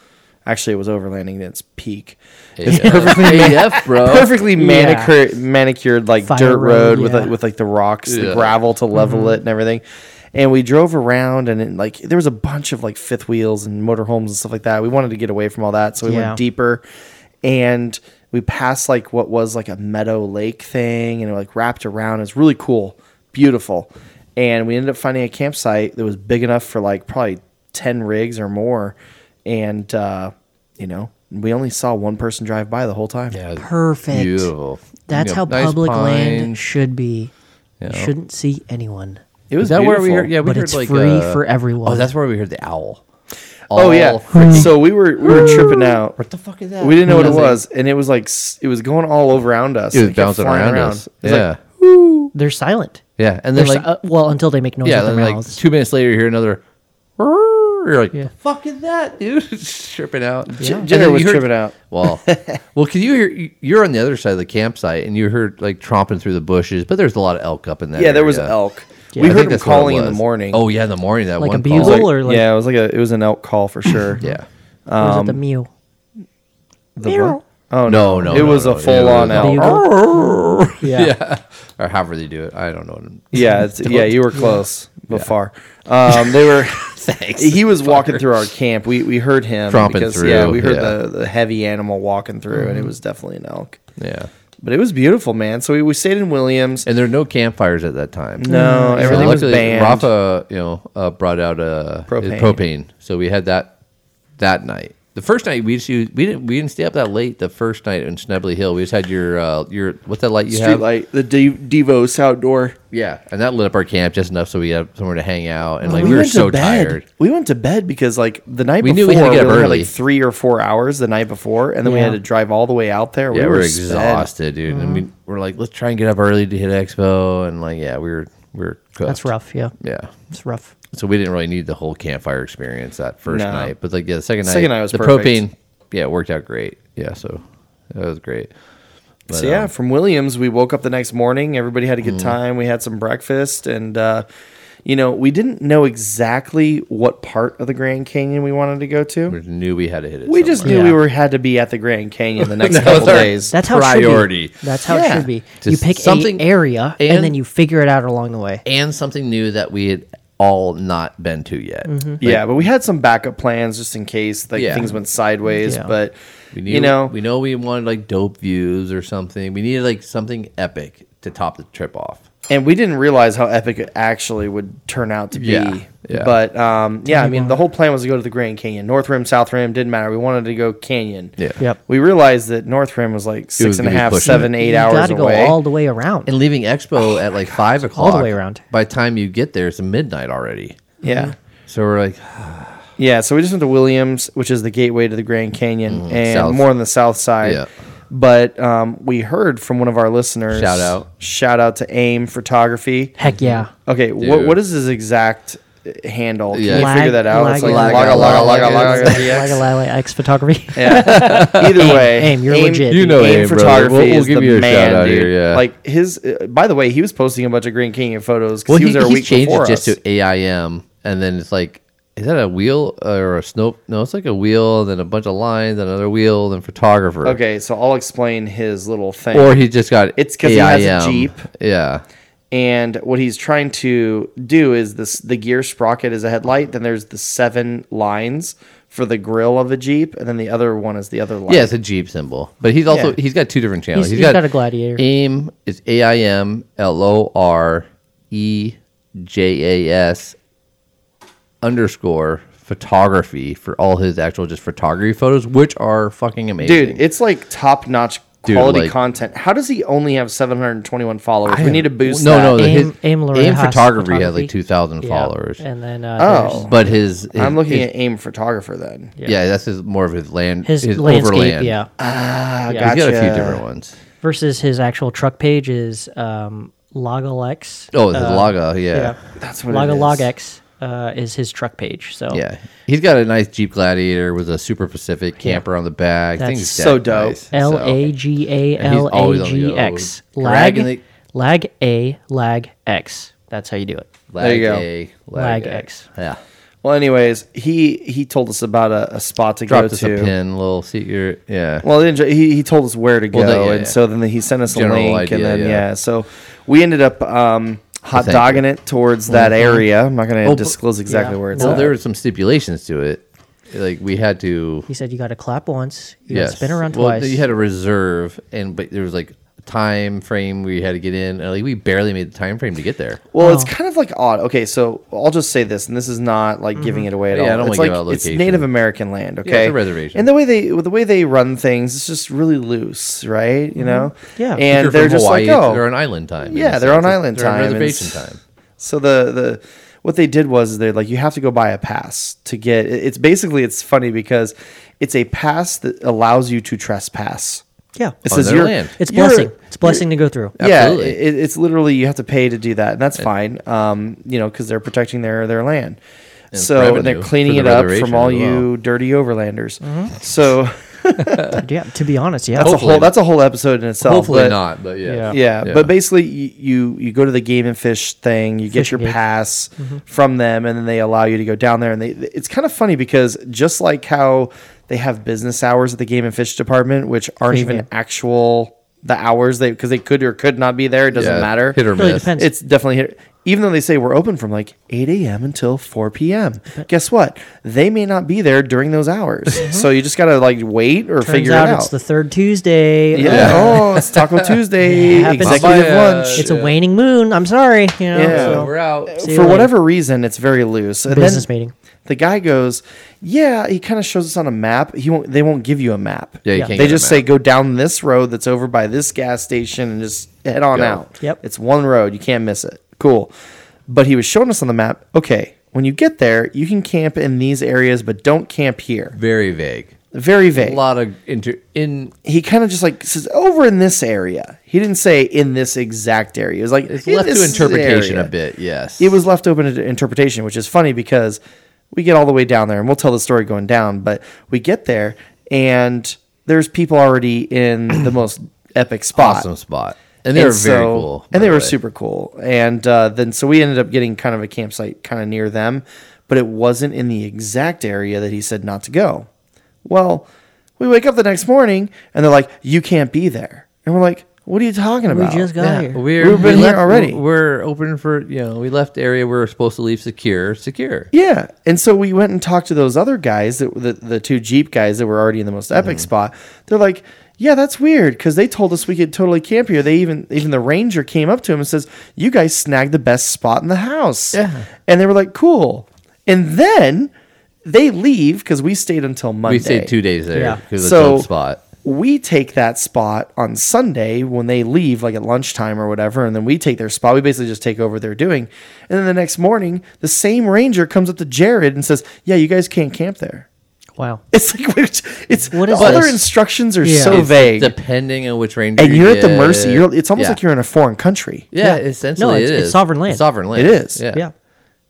[SPEAKER 3] Actually, it was overlanding at its peak. It's
[SPEAKER 2] Yeah.
[SPEAKER 3] perfectly
[SPEAKER 2] AF, bro.
[SPEAKER 3] perfectly
[SPEAKER 1] Yeah.
[SPEAKER 3] manicured manicured like
[SPEAKER 1] Fire
[SPEAKER 3] dirt road
[SPEAKER 1] road,
[SPEAKER 3] with
[SPEAKER 1] yeah. Mm-hmm.
[SPEAKER 3] like, with like the rocks, the
[SPEAKER 2] Yeah.
[SPEAKER 3] gravel to level it and everything. And we drove around and it, like there was a bunch of like fifth wheels and motorhomes and stuff like that. We wanted to get away from all that, so we
[SPEAKER 1] Yeah.
[SPEAKER 3] went deeper and we passed like what was like a meadow lake thing and it like wrapped around. It's really cool, beautiful. And we ended up finding a campsite that was big enough for like probably 10 rigs or more and uh you know, we only saw one person drive by the whole time.
[SPEAKER 2] Yeah, it was
[SPEAKER 1] Perfect.
[SPEAKER 2] Beautiful.
[SPEAKER 1] That's
[SPEAKER 2] You know,
[SPEAKER 1] how
[SPEAKER 2] nice
[SPEAKER 1] public land
[SPEAKER 2] pines,
[SPEAKER 1] should be. You
[SPEAKER 2] you know.
[SPEAKER 1] shouldn't see anyone.
[SPEAKER 3] It was
[SPEAKER 2] Is that where we
[SPEAKER 3] beautiful.
[SPEAKER 2] heard? Yeah, we
[SPEAKER 1] But
[SPEAKER 2] heard
[SPEAKER 1] it's
[SPEAKER 2] like
[SPEAKER 1] free
[SPEAKER 2] uh,
[SPEAKER 1] for everyone.
[SPEAKER 2] Oh, that's where we heard the owl.
[SPEAKER 3] Oh
[SPEAKER 2] All
[SPEAKER 3] yeah.
[SPEAKER 2] freaking-
[SPEAKER 3] So we were we were tripping out.
[SPEAKER 2] what the fuck is that?
[SPEAKER 3] We didn't know what it
[SPEAKER 2] Yeah, like-
[SPEAKER 3] was, and it was like s- it was going all over around us.
[SPEAKER 2] It was
[SPEAKER 3] kept
[SPEAKER 2] bouncing
[SPEAKER 3] flying
[SPEAKER 2] around us.
[SPEAKER 3] It was
[SPEAKER 2] Yeah,
[SPEAKER 3] like,
[SPEAKER 1] They're silent.
[SPEAKER 2] yeah, and
[SPEAKER 1] They're
[SPEAKER 2] then like
[SPEAKER 1] si- uh, well, until they make noise
[SPEAKER 2] yeah,
[SPEAKER 1] with their
[SPEAKER 2] then like
[SPEAKER 1] mouths.
[SPEAKER 2] two minutes later, you hear another. You're like,
[SPEAKER 1] Yeah.
[SPEAKER 2] the fuck is that, dude? tripping out.
[SPEAKER 3] J-
[SPEAKER 2] And
[SPEAKER 3] Jenner
[SPEAKER 2] then
[SPEAKER 3] was
[SPEAKER 2] you heard-
[SPEAKER 3] tripping out.
[SPEAKER 2] Well, well, because you hear you're on the other side of the campsite and you heard like tromping through the bushes, but there's a lot of elk up in that.
[SPEAKER 3] Yeah, there was
[SPEAKER 2] area.
[SPEAKER 3] elk.
[SPEAKER 2] I
[SPEAKER 3] We
[SPEAKER 2] think
[SPEAKER 3] heard him
[SPEAKER 2] that's what it
[SPEAKER 3] calling in the
[SPEAKER 2] was.
[SPEAKER 3] morning.
[SPEAKER 2] Oh yeah, in the morning that
[SPEAKER 1] Like a
[SPEAKER 2] one
[SPEAKER 3] It was
[SPEAKER 2] call.
[SPEAKER 1] bugle? or like-
[SPEAKER 3] yeah, it was like a it was an elk call for sure.
[SPEAKER 2] Yeah.
[SPEAKER 1] or is it
[SPEAKER 2] um,
[SPEAKER 1] the mew?
[SPEAKER 3] The
[SPEAKER 1] Meow.
[SPEAKER 3] what? Oh
[SPEAKER 2] No, no.
[SPEAKER 3] it
[SPEAKER 2] no,
[SPEAKER 3] was
[SPEAKER 2] no,
[SPEAKER 3] a full on
[SPEAKER 2] it was
[SPEAKER 1] Beagle.
[SPEAKER 3] elk.
[SPEAKER 1] Yeah.
[SPEAKER 2] Or however they do it. I don't know.
[SPEAKER 3] Yeah, it's, yeah, you were close, but far. Um, they were.
[SPEAKER 2] Thanks.
[SPEAKER 3] He was walking through our camp. We we heard him
[SPEAKER 2] Tromping
[SPEAKER 3] Yeah,
[SPEAKER 2] through,
[SPEAKER 3] we heard
[SPEAKER 2] yeah. Mm-hmm.
[SPEAKER 3] the, the heavy animal walking through, and it was definitely an elk.
[SPEAKER 2] Yeah.
[SPEAKER 3] But it was beautiful, man. So we, we stayed in Williams.
[SPEAKER 2] And there were no campfires at that time.
[SPEAKER 3] No,
[SPEAKER 2] So
[SPEAKER 3] everything was
[SPEAKER 2] luckily,
[SPEAKER 3] banned.
[SPEAKER 2] Rafa, you know, uh, brought out uh,
[SPEAKER 3] Propane.
[SPEAKER 2] propane. So we had that that night. The first night we just used, we didn't we didn't stay up that late. The first night in Schnebley Hill, we just had your uh, your what's that light you have?
[SPEAKER 3] Streetlight, the De- Devos outdoor.
[SPEAKER 2] Yeah, and that lit up our camp just enough so we had somewhere to hang out. And like
[SPEAKER 3] Oh, we,
[SPEAKER 2] we, were
[SPEAKER 3] went
[SPEAKER 2] so
[SPEAKER 3] to bed.
[SPEAKER 2] tired.
[SPEAKER 3] We went to bed because like the night
[SPEAKER 2] We knew
[SPEAKER 3] before
[SPEAKER 2] we had to get up
[SPEAKER 3] only
[SPEAKER 2] early.
[SPEAKER 3] like three or four hours the night before, and then we
[SPEAKER 1] Yeah.
[SPEAKER 3] had to drive all the way out there.
[SPEAKER 2] Yeah, we were
[SPEAKER 3] spent.
[SPEAKER 2] exhausted, dude. And
[SPEAKER 3] Mm-hmm.
[SPEAKER 2] we were like, let's try and get up early to hit Expo. And like, yeah, we were we were cooked.
[SPEAKER 1] That's rough. Yeah.
[SPEAKER 2] Yeah.
[SPEAKER 1] It's rough.
[SPEAKER 2] So we didn't really need the whole campfire experience that first
[SPEAKER 3] No.
[SPEAKER 2] night, but like yeah, the second night,
[SPEAKER 3] Second night was
[SPEAKER 2] the
[SPEAKER 3] perfect.
[SPEAKER 2] propane. Yeah, it worked out great. Yeah, so that was great. But, um, Mm.
[SPEAKER 3] so yeah, from Williams, we woke up the next morning. Everybody had a good time. We had some breakfast, and uh, you know, we didn't know exactly what part of the Grand Canyon we wanted to go to.
[SPEAKER 2] um, we knew we had to hit it.
[SPEAKER 3] we just
[SPEAKER 2] somewhere.
[SPEAKER 3] knew we
[SPEAKER 1] Yeah.
[SPEAKER 3] were had to be at the Grand Canyon the next
[SPEAKER 2] That was
[SPEAKER 3] couple
[SPEAKER 2] our-
[SPEAKER 3] days.
[SPEAKER 1] That's how
[SPEAKER 2] Priority.
[SPEAKER 1] It should be. That's how it
[SPEAKER 3] Yeah.
[SPEAKER 1] should be. you
[SPEAKER 2] Just
[SPEAKER 1] pick something
[SPEAKER 2] something-
[SPEAKER 1] a area and,
[SPEAKER 2] and-
[SPEAKER 1] then you figure it out along the way.
[SPEAKER 2] and something new that we had all not been to yet.
[SPEAKER 3] yeah, but we had some backup plans just in case like
[SPEAKER 2] Yeah.
[SPEAKER 3] things went sideways.
[SPEAKER 1] Yeah.
[SPEAKER 3] But
[SPEAKER 2] We knew,
[SPEAKER 3] you know,
[SPEAKER 2] we know we wanted like dope views or something. We needed like something epic to top the trip off.
[SPEAKER 3] and we didn't realize how epic it actually would turn out to be.
[SPEAKER 2] Yeah, yeah.
[SPEAKER 3] But um, yeah, I mean, the whole plan was to go to the Grand Canyon, North Rim, South Rim, didn't matter. We wanted to go canyon.
[SPEAKER 2] Yeah.
[SPEAKER 1] Yep.
[SPEAKER 3] We realized that North Rim was like
[SPEAKER 2] was
[SPEAKER 3] six and a
[SPEAKER 2] gonna be
[SPEAKER 3] half,
[SPEAKER 2] pushing
[SPEAKER 3] seven,
[SPEAKER 2] it.
[SPEAKER 3] eight
[SPEAKER 1] you
[SPEAKER 3] hours
[SPEAKER 1] gotta go
[SPEAKER 3] away.
[SPEAKER 1] all the way around.
[SPEAKER 3] Oh
[SPEAKER 2] And leaving Expo at like five o'clock
[SPEAKER 1] way around.
[SPEAKER 2] By the time you get there, it's midnight already.
[SPEAKER 3] Yeah.
[SPEAKER 2] So we're like,
[SPEAKER 3] Yeah, so we just went to Williams, which is the gateway to the Grand Canyon, and
[SPEAKER 2] Mm, south.
[SPEAKER 3] more on the south side.
[SPEAKER 2] Yeah.
[SPEAKER 3] But um, we heard from one of our listeners.
[SPEAKER 2] Shout out.
[SPEAKER 3] Shout out to AIM Photography.
[SPEAKER 1] Heck yeah.
[SPEAKER 3] Okay, what,
[SPEAKER 2] Dude.
[SPEAKER 3] what is his exact uh, handle? Can
[SPEAKER 2] Yeah.
[SPEAKER 3] you
[SPEAKER 2] Lag-
[SPEAKER 3] figure that out? It's like
[SPEAKER 1] Lag-
[SPEAKER 3] Laga Laga
[SPEAKER 2] Laga-
[SPEAKER 3] Laga
[SPEAKER 2] Laga-
[SPEAKER 3] Laga DX.
[SPEAKER 1] Lagalala X photography.
[SPEAKER 3] Yeah. Either
[SPEAKER 1] Aim,
[SPEAKER 3] way,
[SPEAKER 1] aim, you're legit.
[SPEAKER 2] You know
[SPEAKER 3] aim,
[SPEAKER 2] aim, brother.
[SPEAKER 3] photography
[SPEAKER 2] We'll- we'll
[SPEAKER 3] is
[SPEAKER 2] give
[SPEAKER 3] the
[SPEAKER 2] you a
[SPEAKER 3] man,
[SPEAKER 2] shout-out
[SPEAKER 3] dude.
[SPEAKER 2] here, yeah.
[SPEAKER 3] Like his. Uh, by the way, he was posting a bunch of Grand Canyon photos because
[SPEAKER 2] well,
[SPEAKER 3] he
[SPEAKER 2] he,
[SPEAKER 3] was there a
[SPEAKER 2] he's
[SPEAKER 3] week
[SPEAKER 2] changed
[SPEAKER 3] before
[SPEAKER 2] it just
[SPEAKER 3] us.
[SPEAKER 2] to AIM, and then it's like, is that a wheel or a snow? No, it's like a wheel, then a bunch of lines, then another wheel, then photographer.
[SPEAKER 3] okay, so I'll explain his little thing.
[SPEAKER 2] Or he just got
[SPEAKER 3] It's 'cause he has a
[SPEAKER 2] AIM.
[SPEAKER 3] Jeep.
[SPEAKER 2] Yeah.
[SPEAKER 3] and what he's trying to do is this the gear sprocket is a headlight then there's the seven lines for the grill of a jeep and then the other one is the other line
[SPEAKER 2] Yeah, it's a Jeep symbol. But he's also
[SPEAKER 3] Yeah.
[SPEAKER 2] he's got two different channels.
[SPEAKER 1] He's- he's got a Gladiator.
[SPEAKER 2] AIM is A I M L O R E J A S underscore photography for all his actual just photography photos, which are fucking amazing.
[SPEAKER 3] dude it's like top-notch
[SPEAKER 2] Dude,
[SPEAKER 3] quality
[SPEAKER 2] like-
[SPEAKER 3] content how does he only have 721 followers we
[SPEAKER 2] have-
[SPEAKER 3] need to boost
[SPEAKER 2] no, no,
[SPEAKER 3] that.
[SPEAKER 2] the-
[SPEAKER 1] Aim-
[SPEAKER 2] his-
[SPEAKER 1] Aim
[SPEAKER 2] Aim
[SPEAKER 1] Lorejas
[SPEAKER 2] Photography had, like, 2,000
[SPEAKER 1] Yeah.
[SPEAKER 2] followers.
[SPEAKER 1] And then uh,
[SPEAKER 3] Oh.
[SPEAKER 1] there's-
[SPEAKER 2] but his, his-
[SPEAKER 3] i'm looking
[SPEAKER 2] his-
[SPEAKER 3] at aim photographer then
[SPEAKER 2] yeah. that's his more of his land
[SPEAKER 1] his,
[SPEAKER 2] his,
[SPEAKER 1] landscape,
[SPEAKER 2] overland.
[SPEAKER 1] yeah.
[SPEAKER 3] ah,
[SPEAKER 2] he's got a few
[SPEAKER 3] gotcha.
[SPEAKER 2] different ones.
[SPEAKER 1] Versus his actual truck page is um, Logalex.
[SPEAKER 2] Oh, his
[SPEAKER 1] uh,
[SPEAKER 2] logo, yeah.
[SPEAKER 3] that's what
[SPEAKER 1] Laga
[SPEAKER 3] it is.
[SPEAKER 1] Log X uh, is his truck page. So
[SPEAKER 2] Yeah, he's got a nice Jeep Gladiator with a Super Pacific camper on the back.
[SPEAKER 1] That's
[SPEAKER 2] Thing's
[SPEAKER 3] so
[SPEAKER 2] dead
[SPEAKER 3] dope.
[SPEAKER 2] nice, so-
[SPEAKER 1] L A G A
[SPEAKER 2] And he's
[SPEAKER 1] L
[SPEAKER 2] always
[SPEAKER 1] A
[SPEAKER 2] on the
[SPEAKER 1] G X.
[SPEAKER 2] go.
[SPEAKER 1] Lag
[SPEAKER 2] Dragging the-
[SPEAKER 1] lag A lag X. That's how you do it.
[SPEAKER 2] Lag
[SPEAKER 3] There you go.
[SPEAKER 2] A,
[SPEAKER 1] Lag
[SPEAKER 2] lag,
[SPEAKER 1] X.
[SPEAKER 2] X. Yeah,
[SPEAKER 3] well anyways he he told us about a, a spot to
[SPEAKER 2] dropped
[SPEAKER 3] go
[SPEAKER 2] us
[SPEAKER 3] to
[SPEAKER 2] a pin, little secret. Yeah,
[SPEAKER 3] Well, then ju- he, he told us where to go,
[SPEAKER 2] Well, that- yeah,
[SPEAKER 3] and
[SPEAKER 2] yeah.
[SPEAKER 3] so then he sent us a
[SPEAKER 2] General
[SPEAKER 3] link, and
[SPEAKER 2] idea,
[SPEAKER 3] then yeah.
[SPEAKER 2] yeah.
[SPEAKER 3] so we ended up um, hot
[SPEAKER 2] thank you.
[SPEAKER 3] dogging it towards that area. I'm not going to
[SPEAKER 2] Oh, but-
[SPEAKER 3] disclose exactly
[SPEAKER 1] yeah.
[SPEAKER 3] where it's
[SPEAKER 2] well,
[SPEAKER 3] at.
[SPEAKER 2] there were some stipulations to it. Like we had to,
[SPEAKER 1] He said you got to clap once, you got
[SPEAKER 2] yes,
[SPEAKER 1] to spin around
[SPEAKER 2] well,
[SPEAKER 1] twice.
[SPEAKER 2] You had a reserve, and but there was like a time frame we had to get in, and like we barely made the time frame to get there.
[SPEAKER 3] well, it's kind of like odd. Okay, so I'll just say this, and this is not like giving it away at
[SPEAKER 2] Mm-hmm. Yeah, I
[SPEAKER 3] all.
[SPEAKER 2] don't
[SPEAKER 3] it's
[SPEAKER 2] wanna
[SPEAKER 3] like
[SPEAKER 2] give out
[SPEAKER 3] it's
[SPEAKER 2] location.
[SPEAKER 3] Native American land. Okay,
[SPEAKER 2] it's a reservation.
[SPEAKER 3] And the way they the way they run things, it's just really loose, right?
[SPEAKER 2] Mm-hmm.
[SPEAKER 3] You know.
[SPEAKER 1] Yeah. If
[SPEAKER 3] and
[SPEAKER 2] You're
[SPEAKER 3] they're
[SPEAKER 2] from
[SPEAKER 3] just
[SPEAKER 2] Hawaii,
[SPEAKER 3] like oh,
[SPEAKER 2] they're on island time.
[SPEAKER 3] Yeah,
[SPEAKER 2] It's-
[SPEAKER 3] they're on
[SPEAKER 2] it's-
[SPEAKER 3] island
[SPEAKER 2] they're on
[SPEAKER 3] time. and
[SPEAKER 2] reservation
[SPEAKER 3] s-
[SPEAKER 2] time.
[SPEAKER 3] So the the what they did was they're like you have to go buy a pass to get. it- It's basically it's funny because it's a pass that allows you to trespass.
[SPEAKER 1] yeah.
[SPEAKER 3] It
[SPEAKER 2] On
[SPEAKER 3] says
[SPEAKER 2] their
[SPEAKER 3] you're
[SPEAKER 2] land.
[SPEAKER 1] It's
[SPEAKER 3] you're-
[SPEAKER 1] blessing. It's blessing to go through.
[SPEAKER 3] Yeah,
[SPEAKER 2] Absolutely.
[SPEAKER 3] it, it's literally you have to pay to do that, and that's fine. Um, you know, because they're protecting their their land. so
[SPEAKER 2] revenue
[SPEAKER 3] they're cleaning
[SPEAKER 2] for
[SPEAKER 3] it
[SPEAKER 2] the
[SPEAKER 3] up
[SPEAKER 2] reservation
[SPEAKER 3] from all
[SPEAKER 2] as well.
[SPEAKER 3] you dirty overlanders. So
[SPEAKER 1] yeah. To be honest, yeah.
[SPEAKER 3] that's a
[SPEAKER 2] Hopefully
[SPEAKER 3] whole
[SPEAKER 2] not.
[SPEAKER 3] that's a whole episode in itself.
[SPEAKER 2] Hopefully
[SPEAKER 3] but-
[SPEAKER 2] not, but yeah.
[SPEAKER 1] Yeah.
[SPEAKER 3] yeah,
[SPEAKER 2] Yeah.
[SPEAKER 3] but basically y- you you go to the game and fish thing you get
[SPEAKER 1] Fish
[SPEAKER 3] your
[SPEAKER 1] and game.
[SPEAKER 3] pass from them and then they allow you to go down there and they it's kind of funny because just like how they have business hours at the game and fish department which aren't
[SPEAKER 1] Fish and
[SPEAKER 3] even
[SPEAKER 1] game.
[SPEAKER 3] actual the hours they because they could or could not be there it doesn't
[SPEAKER 2] Yeah,
[SPEAKER 3] matter
[SPEAKER 2] Hit or
[SPEAKER 1] really
[SPEAKER 2] miss.
[SPEAKER 1] depends.
[SPEAKER 3] it's definitely hit even though they say we're open from like 8 a.m. until 4 p.m., guess what? They may not be there during those hours. So you just gotta like wait or
[SPEAKER 1] Mm-hmm. Turns
[SPEAKER 3] figure
[SPEAKER 1] out,
[SPEAKER 3] it out.
[SPEAKER 1] it's the third Tuesday.
[SPEAKER 3] yeah.
[SPEAKER 1] Uh,
[SPEAKER 3] Oh, it's Taco Tuesday.
[SPEAKER 1] happens.
[SPEAKER 3] executive
[SPEAKER 2] Bye-bye, uh,
[SPEAKER 3] lunch.
[SPEAKER 1] It's a waning moon. I'm sorry. You know,
[SPEAKER 3] Yeah.
[SPEAKER 1] so-
[SPEAKER 2] So we're out.
[SPEAKER 1] See you
[SPEAKER 3] for
[SPEAKER 1] later.
[SPEAKER 3] whatever reason, it's very loose. And then
[SPEAKER 1] Business meeting.
[SPEAKER 3] The guy goes, "Yeah." He kind of shows us on a map. He won't. They won't give you a map.
[SPEAKER 2] Yeah, you
[SPEAKER 1] Yeah.
[SPEAKER 2] can't
[SPEAKER 3] they
[SPEAKER 2] get a
[SPEAKER 3] just
[SPEAKER 2] map.
[SPEAKER 3] say go down this road that's over by this gas station and just head on
[SPEAKER 2] Go.
[SPEAKER 3] out.
[SPEAKER 1] Yep.
[SPEAKER 3] It's one road. You can't miss it. Cool. But he was showing us on the map. Okay, when you get there, you can camp in these areas, but don't camp here.
[SPEAKER 2] very vague.
[SPEAKER 3] Very
[SPEAKER 2] A
[SPEAKER 3] vague.
[SPEAKER 2] lot of inter in
[SPEAKER 3] He kind of just like says over in this area. He didn't say in this exact area. It was like
[SPEAKER 2] it's
[SPEAKER 3] "In
[SPEAKER 2] left to
[SPEAKER 3] this
[SPEAKER 2] interpretation
[SPEAKER 3] area."
[SPEAKER 2] a bit. Yes,
[SPEAKER 3] it was left open to interpretation, which is funny because we get all the way down there and we'll tell the story going down, but we get there and there's people already in the most epic spot.
[SPEAKER 2] awesome spot, and they were very
[SPEAKER 3] so-
[SPEAKER 2] cool. by
[SPEAKER 3] And they
[SPEAKER 2] the
[SPEAKER 3] were
[SPEAKER 2] way.
[SPEAKER 3] super cool. And uh, then so we ended up getting kind of a campsite kind of near them, but it wasn't in the exact area that he said not to go. Well, we wake up the next morning and they're like, "You can't be there," and we're like, "What are you talking
[SPEAKER 1] We
[SPEAKER 3] about?"
[SPEAKER 1] just got here.
[SPEAKER 2] We're,
[SPEAKER 3] We've been
[SPEAKER 2] we
[SPEAKER 3] here
[SPEAKER 2] left-
[SPEAKER 3] already.
[SPEAKER 2] We're open for you know. We left area we were supposed to leave secure. Secure.
[SPEAKER 3] Yeah, and so we went and talked to those other guys, that, the the two Jeep guys that were already in the most epic
[SPEAKER 2] Mm-hmm.
[SPEAKER 3] spot. They're like, "Yeah, that's weird," because they told us we could totally camp here. They even even the ranger came up to him and says, "You guys snagged the best spot in the house."
[SPEAKER 2] Yeah.
[SPEAKER 3] and they were like, "Cool," and then they leave because we stayed until Monday.
[SPEAKER 2] We stayed two days there
[SPEAKER 1] Yeah.
[SPEAKER 2] because of
[SPEAKER 3] So-
[SPEAKER 2] the jump spot.
[SPEAKER 3] we take that spot on Sunday when they leave, like at lunchtime or whatever, and then we take their spot. We basically just take over what they're doing. And then the next morning, the same ranger comes up to Jared and says, Yeah, you guys can't camp there.
[SPEAKER 1] Wow.
[SPEAKER 3] It's like, which- it's
[SPEAKER 1] What
[SPEAKER 3] what
[SPEAKER 1] is
[SPEAKER 3] is other
[SPEAKER 1] this?
[SPEAKER 3] instructions are
[SPEAKER 1] Yeah.
[SPEAKER 3] so
[SPEAKER 1] It's
[SPEAKER 3] vague.
[SPEAKER 2] Depending on which ranger,
[SPEAKER 3] and
[SPEAKER 2] you
[SPEAKER 3] you're at the
[SPEAKER 2] get.
[SPEAKER 3] mercy. You're, it's almost
[SPEAKER 2] Yeah.
[SPEAKER 3] like you're in a foreign country.
[SPEAKER 2] yeah,
[SPEAKER 1] Yeah.
[SPEAKER 2] essentially
[SPEAKER 1] No,
[SPEAKER 2] it
[SPEAKER 1] it's- it's
[SPEAKER 2] is.
[SPEAKER 1] sovereign land.
[SPEAKER 2] It's sovereign land.
[SPEAKER 3] It is.
[SPEAKER 2] Yeah.
[SPEAKER 1] Yeah.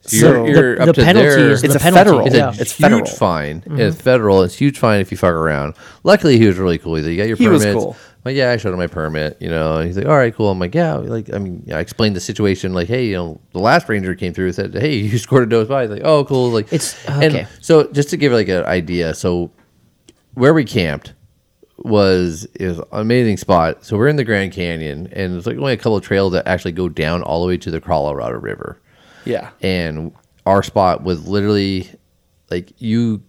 [SPEAKER 2] So you're,
[SPEAKER 3] So-
[SPEAKER 2] you're
[SPEAKER 1] the
[SPEAKER 2] up
[SPEAKER 1] the
[SPEAKER 2] to
[SPEAKER 1] penalty
[SPEAKER 2] their-
[SPEAKER 1] is the
[SPEAKER 3] It's a
[SPEAKER 1] penalty.
[SPEAKER 3] federal.
[SPEAKER 2] It's
[SPEAKER 1] yeah. Mm-hmm.
[SPEAKER 2] a
[SPEAKER 3] It's
[SPEAKER 2] huge
[SPEAKER 3] federal.
[SPEAKER 2] fine. It's federal. It's huge fine if you fuck around. Luckily, he was really cool. He's like, "Yeah, your
[SPEAKER 3] He was
[SPEAKER 2] permit."
[SPEAKER 3] cool.
[SPEAKER 2] Like, yeah, I showed him my permit. You know, and he's like, "All right, cool." I'm like, "Yeah." Like, I mean, I explained the situation. Like, hey, you know, the last ranger came through and said, "Hey, you scored a dose by." He's like, "Oh, cool." Like,
[SPEAKER 1] It's- okay.
[SPEAKER 2] And so, just to give like an idea, so where we camped was is an amazing spot. So we're in the Grand Canyon, and it's like only a couple of trails that actually go down all the way to the Colorado River
[SPEAKER 3] Yeah.
[SPEAKER 2] and our spot was literally like you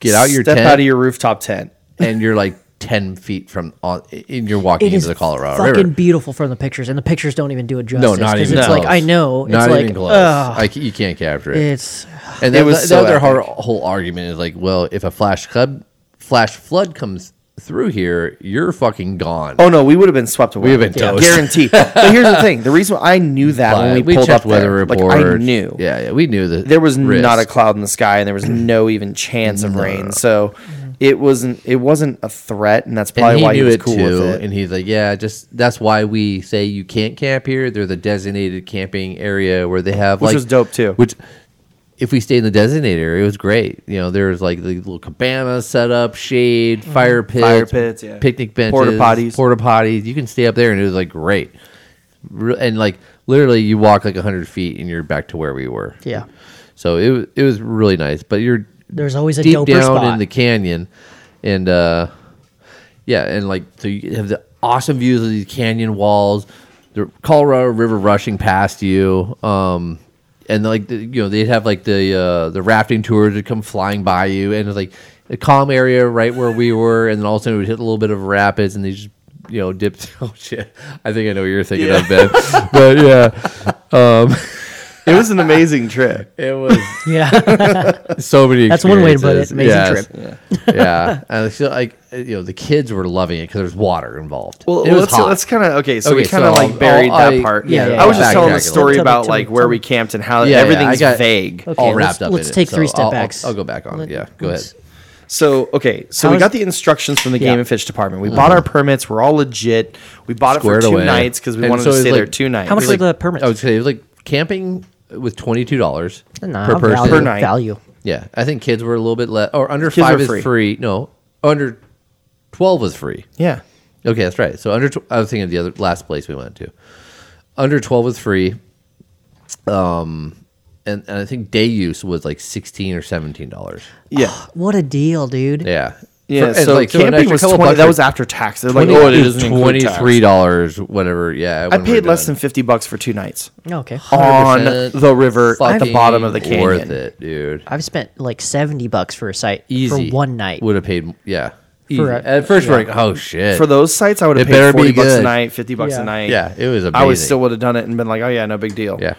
[SPEAKER 2] get out your
[SPEAKER 3] Step
[SPEAKER 2] tent
[SPEAKER 3] out of your rooftop tent.
[SPEAKER 2] and you're like 10 feet from on and you're walking
[SPEAKER 1] It is
[SPEAKER 2] into the colorado
[SPEAKER 1] fucking
[SPEAKER 2] river
[SPEAKER 1] beautiful from the pictures, and the pictures don't even do it justice.
[SPEAKER 2] no not
[SPEAKER 1] 'cause
[SPEAKER 2] even
[SPEAKER 1] It's
[SPEAKER 2] close.
[SPEAKER 1] like I know. It's
[SPEAKER 2] not
[SPEAKER 1] like,
[SPEAKER 2] even close
[SPEAKER 1] ugh,
[SPEAKER 2] I c- you can't capture it
[SPEAKER 1] it's
[SPEAKER 2] and that
[SPEAKER 3] It was
[SPEAKER 2] was
[SPEAKER 3] so
[SPEAKER 2] their whole,
[SPEAKER 3] epic.
[SPEAKER 2] whole argument is like well if a flash club flash flood comes through here you're fucking gone
[SPEAKER 3] Oh no, we would have been swept away.
[SPEAKER 2] We would've been toast.
[SPEAKER 3] guaranteed. but here's the thing: the reason why I knew that
[SPEAKER 2] But
[SPEAKER 3] when we, pulled
[SPEAKER 2] checked
[SPEAKER 3] up weather report, like I knew
[SPEAKER 2] yeah, yeah we knew that
[SPEAKER 3] there was not a cloud in the sky, and there was no even chance of rain. So it wasn't it wasn't a threat, and that's probably why he was cool with it.
[SPEAKER 2] And he's like, yeah, just that's why we say you can't camp here. They're the designated camping area where they have
[SPEAKER 3] Which
[SPEAKER 2] like
[SPEAKER 3] was dope, too.
[SPEAKER 2] Which if we stayed in the designated area, it was great. You know, there was like the little cabana set up, shade, fire pits,
[SPEAKER 3] Mm-hmm. Fire pits, yeah.
[SPEAKER 2] picnic benches,
[SPEAKER 3] Porta potties.
[SPEAKER 2] porta potties. You can stay up there, and it was like great. Re- And like literally, you walk like hundred feet, and you're back to where we were.
[SPEAKER 1] Yeah.
[SPEAKER 2] So it was it was really nice, but you're
[SPEAKER 1] There's always a
[SPEAKER 2] deep
[SPEAKER 1] doper
[SPEAKER 2] down
[SPEAKER 1] spot.
[SPEAKER 2] in the canyon, and uh, yeah, and like so you have the awesome views of these canyon walls, the Colorado River rushing past you, um, and like the, you know they'd have like the uh, the rafting tours would come flying by you, and it's like a calm area right where we were, and then all of a sudden we hit a little bit of rapids, and they just you know dipped. Oh shit! I think I know what you're thinking of, Ben. but yeah,
[SPEAKER 3] It was an amazing trip.
[SPEAKER 2] it was.
[SPEAKER 1] yeah.
[SPEAKER 2] so many.
[SPEAKER 1] That's one way to put it.
[SPEAKER 2] experiences.
[SPEAKER 1] Amazing
[SPEAKER 2] Yes. Yeah, and I feel like uh, you know the kids were loving it because there's water involved.
[SPEAKER 3] Well,
[SPEAKER 2] it was
[SPEAKER 3] let's,
[SPEAKER 2] hot.
[SPEAKER 3] let's kind of okay. So we
[SPEAKER 2] Okay,
[SPEAKER 3] kind
[SPEAKER 2] so
[SPEAKER 3] of
[SPEAKER 2] I'll-
[SPEAKER 3] like buried
[SPEAKER 2] I'll- I-
[SPEAKER 3] that part.
[SPEAKER 1] yeah, yeah,
[SPEAKER 3] I was just
[SPEAKER 2] yeah.
[SPEAKER 3] telling the
[SPEAKER 2] Backtrack a
[SPEAKER 3] story
[SPEAKER 1] little. Tell me,
[SPEAKER 3] about
[SPEAKER 1] tell me,
[SPEAKER 3] like
[SPEAKER 1] tell
[SPEAKER 3] where
[SPEAKER 1] me.
[SPEAKER 3] we camped and how
[SPEAKER 2] Yeah, yeah,
[SPEAKER 3] everything's
[SPEAKER 2] I got-
[SPEAKER 3] vague.
[SPEAKER 2] all
[SPEAKER 1] Okay, let's-
[SPEAKER 2] wrapped up.
[SPEAKER 1] let's
[SPEAKER 2] in it.
[SPEAKER 1] take
[SPEAKER 2] So
[SPEAKER 1] three step
[SPEAKER 2] I'll- I'll-
[SPEAKER 1] backs.
[SPEAKER 2] I'll, go back on. it.
[SPEAKER 1] Let-
[SPEAKER 2] yeah, go ahead.
[SPEAKER 1] let's-
[SPEAKER 3] So okay, so
[SPEAKER 1] How
[SPEAKER 3] we
[SPEAKER 1] is-
[SPEAKER 3] got the instructions from the
[SPEAKER 1] Yeah.
[SPEAKER 3] game and fish department. We bought our permits. We're all legit. We bought it
[SPEAKER 2] Mm-hmm. Squared
[SPEAKER 3] for two
[SPEAKER 2] away.
[SPEAKER 3] nights because we
[SPEAKER 2] And
[SPEAKER 3] wanted
[SPEAKER 2] so
[SPEAKER 3] to
[SPEAKER 2] it's
[SPEAKER 3] stay there
[SPEAKER 2] like-
[SPEAKER 3] two nights.
[SPEAKER 1] How much
[SPEAKER 3] It's like,
[SPEAKER 1] for the permit?
[SPEAKER 2] I would say it was like camping with twenty two dollars
[SPEAKER 1] Nah,
[SPEAKER 2] per person.
[SPEAKER 1] value,
[SPEAKER 3] Per night.
[SPEAKER 1] Value.
[SPEAKER 2] Yeah, I think kids were a little bit less, or under
[SPEAKER 3] Kids
[SPEAKER 2] five
[SPEAKER 3] were
[SPEAKER 2] is
[SPEAKER 3] free.
[SPEAKER 2] free. No, under twelve was free.
[SPEAKER 3] yeah,
[SPEAKER 2] Okay, that's right. So under, tw- I was thinking of the other last place we went to. Under twelve was free, um, and, and I think day use was like sixteen or seventeen dollars.
[SPEAKER 3] yeah.
[SPEAKER 1] What a deal, dude.
[SPEAKER 2] Yeah,
[SPEAKER 3] Yeah,
[SPEAKER 2] For- and,
[SPEAKER 3] so
[SPEAKER 2] like, an
[SPEAKER 3] camping
[SPEAKER 2] extra
[SPEAKER 3] was
[SPEAKER 2] couple
[SPEAKER 3] twenty. That
[SPEAKER 2] bucks
[SPEAKER 3] was
[SPEAKER 2] for-
[SPEAKER 3] after tax. They're like,
[SPEAKER 2] 20
[SPEAKER 3] oh, it doesn't include tax.
[SPEAKER 2] twenty-three dollars, whatever. Yeah,
[SPEAKER 3] I paid less than fifty bucks for two nights
[SPEAKER 1] Okay.
[SPEAKER 3] on the river at the bottom of the canyon.
[SPEAKER 2] Worth it, dude.
[SPEAKER 1] I've spent like seventy bucks for a site
[SPEAKER 2] Easy
[SPEAKER 1] for one night.
[SPEAKER 2] Would have paid. Yeah. Easy.
[SPEAKER 1] a-
[SPEAKER 2] At first, we're like, oh shit.
[SPEAKER 3] For those sites, I would have
[SPEAKER 2] It better
[SPEAKER 3] paid
[SPEAKER 2] be
[SPEAKER 3] forty bucks a
[SPEAKER 2] good.
[SPEAKER 3] night, fifty bucks
[SPEAKER 1] Yeah.
[SPEAKER 3] a night.
[SPEAKER 2] yeah, it was amazing.
[SPEAKER 3] I would still would have done it and been like, oh yeah, no big deal.
[SPEAKER 2] Yeah.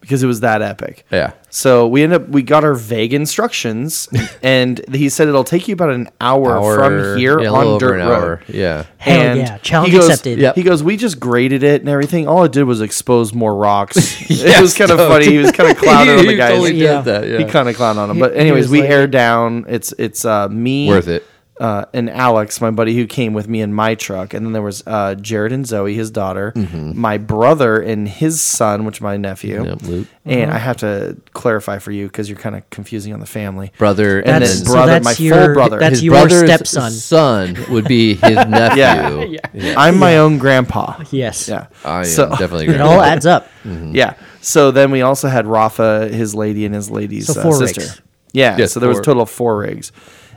[SPEAKER 3] because it was that epic.
[SPEAKER 2] Yeah.
[SPEAKER 3] So we end up we got our vague instructions, and he said it'll take you about an hour,
[SPEAKER 2] Hour-
[SPEAKER 3] from here
[SPEAKER 2] yeah, a little
[SPEAKER 3] on
[SPEAKER 2] over
[SPEAKER 3] dirt road.
[SPEAKER 2] an hour. Yeah.
[SPEAKER 1] Hell yeah. Challenge
[SPEAKER 3] he goes,
[SPEAKER 1] accepted.
[SPEAKER 2] Yep.
[SPEAKER 3] He goes, we just graded it and everything. All I did was expose more rocks. it
[SPEAKER 2] Yes,
[SPEAKER 3] was kind of
[SPEAKER 2] dude.
[SPEAKER 3] funny. He was kind of clowning on
[SPEAKER 2] He
[SPEAKER 3] the guys.
[SPEAKER 2] totally did
[SPEAKER 1] Yeah.
[SPEAKER 2] that, yeah.
[SPEAKER 3] He kind of clowned on him. But
[SPEAKER 1] he
[SPEAKER 3] anyways,
[SPEAKER 1] was
[SPEAKER 3] we
[SPEAKER 1] like-
[SPEAKER 3] aired down. It's it's uh, me
[SPEAKER 2] Worth it.
[SPEAKER 3] uh, and Alex, my buddy who came with me in my truck, and then there was uh, Jared and Zoe, his daughter, my brother and his son, which is my nephew.
[SPEAKER 2] Mm-hmm. Yep, Luke.
[SPEAKER 3] And
[SPEAKER 1] Mm-hmm.
[SPEAKER 3] I have to clarify for you because you're kind of confusing on the family.
[SPEAKER 2] Brother and
[SPEAKER 1] That's-
[SPEAKER 2] then
[SPEAKER 1] so
[SPEAKER 3] brother,
[SPEAKER 1] that's
[SPEAKER 3] my full
[SPEAKER 1] your-
[SPEAKER 3] brother.
[SPEAKER 1] that's
[SPEAKER 2] his
[SPEAKER 1] your
[SPEAKER 2] brother's
[SPEAKER 1] stepson.
[SPEAKER 2] Son would be his nephew.
[SPEAKER 3] Yeah. I'm my own grandpa.
[SPEAKER 1] Yes.
[SPEAKER 3] Yeah.
[SPEAKER 2] I am
[SPEAKER 3] So-
[SPEAKER 2] definitely.
[SPEAKER 1] It all
[SPEAKER 2] gonna-
[SPEAKER 1] adds up.
[SPEAKER 3] Yeah. So then we also had Rafa, his lady, and his lady's
[SPEAKER 1] So
[SPEAKER 3] uh,
[SPEAKER 1] four
[SPEAKER 3] sister.
[SPEAKER 1] rigs.
[SPEAKER 3] Yeah.
[SPEAKER 2] Yes,
[SPEAKER 3] so there was a
[SPEAKER 2] four.
[SPEAKER 3] total of four rigs,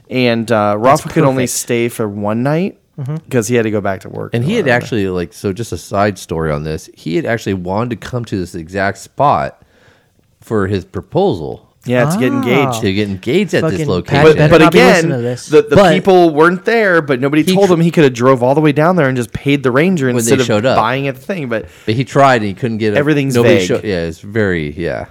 [SPEAKER 3] and uh, Rafa could only
[SPEAKER 1] perfect. Mm-hmm.
[SPEAKER 3] stay for one night because he had to go back to work.
[SPEAKER 2] And he had
[SPEAKER 1] Ah.
[SPEAKER 3] whatever.
[SPEAKER 2] actually like so just a side story on this. He had actually wanted to come to this exact spot for his proposal
[SPEAKER 3] yeah to get engaged.
[SPEAKER 2] to get engaged at
[SPEAKER 1] Fucking
[SPEAKER 2] this
[SPEAKER 1] Pat
[SPEAKER 2] location.
[SPEAKER 1] Ah. Better
[SPEAKER 3] But, but
[SPEAKER 1] not be
[SPEAKER 3] again,
[SPEAKER 1] listening to this.
[SPEAKER 3] the, the
[SPEAKER 2] But-
[SPEAKER 3] people weren't there, but nobody
[SPEAKER 2] He
[SPEAKER 3] told
[SPEAKER 2] tr-
[SPEAKER 3] him he could have drove all the way down there and just paid the ranger
[SPEAKER 2] they
[SPEAKER 3] instead of
[SPEAKER 2] showed up.
[SPEAKER 3] buying at the thing. But
[SPEAKER 2] But he tried and he couldn't get a,
[SPEAKER 3] Everything's
[SPEAKER 2] nobody
[SPEAKER 3] vague.
[SPEAKER 2] yeah, it's very yeah,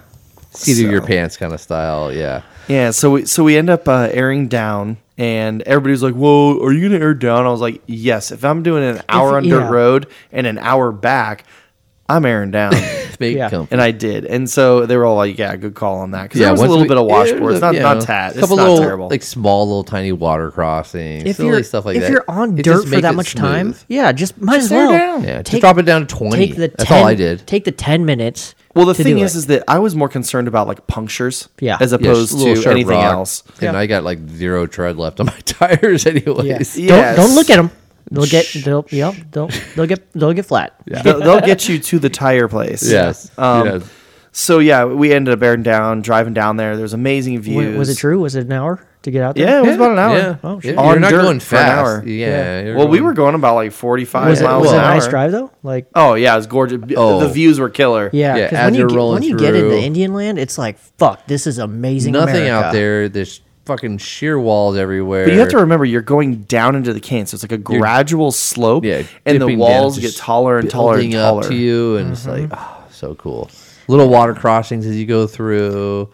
[SPEAKER 2] see through your pants kind of style. Yeah,
[SPEAKER 3] Yeah, so we, so we end up uh, airing down, and everybody's like, "Whoa, are you gonna air down?" I was like, "Yes, if I'm doing an hour on
[SPEAKER 1] yeah.
[SPEAKER 3] dirt road and an hour back, I'm airing down."
[SPEAKER 2] Big
[SPEAKER 1] Yeah.
[SPEAKER 2] company.
[SPEAKER 3] and I did, and so they were all like, "Yeah, good call on that." Because
[SPEAKER 2] Yeah,
[SPEAKER 3] there was a
[SPEAKER 2] once
[SPEAKER 3] little
[SPEAKER 2] we-
[SPEAKER 3] bit of washboard. It's not
[SPEAKER 2] yeah,
[SPEAKER 3] not tad. It's
[SPEAKER 2] couple
[SPEAKER 3] not
[SPEAKER 2] little,
[SPEAKER 3] terrible.
[SPEAKER 2] Like small, little tiny water crossings,
[SPEAKER 1] If
[SPEAKER 2] silly
[SPEAKER 1] you're
[SPEAKER 2] stuff like
[SPEAKER 1] if
[SPEAKER 2] that.
[SPEAKER 1] you're on
[SPEAKER 2] It
[SPEAKER 1] dirt
[SPEAKER 2] just
[SPEAKER 1] for
[SPEAKER 2] makes
[SPEAKER 1] that
[SPEAKER 2] it
[SPEAKER 1] much
[SPEAKER 2] smooth.
[SPEAKER 1] time, yeah, just might as
[SPEAKER 3] air
[SPEAKER 1] well.
[SPEAKER 3] down.
[SPEAKER 2] yeah, just drop it down to twenty.
[SPEAKER 1] Take the
[SPEAKER 2] That's
[SPEAKER 1] 10,
[SPEAKER 2] all I did.
[SPEAKER 1] Take the ten minutes.
[SPEAKER 3] well, the
[SPEAKER 1] to
[SPEAKER 3] thing
[SPEAKER 1] do
[SPEAKER 3] is,
[SPEAKER 1] it.
[SPEAKER 3] is that I was more concerned about like punctures,
[SPEAKER 1] Yeah.
[SPEAKER 3] as
[SPEAKER 1] Yeah,
[SPEAKER 2] Yeah,
[SPEAKER 3] opposed
[SPEAKER 2] just little
[SPEAKER 3] to
[SPEAKER 2] sharp
[SPEAKER 3] anything
[SPEAKER 2] rock.
[SPEAKER 3] else.
[SPEAKER 2] and
[SPEAKER 1] Yeah.
[SPEAKER 2] I got like zero tread left on my tires, anyways.
[SPEAKER 1] yeah.
[SPEAKER 3] Yes.
[SPEAKER 1] don't don't look at them. They'll get they'll yep they'll they'll get they'll get flat.
[SPEAKER 3] they'll, they'll get you to the tire place.
[SPEAKER 2] Yes.
[SPEAKER 3] Um,
[SPEAKER 2] yes.
[SPEAKER 3] So yeah, we ended up airing down, driving down there. There was amazing views.
[SPEAKER 1] Wa- was it true? Was it an hour to get out there?
[SPEAKER 3] Yeah, it was about an hour.
[SPEAKER 2] Yeah.
[SPEAKER 1] Oh,
[SPEAKER 2] Oh,
[SPEAKER 1] shit.
[SPEAKER 2] You're
[SPEAKER 3] On
[SPEAKER 2] not
[SPEAKER 3] dirt
[SPEAKER 2] going
[SPEAKER 3] for an
[SPEAKER 2] fast.
[SPEAKER 3] hour.
[SPEAKER 2] Yeah.
[SPEAKER 1] Yeah.
[SPEAKER 2] you're
[SPEAKER 3] Well, we
[SPEAKER 2] going-
[SPEAKER 3] were going about like 45
[SPEAKER 1] Was it,
[SPEAKER 3] miles
[SPEAKER 1] was it
[SPEAKER 3] an
[SPEAKER 1] a
[SPEAKER 3] hour.
[SPEAKER 1] nice drive though? Like
[SPEAKER 3] Oh yeah, it was gorgeous. B-
[SPEAKER 2] Oh.
[SPEAKER 3] The views were killer.
[SPEAKER 1] yeah,
[SPEAKER 2] Yeah,
[SPEAKER 1] 'cause
[SPEAKER 2] as
[SPEAKER 1] when you
[SPEAKER 2] you're
[SPEAKER 1] get,
[SPEAKER 2] rolling
[SPEAKER 1] when you get into
[SPEAKER 2] through-
[SPEAKER 1] Indian land, it's like fuck. This is amazing.
[SPEAKER 2] nothing out
[SPEAKER 1] America.
[SPEAKER 2] there. There's fucking sheer walls everywhere.
[SPEAKER 3] But you have to remember you're going down into the canyon, so it's like a gradual slope,
[SPEAKER 2] yeah,
[SPEAKER 3] and the
[SPEAKER 2] dipping down,
[SPEAKER 3] walls get
[SPEAKER 2] just
[SPEAKER 3] taller and taller and
[SPEAKER 2] building up
[SPEAKER 3] taller.
[SPEAKER 2] to you, and it's
[SPEAKER 3] Mm-hmm.
[SPEAKER 2] like oh, so cool. Little water crossings as you go through.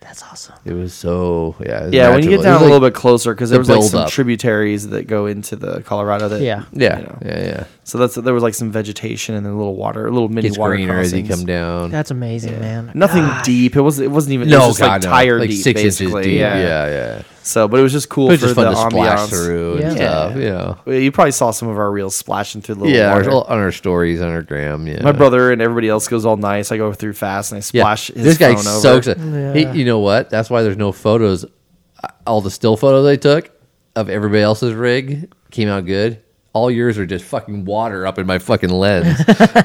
[SPEAKER 1] That's awesome.
[SPEAKER 2] It was so yeah. it was
[SPEAKER 3] Yeah, when
[SPEAKER 2] magical.
[SPEAKER 3] you get
[SPEAKER 2] It
[SPEAKER 3] down
[SPEAKER 2] was
[SPEAKER 3] a
[SPEAKER 2] like-
[SPEAKER 3] little bit closer, because there
[SPEAKER 2] the
[SPEAKER 3] was like some
[SPEAKER 2] buildup.
[SPEAKER 3] tributaries that go into the Colorado. That
[SPEAKER 1] Yeah.
[SPEAKER 2] Yeah,
[SPEAKER 3] you know.
[SPEAKER 2] yeah, yeah.
[SPEAKER 3] So that's there was like some vegetation and then a little water, a little mini
[SPEAKER 2] Gets
[SPEAKER 3] water
[SPEAKER 2] greener as you
[SPEAKER 3] crossings.
[SPEAKER 2] come down.
[SPEAKER 1] That's amazing, man.
[SPEAKER 3] Nothing
[SPEAKER 1] God.
[SPEAKER 3] deep. It was. It wasn't even. it was just like
[SPEAKER 2] God, no.
[SPEAKER 3] tire
[SPEAKER 2] like
[SPEAKER 3] deep,
[SPEAKER 2] six
[SPEAKER 3] basically.
[SPEAKER 2] inches deep. Yeah, yeah. yeah.
[SPEAKER 3] So, but it was just cool
[SPEAKER 2] It was
[SPEAKER 3] for
[SPEAKER 2] just fun
[SPEAKER 3] the
[SPEAKER 2] to splash
[SPEAKER 3] ambiance.
[SPEAKER 2] through and
[SPEAKER 1] Yeah.
[SPEAKER 2] stuff. You know.
[SPEAKER 3] Well, You probably saw some of our reels splashing through the little
[SPEAKER 2] Yeah, our-
[SPEAKER 3] water.
[SPEAKER 2] on our stories, on our gram. Yeah,
[SPEAKER 3] My brother and everybody else goes all nice. I go through fast and I
[SPEAKER 2] Yeah.
[SPEAKER 3] splash his
[SPEAKER 2] this guy
[SPEAKER 3] phone over.
[SPEAKER 2] soaks it.
[SPEAKER 1] Yeah.
[SPEAKER 2] He, you know what? That's why there's no photos. Uh, All the still photos I took of everybody else's rig came out good. All yours are just fucking water up in my fucking lens.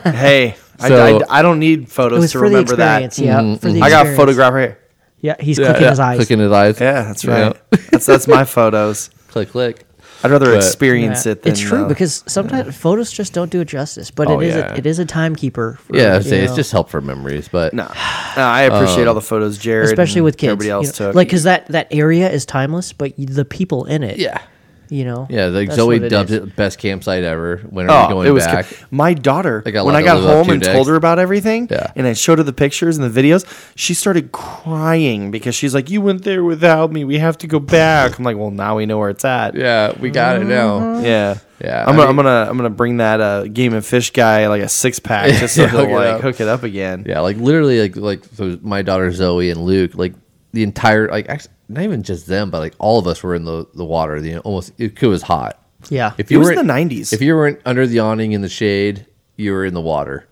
[SPEAKER 3] Hey, I-
[SPEAKER 2] So- Mm-hmm,
[SPEAKER 3] I, I don't need
[SPEAKER 1] It
[SPEAKER 3] photos
[SPEAKER 1] was
[SPEAKER 3] to
[SPEAKER 1] for the
[SPEAKER 3] remember
[SPEAKER 1] experience.
[SPEAKER 3] that.
[SPEAKER 1] Yeah, for the
[SPEAKER 3] I got a
[SPEAKER 1] experience.
[SPEAKER 3] photograph right here.
[SPEAKER 1] Yeah, he's clicking his eyes.
[SPEAKER 2] Clicking his eyes.
[SPEAKER 3] Yeah, that's
[SPEAKER 2] Yeah.
[SPEAKER 3] right. that's that's my photos.
[SPEAKER 2] Click, click.
[SPEAKER 3] I'd rather
[SPEAKER 2] But-
[SPEAKER 3] experience
[SPEAKER 1] Yeah.
[SPEAKER 3] it than
[SPEAKER 1] it's true
[SPEAKER 3] uh,
[SPEAKER 1] because sometimes photos just don't do it justice, but
[SPEAKER 2] Oh,
[SPEAKER 1] it is
[SPEAKER 2] yeah.
[SPEAKER 1] a, it is a timekeeper. For,
[SPEAKER 2] Yeah, I'd
[SPEAKER 1] you
[SPEAKER 2] say it's
[SPEAKER 1] know,
[SPEAKER 2] just help for memories, but
[SPEAKER 3] no. No, I appreciate
[SPEAKER 2] Um,
[SPEAKER 3] all the photos, Jared,
[SPEAKER 1] especially
[SPEAKER 3] and
[SPEAKER 1] with kids.
[SPEAKER 3] Everybody
[SPEAKER 1] you
[SPEAKER 3] else
[SPEAKER 1] know,
[SPEAKER 3] took
[SPEAKER 1] like because that that area is timeless, but y- the people in it.
[SPEAKER 2] yeah,
[SPEAKER 1] you know.
[SPEAKER 2] yeah. Like
[SPEAKER 1] that's
[SPEAKER 2] Zoe
[SPEAKER 1] what
[SPEAKER 2] dubbed
[SPEAKER 1] is.
[SPEAKER 2] it, best campsite ever. When are
[SPEAKER 3] Oh,
[SPEAKER 2] we going
[SPEAKER 3] it was
[SPEAKER 2] back?
[SPEAKER 3] ca- my daughter.
[SPEAKER 2] They got
[SPEAKER 3] when I
[SPEAKER 2] like a
[SPEAKER 3] got
[SPEAKER 2] little
[SPEAKER 3] home
[SPEAKER 2] two
[SPEAKER 3] and
[SPEAKER 2] decks.
[SPEAKER 3] told her about everything,
[SPEAKER 2] Yeah.
[SPEAKER 3] and I showed her the pictures and the videos, she started crying because she's like, "You went there without me. We have to go back." I'm like, "Well, now we know where it's at."
[SPEAKER 2] Yeah, we got it
[SPEAKER 1] Mm-hmm.
[SPEAKER 2] now.
[SPEAKER 3] yeah.
[SPEAKER 2] Yeah,
[SPEAKER 3] I'm,
[SPEAKER 2] I
[SPEAKER 3] gonna, I'm
[SPEAKER 2] mean-
[SPEAKER 3] gonna I'm gonna bring that uh, game and fish guy like a six pack just so
[SPEAKER 2] Yeah,
[SPEAKER 3] he'll
[SPEAKER 2] hook it
[SPEAKER 3] like
[SPEAKER 2] up.
[SPEAKER 3] hook it up again.
[SPEAKER 2] Yeah, like literally, like like so my daughter Zoe and Luke, like the entire like actually, not even just them, but like all of us were in the the water. The almost it, was hot.
[SPEAKER 1] Yeah.
[SPEAKER 2] If
[SPEAKER 3] It was
[SPEAKER 2] weren't-
[SPEAKER 3] the 90s.
[SPEAKER 2] if you weren't under the awning in the shade, you were in the water.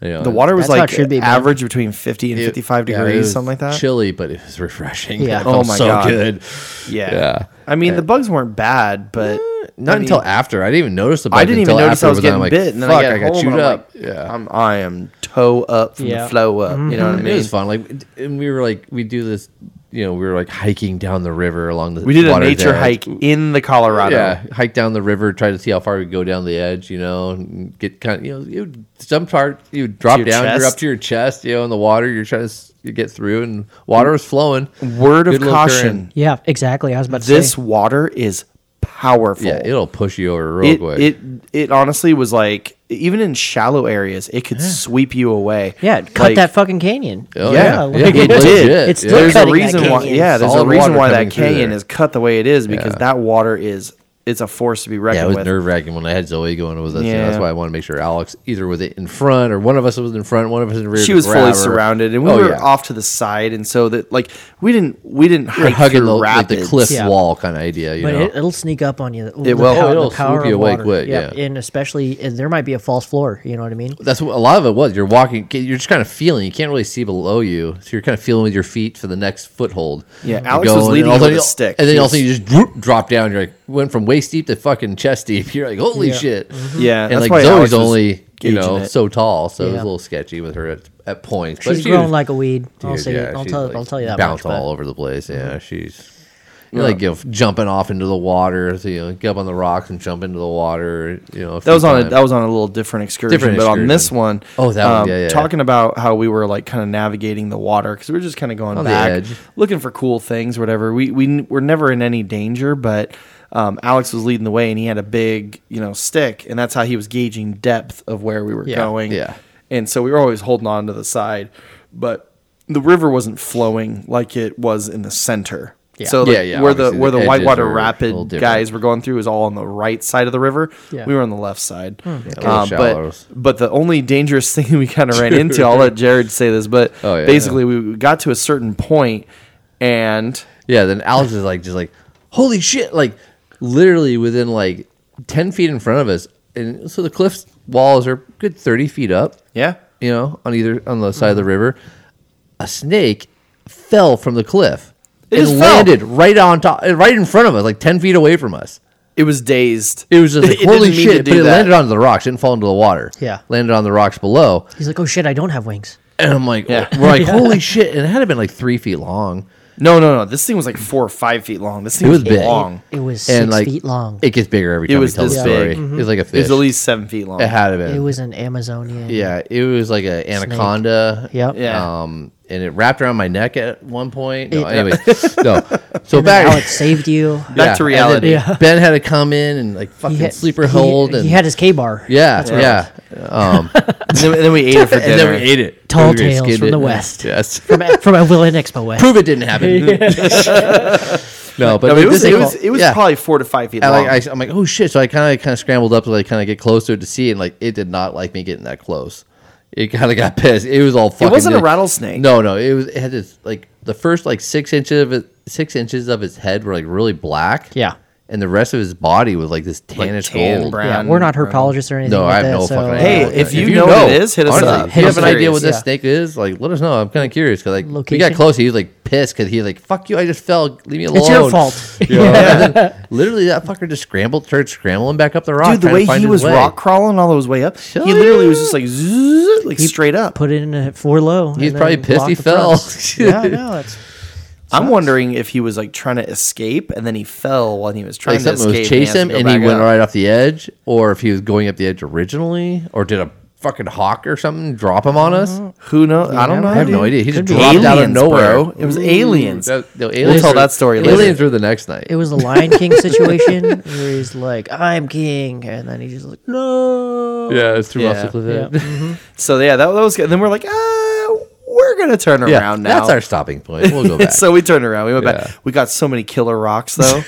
[SPEAKER 2] You know,
[SPEAKER 3] The water was
[SPEAKER 1] That's how
[SPEAKER 3] like
[SPEAKER 1] it should be, man.
[SPEAKER 3] average between 50 and
[SPEAKER 2] it-
[SPEAKER 3] 55
[SPEAKER 2] yeah, it
[SPEAKER 3] degrees,
[SPEAKER 2] was
[SPEAKER 3] something like that.
[SPEAKER 2] Chilly, but it was refreshing.
[SPEAKER 1] Yeah.
[SPEAKER 2] It
[SPEAKER 3] Oh
[SPEAKER 2] felt
[SPEAKER 3] my
[SPEAKER 2] so
[SPEAKER 3] God.
[SPEAKER 2] good.
[SPEAKER 3] Yeah.
[SPEAKER 2] Yeah.
[SPEAKER 3] I mean, the bugs weren't bad, but
[SPEAKER 2] Not
[SPEAKER 3] I mean,
[SPEAKER 2] until after. I didn't even notice the. Bugs
[SPEAKER 3] I didn't even
[SPEAKER 2] until
[SPEAKER 3] notice I
[SPEAKER 2] afterwards,
[SPEAKER 3] was
[SPEAKER 2] and
[SPEAKER 3] getting
[SPEAKER 2] I'm like,
[SPEAKER 3] bit, and then
[SPEAKER 2] Fuck,
[SPEAKER 3] I,
[SPEAKER 2] I got chewed up.
[SPEAKER 3] yeah,
[SPEAKER 2] yeah. Mm-hmm.
[SPEAKER 3] I'm, I am toe up from
[SPEAKER 1] Yeah.
[SPEAKER 3] the flow up. You know what I mean?
[SPEAKER 2] It was fun. Like, and we were like, we do this. You know, we were like hiking down the river along the.
[SPEAKER 3] We did a
[SPEAKER 2] water's
[SPEAKER 3] nature
[SPEAKER 2] edge.
[SPEAKER 3] hike in the Colorado.
[SPEAKER 2] Yeah, hike down the river, try to see how far we could go down the edge. You know, and get kind of you know, you would- some part you would drop
[SPEAKER 3] your
[SPEAKER 2] down, you're up
[SPEAKER 3] chest?
[SPEAKER 2] to your chest, you know, in the water. You're trying to s- you get through, and water was flowing.
[SPEAKER 3] Word
[SPEAKER 2] Good
[SPEAKER 3] of
[SPEAKER 2] little
[SPEAKER 3] caution:
[SPEAKER 2] current.
[SPEAKER 1] Yeah, exactly. I was about to
[SPEAKER 3] this
[SPEAKER 1] say.
[SPEAKER 3] water is powerful.
[SPEAKER 2] Yeah, it'll push you over real
[SPEAKER 3] it,
[SPEAKER 2] quick.
[SPEAKER 3] it it honestly was like even in shallow areas, it could sweep you away.
[SPEAKER 1] Yeah, cut
[SPEAKER 3] Like,
[SPEAKER 1] that fucking canyon.
[SPEAKER 2] Oh,
[SPEAKER 3] yeah,
[SPEAKER 1] like-
[SPEAKER 3] it
[SPEAKER 2] Legit,
[SPEAKER 3] did.
[SPEAKER 1] It's
[SPEAKER 2] yeah.
[SPEAKER 1] still
[SPEAKER 3] There's a
[SPEAKER 1] cutting that
[SPEAKER 3] reason why.
[SPEAKER 1] canyon.
[SPEAKER 3] Yeah, there's
[SPEAKER 2] Solid
[SPEAKER 3] a reason
[SPEAKER 2] water
[SPEAKER 3] why that
[SPEAKER 2] coming through
[SPEAKER 3] canyon
[SPEAKER 2] there.
[SPEAKER 3] is cut the way it is because
[SPEAKER 2] Yeah.
[SPEAKER 3] that water is it's a force to be reckoned
[SPEAKER 2] Yeah, it was
[SPEAKER 3] with.
[SPEAKER 2] nerve wracking when I had Zoe going with us. you know, that's
[SPEAKER 3] Yeah.
[SPEAKER 2] why I wanted to make sure Alex either was in front or one of us was in front, one of us in the rear.
[SPEAKER 3] she
[SPEAKER 2] to
[SPEAKER 3] was fully
[SPEAKER 2] grab her.
[SPEAKER 3] surrounded, and we
[SPEAKER 2] Oh,
[SPEAKER 3] were
[SPEAKER 2] yeah.
[SPEAKER 3] off to the side, and so that like we didn't we didn't
[SPEAKER 2] We were
[SPEAKER 3] hike
[SPEAKER 2] hugging
[SPEAKER 3] through
[SPEAKER 2] the, like,
[SPEAKER 3] rapids.
[SPEAKER 2] the cliff
[SPEAKER 1] Yeah.
[SPEAKER 2] wall kind of idea. You
[SPEAKER 1] But
[SPEAKER 2] know,
[SPEAKER 1] it, uh, it'll sneak up on you. It
[SPEAKER 3] will. Oh,
[SPEAKER 2] it'll swoop you away quick, yeah.
[SPEAKER 1] and especially and there might be a false floor. You know what I mean?
[SPEAKER 2] that's what a lot of it was. You're walking, you're just kind of feeling. You can't really see below you, so you're kind of feeling with your feet for the next foothold.
[SPEAKER 3] Yeah,
[SPEAKER 2] You
[SPEAKER 3] Alex
[SPEAKER 2] go
[SPEAKER 3] was
[SPEAKER 2] and
[SPEAKER 3] leading
[SPEAKER 2] all of
[SPEAKER 3] with
[SPEAKER 2] a
[SPEAKER 3] a
[SPEAKER 2] sudden-
[SPEAKER 3] stick.
[SPEAKER 2] and then
[SPEAKER 3] He
[SPEAKER 2] all of a sudden
[SPEAKER 3] was-
[SPEAKER 2] you just whoop, drop down. You're like went from waist deep to fucking chest deep. You're like, holy
[SPEAKER 1] Yeah. Mm-hmm.
[SPEAKER 2] shit!
[SPEAKER 3] Yeah,
[SPEAKER 2] and
[SPEAKER 3] that's
[SPEAKER 2] like
[SPEAKER 3] why Alex
[SPEAKER 2] Zoe's
[SPEAKER 3] was
[SPEAKER 2] only you
[SPEAKER 3] gauging
[SPEAKER 2] know
[SPEAKER 3] it.
[SPEAKER 2] so tall, so it
[SPEAKER 1] Yeah.
[SPEAKER 2] was a little sketchy with her at, at points.
[SPEAKER 1] She's
[SPEAKER 2] she
[SPEAKER 1] grown
[SPEAKER 2] was-
[SPEAKER 1] like a weed. I'll
[SPEAKER 2] dude,
[SPEAKER 1] say.
[SPEAKER 2] yeah,
[SPEAKER 1] I'll
[SPEAKER 2] she's,
[SPEAKER 1] tell.
[SPEAKER 2] like,
[SPEAKER 1] I'll tell you that much.
[SPEAKER 2] Bounce all
[SPEAKER 1] But
[SPEAKER 2] over the place. Yeah, she's. you know, like you know, jumping off into the water, so, you know, get up on the rocks and jump into the water. You know,
[SPEAKER 3] That was on a,
[SPEAKER 2] times.
[SPEAKER 3] that was on a little different excursion,
[SPEAKER 2] Different
[SPEAKER 3] but on this
[SPEAKER 2] excursion.
[SPEAKER 3] one, um,
[SPEAKER 2] Oh, that one, yeah, yeah.
[SPEAKER 3] talking about how we were like kind of navigating the water because we were just kind of going
[SPEAKER 2] On the
[SPEAKER 3] back,
[SPEAKER 2] edge.
[SPEAKER 3] looking for cool things, whatever. We we n- were never in any danger, but um, Alex was leading the way, and he had a big you know stick, and that's how he was gauging depth of where we were going.
[SPEAKER 2] yeah.
[SPEAKER 3] and so we were always holding on to the side, but the river wasn't flowing like it was in the center.
[SPEAKER 1] Yeah.
[SPEAKER 3] So like,
[SPEAKER 2] Yeah, yeah,
[SPEAKER 3] where the
[SPEAKER 2] obviously
[SPEAKER 3] where
[SPEAKER 2] the
[SPEAKER 3] the,
[SPEAKER 2] edges
[SPEAKER 3] whitewater
[SPEAKER 2] are a little
[SPEAKER 3] rapid
[SPEAKER 2] different.
[SPEAKER 3] guys were going through was all on the right side of the river.
[SPEAKER 1] Yeah.
[SPEAKER 3] We were on the left side.
[SPEAKER 2] little
[SPEAKER 3] Uh, but
[SPEAKER 2] shallows.
[SPEAKER 3] but the only dangerous thing we kind of ran into. I'll let Jared say this, but
[SPEAKER 2] Oh, yeah,
[SPEAKER 3] basically we got to a certain point and
[SPEAKER 2] Yeah, then Alex is like, just like, holy shit! Like, literally within like ten feet in front of us, and so the cliff's walls are good thirty feet up.
[SPEAKER 3] yeah.
[SPEAKER 2] You know, on either on the side of the
[SPEAKER 1] Mm-hmm.
[SPEAKER 2] river, a snake fell from the cliff.
[SPEAKER 3] It
[SPEAKER 2] and
[SPEAKER 3] just fell.
[SPEAKER 2] landed right on top, right in front of us, like ten feet away from us.
[SPEAKER 3] It was dazed.
[SPEAKER 2] It was just like,
[SPEAKER 3] It didn't
[SPEAKER 2] holy
[SPEAKER 3] mean to
[SPEAKER 2] shit!
[SPEAKER 3] do
[SPEAKER 2] But it
[SPEAKER 3] that.
[SPEAKER 2] landed onto the rocks. Didn't fall into the water.
[SPEAKER 1] Yeah.
[SPEAKER 2] landed on the rocks below.
[SPEAKER 1] He's like, oh shit, I don't have wings.
[SPEAKER 2] And I'm like,
[SPEAKER 3] Yeah.
[SPEAKER 2] we're like, holy shit! And it had to been like three feet long.
[SPEAKER 3] No, no, no. This thing was like four or five feet long. This thing
[SPEAKER 2] It was
[SPEAKER 3] was,
[SPEAKER 2] big.
[SPEAKER 3] long.
[SPEAKER 1] It was six
[SPEAKER 2] and like
[SPEAKER 1] feet long. It,
[SPEAKER 2] It gets bigger every
[SPEAKER 3] It
[SPEAKER 2] time
[SPEAKER 3] was
[SPEAKER 2] we tell the
[SPEAKER 3] this
[SPEAKER 2] story.
[SPEAKER 3] big.
[SPEAKER 2] It's like a
[SPEAKER 3] It
[SPEAKER 2] fish.
[SPEAKER 3] was at least seven feet long.
[SPEAKER 2] it had to been.
[SPEAKER 1] was an Amazonian.
[SPEAKER 2] yeah, it was like an anaconda.
[SPEAKER 1] Yep.
[SPEAKER 3] Yeah.
[SPEAKER 2] Um, and it wrapped around my neck at one point. No,
[SPEAKER 1] It-
[SPEAKER 2] anyways, no. So
[SPEAKER 1] And then
[SPEAKER 2] back
[SPEAKER 1] Alex saved you.
[SPEAKER 3] Back to
[SPEAKER 2] and
[SPEAKER 3] reality.
[SPEAKER 2] then
[SPEAKER 1] Yeah.
[SPEAKER 2] Ben had to come in and like fucking
[SPEAKER 1] had-
[SPEAKER 2] sleeper hold
[SPEAKER 1] He,
[SPEAKER 2] and
[SPEAKER 1] he had his K bar.
[SPEAKER 2] yeah, yeah. Um,
[SPEAKER 3] And then, and then we ate it for dinner.
[SPEAKER 2] and then we ate it.
[SPEAKER 1] Tall
[SPEAKER 2] We
[SPEAKER 1] tales
[SPEAKER 2] skinned
[SPEAKER 1] from
[SPEAKER 2] it.
[SPEAKER 1] the West.
[SPEAKER 2] Yes.
[SPEAKER 1] from from a Will and Expo West.
[SPEAKER 2] Prove it didn't happen. no, but
[SPEAKER 3] No, but it was
[SPEAKER 2] this-
[SPEAKER 3] it was it was
[SPEAKER 2] yeah.
[SPEAKER 3] probably four to five feet
[SPEAKER 2] I,
[SPEAKER 3] long.
[SPEAKER 2] like, I, I'm like, oh shit! So I kind of kind of scrambled up to like kind of get close to it to see, and like it did not like me getting that close. It kind of got pissed. It was all fucking.
[SPEAKER 3] wasn't a
[SPEAKER 2] big.
[SPEAKER 3] rattlesnake.
[SPEAKER 2] No, no, it was. It had this like the first like six inches of it, six inches of its head were like really black.
[SPEAKER 1] Yeah.
[SPEAKER 2] and the rest of his body was like this tannish
[SPEAKER 3] tan
[SPEAKER 2] gold.
[SPEAKER 3] brown.
[SPEAKER 1] yeah, we're not herpetologists or anything.
[SPEAKER 2] No,
[SPEAKER 1] like
[SPEAKER 2] I have
[SPEAKER 1] that,
[SPEAKER 2] no
[SPEAKER 1] so,
[SPEAKER 2] fucking
[SPEAKER 1] uh,
[SPEAKER 2] idea.
[SPEAKER 3] Hey,
[SPEAKER 2] what
[SPEAKER 3] if
[SPEAKER 2] that-
[SPEAKER 3] you know what it is, hit us
[SPEAKER 2] honestly,
[SPEAKER 3] up.
[SPEAKER 2] If you
[SPEAKER 3] Hit
[SPEAKER 2] have
[SPEAKER 3] us
[SPEAKER 2] an
[SPEAKER 3] up.
[SPEAKER 2] idea what this
[SPEAKER 1] Yeah.
[SPEAKER 2] snake is, like let us know. I'm kind of curious because like we
[SPEAKER 1] Location?
[SPEAKER 2] got close. He was like pissed because he like fuck you. I just fell. Leave me alone.
[SPEAKER 1] It's your fault.
[SPEAKER 2] Yeah. And then literally, that fucker just scrambled, started scrambling back up the rock.
[SPEAKER 3] Dude, the
[SPEAKER 2] trying to
[SPEAKER 3] way
[SPEAKER 2] find
[SPEAKER 3] he
[SPEAKER 2] his
[SPEAKER 3] was
[SPEAKER 2] way.
[SPEAKER 3] rock crawling all the way up, he
[SPEAKER 2] Hell
[SPEAKER 3] literally
[SPEAKER 2] yeah.
[SPEAKER 3] was just like zzz, like straight up.
[SPEAKER 1] Put it in at four low.
[SPEAKER 2] He's
[SPEAKER 1] and
[SPEAKER 2] probably
[SPEAKER 1] then
[SPEAKER 2] pissed
[SPEAKER 1] block
[SPEAKER 2] he
[SPEAKER 1] the
[SPEAKER 2] fell.
[SPEAKER 1] thrust. yeah, no, that's
[SPEAKER 3] I'm wondering if he was like trying to escape and then he fell when he was trying
[SPEAKER 2] like
[SPEAKER 3] to
[SPEAKER 2] something
[SPEAKER 3] escape.
[SPEAKER 2] was chasing him,
[SPEAKER 3] has to
[SPEAKER 2] and
[SPEAKER 3] go
[SPEAKER 2] he
[SPEAKER 3] back
[SPEAKER 2] went
[SPEAKER 3] up.
[SPEAKER 2] right off the edge, or if he was going up the edge originally, or did a fucking hawk or something drop him on us?
[SPEAKER 1] Mm-hmm.
[SPEAKER 3] Who knows? I don't know.
[SPEAKER 2] I have no
[SPEAKER 3] dude.
[SPEAKER 2] idea. He
[SPEAKER 1] Could
[SPEAKER 2] just
[SPEAKER 1] be
[SPEAKER 2] dropped out of
[SPEAKER 3] aliens,
[SPEAKER 2] nowhere.
[SPEAKER 3] bro. It was aliens.
[SPEAKER 2] that- no,
[SPEAKER 3] tell
[SPEAKER 2] were-
[SPEAKER 3] that story later.
[SPEAKER 2] Aliens were the next night.
[SPEAKER 1] it was a Lion King situation where he's like, "I'm king," and then he's just like, "No."
[SPEAKER 2] yeah, it's threw
[SPEAKER 3] Yeah.
[SPEAKER 2] off the cliff.
[SPEAKER 1] Yeah.
[SPEAKER 3] So yeah, that, that was good. And then we're like, ah, we're gonna turn around
[SPEAKER 2] Yeah,
[SPEAKER 3] now.
[SPEAKER 2] that's our stopping point. We'll go back.
[SPEAKER 3] so we turned around. We went
[SPEAKER 2] Yeah.
[SPEAKER 3] back. We got so many killer rocks though,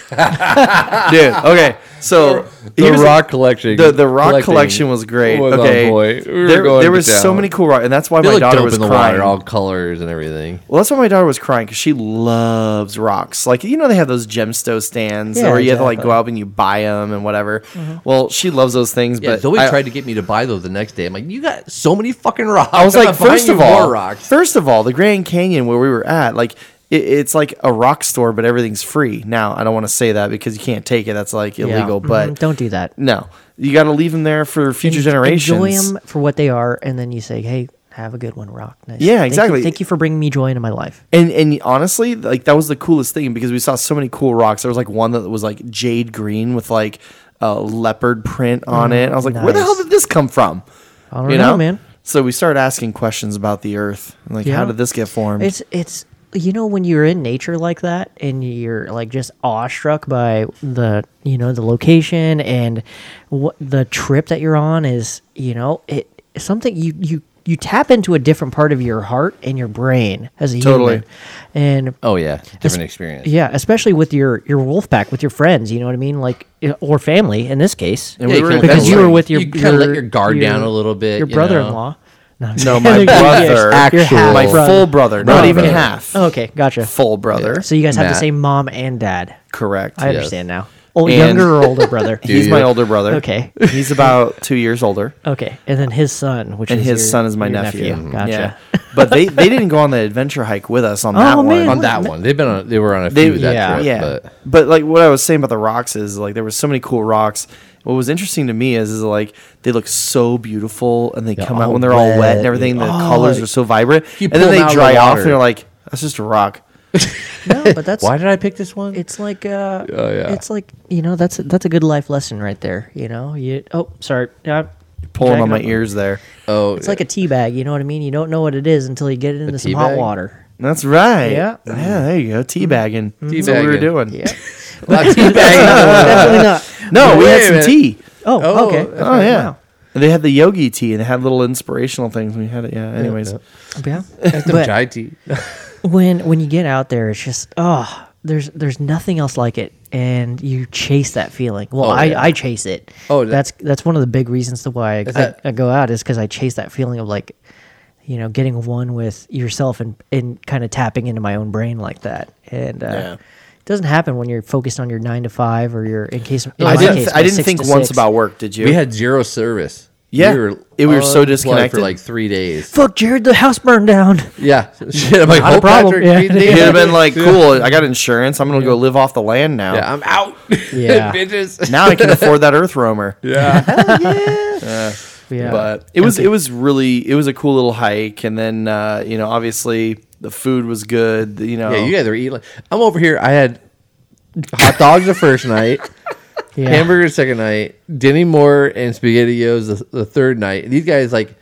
[SPEAKER 3] dude. Okay, so
[SPEAKER 2] the
[SPEAKER 3] here's-
[SPEAKER 2] rock collection.
[SPEAKER 3] The, the rock collection was great.
[SPEAKER 2] was on
[SPEAKER 3] okay,
[SPEAKER 2] point. We were
[SPEAKER 3] there,
[SPEAKER 2] going
[SPEAKER 3] there was so
[SPEAKER 2] down.
[SPEAKER 3] many cool rocks, and that's why
[SPEAKER 2] They
[SPEAKER 3] my
[SPEAKER 2] look
[SPEAKER 3] daughter
[SPEAKER 2] dope
[SPEAKER 3] was
[SPEAKER 2] in the
[SPEAKER 3] crying.
[SPEAKER 2] water, all colors and everything.
[SPEAKER 3] Well, that's why my daughter was crying because she loves rocks. Like you know, they have those gemstone stands
[SPEAKER 1] Yeah,
[SPEAKER 3] where you have to like
[SPEAKER 1] exactly. Mm-hmm.
[SPEAKER 3] go out and you buy them and whatever. Well, she loves those things,
[SPEAKER 2] Yeah,
[SPEAKER 3] but
[SPEAKER 2] Zoe
[SPEAKER 3] I,
[SPEAKER 2] tried to get me to buy those the next day. I'm like, you got so many fucking rocks.
[SPEAKER 3] I was
[SPEAKER 2] I'm
[SPEAKER 3] like,
[SPEAKER 2] not buying
[SPEAKER 3] first
[SPEAKER 2] you
[SPEAKER 3] of
[SPEAKER 2] more
[SPEAKER 3] all,
[SPEAKER 2] rocks.
[SPEAKER 3] first of all, the Grand Canyon where we were at, like it, it's like a rock store, but everything's free. Now I don't want to say that because you can't take it. That's like
[SPEAKER 1] Yeah.
[SPEAKER 3] illegal.
[SPEAKER 1] Mhm,
[SPEAKER 3] But
[SPEAKER 1] don't do that.
[SPEAKER 3] no, you got to leave them there for future
[SPEAKER 1] En-
[SPEAKER 3] generations.
[SPEAKER 1] Enjoy them for what they are, and then you say, "Hey, have a good one, Rock." Nice.
[SPEAKER 3] Yeah,
[SPEAKER 1] Thank you-
[SPEAKER 3] exactly.
[SPEAKER 1] Thank you for bringing me joy into my life.
[SPEAKER 3] And and honestly, like that was the coolest thing because we saw so many cool rocks. There was like one that was like jade green with like a leopard print on it. I was like, where the
[SPEAKER 1] Mm, nice.
[SPEAKER 3] hell did this come from?
[SPEAKER 1] I don't know, man.
[SPEAKER 3] So we started asking questions about the Earth, and, like how
[SPEAKER 1] Yeah.
[SPEAKER 3] did this get formed?
[SPEAKER 1] It's it's you know when you're in nature like that and you're like just awestruck by the you know the location and what the trip that you're on is you know it something you you you tap into a different part of your heart and your brain as a
[SPEAKER 3] Totally.
[SPEAKER 1] human and
[SPEAKER 2] Oh yeah, different experience.
[SPEAKER 1] yeah especially with your your wolf pack with your friends you know what i mean like or family in this case
[SPEAKER 3] And we were-
[SPEAKER 2] kinda
[SPEAKER 1] because
[SPEAKER 2] let-
[SPEAKER 1] you were with your
[SPEAKER 2] you kind of let
[SPEAKER 1] your-
[SPEAKER 2] your guard
[SPEAKER 1] your-
[SPEAKER 2] down a little bit.
[SPEAKER 1] your
[SPEAKER 2] you know?
[SPEAKER 1] brother-in-law no,
[SPEAKER 3] no, my brother,
[SPEAKER 1] Your half
[SPEAKER 3] my
[SPEAKER 1] brother.
[SPEAKER 3] full brother, not
[SPEAKER 2] Brother.
[SPEAKER 3] even
[SPEAKER 2] Okay.
[SPEAKER 3] half,
[SPEAKER 1] okay gotcha
[SPEAKER 3] full brother.
[SPEAKER 1] So you guys have
[SPEAKER 2] Matt.
[SPEAKER 1] the same mom and dad.
[SPEAKER 3] Correct.
[SPEAKER 1] I
[SPEAKER 2] Yes.
[SPEAKER 1] understand now. Oh,
[SPEAKER 3] And-
[SPEAKER 1] younger or older brother?
[SPEAKER 3] He's
[SPEAKER 2] Do
[SPEAKER 3] my
[SPEAKER 2] you?
[SPEAKER 3] older brother.
[SPEAKER 1] Okay.
[SPEAKER 3] he's about two years older.
[SPEAKER 1] okay, and then his son, which
[SPEAKER 3] and
[SPEAKER 1] is
[SPEAKER 3] his
[SPEAKER 1] your-
[SPEAKER 3] son is my
[SPEAKER 1] your
[SPEAKER 3] nephew. Mm-hmm.
[SPEAKER 1] Gotcha.
[SPEAKER 3] Yeah. but they, they didn't go on the adventure hike with us on that
[SPEAKER 1] Oh,
[SPEAKER 3] one.
[SPEAKER 1] man.
[SPEAKER 2] on that one. They've been on. They were on a
[SPEAKER 3] They-
[SPEAKER 2] few that
[SPEAKER 1] yeah.
[SPEAKER 2] trip.
[SPEAKER 3] yeah.
[SPEAKER 2] but-
[SPEAKER 3] But. like what I was saying about the rocks is like there were so many cool rocks. What was interesting to me is is like they look so beautiful and they come out
[SPEAKER 1] all
[SPEAKER 3] when they're all wet
[SPEAKER 1] wet
[SPEAKER 3] and everything. The
[SPEAKER 1] and-
[SPEAKER 3] colors
[SPEAKER 1] Oh.
[SPEAKER 3] are so vibrant,
[SPEAKER 2] You
[SPEAKER 3] and
[SPEAKER 2] pull
[SPEAKER 3] then
[SPEAKER 2] 'em
[SPEAKER 3] they
[SPEAKER 2] out of the
[SPEAKER 3] dry off
[SPEAKER 2] water.
[SPEAKER 3] and you're like, that's just a rock.
[SPEAKER 1] No, but that's
[SPEAKER 2] why did I pick this one?
[SPEAKER 1] it's like uh,
[SPEAKER 2] Oh, yeah.
[SPEAKER 1] it's like you know that's a, that's a good life lesson right there. You know, you oh sorry, yeah,
[SPEAKER 3] Pulling
[SPEAKER 1] dragging
[SPEAKER 3] on my
[SPEAKER 1] up-
[SPEAKER 3] ears there.
[SPEAKER 2] oh,
[SPEAKER 1] It's like a tea bag. You know what I mean? You don't know what it is until you get it into some
[SPEAKER 2] tea
[SPEAKER 1] hot
[SPEAKER 2] bag?
[SPEAKER 1] water.
[SPEAKER 3] That's right.
[SPEAKER 1] Yeah.
[SPEAKER 3] yeah. There you go. Teabagging. That's what we
[SPEAKER 2] Mm-hmm.
[SPEAKER 3] were
[SPEAKER 2] Teabagging.
[SPEAKER 3] doing.
[SPEAKER 1] Yeah,
[SPEAKER 2] Not too bad.
[SPEAKER 1] definitely not.
[SPEAKER 3] No, we
[SPEAKER 2] Wait
[SPEAKER 3] had
[SPEAKER 2] a
[SPEAKER 3] some
[SPEAKER 2] minute.
[SPEAKER 3] tea.
[SPEAKER 1] Oh,
[SPEAKER 2] Oh,
[SPEAKER 1] okay.
[SPEAKER 2] that's
[SPEAKER 3] Oh yeah.
[SPEAKER 1] Wow.
[SPEAKER 3] They had the yogi tea and they had little inspirational things. We had it. Yeah. Anyways,
[SPEAKER 1] Yeah.
[SPEAKER 2] The
[SPEAKER 1] But-
[SPEAKER 2] chai tea.
[SPEAKER 1] when when you get out there, it's just oh, there's there's nothing else like it, and you chase that feeling. Well,
[SPEAKER 2] Oh,
[SPEAKER 1] I,
[SPEAKER 2] yeah.
[SPEAKER 1] I chase it.
[SPEAKER 2] Oh, that-
[SPEAKER 1] that's that's one of the big reasons to why I,
[SPEAKER 2] that-
[SPEAKER 1] I, I go out is because I chase that feeling of like, you know, getting one with yourself and and kind of tapping into my own brain like that, and. Uh,
[SPEAKER 3] Yeah.
[SPEAKER 1] It doesn't happen when you're focused on your nine to five or your in case. in
[SPEAKER 3] I
[SPEAKER 1] my
[SPEAKER 3] didn't.
[SPEAKER 1] case, my
[SPEAKER 3] I didn't
[SPEAKER 1] six
[SPEAKER 3] think
[SPEAKER 1] to
[SPEAKER 3] once
[SPEAKER 1] six.
[SPEAKER 3] about work. Did you?
[SPEAKER 2] We had zero service.
[SPEAKER 3] Yeah. It- we were so
[SPEAKER 2] unplugged
[SPEAKER 3] disconnected.
[SPEAKER 2] for like three days.
[SPEAKER 1] Fuck, Jared, the house burned down.
[SPEAKER 2] Yeah, shit. I'm like,
[SPEAKER 1] Not a
[SPEAKER 2] oh,
[SPEAKER 1] problem.
[SPEAKER 2] Patrick,
[SPEAKER 1] Yeah.
[SPEAKER 2] you need
[SPEAKER 3] He'd have
[SPEAKER 2] that.
[SPEAKER 3] been like, "Cool, I got insurance. I'm gonna go live off the land now.
[SPEAKER 2] Yeah, I'm out.
[SPEAKER 1] Yeah.
[SPEAKER 2] bitches.
[SPEAKER 3] Now I can afford that Earth Roamer."
[SPEAKER 2] Yeah,
[SPEAKER 1] Yeah,
[SPEAKER 3] but it was it was really it was a cool little hike and then uh, you know obviously the food was good you know
[SPEAKER 2] yeah. You guys are eating. Like, I'm over here. I had hot dogs the first night,
[SPEAKER 1] yeah.
[SPEAKER 2] hamburger the second night, Denny Moore and SpaghettiOs the, the third night. These guys like,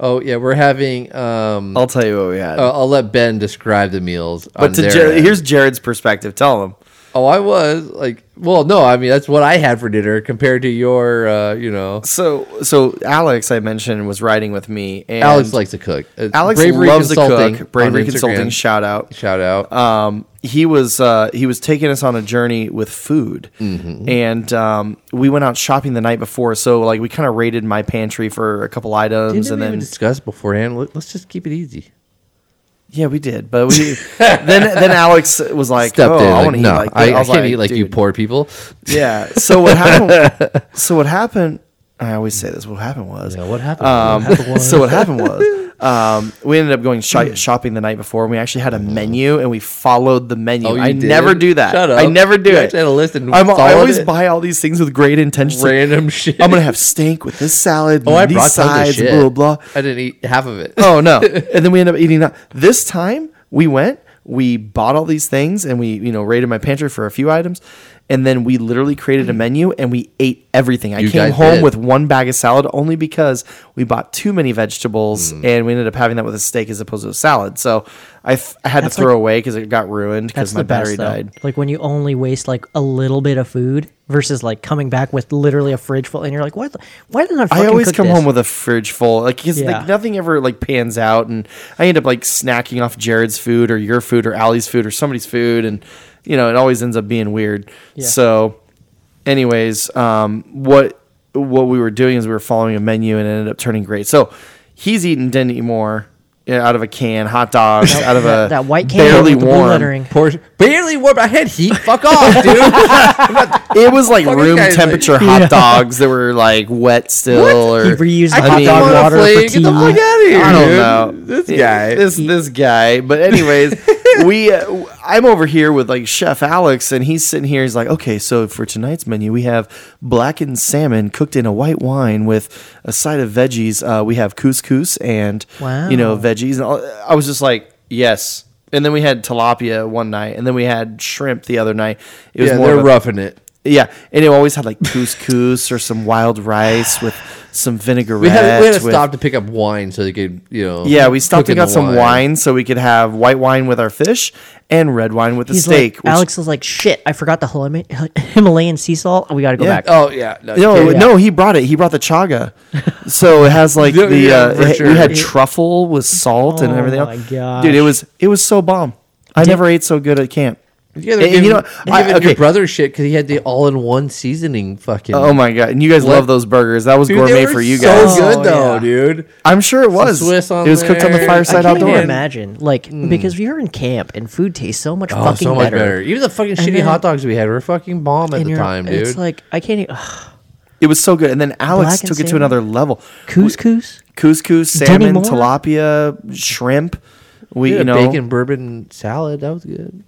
[SPEAKER 2] oh yeah, we're having. Um, I'll,
[SPEAKER 3] I'll tell you what we had
[SPEAKER 2] uh, I'll let Ben describe the meals.
[SPEAKER 3] but
[SPEAKER 2] on
[SPEAKER 3] to
[SPEAKER 2] their
[SPEAKER 3] Jar-
[SPEAKER 2] end.
[SPEAKER 3] here's Jared's perspective tell him
[SPEAKER 2] oh, I was like, well, no, I mean that's what I had for dinner compared to your, uh, you know.
[SPEAKER 3] so so Alex I mentioned was riding with me and
[SPEAKER 2] Alex likes to cook. Uh,
[SPEAKER 3] Alex
[SPEAKER 2] Bravery
[SPEAKER 3] loves to
[SPEAKER 2] Consulting
[SPEAKER 3] cook bravery
[SPEAKER 2] on Instagram.
[SPEAKER 3] consulting shout out
[SPEAKER 2] Shout out.
[SPEAKER 3] um, he was uh, he was taking us on a journey with food,
[SPEAKER 2] Mm-hmm.
[SPEAKER 3] and um, we went out shopping the night before. So like we kind of raided my pantry for a couple
[SPEAKER 2] We
[SPEAKER 3] items,
[SPEAKER 2] didn't
[SPEAKER 3] and then
[SPEAKER 2] even discuss beforehand. Let- Let's just keep it easy.
[SPEAKER 3] Yeah, we did, but we then then Alex was like, "Oh, I want to eat like that."
[SPEAKER 2] I, I
[SPEAKER 3] was
[SPEAKER 2] can't eat like you
[SPEAKER 3] "Dude."
[SPEAKER 2] poor people.
[SPEAKER 3] Yeah. So what happened? so what happened? I always say this. What happened was.
[SPEAKER 2] what happened?
[SPEAKER 3] Um, so what happened was um, we ended up going shi- shopping the night before, and we actually had a menu, and we followed the menu.
[SPEAKER 2] Mm. Oh, you
[SPEAKER 3] I
[SPEAKER 2] did?
[SPEAKER 3] never do that.
[SPEAKER 2] Shut up.
[SPEAKER 3] I never do
[SPEAKER 2] You
[SPEAKER 3] it.
[SPEAKER 2] actually had a list and
[SPEAKER 3] I'm, I
[SPEAKER 2] followed
[SPEAKER 3] always
[SPEAKER 2] it?
[SPEAKER 3] buy all these things with great intentions. Like,
[SPEAKER 2] Random shit.
[SPEAKER 3] I'm gonna have steak with this salad.
[SPEAKER 2] Oh, I
[SPEAKER 3] these
[SPEAKER 2] brought tons of
[SPEAKER 3] sides,
[SPEAKER 2] shit.
[SPEAKER 3] Blah blah. blah.
[SPEAKER 2] I didn't eat half of it.
[SPEAKER 3] Oh no! and then we end up eating that. This time we went, we bought all these things, and we you know raided my pantry for a few items, and then we literally created a menu and we ate everything. I
[SPEAKER 2] You
[SPEAKER 3] came
[SPEAKER 2] guys
[SPEAKER 3] home
[SPEAKER 2] did.
[SPEAKER 3] with one bag of salad only because we bought too many vegetables,
[SPEAKER 2] Mm.
[SPEAKER 3] and we ended up having that with a steak as opposed to a salad. So I, f- I had
[SPEAKER 1] That's
[SPEAKER 3] to throw away because it got ruined because my battery
[SPEAKER 1] though.
[SPEAKER 3] died.
[SPEAKER 1] Like when you only waste like a little bit of food versus like coming back with literally a fridge full, and you're like, why? the- Why didn't I? Fucking
[SPEAKER 3] I always
[SPEAKER 1] cook
[SPEAKER 3] come
[SPEAKER 1] this?
[SPEAKER 3] home with a fridge full, like because
[SPEAKER 1] Yeah.
[SPEAKER 3] like nothing ever like pans out, and I end up like snacking off Jared's food or your food or Allie's food or somebody's food, and you know it always ends up being weird.
[SPEAKER 1] Yeah.
[SPEAKER 3] So, anyways, um, what what we were doing is we were following a menu and it ended up turning great. So he's eating Denny Moore uh, out of a can, hot dogs out of a
[SPEAKER 1] that, that white can
[SPEAKER 3] barely
[SPEAKER 1] with the blue
[SPEAKER 3] warm.
[SPEAKER 1] lettering.
[SPEAKER 2] Poor, barely warm. I had heat. Fuck off, dude. I'm not-
[SPEAKER 3] It was like
[SPEAKER 2] Fucking
[SPEAKER 3] room
[SPEAKER 2] guy's like-
[SPEAKER 3] temperature hot dogs that were like wet still. Or
[SPEAKER 1] He reused
[SPEAKER 3] I
[SPEAKER 1] the hot
[SPEAKER 3] mean-
[SPEAKER 1] dog water for
[SPEAKER 2] Honestly, Get the
[SPEAKER 1] tea.
[SPEAKER 2] fuck out of here. dude.
[SPEAKER 3] I don't know
[SPEAKER 2] This guy.
[SPEAKER 3] This this guy. But anyways, we uh, w- I'm over here with like Chef Alex, and he's sitting here. He's like, okay, so for tonight's menu, we have blackened salmon cooked in a white wine with a side of veggies. Uh, we have couscous and you know
[SPEAKER 1] Wow.
[SPEAKER 3] veggies. And all- I was just like, yes. And then we had tilapia one night, and then we had shrimp the other night. It was
[SPEAKER 2] yeah,
[SPEAKER 3] more
[SPEAKER 2] they're
[SPEAKER 3] of a-
[SPEAKER 2] roughing it.
[SPEAKER 3] Yeah, and it always had like couscous or some wild rice with some vinaigrette.
[SPEAKER 2] We had, we had to
[SPEAKER 3] with-
[SPEAKER 2] stop to pick up wine so they could, you know.
[SPEAKER 3] yeah, we stopped
[SPEAKER 2] cook
[SPEAKER 3] and
[SPEAKER 2] in
[SPEAKER 3] got
[SPEAKER 2] the
[SPEAKER 3] some wine. so we could have white wine with our fish and red wine with the
[SPEAKER 1] He's
[SPEAKER 3] steak.
[SPEAKER 1] like, Alex was like, shit, I forgot the Hima- Himalayan sea salt. We got to go
[SPEAKER 3] Yeah.
[SPEAKER 1] back.
[SPEAKER 2] Oh yeah,
[SPEAKER 3] no,
[SPEAKER 1] Yeah, yeah.
[SPEAKER 3] no, he brought it. He brought the chaga. so it has like
[SPEAKER 2] Yeah,
[SPEAKER 3] the
[SPEAKER 2] yeah,
[SPEAKER 3] uh,
[SPEAKER 2] for
[SPEAKER 3] it-
[SPEAKER 2] sure.
[SPEAKER 3] we had
[SPEAKER 2] It-
[SPEAKER 3] truffle with salt and
[SPEAKER 1] Oh
[SPEAKER 3] everything.
[SPEAKER 1] my
[SPEAKER 3] else.
[SPEAKER 1] gosh.
[SPEAKER 3] dude, it was it was so bomb. I never ate so good at camp.
[SPEAKER 2] Yeah,
[SPEAKER 3] And-
[SPEAKER 2] they're
[SPEAKER 3] and
[SPEAKER 2] giving,
[SPEAKER 3] you know,
[SPEAKER 2] they're
[SPEAKER 3] I-
[SPEAKER 2] giving
[SPEAKER 3] okay.
[SPEAKER 2] your brother shit because he had the all-in-one seasoning. Fucking
[SPEAKER 3] Oh my god, and you guys
[SPEAKER 2] What?
[SPEAKER 3] love those burgers. That was
[SPEAKER 2] Dude, they
[SPEAKER 3] gourmet
[SPEAKER 2] were
[SPEAKER 3] for you
[SPEAKER 2] so
[SPEAKER 3] guys.
[SPEAKER 2] So good
[SPEAKER 1] Oh,
[SPEAKER 2] though,
[SPEAKER 1] yeah.
[SPEAKER 2] dude.
[SPEAKER 3] I'm sure it was.
[SPEAKER 2] Swiss on
[SPEAKER 3] it was cooked on the
[SPEAKER 2] there.
[SPEAKER 1] I
[SPEAKER 3] Oh, fireside
[SPEAKER 1] can't
[SPEAKER 3] outdoor.
[SPEAKER 1] even
[SPEAKER 2] outdoors.
[SPEAKER 1] imagine, like, because you're in camp and food tastes so much
[SPEAKER 2] Oh,
[SPEAKER 1] fucking
[SPEAKER 2] so much
[SPEAKER 1] better.
[SPEAKER 2] better. Even the fucking
[SPEAKER 1] And
[SPEAKER 2] shitty
[SPEAKER 1] then-
[SPEAKER 2] hot dogs we had were fucking bomb at
[SPEAKER 1] And
[SPEAKER 2] the
[SPEAKER 1] you're,
[SPEAKER 2] time, dude.
[SPEAKER 1] it's like I can't. Even, ugh,
[SPEAKER 3] It was so good, and then Alex
[SPEAKER 1] Black and
[SPEAKER 3] took it to
[SPEAKER 1] salmon?
[SPEAKER 3] another level.
[SPEAKER 1] couscous.
[SPEAKER 3] couscous,
[SPEAKER 1] Demi
[SPEAKER 3] salmon,
[SPEAKER 1] Moore?
[SPEAKER 3] tilapia, shrimp. We
[SPEAKER 2] we had
[SPEAKER 3] you
[SPEAKER 2] a
[SPEAKER 3] know
[SPEAKER 2] bacon bourbon salad. That was good.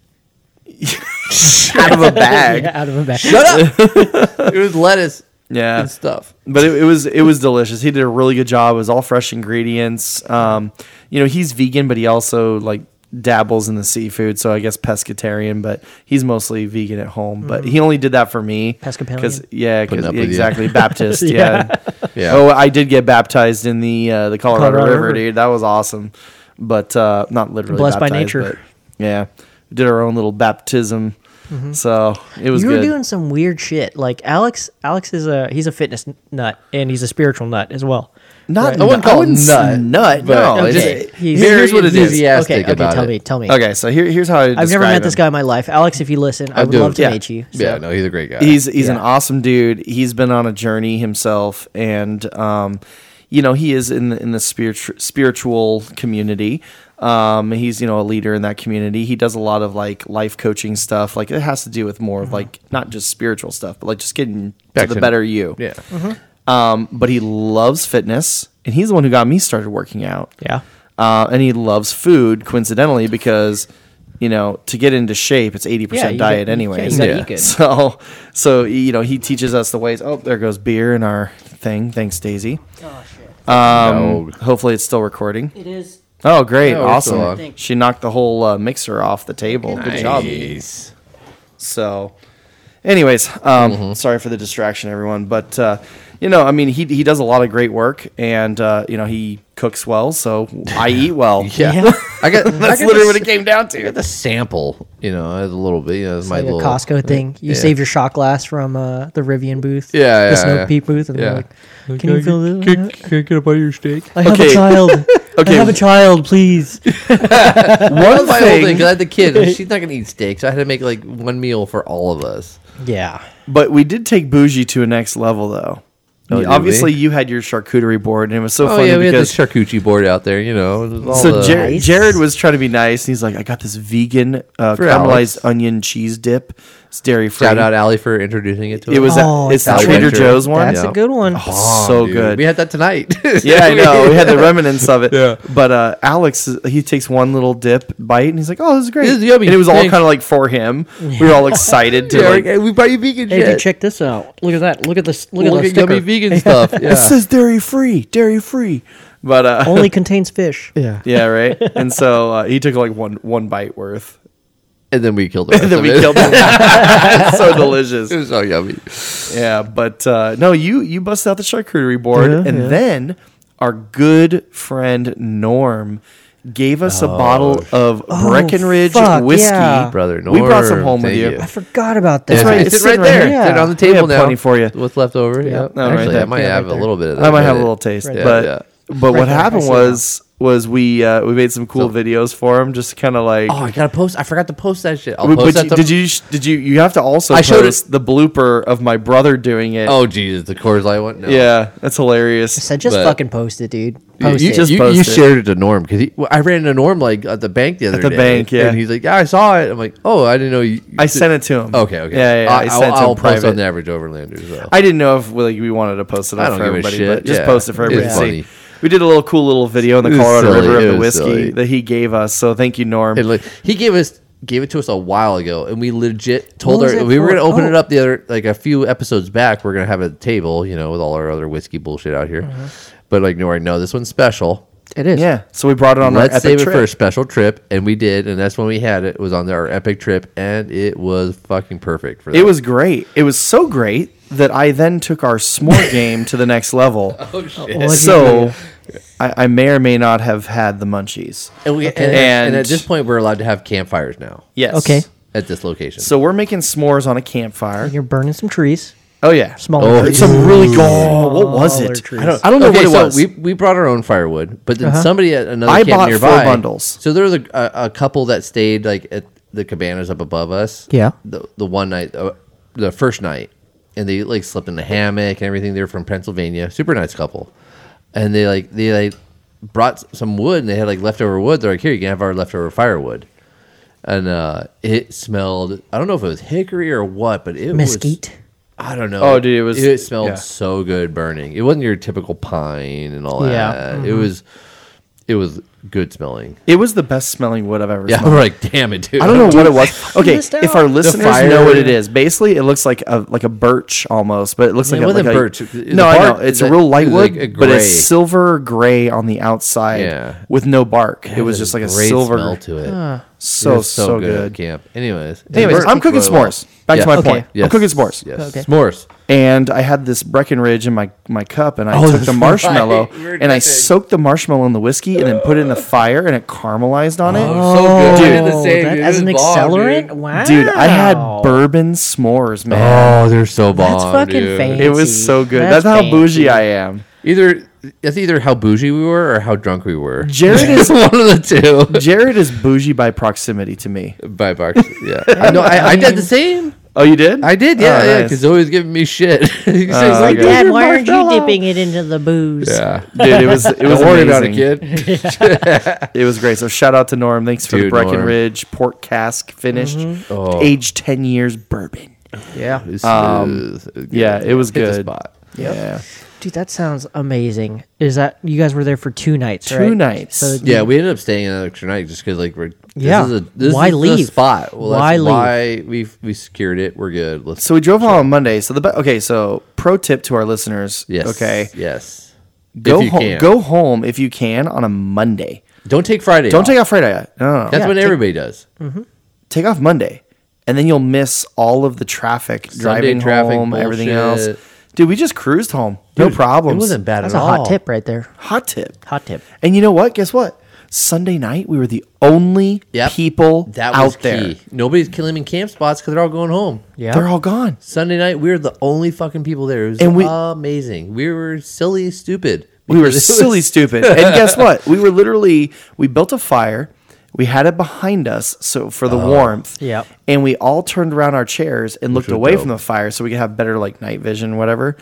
[SPEAKER 3] out of a bag.
[SPEAKER 1] Yeah, out of a bag.
[SPEAKER 2] It was lettuce
[SPEAKER 3] Yeah,
[SPEAKER 2] and stuff.
[SPEAKER 3] but it, it was it was delicious. He did a really good job. It was all fresh ingredients. Um, you know, he's vegan, but he also like dabbles in the seafood. So I guess pescatarian, but he's mostly vegan at home. But
[SPEAKER 1] Mm-hmm.
[SPEAKER 3] he only did that for me.
[SPEAKER 1] Pescapellian?
[SPEAKER 3] Because yeah, 'cause-
[SPEAKER 2] Putting up with you.
[SPEAKER 3] exactly. Baptist.
[SPEAKER 1] Yeah.
[SPEAKER 3] yeah.
[SPEAKER 2] Yeah.
[SPEAKER 3] Oh, I did get baptized in the uh, the Colorado,
[SPEAKER 1] Colorado
[SPEAKER 3] River,
[SPEAKER 1] River.
[SPEAKER 3] dude. That was awesome. But uh, not literally
[SPEAKER 1] Blessed by
[SPEAKER 3] baptized,
[SPEAKER 1] nature.
[SPEAKER 3] but, yeah, we did our own little baptism. So it
[SPEAKER 1] Mm-hmm. you
[SPEAKER 3] was good.
[SPEAKER 1] were doing some weird shit. Like Alex, Alex is a he's a fitness nut and he's a spiritual nut as well.
[SPEAKER 3] not
[SPEAKER 1] Right.
[SPEAKER 2] I wouldn't call it
[SPEAKER 3] s-
[SPEAKER 2] nut,
[SPEAKER 3] nut.
[SPEAKER 2] but
[SPEAKER 3] no,
[SPEAKER 2] okay.
[SPEAKER 3] it's-
[SPEAKER 1] He's-
[SPEAKER 3] here's what Oh, it is.
[SPEAKER 2] enthusiastic
[SPEAKER 1] Okay, okay,
[SPEAKER 2] about
[SPEAKER 1] tell
[SPEAKER 2] it.
[SPEAKER 1] me, tell me.
[SPEAKER 3] Okay, so here, here's how
[SPEAKER 1] I've
[SPEAKER 3] I
[SPEAKER 1] never
[SPEAKER 3] describe
[SPEAKER 1] met
[SPEAKER 3] him.
[SPEAKER 1] this guy in my life, Alex. If you listen, I
[SPEAKER 2] I
[SPEAKER 1] would
[SPEAKER 2] do.
[SPEAKER 1] love to
[SPEAKER 3] Yeah.
[SPEAKER 1] meet you. So.
[SPEAKER 2] Yeah, no, he's a great guy.
[SPEAKER 3] He's he's an
[SPEAKER 1] Yeah.
[SPEAKER 3] awesome dude. He's been on a journey himself, and um, you know he is in the, in the spiritual spiritual community. Um, he's you know a leader in that community. He does a lot of like life coaching stuff. Like it has to do with more of like not just spiritual stuff, but like just getting
[SPEAKER 2] Back
[SPEAKER 3] to the
[SPEAKER 2] to-
[SPEAKER 3] better you.
[SPEAKER 2] yeah.
[SPEAKER 1] Uh-huh.
[SPEAKER 3] Um, but he loves fitness, and he's the one who got me started working out.
[SPEAKER 1] Yeah.
[SPEAKER 3] Uh, and he loves food, coincidentally, because you know to get into shape, it's eighty
[SPEAKER 1] Yeah, you
[SPEAKER 3] percent diet
[SPEAKER 1] got-
[SPEAKER 3] anyway.
[SPEAKER 1] yeah, you gotta
[SPEAKER 2] Yeah.
[SPEAKER 1] eat good.
[SPEAKER 3] So, so you know, he teaches us the ways. Oh, there goes beer in our thing. Thanks, Daisy.
[SPEAKER 1] Oh shit!
[SPEAKER 2] Oh,
[SPEAKER 3] Um, Hopefully, it's still recording.
[SPEAKER 1] It is.
[SPEAKER 3] Oh, great,
[SPEAKER 2] No, we're still
[SPEAKER 3] awesome!
[SPEAKER 1] on.
[SPEAKER 3] She knocked the whole uh, mixer off the table. Good job.
[SPEAKER 2] Nice.
[SPEAKER 3] So, anyways, um,
[SPEAKER 2] Mm-hmm.
[SPEAKER 3] sorry for the distraction, everyone. But uh, you know, I mean, he he does a lot of great work, and uh, you know, he cooks well, so I eat well.
[SPEAKER 2] Yeah.
[SPEAKER 1] Yeah.
[SPEAKER 2] I got
[SPEAKER 3] That's
[SPEAKER 2] I got
[SPEAKER 3] literally
[SPEAKER 2] the
[SPEAKER 3] what
[SPEAKER 2] s-
[SPEAKER 3] it came down
[SPEAKER 2] I got
[SPEAKER 3] to.
[SPEAKER 2] the sample, you know, I had a little bit. You know, it was my
[SPEAKER 1] Like a
[SPEAKER 2] little
[SPEAKER 1] Costco thing. You
[SPEAKER 2] yeah.
[SPEAKER 1] save your shot glass from uh, the Rivian booth.
[SPEAKER 2] Yeah,
[SPEAKER 1] The
[SPEAKER 2] yeah,
[SPEAKER 1] Snow
[SPEAKER 2] yeah.
[SPEAKER 1] Peak booth. And
[SPEAKER 2] Yeah.
[SPEAKER 1] they're like, can you fill this?
[SPEAKER 4] Can, can I get a bite of your steak?
[SPEAKER 1] I have
[SPEAKER 3] Okay.
[SPEAKER 1] a child.
[SPEAKER 3] Okay.
[SPEAKER 1] I have a child, please.
[SPEAKER 2] That was my whole thing
[SPEAKER 3] thing-
[SPEAKER 2] because I had the kid. and She's not gonna eat steak, so I had to make like one meal for all of us.
[SPEAKER 1] yeah.
[SPEAKER 3] But we did take bougie to a next level, though.
[SPEAKER 2] Oh, did
[SPEAKER 3] Obviously,
[SPEAKER 2] we?
[SPEAKER 3] you had your charcuterie board, and it was so
[SPEAKER 2] Oh
[SPEAKER 3] funny
[SPEAKER 2] yeah, we had the
[SPEAKER 3] because
[SPEAKER 2] charcuterie board out there. You know, it was all
[SPEAKER 3] so
[SPEAKER 2] the-
[SPEAKER 3] Jared,
[SPEAKER 1] Nice.
[SPEAKER 3] Jared was trying to be nice, and he's like, "I got this vegan uh,
[SPEAKER 2] For
[SPEAKER 3] caramelized
[SPEAKER 2] Alex.
[SPEAKER 3] onion cheese dip. It's dairy free.
[SPEAKER 2] shout out Allie for introducing it to us.
[SPEAKER 3] It was at-
[SPEAKER 1] Oh,
[SPEAKER 3] it's the
[SPEAKER 1] it's
[SPEAKER 3] Trader
[SPEAKER 2] Adventure.
[SPEAKER 3] Joe's one.
[SPEAKER 1] That's
[SPEAKER 2] Yeah.
[SPEAKER 1] a good one.
[SPEAKER 2] Oh,
[SPEAKER 3] so
[SPEAKER 2] dude.
[SPEAKER 3] good.
[SPEAKER 2] We had that tonight.
[SPEAKER 3] Yeah, I know. We had the remnants of it.
[SPEAKER 2] Yeah.
[SPEAKER 3] But uh, Alex, he takes one little dip bite and he's like, "Oh, this is great."
[SPEAKER 2] This is yummy.
[SPEAKER 3] And it was all
[SPEAKER 2] Thanks.
[SPEAKER 3] kind of like for him. We were all excited to
[SPEAKER 2] Yeah,
[SPEAKER 3] like.
[SPEAKER 2] okay, we buy you vegan
[SPEAKER 1] Hey,
[SPEAKER 2] shit.
[SPEAKER 1] dude, check this out. Look at that. Look at this. Look,
[SPEAKER 2] Look
[SPEAKER 1] at
[SPEAKER 2] at
[SPEAKER 1] the
[SPEAKER 2] yummy
[SPEAKER 1] sticker.
[SPEAKER 2] vegan stuff. Yeah.
[SPEAKER 3] It says dairy free, dairy free. But uh,
[SPEAKER 1] Only contains fish. Oh, Yeah.
[SPEAKER 3] yeah, right. And so uh, he took like one one bite worth,
[SPEAKER 2] and then we killed the rest
[SPEAKER 3] and then
[SPEAKER 2] of
[SPEAKER 3] we
[SPEAKER 2] it.
[SPEAKER 3] killed him. it's so
[SPEAKER 2] it
[SPEAKER 3] delicious.
[SPEAKER 2] was so yummy.
[SPEAKER 3] Yeah, but uh, no, you you bust out the charcuterie board,
[SPEAKER 1] Yeah,
[SPEAKER 3] and
[SPEAKER 1] yeah.
[SPEAKER 3] then our good friend Norm gave us a
[SPEAKER 2] Oh,
[SPEAKER 3] bottle of Breckenridge
[SPEAKER 1] Oh, fuck,
[SPEAKER 3] whiskey.
[SPEAKER 1] yeah.
[SPEAKER 2] Brother
[SPEAKER 3] we brought some
[SPEAKER 2] Norm,
[SPEAKER 3] home with
[SPEAKER 2] thank
[SPEAKER 3] you.
[SPEAKER 2] you.
[SPEAKER 1] I forgot about that.
[SPEAKER 3] That's right.
[SPEAKER 2] It's,
[SPEAKER 3] It's
[SPEAKER 2] right
[SPEAKER 3] sitting right
[SPEAKER 2] there.
[SPEAKER 1] here.
[SPEAKER 2] It's sitting on the
[SPEAKER 3] We have
[SPEAKER 2] table now.
[SPEAKER 3] plenty for you.
[SPEAKER 2] What's left over? Yeah.
[SPEAKER 1] No,
[SPEAKER 3] right
[SPEAKER 2] Actually,
[SPEAKER 3] there.
[SPEAKER 2] I might
[SPEAKER 1] Yeah,
[SPEAKER 2] have
[SPEAKER 1] right
[SPEAKER 2] a
[SPEAKER 1] there.
[SPEAKER 2] little bit of that.
[SPEAKER 3] I might
[SPEAKER 2] in
[SPEAKER 3] have a
[SPEAKER 2] it.
[SPEAKER 3] little taste,
[SPEAKER 1] Right.
[SPEAKER 3] but
[SPEAKER 2] Yeah.
[SPEAKER 3] but
[SPEAKER 1] Right
[SPEAKER 3] what
[SPEAKER 1] there, I
[SPEAKER 3] happened
[SPEAKER 1] see
[SPEAKER 3] was was we uh, we made some cool videos for him, just kind of like.
[SPEAKER 2] Oh, I gotta post. I forgot to post that shit. I'll
[SPEAKER 3] We-
[SPEAKER 2] post that.
[SPEAKER 3] but you,
[SPEAKER 2] to-
[SPEAKER 3] did you did you you have to also
[SPEAKER 2] I showed
[SPEAKER 3] post the blooper of my brother doing it?
[SPEAKER 2] Oh Jesus, the Coors Light one. No.
[SPEAKER 3] yeah, that's hilarious.
[SPEAKER 1] So just
[SPEAKER 2] But-
[SPEAKER 1] fucking post it, dude.
[SPEAKER 2] You,
[SPEAKER 1] Post
[SPEAKER 2] you,
[SPEAKER 1] it.
[SPEAKER 3] just
[SPEAKER 2] you- you
[SPEAKER 3] post it.
[SPEAKER 2] shared it to Norm because well, I ran into Norm like at the bank the other
[SPEAKER 3] the
[SPEAKER 2] day.
[SPEAKER 3] bank, yeah.
[SPEAKER 2] And he's like, "Yeah, I saw it." I'm like, "Oh, I didn't know you."
[SPEAKER 3] I sent it to him.
[SPEAKER 2] Okay, okay.
[SPEAKER 3] Yeah, yeah, yeah, I,
[SPEAKER 2] I,
[SPEAKER 3] sent it
[SPEAKER 2] will
[SPEAKER 3] to him
[SPEAKER 2] I'll post
[SPEAKER 3] private.
[SPEAKER 2] on the average overlander. So.
[SPEAKER 3] I didn't know if like we wanted to post it
[SPEAKER 2] I
[SPEAKER 3] up
[SPEAKER 2] don't
[SPEAKER 3] for
[SPEAKER 2] give a
[SPEAKER 3] everybody,
[SPEAKER 2] shit.
[SPEAKER 3] but just
[SPEAKER 2] Yeah.
[SPEAKER 3] post it for
[SPEAKER 2] It's
[SPEAKER 3] everybody to
[SPEAKER 2] funny.
[SPEAKER 3] see. We did a little cool little video in the
[SPEAKER 2] It was
[SPEAKER 3] Colorado
[SPEAKER 2] silly.
[SPEAKER 3] River
[SPEAKER 2] It
[SPEAKER 3] of the
[SPEAKER 2] was
[SPEAKER 3] whiskey
[SPEAKER 2] silly.
[SPEAKER 3] that he gave us. So thank you, Norm.
[SPEAKER 2] And like he gave us gave it to us a while ago, and we legit told
[SPEAKER 1] What was
[SPEAKER 2] her
[SPEAKER 1] it
[SPEAKER 2] we were
[SPEAKER 1] for?
[SPEAKER 2] gonna open it
[SPEAKER 1] Oh.
[SPEAKER 2] up the other like a few episodes back. We're gonna have a table, you know, with all our other whiskey bullshit out here.
[SPEAKER 3] Uh-huh.
[SPEAKER 2] But like, no, right, no, this one's special.
[SPEAKER 1] it is.
[SPEAKER 3] yeah, so we brought it on
[SPEAKER 2] Let's
[SPEAKER 3] our epic
[SPEAKER 2] save it
[SPEAKER 3] trip.
[SPEAKER 2] for a special trip, and we did, and that's when we had it. It was on our epic trip, and it was fucking perfect for that.
[SPEAKER 3] It was great. It was so great that I then took our s'more game to the next level.
[SPEAKER 1] What'd you
[SPEAKER 3] so I, I may or may not have had the munchies.
[SPEAKER 2] and, we, and,
[SPEAKER 3] And-
[SPEAKER 2] and at this point, we're allowed to have campfires now
[SPEAKER 3] Yes.
[SPEAKER 1] Okay.
[SPEAKER 2] at this location.
[SPEAKER 3] So we're making s'mores on a campfire.
[SPEAKER 1] You're burning some trees.
[SPEAKER 3] Oh yeah.
[SPEAKER 1] Smaller
[SPEAKER 2] Oh,
[SPEAKER 1] trees.
[SPEAKER 3] It's some really gone. What was
[SPEAKER 1] Smaller
[SPEAKER 3] it?
[SPEAKER 1] trees.
[SPEAKER 3] I don't, I don't know
[SPEAKER 2] okay,
[SPEAKER 3] what it
[SPEAKER 2] so
[SPEAKER 3] was. Uh-huh.
[SPEAKER 2] we, we brought our own firewood, but then somebody at another
[SPEAKER 3] I
[SPEAKER 2] camp
[SPEAKER 3] bought four
[SPEAKER 2] nearby.
[SPEAKER 3] bundles.
[SPEAKER 2] So there was a, a, a couple that stayed like at the cabanas up above us.
[SPEAKER 1] Yeah.
[SPEAKER 2] The the one night, uh, the first night, and they like slept in the hammock and everything. They were from Pennsylvania, super nice couple, and they like they like brought s- some wood and they had like leftover wood. They're like, here you can have our leftover firewood. And uh, it smelled. I don't know if it was hickory or what, but it was
[SPEAKER 1] Mesquite.
[SPEAKER 2] I don't know.
[SPEAKER 3] Oh, dude, it was-
[SPEAKER 2] It smelled
[SPEAKER 3] yeah.
[SPEAKER 2] so good burning. It wasn't your typical pine and all
[SPEAKER 1] Yeah.
[SPEAKER 2] that. It
[SPEAKER 3] Mm-hmm.
[SPEAKER 2] was, it was good smelling.
[SPEAKER 3] it was the best smelling wood I've ever
[SPEAKER 2] Yeah,
[SPEAKER 3] smelled.
[SPEAKER 2] we're like, damn it, dude.
[SPEAKER 3] I don't know what it was. Okay,
[SPEAKER 1] missed
[SPEAKER 3] if
[SPEAKER 1] out.
[SPEAKER 3] our listeners
[SPEAKER 2] fire.
[SPEAKER 3] know what it is, basically it looks like a like a birch almost, but it looks like
[SPEAKER 2] It
[SPEAKER 3] a,
[SPEAKER 2] wasn't
[SPEAKER 3] like a-
[SPEAKER 2] birch. It was
[SPEAKER 3] no,
[SPEAKER 2] a
[SPEAKER 3] I
[SPEAKER 2] bark
[SPEAKER 3] know it's a
[SPEAKER 2] that-
[SPEAKER 3] real
[SPEAKER 2] it
[SPEAKER 3] light
[SPEAKER 2] was
[SPEAKER 3] wood,
[SPEAKER 2] like a
[SPEAKER 3] but it's
[SPEAKER 2] gray.
[SPEAKER 3] silver gray on the outside
[SPEAKER 2] Yeah.
[SPEAKER 3] with no bark. it was
[SPEAKER 2] It had
[SPEAKER 3] just like a
[SPEAKER 2] great
[SPEAKER 3] silver,
[SPEAKER 2] smell to it. It
[SPEAKER 3] so
[SPEAKER 2] was
[SPEAKER 3] so,
[SPEAKER 2] good, at
[SPEAKER 3] good.
[SPEAKER 2] camp. Anyways,
[SPEAKER 3] Anyways, I'm cooking s'mores. Back to my
[SPEAKER 1] Okay.
[SPEAKER 3] point.
[SPEAKER 2] Yes.
[SPEAKER 3] I'm cooking s'mores,
[SPEAKER 2] Yes,
[SPEAKER 1] Okay.
[SPEAKER 2] s'mores.
[SPEAKER 3] and I had this Breckenridge in my my cup, and I took the
[SPEAKER 2] Oh, that's
[SPEAKER 3] marshmallow
[SPEAKER 2] right. You were
[SPEAKER 3] and I
[SPEAKER 2] dipping.
[SPEAKER 3] soaked the marshmallow in the whiskey, and then put it in the fire and it caramelized on it.
[SPEAKER 2] so good.
[SPEAKER 1] Oh, that- as an accelerant? Wow.
[SPEAKER 3] Dude, I had bourbon s'mores, man.
[SPEAKER 2] Oh, they're so bomb.
[SPEAKER 1] That's fucking
[SPEAKER 2] dude.
[SPEAKER 1] fancy.
[SPEAKER 3] it was so good.
[SPEAKER 1] That's
[SPEAKER 3] That's,
[SPEAKER 1] fancy.
[SPEAKER 3] how bougie I am.
[SPEAKER 2] Either that's either how bougie we were or how drunk we were.
[SPEAKER 3] Jared
[SPEAKER 2] It's one of the
[SPEAKER 3] Jared is bougie by proximity to me.
[SPEAKER 2] two. By Bark. Yeah. I know. I, I did the same.
[SPEAKER 3] Oh, you did?
[SPEAKER 2] I did. Yeah.
[SPEAKER 3] Oh,
[SPEAKER 2] yeah.
[SPEAKER 3] nice.
[SPEAKER 2] Because always giving me shit. He's just
[SPEAKER 3] Oh,
[SPEAKER 2] like,
[SPEAKER 3] okay.
[SPEAKER 2] "Dude,
[SPEAKER 1] Dad,
[SPEAKER 2] you're
[SPEAKER 1] why aren't you
[SPEAKER 2] Marshmallow."
[SPEAKER 1] dipping it into the booze?
[SPEAKER 2] Yeah.
[SPEAKER 3] Dude, it was it was
[SPEAKER 2] Don't worry about it,
[SPEAKER 3] amazing.
[SPEAKER 2] kid.
[SPEAKER 3] It was great. So shout out to Norm. Thanks for the
[SPEAKER 2] Dude, Norm.
[SPEAKER 3] Breckenridge port cask finished,
[SPEAKER 2] Oh.
[SPEAKER 3] aged ten years bourbon.
[SPEAKER 1] Yeah.
[SPEAKER 2] It's smooth.
[SPEAKER 3] Um, yeah, it was
[SPEAKER 2] Hit the
[SPEAKER 3] good.
[SPEAKER 2] spot.
[SPEAKER 3] Yeah,
[SPEAKER 1] Dude, that sounds amazing. Is that you guys were there for two nights?
[SPEAKER 3] two
[SPEAKER 1] right?
[SPEAKER 3] nights.
[SPEAKER 1] So-
[SPEAKER 2] Yeah, we ended up staying an extra night just because, like, we're
[SPEAKER 1] Yeah.
[SPEAKER 2] This is a, this
[SPEAKER 1] Why
[SPEAKER 2] is the
[SPEAKER 1] leave?
[SPEAKER 2] spot? Well, that's
[SPEAKER 1] Why leave?
[SPEAKER 2] Why we we secured it? We're good. Let's
[SPEAKER 3] So we drove home on Monday. So the be- okay. So pro tip to our listeners.
[SPEAKER 2] yes.
[SPEAKER 3] Okay.
[SPEAKER 2] Yes.
[SPEAKER 3] Go
[SPEAKER 2] If you
[SPEAKER 3] home.
[SPEAKER 2] can.
[SPEAKER 3] Go home if you can on a Monday.
[SPEAKER 2] Don't take Friday.
[SPEAKER 3] Don't
[SPEAKER 2] off.
[SPEAKER 3] take off Friday. No, no, no.
[SPEAKER 2] That's
[SPEAKER 1] Yeah,
[SPEAKER 2] what
[SPEAKER 1] take-
[SPEAKER 2] everybody does.
[SPEAKER 3] Take off Monday, and then you'll miss all of the traffic, driving
[SPEAKER 2] traffic
[SPEAKER 3] home, everything else.
[SPEAKER 2] bullshit.
[SPEAKER 3] Dude, we just cruised home. No problems.
[SPEAKER 2] It wasn't bad
[SPEAKER 1] that's
[SPEAKER 2] at
[SPEAKER 1] a hot
[SPEAKER 2] all.
[SPEAKER 1] tip right there.
[SPEAKER 3] Hot tip.
[SPEAKER 1] Hot tip.
[SPEAKER 3] And you know what? Guess what? Sunday night we were the only
[SPEAKER 2] Yep.
[SPEAKER 3] people
[SPEAKER 2] That was
[SPEAKER 3] out there.
[SPEAKER 2] key. Nobody's killing in camp spots because they're all going home.
[SPEAKER 1] Yeah.
[SPEAKER 3] They're all gone.
[SPEAKER 2] Sunday night, we were the only fucking people there. It was
[SPEAKER 3] And we-
[SPEAKER 2] amazing. We were silly, stupid.
[SPEAKER 3] We were
[SPEAKER 2] Because it was-
[SPEAKER 3] silly stupid. And guess what? We were literally we built a fire. We had it behind us so for the
[SPEAKER 2] Oh.
[SPEAKER 3] warmth.
[SPEAKER 1] Yep.
[SPEAKER 3] And we all turned around our chairs and looked
[SPEAKER 2] was
[SPEAKER 3] away
[SPEAKER 2] dope. Mm-hmm.
[SPEAKER 3] from the fire so we could have better like night vision, whatever.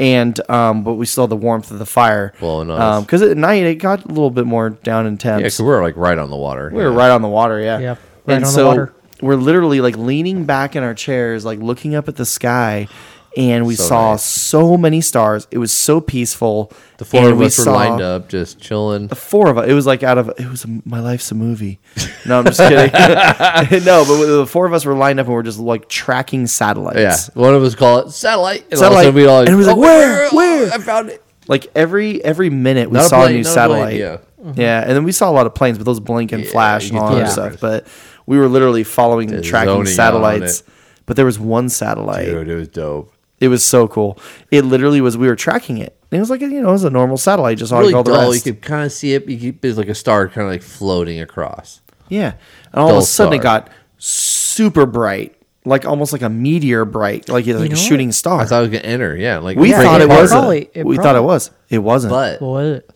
[SPEAKER 3] And um, but we still had the warmth of the fire.
[SPEAKER 2] Well, nice.
[SPEAKER 3] because at night it got a little bit more down in temps.
[SPEAKER 2] Yeah, 'cause we were like right on the water.
[SPEAKER 3] We were right on the water, yeah.
[SPEAKER 1] Yep, right
[SPEAKER 3] and
[SPEAKER 1] on the
[SPEAKER 3] so
[SPEAKER 1] water.
[SPEAKER 3] we're literally like leaning back in our chairs, like looking up at the sky, and we
[SPEAKER 2] So
[SPEAKER 3] saw
[SPEAKER 2] nice.
[SPEAKER 3] so many stars. It was so peaceful.
[SPEAKER 2] The four
[SPEAKER 3] and
[SPEAKER 2] of
[SPEAKER 3] we
[SPEAKER 2] us were
[SPEAKER 3] saw-
[SPEAKER 2] lined up, just chilling.
[SPEAKER 3] The four of us. It was like out of it was a- my life's a movie. No, I'm just kidding. no, but the four of us were lined up and we're just like tracking satellites.
[SPEAKER 2] Yeah, one of us call it satellite. And all of a
[SPEAKER 3] Satellite.
[SPEAKER 2] sudden we all
[SPEAKER 3] And it was like, "Where?
[SPEAKER 2] oh,
[SPEAKER 3] Where?"
[SPEAKER 2] I found it.
[SPEAKER 3] Like every every minute we
[SPEAKER 2] Not a
[SPEAKER 3] saw a,
[SPEAKER 2] plane,
[SPEAKER 3] new
[SPEAKER 2] not a
[SPEAKER 3] satellite.
[SPEAKER 2] plane, yeah.
[SPEAKER 3] Yeah, and then we saw a lot of planes, but those blink and
[SPEAKER 2] Yeah,
[SPEAKER 3] flash
[SPEAKER 2] you get
[SPEAKER 3] and all that
[SPEAKER 1] those
[SPEAKER 3] stuff.
[SPEAKER 2] numbers.
[SPEAKER 3] But we were literally following and
[SPEAKER 2] Just
[SPEAKER 3] tracking
[SPEAKER 2] zoning out on
[SPEAKER 3] satellites.
[SPEAKER 2] it.
[SPEAKER 3] But there was one satellite.
[SPEAKER 2] Dude, it was dope.
[SPEAKER 3] It was so cool. It literally was. We were tracking it. And it was like you know, it was a normal satellite, just
[SPEAKER 2] Really
[SPEAKER 3] like all the
[SPEAKER 2] dull. You
[SPEAKER 3] rest.
[SPEAKER 2] could kind of see it. You could, it was like a star, kind of like floating across.
[SPEAKER 3] yeah, and all of
[SPEAKER 2] Dull
[SPEAKER 3] a sudden it
[SPEAKER 2] star.
[SPEAKER 3] got super bright, like almost like a meteor bright, like, like
[SPEAKER 1] know
[SPEAKER 3] a shooting star.
[SPEAKER 2] I thought it was gonna enter. Yeah, like
[SPEAKER 3] we
[SPEAKER 2] break
[SPEAKER 3] thought it
[SPEAKER 2] apart.
[SPEAKER 3] was. not
[SPEAKER 1] probably-
[SPEAKER 3] we
[SPEAKER 1] it
[SPEAKER 3] thought
[SPEAKER 1] probably-
[SPEAKER 3] it was. It wasn't.
[SPEAKER 2] but
[SPEAKER 1] What was it?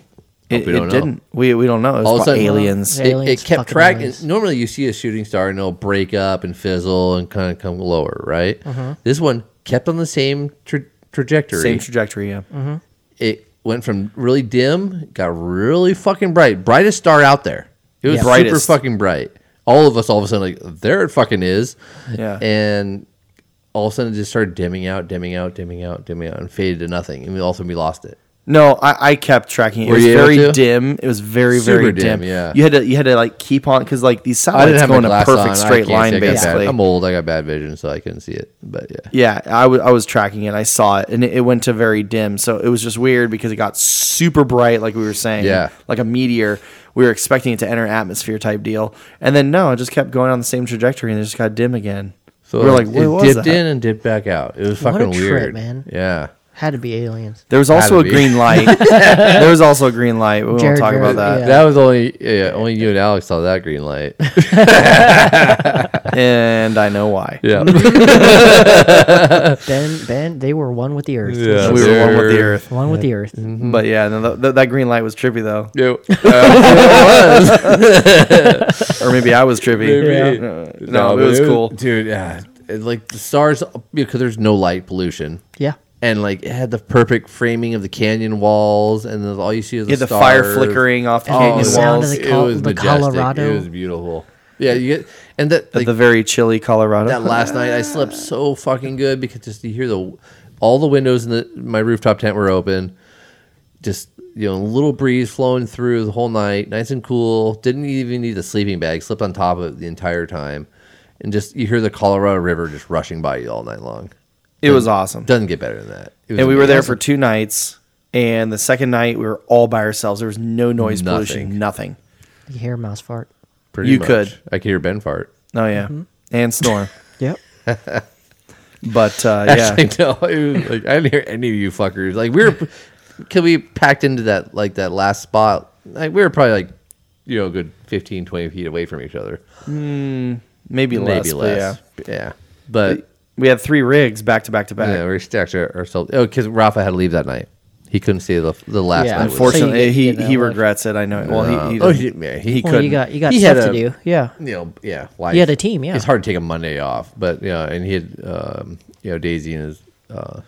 [SPEAKER 3] it,
[SPEAKER 2] we
[SPEAKER 3] it
[SPEAKER 2] don't know.
[SPEAKER 3] didn't. We we don't know. It was
[SPEAKER 2] all of a sudden, uh,
[SPEAKER 3] probably aliens.
[SPEAKER 1] Yeah.
[SPEAKER 2] It,
[SPEAKER 1] Aliens,
[SPEAKER 2] it kept
[SPEAKER 1] fucking
[SPEAKER 2] track.
[SPEAKER 1] aliens.
[SPEAKER 2] Normally, you see a shooting star and it'll break up and fizzle and kind of come lower, right? This one kept on the same tra- trajectory.
[SPEAKER 3] Uh-huh. Same trajectory. Yeah.
[SPEAKER 1] Mm-hmm.
[SPEAKER 2] it went from really dim, got really fucking bright, brightest star out there. It was
[SPEAKER 1] Yeah.
[SPEAKER 3] Brightest.
[SPEAKER 2] super fucking bright. All of us, all of a sudden, like there it fucking is.
[SPEAKER 3] Yeah.
[SPEAKER 2] and all of a sudden, it just started dimming out, dimming out, dimming out, dimming out, and faded to nothing. And we all of a sudden we lost it.
[SPEAKER 3] No, I, I kept tracking. It
[SPEAKER 2] Were
[SPEAKER 3] it was
[SPEAKER 2] you able
[SPEAKER 3] very
[SPEAKER 2] to?
[SPEAKER 3] dim. It was very
[SPEAKER 2] Super
[SPEAKER 3] very
[SPEAKER 2] dim,
[SPEAKER 3] dim.
[SPEAKER 2] yeah.
[SPEAKER 3] You had to you had to like keep on because like these
[SPEAKER 2] I didn't
[SPEAKER 3] satellites
[SPEAKER 2] have
[SPEAKER 3] go
[SPEAKER 2] my
[SPEAKER 3] in a
[SPEAKER 2] glass
[SPEAKER 3] perfect
[SPEAKER 2] on. I
[SPEAKER 3] straight
[SPEAKER 2] can't
[SPEAKER 3] line
[SPEAKER 2] see. I got bad-
[SPEAKER 3] basically.
[SPEAKER 2] I'm old. I got bad vision, so I couldn't see it. But yeah,
[SPEAKER 3] Yeah, I wa- I was tracking it. I saw it, and it, it went to very dim. So it was just weird because it got super bright, like we were saying.
[SPEAKER 2] Yeah.
[SPEAKER 3] like a meteor. We were expecting it to enter atmosphere type deal, and then no, it just kept going on the same trajectory, and it just got dim again.
[SPEAKER 2] so
[SPEAKER 3] we were like,
[SPEAKER 2] it,
[SPEAKER 3] what
[SPEAKER 2] it
[SPEAKER 3] was
[SPEAKER 2] dipped
[SPEAKER 3] that?
[SPEAKER 2] in and dipped back out. It was
[SPEAKER 1] What a
[SPEAKER 2] fucking
[SPEAKER 1] trip,
[SPEAKER 2] weird,
[SPEAKER 1] man.
[SPEAKER 2] Yeah,
[SPEAKER 1] Had to be aliens.
[SPEAKER 3] There was also
[SPEAKER 2] to
[SPEAKER 3] a
[SPEAKER 2] be.
[SPEAKER 3] green light. there was also a green light. but We won't
[SPEAKER 1] Jared,
[SPEAKER 3] talk about
[SPEAKER 1] Jared,
[SPEAKER 3] that.
[SPEAKER 2] that was only yeah, only you and Alex saw that green light.
[SPEAKER 3] And I know why.
[SPEAKER 2] yeah,
[SPEAKER 1] Ben, Ben, they were one with the earth.
[SPEAKER 2] Yeah.
[SPEAKER 3] We were one with the
[SPEAKER 2] Sir.
[SPEAKER 3] earth.
[SPEAKER 1] One with the earth.
[SPEAKER 2] Mm-hmm.
[SPEAKER 3] But yeah, Mm-hmm. no, th- that green light was trippy though,
[SPEAKER 2] yeah.
[SPEAKER 3] or maybe I was trippy.
[SPEAKER 2] Maybe.
[SPEAKER 3] Uh, No,
[SPEAKER 2] but
[SPEAKER 3] it was cool.
[SPEAKER 2] dude. Yeah, It, like the stars because there's no light pollution.
[SPEAKER 1] Yeah.
[SPEAKER 2] and like it had the perfect framing of the canyon walls, and then all you see is the,
[SPEAKER 3] You had the fire
[SPEAKER 2] stars.
[SPEAKER 3] flickering off the
[SPEAKER 2] Oh,
[SPEAKER 3] canyon
[SPEAKER 1] the
[SPEAKER 3] walls
[SPEAKER 1] sound of the
[SPEAKER 2] it
[SPEAKER 1] Col-
[SPEAKER 2] was
[SPEAKER 1] the
[SPEAKER 2] majestic.
[SPEAKER 1] Colorado.
[SPEAKER 2] It was beautiful. Yeah, you get and that
[SPEAKER 3] at
[SPEAKER 2] like,
[SPEAKER 3] the very chilly Colorado.
[SPEAKER 2] that last night I slept so fucking good because just you hear the all the windows in the my rooftop tent were open. Just you know, little breeze flowing through the whole night, nice and cool. Didn't even need a sleeping bag. Slept on top of it the entire time, and just you hear the Colorado River just rushing by you all night long.
[SPEAKER 3] it was awesome.
[SPEAKER 2] Doesn't get better than that. It was
[SPEAKER 3] and we were there
[SPEAKER 2] amazing.
[SPEAKER 3] for two nights. And the second night, we were all by ourselves. There was no noise
[SPEAKER 2] Nothing.
[SPEAKER 3] pollution, nothing.
[SPEAKER 1] You hear a mouse fart.
[SPEAKER 2] Pretty
[SPEAKER 3] you could.
[SPEAKER 2] I could hear Ben fart.
[SPEAKER 3] Oh yeah,
[SPEAKER 2] Mm-hmm.
[SPEAKER 3] and snore.
[SPEAKER 1] Yep.
[SPEAKER 3] but uh,
[SPEAKER 2] Actually,
[SPEAKER 3] yeah,
[SPEAKER 2] no, it was like I didn't hear any of you fuckers. Like we were, can we packed into that like that last spot? Like we were probably like you know, a good 15, 20 feet away from each other.
[SPEAKER 3] Maybe less.
[SPEAKER 2] Maybe
[SPEAKER 3] but
[SPEAKER 2] less.
[SPEAKER 3] yeah.
[SPEAKER 2] Yeah. But
[SPEAKER 3] We had three rigs back to back to back.
[SPEAKER 2] yeah, we stacked our, ourselves. Oh, because Rafa had to leave that night. He couldn't stay the, the last
[SPEAKER 1] Yeah,
[SPEAKER 2] night. with us.
[SPEAKER 3] Unfortunately,
[SPEAKER 1] So you get-
[SPEAKER 3] he,
[SPEAKER 1] you get
[SPEAKER 3] he
[SPEAKER 1] that
[SPEAKER 3] regrets it. I know. Well, he, he,
[SPEAKER 2] Uh, oh,
[SPEAKER 3] didn't-
[SPEAKER 2] he- yeah, he
[SPEAKER 1] Well, you
[SPEAKER 3] couldn't.
[SPEAKER 1] got you got
[SPEAKER 3] He had
[SPEAKER 1] stuff to
[SPEAKER 3] a-
[SPEAKER 1] do. Yeah.
[SPEAKER 2] you know, yeah, life.
[SPEAKER 1] You had a team, yeah.
[SPEAKER 2] It's hard to take a Monday off, but yeah, and he had, um, you know, Daisy and his uh,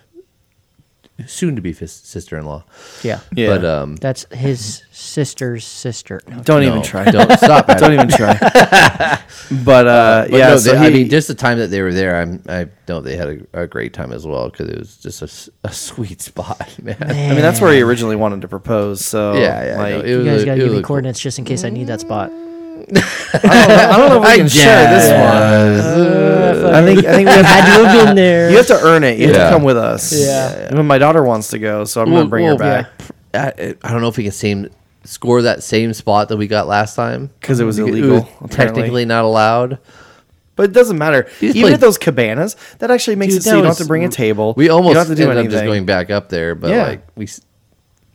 [SPEAKER 2] soon-to-be fis- sister-in-law.
[SPEAKER 1] Yeah.
[SPEAKER 3] Yeah.
[SPEAKER 2] But um,
[SPEAKER 1] That's his sister's sister. No,
[SPEAKER 3] Don't
[SPEAKER 2] no,
[SPEAKER 3] even try. Don't,
[SPEAKER 2] Don't stop. At it.
[SPEAKER 3] even try. but uh,
[SPEAKER 2] But
[SPEAKER 3] yeah,
[SPEAKER 2] no,
[SPEAKER 3] so
[SPEAKER 2] they- I
[SPEAKER 3] he-
[SPEAKER 2] mean, just the time that they were there, I'm, I know they had a, a great time as well because it was just a s- a, sweet spot, man.
[SPEAKER 3] I mean, that's where he originally wanted to propose. So
[SPEAKER 2] Yeah, yeah, I know.
[SPEAKER 3] like,
[SPEAKER 2] It
[SPEAKER 1] You
[SPEAKER 2] was
[SPEAKER 1] guys
[SPEAKER 2] a-
[SPEAKER 1] got
[SPEAKER 2] it
[SPEAKER 1] to give
[SPEAKER 2] was
[SPEAKER 1] me
[SPEAKER 2] a cool-
[SPEAKER 1] coordinates just in case I need that spot.
[SPEAKER 3] I, don't know, I don't know if we can share this one. I think I think we have,
[SPEAKER 1] Had to have been there.
[SPEAKER 3] you have to earn it. You have
[SPEAKER 2] Yeah.
[SPEAKER 3] to come with us.
[SPEAKER 1] Yeah.
[SPEAKER 3] Even my daughter wants to go, so I'm gonna bring her back
[SPEAKER 2] I, I don't know if we can same score that same spot that we got last time
[SPEAKER 3] because it was
[SPEAKER 2] It was
[SPEAKER 3] illegal. apparently.
[SPEAKER 2] technically not allowed.
[SPEAKER 3] but it doesn't matter.
[SPEAKER 2] just
[SPEAKER 3] Even
[SPEAKER 2] played-
[SPEAKER 3] at those cabanas, that actually makes
[SPEAKER 1] Dude,
[SPEAKER 3] it so
[SPEAKER 1] that
[SPEAKER 3] you don't have
[SPEAKER 1] was-
[SPEAKER 3] to bring a table.
[SPEAKER 2] We almost
[SPEAKER 3] you don't have to do
[SPEAKER 2] ended
[SPEAKER 3] anything.
[SPEAKER 2] up just going back up there, but
[SPEAKER 3] Yeah.
[SPEAKER 2] like we s-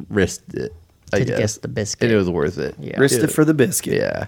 [SPEAKER 2] risked it. I
[SPEAKER 1] To
[SPEAKER 2] guess.
[SPEAKER 1] get the biscuit.
[SPEAKER 2] and it was worth it.
[SPEAKER 1] Yeah.
[SPEAKER 3] Risked it for the biscuit.
[SPEAKER 2] yeah.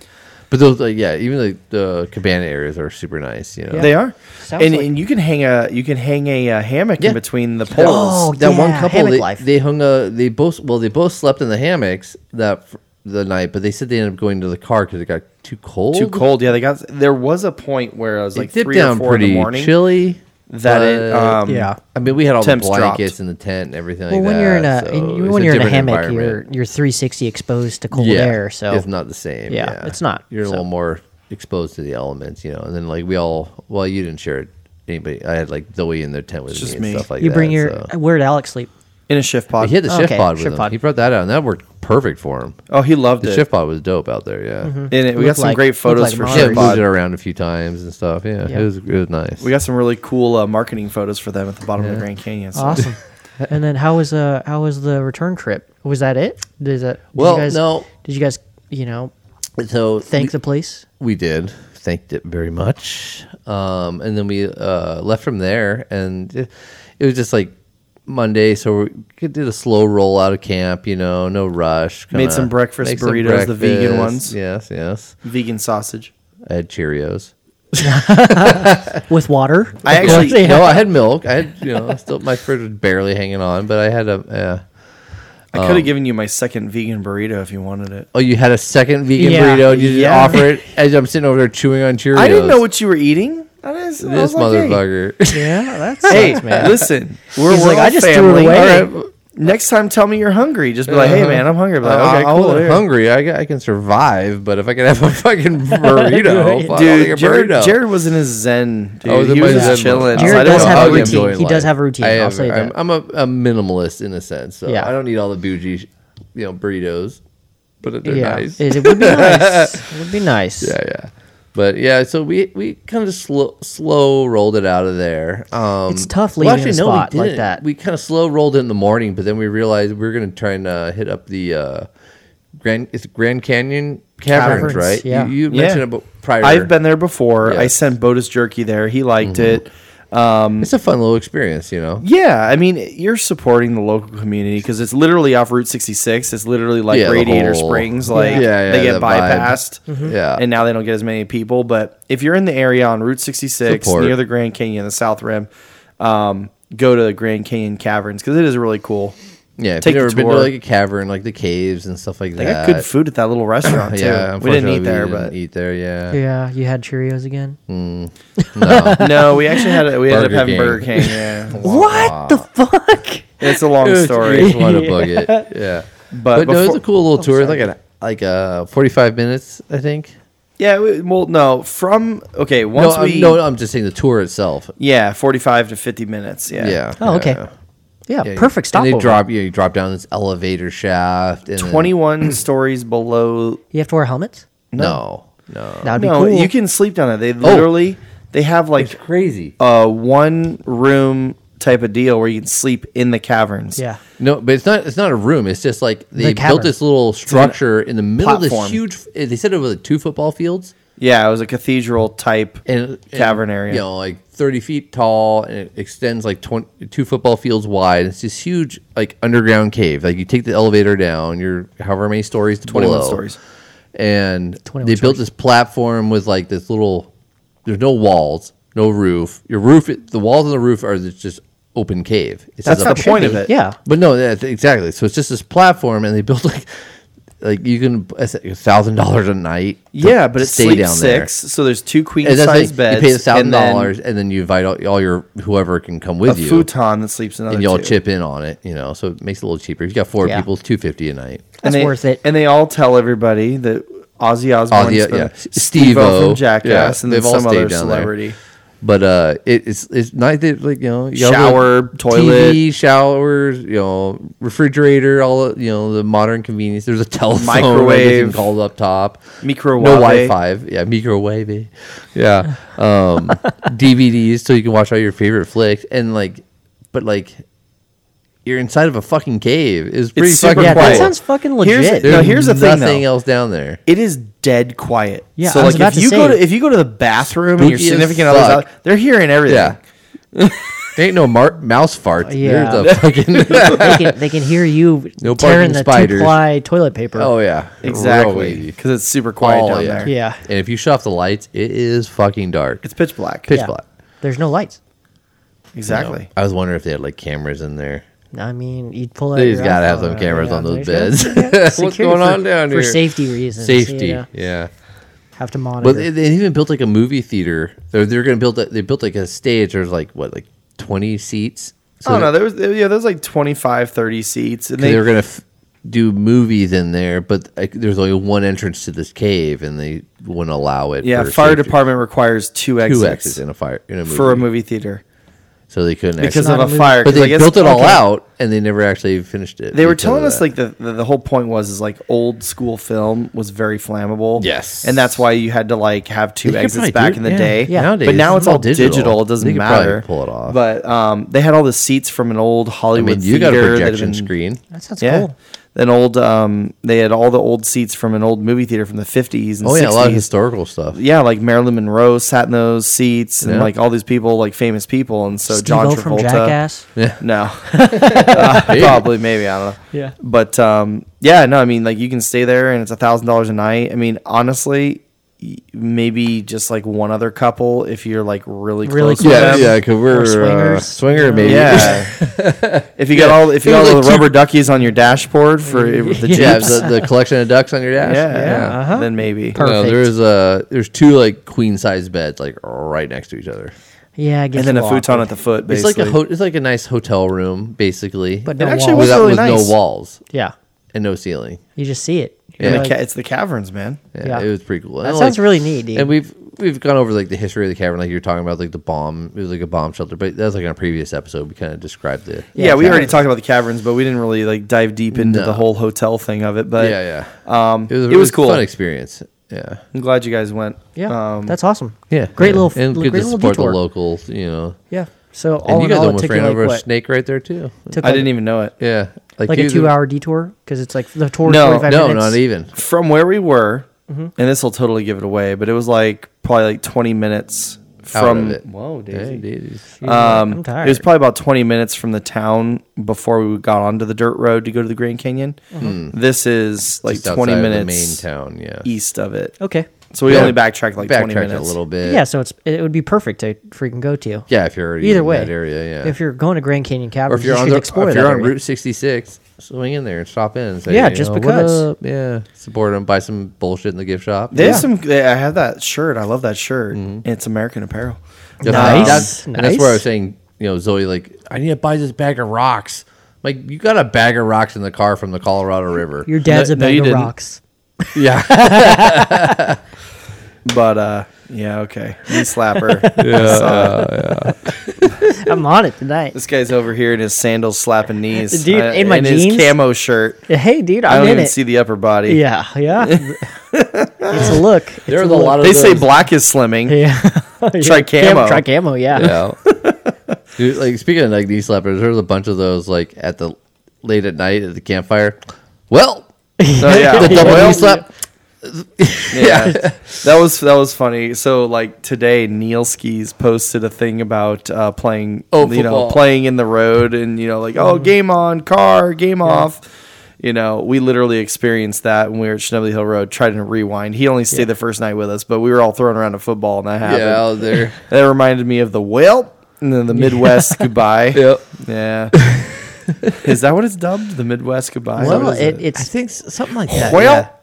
[SPEAKER 2] But those, like, yeah, even like the cabana areas are super nice. You know,
[SPEAKER 1] Yeah.
[SPEAKER 3] They are,
[SPEAKER 1] Sounds
[SPEAKER 3] and,
[SPEAKER 1] like-
[SPEAKER 3] and you can hang a you can hang a, uh hammock
[SPEAKER 2] Yeah.
[SPEAKER 3] in between the poles.
[SPEAKER 1] Oh,
[SPEAKER 2] that one
[SPEAKER 1] yeah,
[SPEAKER 2] couple
[SPEAKER 1] hammock
[SPEAKER 2] they,
[SPEAKER 1] life.
[SPEAKER 2] they hung a they both well they both slept in the hammocks that fr- the night, but they said they ended up going to the car because it got too cold.
[SPEAKER 3] too cold. Yeah, they got. There was a point where I was
[SPEAKER 2] It
[SPEAKER 3] like
[SPEAKER 2] dipped
[SPEAKER 3] three
[SPEAKER 2] down
[SPEAKER 3] or four
[SPEAKER 2] pretty
[SPEAKER 3] in the morning.
[SPEAKER 2] chilly.
[SPEAKER 3] that it,
[SPEAKER 2] but-
[SPEAKER 3] um,
[SPEAKER 1] Yeah.
[SPEAKER 2] I mean, we had all
[SPEAKER 3] temps
[SPEAKER 2] the blankets
[SPEAKER 3] dropped.
[SPEAKER 2] in the tent and everything.
[SPEAKER 1] Well,
[SPEAKER 2] like
[SPEAKER 1] when you're in a
[SPEAKER 2] that, so
[SPEAKER 1] and you-
[SPEAKER 2] it's
[SPEAKER 1] when you're in a
[SPEAKER 2] different
[SPEAKER 1] hammock,
[SPEAKER 2] environment.
[SPEAKER 1] you're you're 360 exposed to cold air. So
[SPEAKER 2] it's not the same.
[SPEAKER 1] Yeah, it's not,
[SPEAKER 2] You're a
[SPEAKER 1] so.
[SPEAKER 2] little more exposed to the elements, you know. And then like we all, well, you didn't share it. Anybody? I had like Zoe in their tent with
[SPEAKER 3] It's
[SPEAKER 2] me,
[SPEAKER 3] just
[SPEAKER 2] and
[SPEAKER 3] me.
[SPEAKER 2] stuff like
[SPEAKER 1] you
[SPEAKER 2] that.
[SPEAKER 1] bring your
[SPEAKER 2] so.
[SPEAKER 1] where'd Alex sleep?
[SPEAKER 3] in a shift pod.
[SPEAKER 2] He had the shift
[SPEAKER 1] Okay,
[SPEAKER 2] pod with
[SPEAKER 1] shift
[SPEAKER 2] him.
[SPEAKER 1] pod.
[SPEAKER 2] He brought that out, and that worked perfect for him.
[SPEAKER 3] oh, he loved
[SPEAKER 2] The
[SPEAKER 3] it.
[SPEAKER 2] shift pod was dope out there. Yeah,
[SPEAKER 1] Mm-hmm.
[SPEAKER 3] And it,
[SPEAKER 1] Looked
[SPEAKER 3] we got some
[SPEAKER 1] like-
[SPEAKER 3] great
[SPEAKER 1] looked
[SPEAKER 3] photos
[SPEAKER 1] like
[SPEAKER 3] for
[SPEAKER 1] Mars.
[SPEAKER 2] yeah.
[SPEAKER 3] shift
[SPEAKER 1] Sorry.
[SPEAKER 2] Moved it
[SPEAKER 3] pod.
[SPEAKER 2] around a few times and stuff. Yeah,
[SPEAKER 1] Yeah.
[SPEAKER 2] it was it was nice.
[SPEAKER 3] We got some really cool uh, marketing photos for them at the bottom of the Grand Canyon. so-
[SPEAKER 1] Awesome. and then how was uh how was the return trip? Was that it? Did that? Did
[SPEAKER 2] Well,
[SPEAKER 1] you guys,
[SPEAKER 2] no.
[SPEAKER 1] Did you guys you know
[SPEAKER 2] so
[SPEAKER 1] thank the place?
[SPEAKER 2] We did. Thanked it very much. Um, and then we uh, left from there, and it, it was just like Monday, so we did a slow roll out of camp. You know, no rush.
[SPEAKER 3] Made some breakfast burritos, the vegan ones.
[SPEAKER 2] Yes, yes.
[SPEAKER 3] Vegan sausage.
[SPEAKER 2] I had Cheerios.
[SPEAKER 1] With water?
[SPEAKER 3] I actually-
[SPEAKER 2] no, I had milk. I had you know, still my fridge was barely hanging on, but I had a. Uh,
[SPEAKER 3] I could have given you my second vegan burrito if you wanted it.
[SPEAKER 2] oh, you had a second vegan
[SPEAKER 1] Yeah.
[SPEAKER 2] burrito. And you didn't
[SPEAKER 3] Yeah.
[SPEAKER 2] offer it as I'm sitting over there chewing on Cheerios.
[SPEAKER 3] I didn't know what you were eating. I just, I
[SPEAKER 2] this
[SPEAKER 3] was like, hey.
[SPEAKER 2] motherfucker.
[SPEAKER 1] yeah, that's
[SPEAKER 3] Hey,
[SPEAKER 1] man.
[SPEAKER 3] listen, we're,
[SPEAKER 1] He's
[SPEAKER 3] we're
[SPEAKER 1] like,
[SPEAKER 3] all
[SPEAKER 1] I just threw it
[SPEAKER 3] family.
[SPEAKER 1] away.
[SPEAKER 3] All right, Next time, tell me you're hungry. Just be like, hey,
[SPEAKER 2] Uh-huh.
[SPEAKER 3] man, I'm hungry. I'll be
[SPEAKER 2] I-
[SPEAKER 3] Like, okay,
[SPEAKER 2] I,
[SPEAKER 3] cool.
[SPEAKER 2] wasn't
[SPEAKER 3] here."
[SPEAKER 2] hungry. I, ca- I can survive, but if I can have a fucking burrito,
[SPEAKER 1] Right.
[SPEAKER 2] fuck, I'll take a
[SPEAKER 3] Dude, Jared,
[SPEAKER 2] burrito.
[SPEAKER 3] Jared was in his zen. Dude.
[SPEAKER 2] I was in
[SPEAKER 3] he
[SPEAKER 2] my
[SPEAKER 3] was
[SPEAKER 2] zen
[SPEAKER 3] just
[SPEAKER 2] mode.
[SPEAKER 3] chilling.
[SPEAKER 1] Jared
[SPEAKER 3] So I
[SPEAKER 2] I
[SPEAKER 3] don't
[SPEAKER 1] does
[SPEAKER 2] know
[SPEAKER 1] have
[SPEAKER 2] how
[SPEAKER 3] know Oh,
[SPEAKER 1] a
[SPEAKER 3] how
[SPEAKER 2] I'm
[SPEAKER 3] he
[SPEAKER 1] routine.
[SPEAKER 2] enjoying
[SPEAKER 1] He does
[SPEAKER 2] life.
[SPEAKER 1] have a routine,
[SPEAKER 2] I
[SPEAKER 1] I'll
[SPEAKER 2] have-
[SPEAKER 1] say
[SPEAKER 2] I'm,
[SPEAKER 1] that.
[SPEAKER 2] I'm a, a minimalist in a sense, so
[SPEAKER 1] Yeah.
[SPEAKER 2] I don't need all the bougie, sh- you know, burritos, but they're
[SPEAKER 1] yeah,
[SPEAKER 2] nice.
[SPEAKER 1] it, it would be nice. It would be nice.
[SPEAKER 2] yeah, yeah. But yeah, so we we kind of slow slow rolled it out of there. Um,
[SPEAKER 1] It's tough leaving a spot like
[SPEAKER 2] didn't.
[SPEAKER 1] that.
[SPEAKER 2] We kind of slow rolled it in the morning, but then we realized we were going to try and uh, hit up the uh, Grand it's Grand Canyon Caverns,
[SPEAKER 1] Caverns,
[SPEAKER 2] right?
[SPEAKER 1] yeah.
[SPEAKER 2] You, you
[SPEAKER 3] Yeah.
[SPEAKER 2] mentioned it bo- prior.
[SPEAKER 3] I've been there before. I
[SPEAKER 2] Yes.
[SPEAKER 3] sent Botus jerky there. He liked it. Um,
[SPEAKER 2] It's a fun little experience, you know.
[SPEAKER 3] yeah, I mean, you're supporting the local community because it's literally off Route 66. It's literally like
[SPEAKER 2] Yeah, the
[SPEAKER 3] Radiator
[SPEAKER 2] whole-
[SPEAKER 3] Springs. Like
[SPEAKER 2] Yeah, yeah,
[SPEAKER 3] they get
[SPEAKER 2] the vibe. Mm-hmm.
[SPEAKER 3] bypassed,
[SPEAKER 2] Yeah.
[SPEAKER 3] and now they don't get as many people. But if you're in the area on Route 66
[SPEAKER 2] Support.
[SPEAKER 3] near the Grand Canyon, the South Rim, um, go to the Grand Canyon Caverns because it is really cool.
[SPEAKER 2] Yeah, if
[SPEAKER 3] Take
[SPEAKER 2] you've never
[SPEAKER 3] the
[SPEAKER 2] been to
[SPEAKER 3] tour.
[SPEAKER 2] like a cavern, like the caves and stuff like
[SPEAKER 3] They
[SPEAKER 2] that.
[SPEAKER 3] got good food at that little restaurant too.
[SPEAKER 2] Yeah,
[SPEAKER 3] we didn't
[SPEAKER 2] unfortunately,
[SPEAKER 3] eat there,
[SPEAKER 2] didn't
[SPEAKER 3] but
[SPEAKER 2] eat there. Yeah,
[SPEAKER 1] Yeah, you had Cheerios again.
[SPEAKER 3] no, we actually had we ended up
[SPEAKER 2] Burger
[SPEAKER 3] having
[SPEAKER 2] King.
[SPEAKER 3] Burger King. Yeah,
[SPEAKER 1] What the fuck?
[SPEAKER 3] it's a long story.
[SPEAKER 2] What a bug it. Yeah,
[SPEAKER 3] But Oh,
[SPEAKER 2] but no, it was
[SPEAKER 3] before-
[SPEAKER 2] a cool little tour. Like a like a forty five minutes, I think.
[SPEAKER 3] Yeah, we, well, no, from okay, once
[SPEAKER 2] no,
[SPEAKER 3] we
[SPEAKER 2] I'm, no, I'm just saying the tour itself.
[SPEAKER 3] yeah, forty-five to fifty minutes. Yeah,
[SPEAKER 2] Yeah.
[SPEAKER 1] Oh, okay.
[SPEAKER 2] Yeah.
[SPEAKER 1] Yeah,
[SPEAKER 2] Yeah,
[SPEAKER 1] perfect
[SPEAKER 2] And
[SPEAKER 1] stopover.
[SPEAKER 2] they drop you. You drop down this elevator shaft. And then-
[SPEAKER 3] twenty-one stories below.
[SPEAKER 1] you have to wear helmets.
[SPEAKER 2] no, no.
[SPEAKER 1] That would
[SPEAKER 3] no,
[SPEAKER 1] be cool.
[SPEAKER 3] you can sleep down there. They
[SPEAKER 2] Oh.
[SPEAKER 3] literally they have like
[SPEAKER 2] crazy.
[SPEAKER 3] a one room type of deal where you can sleep in the caverns.
[SPEAKER 1] yeah.
[SPEAKER 2] No, but it's not. It's not a room. It's just like they
[SPEAKER 1] The cavern.
[SPEAKER 2] built this little structure in the middle of
[SPEAKER 3] platform.
[SPEAKER 2] this huge. f- They said it was like two football fields
[SPEAKER 3] yeah, it was a cathedral type
[SPEAKER 2] and and,
[SPEAKER 3] cavern area.
[SPEAKER 2] You know, like thirty feet tall, and it extends like 20, two football fields wide. It's this huge like underground cave. Like you take the elevator down, you're however many stories to
[SPEAKER 3] 21
[SPEAKER 2] below.
[SPEAKER 3] stories.
[SPEAKER 2] and
[SPEAKER 1] 21
[SPEAKER 2] they built this platform with like this little. There's no walls, no roof. Your roof, the walls on the roof are just open cave. It's
[SPEAKER 3] That's
[SPEAKER 2] just a-
[SPEAKER 3] not the point of it.
[SPEAKER 1] Yeah.
[SPEAKER 2] but no, that's exactly. So it's just this platform, and they built like, like you can a thousand dollars a night. to
[SPEAKER 3] Yeah, but it's
[SPEAKER 2] stay
[SPEAKER 3] sleep
[SPEAKER 2] down there.
[SPEAKER 3] six, so there's two queen
[SPEAKER 2] And that's
[SPEAKER 3] size
[SPEAKER 2] like,
[SPEAKER 3] beds.
[SPEAKER 2] you pay a thousand
[SPEAKER 3] and then
[SPEAKER 2] dollars, and then you invite all, all your whoever can come
[SPEAKER 3] A
[SPEAKER 2] with you,
[SPEAKER 3] futon that sleeps another.
[SPEAKER 2] and y'all
[SPEAKER 3] two.
[SPEAKER 2] chip in on it. You know, so it makes it a little cheaper. If you got four
[SPEAKER 1] Yeah.
[SPEAKER 2] people, it's two fifty a night.
[SPEAKER 1] That's
[SPEAKER 3] and they,
[SPEAKER 1] worth it.
[SPEAKER 3] And they all tell everybody that Ozzy Osbourne,
[SPEAKER 2] Ozzy,
[SPEAKER 3] Steve
[SPEAKER 2] yeah,
[SPEAKER 3] Oh, Steve-O
[SPEAKER 2] Steve-O,
[SPEAKER 3] from Jackass,
[SPEAKER 2] yeah,
[SPEAKER 3] and then
[SPEAKER 2] they've all
[SPEAKER 3] some other
[SPEAKER 2] stayed down there.
[SPEAKER 3] celebrity.
[SPEAKER 2] But uh, it, it's it's nice that like you know you have a
[SPEAKER 3] Shower, toilet.
[SPEAKER 2] TV, showers, you know, refrigerator, all you know the modern convenience. There's a telephone, like, you can
[SPEAKER 3] Microwave.
[SPEAKER 2] call up top,
[SPEAKER 3] Microwave.
[SPEAKER 2] no Wi-Fi, yeah, microwave, yeah, um, DVDs so you can watch all your favorite flicks and like, but like, you're inside of a fucking cave. It's pretty
[SPEAKER 3] super
[SPEAKER 2] fucking
[SPEAKER 1] Yeah, that
[SPEAKER 3] quiet.
[SPEAKER 2] cool.
[SPEAKER 1] sounds fucking
[SPEAKER 3] Here's-
[SPEAKER 1] legit.
[SPEAKER 2] There's
[SPEAKER 3] No, here's the thing,
[SPEAKER 2] nothing
[SPEAKER 3] though.
[SPEAKER 2] else down there.
[SPEAKER 3] It is dead quiet.
[SPEAKER 1] Yeah,
[SPEAKER 3] so
[SPEAKER 1] I was
[SPEAKER 3] like
[SPEAKER 1] about
[SPEAKER 3] if
[SPEAKER 1] to
[SPEAKER 3] you
[SPEAKER 1] say.
[SPEAKER 3] go to if you go to the bathroom and your
[SPEAKER 2] Spooky as
[SPEAKER 3] significant other's
[SPEAKER 2] fuck.
[SPEAKER 3] out, they're hearing everything.
[SPEAKER 2] Yeah. there ain't no mar- mouse farts.
[SPEAKER 1] Yeah.
[SPEAKER 2] There's a fucking.
[SPEAKER 1] they, can, they can hear you
[SPEAKER 2] No
[SPEAKER 1] tearing
[SPEAKER 2] barking
[SPEAKER 1] the
[SPEAKER 2] spiders.
[SPEAKER 1] two-ply toilet paper.
[SPEAKER 2] oh yeah, Real
[SPEAKER 3] exactly.
[SPEAKER 2] easy.
[SPEAKER 3] Because it's super quiet
[SPEAKER 2] All
[SPEAKER 3] down
[SPEAKER 2] yeah.
[SPEAKER 3] there.
[SPEAKER 1] Yeah.
[SPEAKER 2] And if you shut off the lights, it is fucking dark.
[SPEAKER 3] It's pitch black.
[SPEAKER 2] pitch
[SPEAKER 1] Yeah.
[SPEAKER 2] black.
[SPEAKER 1] There's no lights.
[SPEAKER 2] You know,
[SPEAKER 3] Exactly.
[SPEAKER 2] I was wondering if they had like cameras in there.
[SPEAKER 1] I mean, you'd pull out.
[SPEAKER 2] They
[SPEAKER 1] your
[SPEAKER 2] just gotta have
[SPEAKER 1] iPhone
[SPEAKER 2] some
[SPEAKER 1] out,
[SPEAKER 2] cameras
[SPEAKER 1] yeah,
[SPEAKER 2] on those
[SPEAKER 1] there's
[SPEAKER 2] beds.
[SPEAKER 1] no- yeah,
[SPEAKER 2] What's
[SPEAKER 1] security
[SPEAKER 2] going
[SPEAKER 1] for-
[SPEAKER 2] on down
[SPEAKER 1] for
[SPEAKER 2] here?
[SPEAKER 1] safety reasons? you uh,
[SPEAKER 2] Safety,
[SPEAKER 1] know,
[SPEAKER 2] yeah.
[SPEAKER 1] have to monitor.
[SPEAKER 2] But they, they even built like a movie theater. They're they're gonna build. A, they built like a stage. There's like what like twenty seats.
[SPEAKER 3] oh
[SPEAKER 2] that-
[SPEAKER 3] no, there was yeah, there was like 25, 30 seats, and
[SPEAKER 2] they,
[SPEAKER 3] they
[SPEAKER 2] were gonna f- do movies in there, but like, there's only one entrance to this cave, and they wouldn't allow it.
[SPEAKER 3] yeah,
[SPEAKER 2] for
[SPEAKER 3] fire
[SPEAKER 2] safety-
[SPEAKER 3] department requires two exits,
[SPEAKER 2] Two exits in a fire in a movie,
[SPEAKER 3] for a movie theater
[SPEAKER 2] so they couldn't
[SPEAKER 3] because
[SPEAKER 2] actually-
[SPEAKER 1] not
[SPEAKER 3] of
[SPEAKER 1] a
[SPEAKER 3] a,
[SPEAKER 1] movie.
[SPEAKER 3] fire.
[SPEAKER 2] But
[SPEAKER 3] 'cause I
[SPEAKER 2] they
[SPEAKER 3] guess-
[SPEAKER 2] built it all
[SPEAKER 3] okay.
[SPEAKER 2] out, and they never actually finished it.
[SPEAKER 3] They were
[SPEAKER 2] because of
[SPEAKER 3] telling us
[SPEAKER 2] that.
[SPEAKER 3] like the, the the whole point was is like old school film was very flammable.
[SPEAKER 2] Yes.
[SPEAKER 3] and that's why you had to like have two
[SPEAKER 2] They could probably
[SPEAKER 3] exits back
[SPEAKER 2] do-
[SPEAKER 3] in the
[SPEAKER 2] yeah,
[SPEAKER 3] day.
[SPEAKER 1] yeah.
[SPEAKER 2] Nowadays,
[SPEAKER 3] but now
[SPEAKER 2] it's
[SPEAKER 3] it's all
[SPEAKER 2] all digital.
[SPEAKER 3] digital. It doesn't
[SPEAKER 2] They could probably
[SPEAKER 3] matter.
[SPEAKER 2] pull it off.
[SPEAKER 3] But um, they had all the seats from an old
[SPEAKER 2] I
[SPEAKER 3] Hollywood.
[SPEAKER 2] mean, you got a
[SPEAKER 3] theater that had
[SPEAKER 2] projection
[SPEAKER 3] been-
[SPEAKER 2] screen.
[SPEAKER 1] that sounds
[SPEAKER 3] Yeah.
[SPEAKER 1] cool.
[SPEAKER 3] An old um, they had all the old seats from an old movie theater from the fifties and
[SPEAKER 2] Oh yeah, a lot of
[SPEAKER 3] 60s.
[SPEAKER 2] historical stuff.
[SPEAKER 3] yeah, like Marilyn Monroe sat in those seats, and
[SPEAKER 2] Yeah.
[SPEAKER 3] like all these people, like famous people, and so John
[SPEAKER 1] Steve-O
[SPEAKER 3] Travolta.
[SPEAKER 1] from Jackass.
[SPEAKER 3] No, Uh, probably maybe I don't know.
[SPEAKER 1] Yeah.
[SPEAKER 3] But um, yeah, no, I mean, like you can stay there and it's a thousand dollars a night. I mean, honestly, y- maybe just like one other couple if you're like really close.
[SPEAKER 1] Really
[SPEAKER 3] with
[SPEAKER 1] close.
[SPEAKER 2] Yeah,
[SPEAKER 3] them.
[SPEAKER 2] yeah, because we're
[SPEAKER 1] Or
[SPEAKER 2] uh,
[SPEAKER 1] swingers,
[SPEAKER 2] swinger,
[SPEAKER 1] you know?
[SPEAKER 2] maybe.
[SPEAKER 3] yeah. if you got all if you
[SPEAKER 2] It
[SPEAKER 3] got
[SPEAKER 2] was like
[SPEAKER 3] all the
[SPEAKER 2] two-
[SPEAKER 3] rubber duckies on your dashboard for the jeeps,
[SPEAKER 2] yeah,
[SPEAKER 3] yeah,
[SPEAKER 2] the, the collection of ducks on your dash.
[SPEAKER 1] Yeah, uh-huh.
[SPEAKER 3] then maybe.
[SPEAKER 1] Per-
[SPEAKER 2] No,
[SPEAKER 1] Perfect.
[SPEAKER 2] there's uh, there's two like queen size beds like right next to each other.
[SPEAKER 1] Yeah, it gets
[SPEAKER 3] And then a
[SPEAKER 1] little
[SPEAKER 3] futon
[SPEAKER 1] awkward.
[SPEAKER 3] at the foot.
[SPEAKER 2] It's
[SPEAKER 3] Basically.
[SPEAKER 2] like a ho- it's like a nice hotel room basically,
[SPEAKER 1] But no
[SPEAKER 3] It actually
[SPEAKER 1] walls.
[SPEAKER 3] was
[SPEAKER 2] without
[SPEAKER 3] really
[SPEAKER 2] with
[SPEAKER 3] nice.
[SPEAKER 2] no walls
[SPEAKER 1] Yeah,
[SPEAKER 2] and no ceiling.
[SPEAKER 1] you just see it.
[SPEAKER 3] And
[SPEAKER 1] You're
[SPEAKER 3] the
[SPEAKER 1] like,
[SPEAKER 3] ca- it's the caverns, man.
[SPEAKER 2] Yeah,
[SPEAKER 1] Yeah.
[SPEAKER 2] it was pretty cool.
[SPEAKER 1] that
[SPEAKER 2] And,
[SPEAKER 1] sounds
[SPEAKER 2] like-
[SPEAKER 1] really neat, dude.
[SPEAKER 2] And we've we've gone over like the history of the cavern, like you were talking about, like the bomb. It was like a bomb shelter, but that was like in a previous episode. We kind of described the
[SPEAKER 3] Yeah, we already
[SPEAKER 1] caverns.
[SPEAKER 3] talked about the caverns, but we didn't really like dive deep into
[SPEAKER 2] No.
[SPEAKER 3] the whole hotel thing of it. But
[SPEAKER 2] yeah, yeah.
[SPEAKER 3] um,
[SPEAKER 2] it was, a
[SPEAKER 3] it
[SPEAKER 2] really
[SPEAKER 3] was cool.
[SPEAKER 2] fun experience. Yeah,
[SPEAKER 3] I'm glad you guys went.
[SPEAKER 1] yeah,
[SPEAKER 3] um,
[SPEAKER 1] that's awesome.
[SPEAKER 2] yeah,
[SPEAKER 1] great
[SPEAKER 2] yeah.
[SPEAKER 1] little,
[SPEAKER 2] and
[SPEAKER 1] great
[SPEAKER 2] good to
[SPEAKER 1] little
[SPEAKER 2] support the
[SPEAKER 1] detour.
[SPEAKER 2] locals. You know,
[SPEAKER 1] Yeah. So all
[SPEAKER 2] and you
[SPEAKER 1] in
[SPEAKER 2] guys
[SPEAKER 1] all, it
[SPEAKER 2] almost
[SPEAKER 1] took you
[SPEAKER 2] ran
[SPEAKER 1] like
[SPEAKER 2] over a
[SPEAKER 1] what?
[SPEAKER 2] snake right there too.
[SPEAKER 1] Took
[SPEAKER 3] I
[SPEAKER 1] like-
[SPEAKER 3] didn't even know it.
[SPEAKER 2] Yeah,
[SPEAKER 1] like a
[SPEAKER 2] you-
[SPEAKER 1] two-hour detour because it's like the tour.
[SPEAKER 3] No,
[SPEAKER 1] No, 45
[SPEAKER 2] No,
[SPEAKER 1] minutes.
[SPEAKER 2] not even.
[SPEAKER 3] From where we were,
[SPEAKER 1] Mm-hmm.
[SPEAKER 3] and this will totally give it away, but it was like probably like 20 minutes
[SPEAKER 2] Out
[SPEAKER 3] from.
[SPEAKER 2] of it.
[SPEAKER 3] Whoa,
[SPEAKER 2] Hey,
[SPEAKER 3] Daisy.
[SPEAKER 2] Daisies.
[SPEAKER 1] Jeez,
[SPEAKER 3] Um,
[SPEAKER 1] I'm tired.
[SPEAKER 3] It was probably about 20 minutes from the town before we got onto the dirt road to go to the Grand Canyon.
[SPEAKER 1] Mm-hmm.
[SPEAKER 3] This is like
[SPEAKER 2] Hmm. Just
[SPEAKER 3] 20
[SPEAKER 2] outside of
[SPEAKER 3] minutes
[SPEAKER 2] the main town. Yeah,
[SPEAKER 3] east of it.
[SPEAKER 1] okay.
[SPEAKER 3] So we
[SPEAKER 2] Yeah.
[SPEAKER 3] only backtracked like 20
[SPEAKER 2] backtrack
[SPEAKER 3] minutes.
[SPEAKER 2] a little bit.
[SPEAKER 1] Yeah, so it's it would be perfect to freaking go to.
[SPEAKER 2] yeah. If you're already
[SPEAKER 1] Either
[SPEAKER 2] in
[SPEAKER 1] way,
[SPEAKER 2] that area, yeah.
[SPEAKER 1] If you're going to Grand Canyon
[SPEAKER 2] or
[SPEAKER 1] Caverns,
[SPEAKER 2] if you're
[SPEAKER 1] you
[SPEAKER 2] on
[SPEAKER 1] should
[SPEAKER 2] the,
[SPEAKER 1] explore
[SPEAKER 2] if
[SPEAKER 1] that
[SPEAKER 2] you're on
[SPEAKER 1] area.
[SPEAKER 2] Route 66, swing in there and stop in. And say,
[SPEAKER 1] Yeah,
[SPEAKER 2] you
[SPEAKER 1] just
[SPEAKER 2] know, what
[SPEAKER 1] because.
[SPEAKER 2] up? Yeah, support them. Buy some bullshit in the gift shop.
[SPEAKER 3] There's
[SPEAKER 1] Yeah.
[SPEAKER 3] some. I have that shirt. I love that shirt.
[SPEAKER 2] Mm-hmm.
[SPEAKER 3] It's American Apparel.
[SPEAKER 2] That's-
[SPEAKER 1] Nice,
[SPEAKER 2] That's, and that's
[SPEAKER 1] nice.
[SPEAKER 2] where I was saying, you know, Zoe, like, I need to buy this bag of rocks. Like, you got a bag of rocks in the car from the Colorado River.
[SPEAKER 1] Your dad's
[SPEAKER 3] No-
[SPEAKER 1] a
[SPEAKER 3] no,
[SPEAKER 1] bag
[SPEAKER 3] you
[SPEAKER 1] of
[SPEAKER 3] didn't.
[SPEAKER 1] rocks.
[SPEAKER 2] yeah.
[SPEAKER 3] But uh, yeah, okay. Knee slapper. yeah.
[SPEAKER 1] I'm on it tonight.
[SPEAKER 3] This guy's over here in his sandals slapping knees.
[SPEAKER 1] Dude, in my
[SPEAKER 3] and
[SPEAKER 1] jeans?
[SPEAKER 3] his camo shirt.
[SPEAKER 1] Hey, dude,
[SPEAKER 3] I
[SPEAKER 1] I'm
[SPEAKER 3] don't
[SPEAKER 1] in
[SPEAKER 3] even
[SPEAKER 1] it.
[SPEAKER 3] see the upper body.
[SPEAKER 1] yeah, yeah. it's a look. It's
[SPEAKER 2] There's a
[SPEAKER 1] look.
[SPEAKER 2] lot of
[SPEAKER 3] They say
[SPEAKER 2] those-
[SPEAKER 3] black is slimming.
[SPEAKER 1] Yeah.
[SPEAKER 3] Try camo.
[SPEAKER 1] Try camo. Yeah.
[SPEAKER 2] Yeah. Dude, like, speaking of, like, knee slappers, there was a bunch of those, like, at the late at night at the campfire. Well,
[SPEAKER 3] Oh, yeah.
[SPEAKER 2] the double
[SPEAKER 3] Well,
[SPEAKER 2] knee slap.
[SPEAKER 3] yeah. that was that was funny. So like today, Neil Skis posted a thing about uh, playing,
[SPEAKER 2] Oh,
[SPEAKER 3] you know,
[SPEAKER 2] football.
[SPEAKER 3] playing in the road, and you know, like oh, game on, car, game off. you know, we literally experienced that when we were at Schnebly Hill Road trying to rewind. He only stayed the first night with us, but we were all throwing around a football and that happened.
[SPEAKER 2] Yeah, I was there.
[SPEAKER 3] That reminded me of the whelp and then the Midwest goodbye.
[SPEAKER 2] Yep.
[SPEAKER 3] Yeah. Is that what it's dubbed? The Midwest goodbye?
[SPEAKER 1] Well,
[SPEAKER 3] What is
[SPEAKER 1] it,
[SPEAKER 3] it?
[SPEAKER 2] I
[SPEAKER 1] it's
[SPEAKER 2] think s- something like that. yeah.
[SPEAKER 3] Well,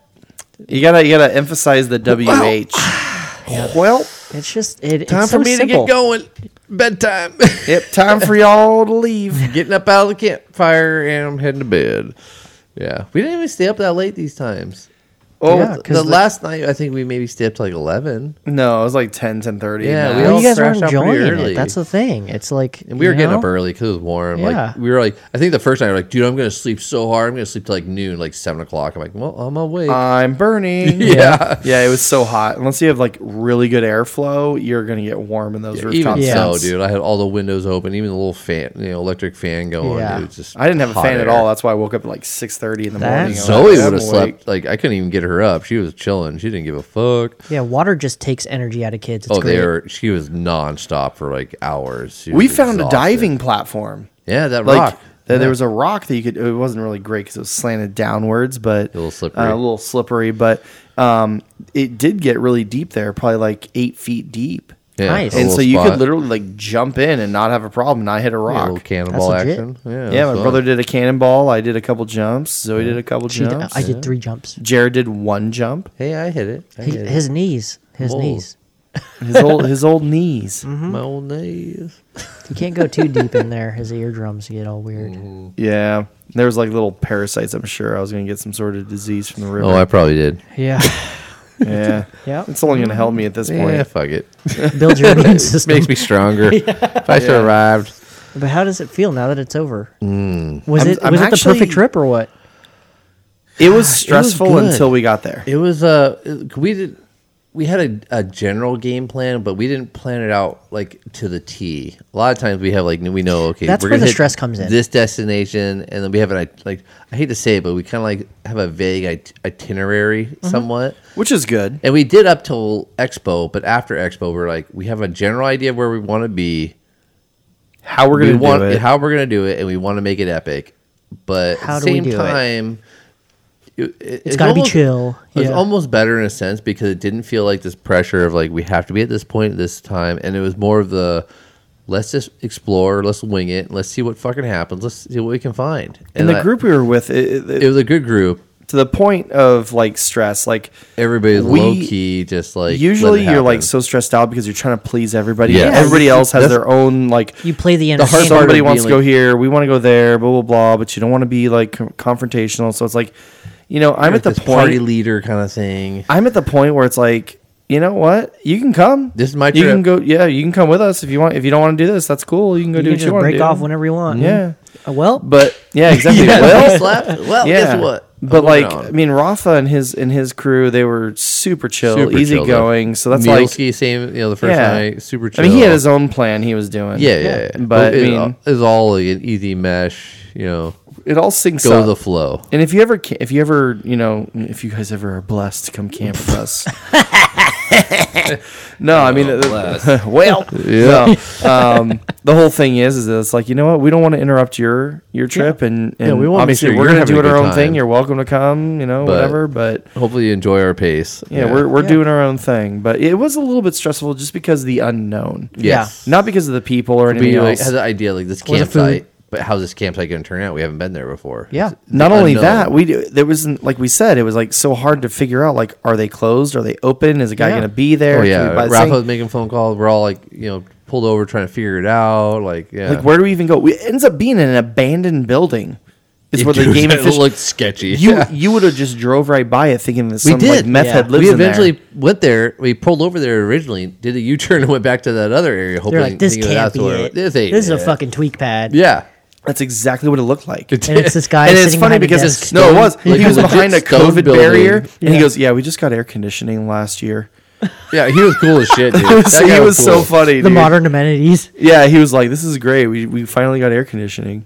[SPEAKER 3] you gotta you gotta emphasize the WH. Well,
[SPEAKER 1] it's just it,
[SPEAKER 2] time
[SPEAKER 1] it's
[SPEAKER 2] for
[SPEAKER 1] so
[SPEAKER 2] me
[SPEAKER 1] simple.
[SPEAKER 2] to get going. Bedtime.
[SPEAKER 3] yep, time for y'all to leave.
[SPEAKER 2] Getting up out of the campfire and I'm heading to bed. Yeah, we didn't even stay up that late these times.
[SPEAKER 3] Oh,
[SPEAKER 1] Yeah,
[SPEAKER 2] the,
[SPEAKER 1] 'cause the-
[SPEAKER 2] last night I think we maybe stayed up to like eleven,
[SPEAKER 3] No, it was like 10, 10 30.
[SPEAKER 2] Yeah, we
[SPEAKER 1] Well,
[SPEAKER 2] all
[SPEAKER 1] Oh, you guys were
[SPEAKER 2] thrashed out pretty
[SPEAKER 1] enjoying
[SPEAKER 2] early.
[SPEAKER 1] it. That's the thing. It's like
[SPEAKER 2] and we were
[SPEAKER 1] you
[SPEAKER 2] getting up
[SPEAKER 1] know?
[SPEAKER 2] early because it was warm.
[SPEAKER 1] Yeah.
[SPEAKER 2] Like we were like, I think the first night we were like, dude, I'm gonna sleep so hard, I'm gonna sleep till like noon, like seven o'clock. I'm like, well, I'm awake.
[SPEAKER 3] I'm burning.
[SPEAKER 2] yeah,
[SPEAKER 3] Yeah, it was so hot. Unless you have like really good airflow, you're gonna get warm in those rooftop
[SPEAKER 2] even so,
[SPEAKER 3] vents.
[SPEAKER 2] dude, I had all the windows open, even the little fan, you know, electric fan going.
[SPEAKER 1] Yeah.
[SPEAKER 2] It was just
[SPEAKER 3] I didn't have a
[SPEAKER 2] hot
[SPEAKER 3] fan at
[SPEAKER 2] air.
[SPEAKER 3] all. That's why I woke up at like six thirty in the
[SPEAKER 1] That-
[SPEAKER 3] morning. I was
[SPEAKER 2] Zoe
[SPEAKER 3] like, "Oh,
[SPEAKER 2] would
[SPEAKER 3] I'm
[SPEAKER 2] have
[SPEAKER 3] awake.
[SPEAKER 2] slept. Like I couldn't even get her up. She was chilling. She didn't give a fuck.
[SPEAKER 1] Yeah, water just takes energy out of kids. It's
[SPEAKER 2] oh,
[SPEAKER 1] great.
[SPEAKER 2] they were. She was nonstop for like hours. She
[SPEAKER 3] We
[SPEAKER 2] was
[SPEAKER 3] found a
[SPEAKER 2] exhausted.
[SPEAKER 3] diving platform.
[SPEAKER 2] Yeah, that
[SPEAKER 3] like
[SPEAKER 2] rock.
[SPEAKER 3] th-
[SPEAKER 2] Yeah.
[SPEAKER 3] there was a rock that you could it wasn't really great because it was slanted downwards but
[SPEAKER 2] A little slippery.
[SPEAKER 3] uh, a little slippery but um, it did get really deep there probably like eight feet deep
[SPEAKER 2] Yeah,
[SPEAKER 1] Nice.
[SPEAKER 2] a
[SPEAKER 3] and
[SPEAKER 2] little
[SPEAKER 3] so you could
[SPEAKER 2] spot.
[SPEAKER 3] literally like jump in and not have a problem not hit a
[SPEAKER 2] Yeah, a
[SPEAKER 3] rock
[SPEAKER 2] little cannonball
[SPEAKER 1] That's legit.
[SPEAKER 2] action. Yeah,
[SPEAKER 3] yeah
[SPEAKER 2] it
[SPEAKER 3] my
[SPEAKER 2] was
[SPEAKER 3] brother
[SPEAKER 2] fun.
[SPEAKER 3] did a cannonball i did a couple jumps zoe did a couple
[SPEAKER 1] She did-
[SPEAKER 3] jumps
[SPEAKER 1] I did three jumps.
[SPEAKER 3] jared did one jump
[SPEAKER 2] Hey, I hit it. I
[SPEAKER 1] He,
[SPEAKER 2] hit it.
[SPEAKER 1] his knees, his
[SPEAKER 2] Whoa.
[SPEAKER 1] knees.
[SPEAKER 3] his old his old knees
[SPEAKER 1] Mm-hmm.
[SPEAKER 2] my old knees.
[SPEAKER 1] You can't go too deep in there. His eardrums get all weird.
[SPEAKER 3] yeah there was like little parasites i'm sure i was gonna get some sort of disease from the river
[SPEAKER 2] Oh, I probably did.
[SPEAKER 1] Yeah,
[SPEAKER 3] yeah
[SPEAKER 1] yeah.
[SPEAKER 3] it's only gonna help me at this point
[SPEAKER 2] Yeah, Eh, fuck it.
[SPEAKER 1] Build your immune system.
[SPEAKER 2] Makes me stronger. If I survived,
[SPEAKER 1] But how does it feel now that it's over?
[SPEAKER 2] Mm.
[SPEAKER 1] Was
[SPEAKER 3] I'm-
[SPEAKER 1] it
[SPEAKER 3] I'm
[SPEAKER 1] was it the
[SPEAKER 3] actually-
[SPEAKER 1] perfect trip or what?
[SPEAKER 3] It was stressful
[SPEAKER 2] good.
[SPEAKER 3] until we got there.
[SPEAKER 2] it was uh, we did. We had a, a general game plan, but we didn't plan it out like to the T. A lot of times we have like we know okay
[SPEAKER 1] That's
[SPEAKER 2] we're
[SPEAKER 1] where
[SPEAKER 2] gonna
[SPEAKER 1] the
[SPEAKER 2] hit
[SPEAKER 1] stress comes in.
[SPEAKER 2] This destination, and then we have an i- like I hate to say it, but we kind of like have a vague it- itinerary
[SPEAKER 1] Mm-hmm.
[SPEAKER 2] somewhat.
[SPEAKER 3] which is good.
[SPEAKER 2] And we did up till Expo, but after Expo, we're like, we have a general idea of where we want to be,
[SPEAKER 3] How we're
[SPEAKER 2] we
[SPEAKER 3] gonna
[SPEAKER 2] want
[SPEAKER 3] do it?
[SPEAKER 2] how we're gonna do it, and we want to make it epic. But
[SPEAKER 1] How
[SPEAKER 2] at the
[SPEAKER 1] do we
[SPEAKER 2] same
[SPEAKER 1] do it?
[SPEAKER 2] time, it,
[SPEAKER 1] It's gotta be chill.
[SPEAKER 2] It's
[SPEAKER 1] Yeah.
[SPEAKER 2] almost better in a sense because it didn't feel like this pressure of like we have to be at this point at this time, and it was more of the let's just explore, let's wing it, let's see what fucking happens, let's see what we can find.
[SPEAKER 3] and the
[SPEAKER 2] I-
[SPEAKER 3] group we were with, it, it-
[SPEAKER 2] it was a good group.
[SPEAKER 3] to the point of like stress. Like
[SPEAKER 2] Everybody's
[SPEAKER 3] We-
[SPEAKER 2] low key, just like let
[SPEAKER 3] usually,
[SPEAKER 2] it
[SPEAKER 3] you're
[SPEAKER 2] happen.
[SPEAKER 3] like so stressed out because you're trying to please everybody.
[SPEAKER 2] Yeah.
[SPEAKER 3] and Everybody else has
[SPEAKER 2] That's-
[SPEAKER 3] their own like.
[SPEAKER 1] You play the
[SPEAKER 2] The hard
[SPEAKER 1] entertainment.
[SPEAKER 2] part
[SPEAKER 3] Somebody
[SPEAKER 2] of
[SPEAKER 3] wants to
[SPEAKER 2] being,
[SPEAKER 3] go
[SPEAKER 2] like-
[SPEAKER 3] here. We want to go there. Blah blah blah. But you don't want to be like con- confrontational. So it's like, you know, I'm at the
[SPEAKER 2] this party
[SPEAKER 3] point.
[SPEAKER 2] leader kind of thing.
[SPEAKER 3] I'm at the point where it's like, you know what? You can come.
[SPEAKER 2] This is my
[SPEAKER 3] You
[SPEAKER 2] trip.
[SPEAKER 3] can go. Yeah, you can come with us if you want. If you don't want to do this, that's cool. You can go
[SPEAKER 1] You
[SPEAKER 3] do
[SPEAKER 1] can
[SPEAKER 3] what you
[SPEAKER 1] just
[SPEAKER 3] want to
[SPEAKER 1] break
[SPEAKER 3] do.
[SPEAKER 1] off whenever you
[SPEAKER 2] Mm.
[SPEAKER 1] want.
[SPEAKER 3] Yeah.
[SPEAKER 1] Uh, well,
[SPEAKER 3] But yeah, exactly.
[SPEAKER 2] Yeah,
[SPEAKER 3] well,
[SPEAKER 2] we slept. Well, guess what? I'm
[SPEAKER 3] But
[SPEAKER 2] moving
[SPEAKER 3] like,
[SPEAKER 2] on.
[SPEAKER 3] I mean, Rafa and his and his crew, they were super chill,
[SPEAKER 2] Super chill, though.
[SPEAKER 3] easygoing. so that's
[SPEAKER 2] Mielski,
[SPEAKER 3] like,
[SPEAKER 2] same, you know, the first
[SPEAKER 3] yeah.
[SPEAKER 2] night, super chill.
[SPEAKER 3] I mean, he had his own plan he was doing.
[SPEAKER 2] yeah, yeah, yeah.
[SPEAKER 3] But I
[SPEAKER 2] it,
[SPEAKER 3] mean,
[SPEAKER 2] it was all like an easy mesh, you know,
[SPEAKER 3] it all syncs
[SPEAKER 2] go
[SPEAKER 3] up.
[SPEAKER 2] with the flow.
[SPEAKER 3] and if you ever, ca- if you ever, you know, if you guys ever are blessed to come camp with us. no, I mean,
[SPEAKER 2] blessed.
[SPEAKER 3] well,
[SPEAKER 2] Yeah.
[SPEAKER 3] no, um, the whole thing is, is that it's like you know what, we don't want to interrupt your your trip, and, and
[SPEAKER 2] we wanna make
[SPEAKER 3] obviously
[SPEAKER 2] sure
[SPEAKER 3] we're
[SPEAKER 2] you're
[SPEAKER 3] gonna
[SPEAKER 2] having a
[SPEAKER 3] do it our
[SPEAKER 2] good
[SPEAKER 3] own thing.
[SPEAKER 2] time.
[SPEAKER 3] You're welcome to come, you know,
[SPEAKER 2] But-
[SPEAKER 3] whatever, but.
[SPEAKER 2] Hopefully, you enjoy our pace.
[SPEAKER 3] Yeah, we're, we're
[SPEAKER 1] Yeah.
[SPEAKER 3] doing our own thing, but it was a little bit stressful just because of the unknown,
[SPEAKER 2] yes.
[SPEAKER 3] not because of the people or
[SPEAKER 2] But
[SPEAKER 3] anything
[SPEAKER 2] you like,
[SPEAKER 3] else.
[SPEAKER 2] had the idea like this
[SPEAKER 1] Or the food.
[SPEAKER 2] campsite, but how's this campsite going to turn out? We haven't been there before.
[SPEAKER 1] Yeah.
[SPEAKER 2] It's-
[SPEAKER 3] not
[SPEAKER 2] the
[SPEAKER 3] only
[SPEAKER 2] unknown.
[SPEAKER 3] that, we do- there wasn't like we said it was like so hard to figure out like are they closed? Are they open? Is a guy
[SPEAKER 1] Yeah.
[SPEAKER 3] going to be there?
[SPEAKER 2] Oh,
[SPEAKER 3] Can we
[SPEAKER 2] yeah.
[SPEAKER 3] buy this
[SPEAKER 2] Rafa
[SPEAKER 3] thing?
[SPEAKER 2] was making phone calls. We're all like, you know, pulled over trying to figure it out. Like, yeah.
[SPEAKER 3] Like where do we even go? We, it ends up being an abandoned building. Is
[SPEAKER 2] It
[SPEAKER 3] what the
[SPEAKER 2] just-
[SPEAKER 3] game
[SPEAKER 2] it
[SPEAKER 3] official.
[SPEAKER 2] looked sketchy.
[SPEAKER 3] You you would have just drove right by it thinking that
[SPEAKER 2] We
[SPEAKER 3] some like
[SPEAKER 2] did.
[SPEAKER 3] meth
[SPEAKER 1] yeah.
[SPEAKER 3] head lives
[SPEAKER 2] we
[SPEAKER 3] in there.
[SPEAKER 2] eventually went there. We pulled over there originally, did a U turn, and went back to that other area, hoping
[SPEAKER 1] they're like, this
[SPEAKER 2] thinking
[SPEAKER 1] can't
[SPEAKER 2] that's
[SPEAKER 1] be
[SPEAKER 2] where-
[SPEAKER 1] it.
[SPEAKER 2] This,
[SPEAKER 1] This,
[SPEAKER 2] ain't
[SPEAKER 1] is a
[SPEAKER 2] it.
[SPEAKER 1] fucking tweak pad.
[SPEAKER 2] yeah.
[SPEAKER 3] That's exactly what it looked like.
[SPEAKER 1] And it's this guy
[SPEAKER 3] and it's
[SPEAKER 1] sitting
[SPEAKER 3] funny
[SPEAKER 1] behind
[SPEAKER 3] because
[SPEAKER 1] a
[SPEAKER 3] it's,
[SPEAKER 1] desk.
[SPEAKER 3] no, it was
[SPEAKER 2] Like
[SPEAKER 3] he
[SPEAKER 2] a
[SPEAKER 3] was
[SPEAKER 2] legit
[SPEAKER 3] behind a
[SPEAKER 2] stone
[SPEAKER 3] COVID
[SPEAKER 2] building.
[SPEAKER 3] barrier, and he
[SPEAKER 1] Yeah.
[SPEAKER 3] goes, "Yeah, we just got air conditioning last year."
[SPEAKER 2] Yeah, he was cool as shit, dude. That
[SPEAKER 3] he
[SPEAKER 2] guy
[SPEAKER 3] was so
[SPEAKER 2] cool.
[SPEAKER 3] funny.
[SPEAKER 1] the
[SPEAKER 3] dude.
[SPEAKER 1] modern amenities.
[SPEAKER 3] Yeah, he was like, "This is great. We we finally got air conditioning."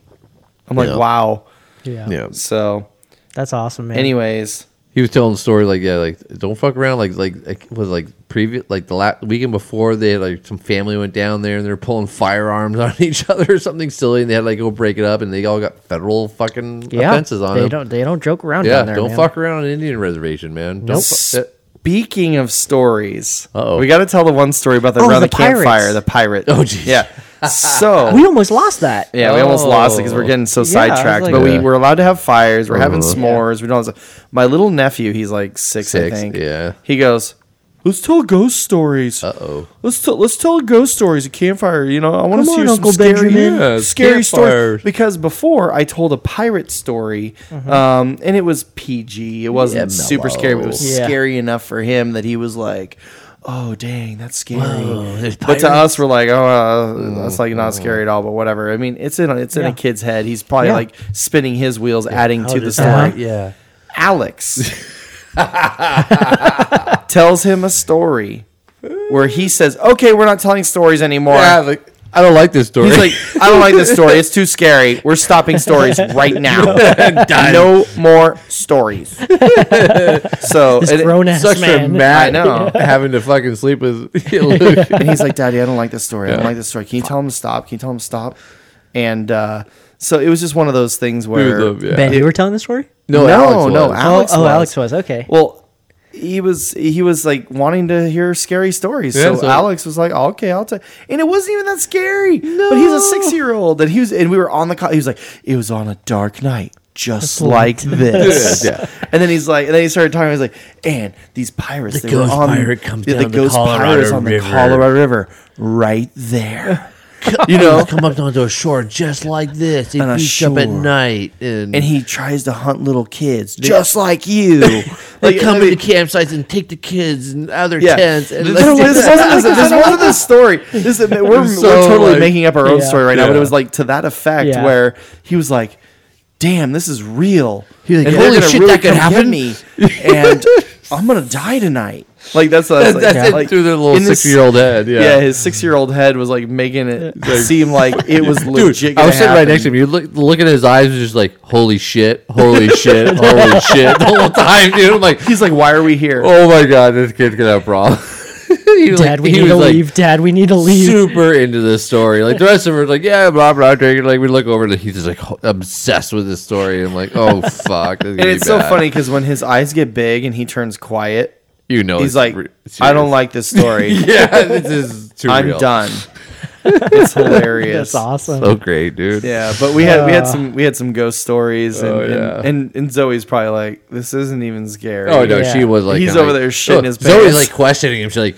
[SPEAKER 3] I'm like,
[SPEAKER 2] Yeah.
[SPEAKER 3] "Wow."
[SPEAKER 1] Yeah.
[SPEAKER 2] Yeah.
[SPEAKER 3] So,
[SPEAKER 1] that's awesome, man.
[SPEAKER 3] anyways,
[SPEAKER 2] he was telling the story like yeah like don't fuck around like like, like was like previous like the last weekend before they had like some family went down there and they were pulling firearms on each other or something silly and they had to, like go break it up and they all got federal fucking
[SPEAKER 1] Yeah,
[SPEAKER 2] offenses on
[SPEAKER 1] they
[SPEAKER 2] them.
[SPEAKER 1] don't they don't joke around
[SPEAKER 2] yeah,
[SPEAKER 1] down there.
[SPEAKER 2] don't
[SPEAKER 1] man.
[SPEAKER 2] fuck around on an Indian reservation, man. Don't. Fu- uh,
[SPEAKER 3] Speaking of stories,
[SPEAKER 2] Uh-oh.
[SPEAKER 3] we got to tell the one story about the
[SPEAKER 1] Oh,
[SPEAKER 3] around
[SPEAKER 1] the
[SPEAKER 3] the,
[SPEAKER 1] pirates.
[SPEAKER 3] campfire, the pirate.
[SPEAKER 2] Oh, geez.
[SPEAKER 3] yeah. So
[SPEAKER 1] We almost lost that.
[SPEAKER 3] yeah, we almost lost it because
[SPEAKER 2] Oh.
[SPEAKER 3] we're getting
[SPEAKER 1] Yeah,
[SPEAKER 3] so
[SPEAKER 1] I was
[SPEAKER 3] sidetracked.
[SPEAKER 1] like-
[SPEAKER 3] but we
[SPEAKER 2] Yeah.
[SPEAKER 3] were allowed to have fires. We're having
[SPEAKER 2] Uh-huh.
[SPEAKER 3] s'mores. We don't. My little nephew, he's like six,
[SPEAKER 2] Six,
[SPEAKER 3] I think.
[SPEAKER 2] yeah.
[SPEAKER 3] He goes, "Let's tell ghost stories.
[SPEAKER 2] Uh-oh.
[SPEAKER 3] Let's tell let's tell ghost stories at campfire. You know, I want to
[SPEAKER 1] Come
[SPEAKER 3] see
[SPEAKER 1] on,
[SPEAKER 3] some
[SPEAKER 1] Uncle
[SPEAKER 3] scary,
[SPEAKER 1] Benjamin.
[SPEAKER 2] Yeah,
[SPEAKER 3] scary
[SPEAKER 2] campfires.
[SPEAKER 3] stories." Because before I told a pirate story, um, and it was PG. It wasn't
[SPEAKER 2] Yeah,
[SPEAKER 3] super
[SPEAKER 2] mellow.
[SPEAKER 3] scary, but it was
[SPEAKER 1] Yeah.
[SPEAKER 3] scary enough for him that he was like. Oh dang, that's scary.
[SPEAKER 2] there's
[SPEAKER 3] but to us, we're like, oh, uh,
[SPEAKER 2] Mm-hmm.
[SPEAKER 3] that's like not scary at all. But whatever. I mean, it's in a, it's in
[SPEAKER 1] Yeah.
[SPEAKER 3] a kid's head. He's probably
[SPEAKER 1] Yeah.
[SPEAKER 3] like spinning his wheels, adding to the
[SPEAKER 2] does
[SPEAKER 3] story.
[SPEAKER 1] that-
[SPEAKER 2] Yeah.
[SPEAKER 3] Alex tells him a story where he says, "Okay, we're not telling stories anymore."
[SPEAKER 2] Yeah, like, I don't like this story.
[SPEAKER 3] He's like, "I don't like this story. It's too scary. We're stopping stories right now. no more stories." so
[SPEAKER 1] This
[SPEAKER 3] and it-
[SPEAKER 1] grown ass
[SPEAKER 2] such a
[SPEAKER 1] man.
[SPEAKER 2] mad
[SPEAKER 3] I know.
[SPEAKER 2] having to fucking sleep with Luke.
[SPEAKER 3] and he's like, "Daddy, I don't like this story. I
[SPEAKER 2] Yeah.
[SPEAKER 3] don't like this story. Can you tell him to stop? Can you tell him to stop?" And uh, so it was just one of those things where
[SPEAKER 2] love, yeah.
[SPEAKER 1] ben, you were telling the story?
[SPEAKER 2] no,
[SPEAKER 3] no,
[SPEAKER 2] Alex
[SPEAKER 3] no,
[SPEAKER 2] was.
[SPEAKER 3] Alex
[SPEAKER 1] oh, oh,
[SPEAKER 3] was.
[SPEAKER 1] Alex was okay.
[SPEAKER 3] Well, he was he was like wanting to hear scary stories.
[SPEAKER 2] Yeah,
[SPEAKER 3] so,
[SPEAKER 2] so-
[SPEAKER 3] Alex was like, "Oh, "Okay, I'll tell." And it wasn't even that scary. But he's a six year old, and he was, and we were on the. Co- he was like, "It was on a dark night." Just like this,
[SPEAKER 2] Yeah.
[SPEAKER 3] and then he's like, and then he started talking. He was like, and these pirates,
[SPEAKER 2] The
[SPEAKER 3] they were
[SPEAKER 2] ghost
[SPEAKER 3] on
[SPEAKER 2] pirate comes
[SPEAKER 3] yeah,
[SPEAKER 2] down the Colorado
[SPEAKER 3] pirate is on
[SPEAKER 2] River.
[SPEAKER 3] the Colorado River, right there. you know,
[SPEAKER 2] come up onto a shore just like this. He
[SPEAKER 3] On a
[SPEAKER 2] beats up at
[SPEAKER 3] shore.
[SPEAKER 2] night, and,
[SPEAKER 3] and he tries to hunt little kids, just like you.
[SPEAKER 2] they come
[SPEAKER 3] I
[SPEAKER 2] to
[SPEAKER 3] mean-
[SPEAKER 2] the campsites and take the kids and other tents. And
[SPEAKER 3] this,
[SPEAKER 2] like,
[SPEAKER 3] no, this wasn't this, this wasn't the story. This, we're, we're
[SPEAKER 2] so,
[SPEAKER 3] totally
[SPEAKER 2] like-
[SPEAKER 3] making up our own
[SPEAKER 1] Yeah.
[SPEAKER 3] story right now, but
[SPEAKER 2] Yeah.
[SPEAKER 3] it was like to that effect
[SPEAKER 1] Yeah.
[SPEAKER 3] where he was like, "Damn, this is real."
[SPEAKER 2] He's like,
[SPEAKER 3] And they're
[SPEAKER 2] "Holy
[SPEAKER 3] gonna
[SPEAKER 2] shit, that could
[SPEAKER 3] come get
[SPEAKER 2] happen."
[SPEAKER 3] me, and I'm gonna die tonight. Like that's that's, like,
[SPEAKER 2] that's it
[SPEAKER 3] like,
[SPEAKER 2] through their little
[SPEAKER 3] in this-
[SPEAKER 2] six-year-old head. Yeah,
[SPEAKER 3] Yeah, his six-year-old head was like making it seem like it was
[SPEAKER 2] Dude,
[SPEAKER 3] legit.
[SPEAKER 2] I
[SPEAKER 3] gonna
[SPEAKER 2] was sitting right
[SPEAKER 3] happen.
[SPEAKER 2] next to him. You look, look at his eyes, was just like, "Holy shit! Holy shit! Holy shit!" The whole time, dude. I'm like,
[SPEAKER 3] He's like, "Why are we here?"
[SPEAKER 2] "Oh my god, this kid's gonna have problems." He was
[SPEAKER 1] Dad,
[SPEAKER 2] like-
[SPEAKER 1] we
[SPEAKER 2] he
[SPEAKER 1] need to
[SPEAKER 2] was like,
[SPEAKER 1] leave. Dad, we need to leave.
[SPEAKER 2] super into this story. Like the rest of us, like yeah, blah blah. Drinking. Like we look over, and he's just like ho- obsessed with this story. I'm like, oh fuck, this is
[SPEAKER 3] And
[SPEAKER 2] gonna
[SPEAKER 3] it's
[SPEAKER 2] be
[SPEAKER 3] so
[SPEAKER 2] bad.
[SPEAKER 3] funny because when his eyes get big and he turns quiet,
[SPEAKER 2] You know,
[SPEAKER 3] he's
[SPEAKER 2] it's
[SPEAKER 3] like,
[SPEAKER 2] re- serious.
[SPEAKER 3] "I don't like this story."
[SPEAKER 2] Yeah, this is too
[SPEAKER 3] I'm
[SPEAKER 2] real.
[SPEAKER 3] done. it's hilarious.
[SPEAKER 1] That's awesome.
[SPEAKER 2] So great, dude.
[SPEAKER 3] Yeah, but we had we had some we had some ghost stories, and
[SPEAKER 2] Oh,
[SPEAKER 3] and,
[SPEAKER 2] yeah.
[SPEAKER 3] and and Zoe's probably like, "This isn't even scary."
[SPEAKER 2] Oh no,
[SPEAKER 1] Yeah.
[SPEAKER 2] she was like,
[SPEAKER 3] He's
[SPEAKER 2] kinda
[SPEAKER 3] over
[SPEAKER 2] like-
[SPEAKER 3] there shitting his
[SPEAKER 2] Zoe's
[SPEAKER 3] pants.
[SPEAKER 2] like questioning him. She's like,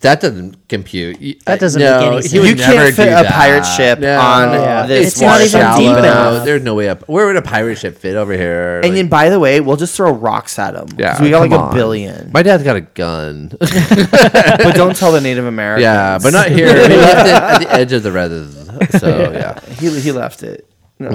[SPEAKER 2] that doesn't compute. You-
[SPEAKER 1] That doesn't
[SPEAKER 2] no,
[SPEAKER 1] make any
[SPEAKER 2] he
[SPEAKER 1] sense.
[SPEAKER 2] would
[SPEAKER 3] You can't
[SPEAKER 2] never
[SPEAKER 3] fit
[SPEAKER 2] do
[SPEAKER 3] a
[SPEAKER 2] that.
[SPEAKER 3] pirate ship
[SPEAKER 2] No.
[SPEAKER 3] on
[SPEAKER 1] Yeah.
[SPEAKER 3] this
[SPEAKER 1] It's not
[SPEAKER 3] water
[SPEAKER 1] even deep
[SPEAKER 3] shallow.
[SPEAKER 1] enough.
[SPEAKER 2] There's no way up. Where would a pirate ship fit over here?
[SPEAKER 3] And
[SPEAKER 2] Like-
[SPEAKER 3] then, by the way, we'll just throw rocks at them.
[SPEAKER 2] Yeah,
[SPEAKER 3] we got like
[SPEAKER 2] come
[SPEAKER 3] a
[SPEAKER 2] on.
[SPEAKER 3] billion.
[SPEAKER 2] my dad's got a gun.
[SPEAKER 3] but don't tell the Native Americans.
[SPEAKER 2] Yeah, but not here. We left it at the edge of the res. So yeah,
[SPEAKER 3] he he left it. No.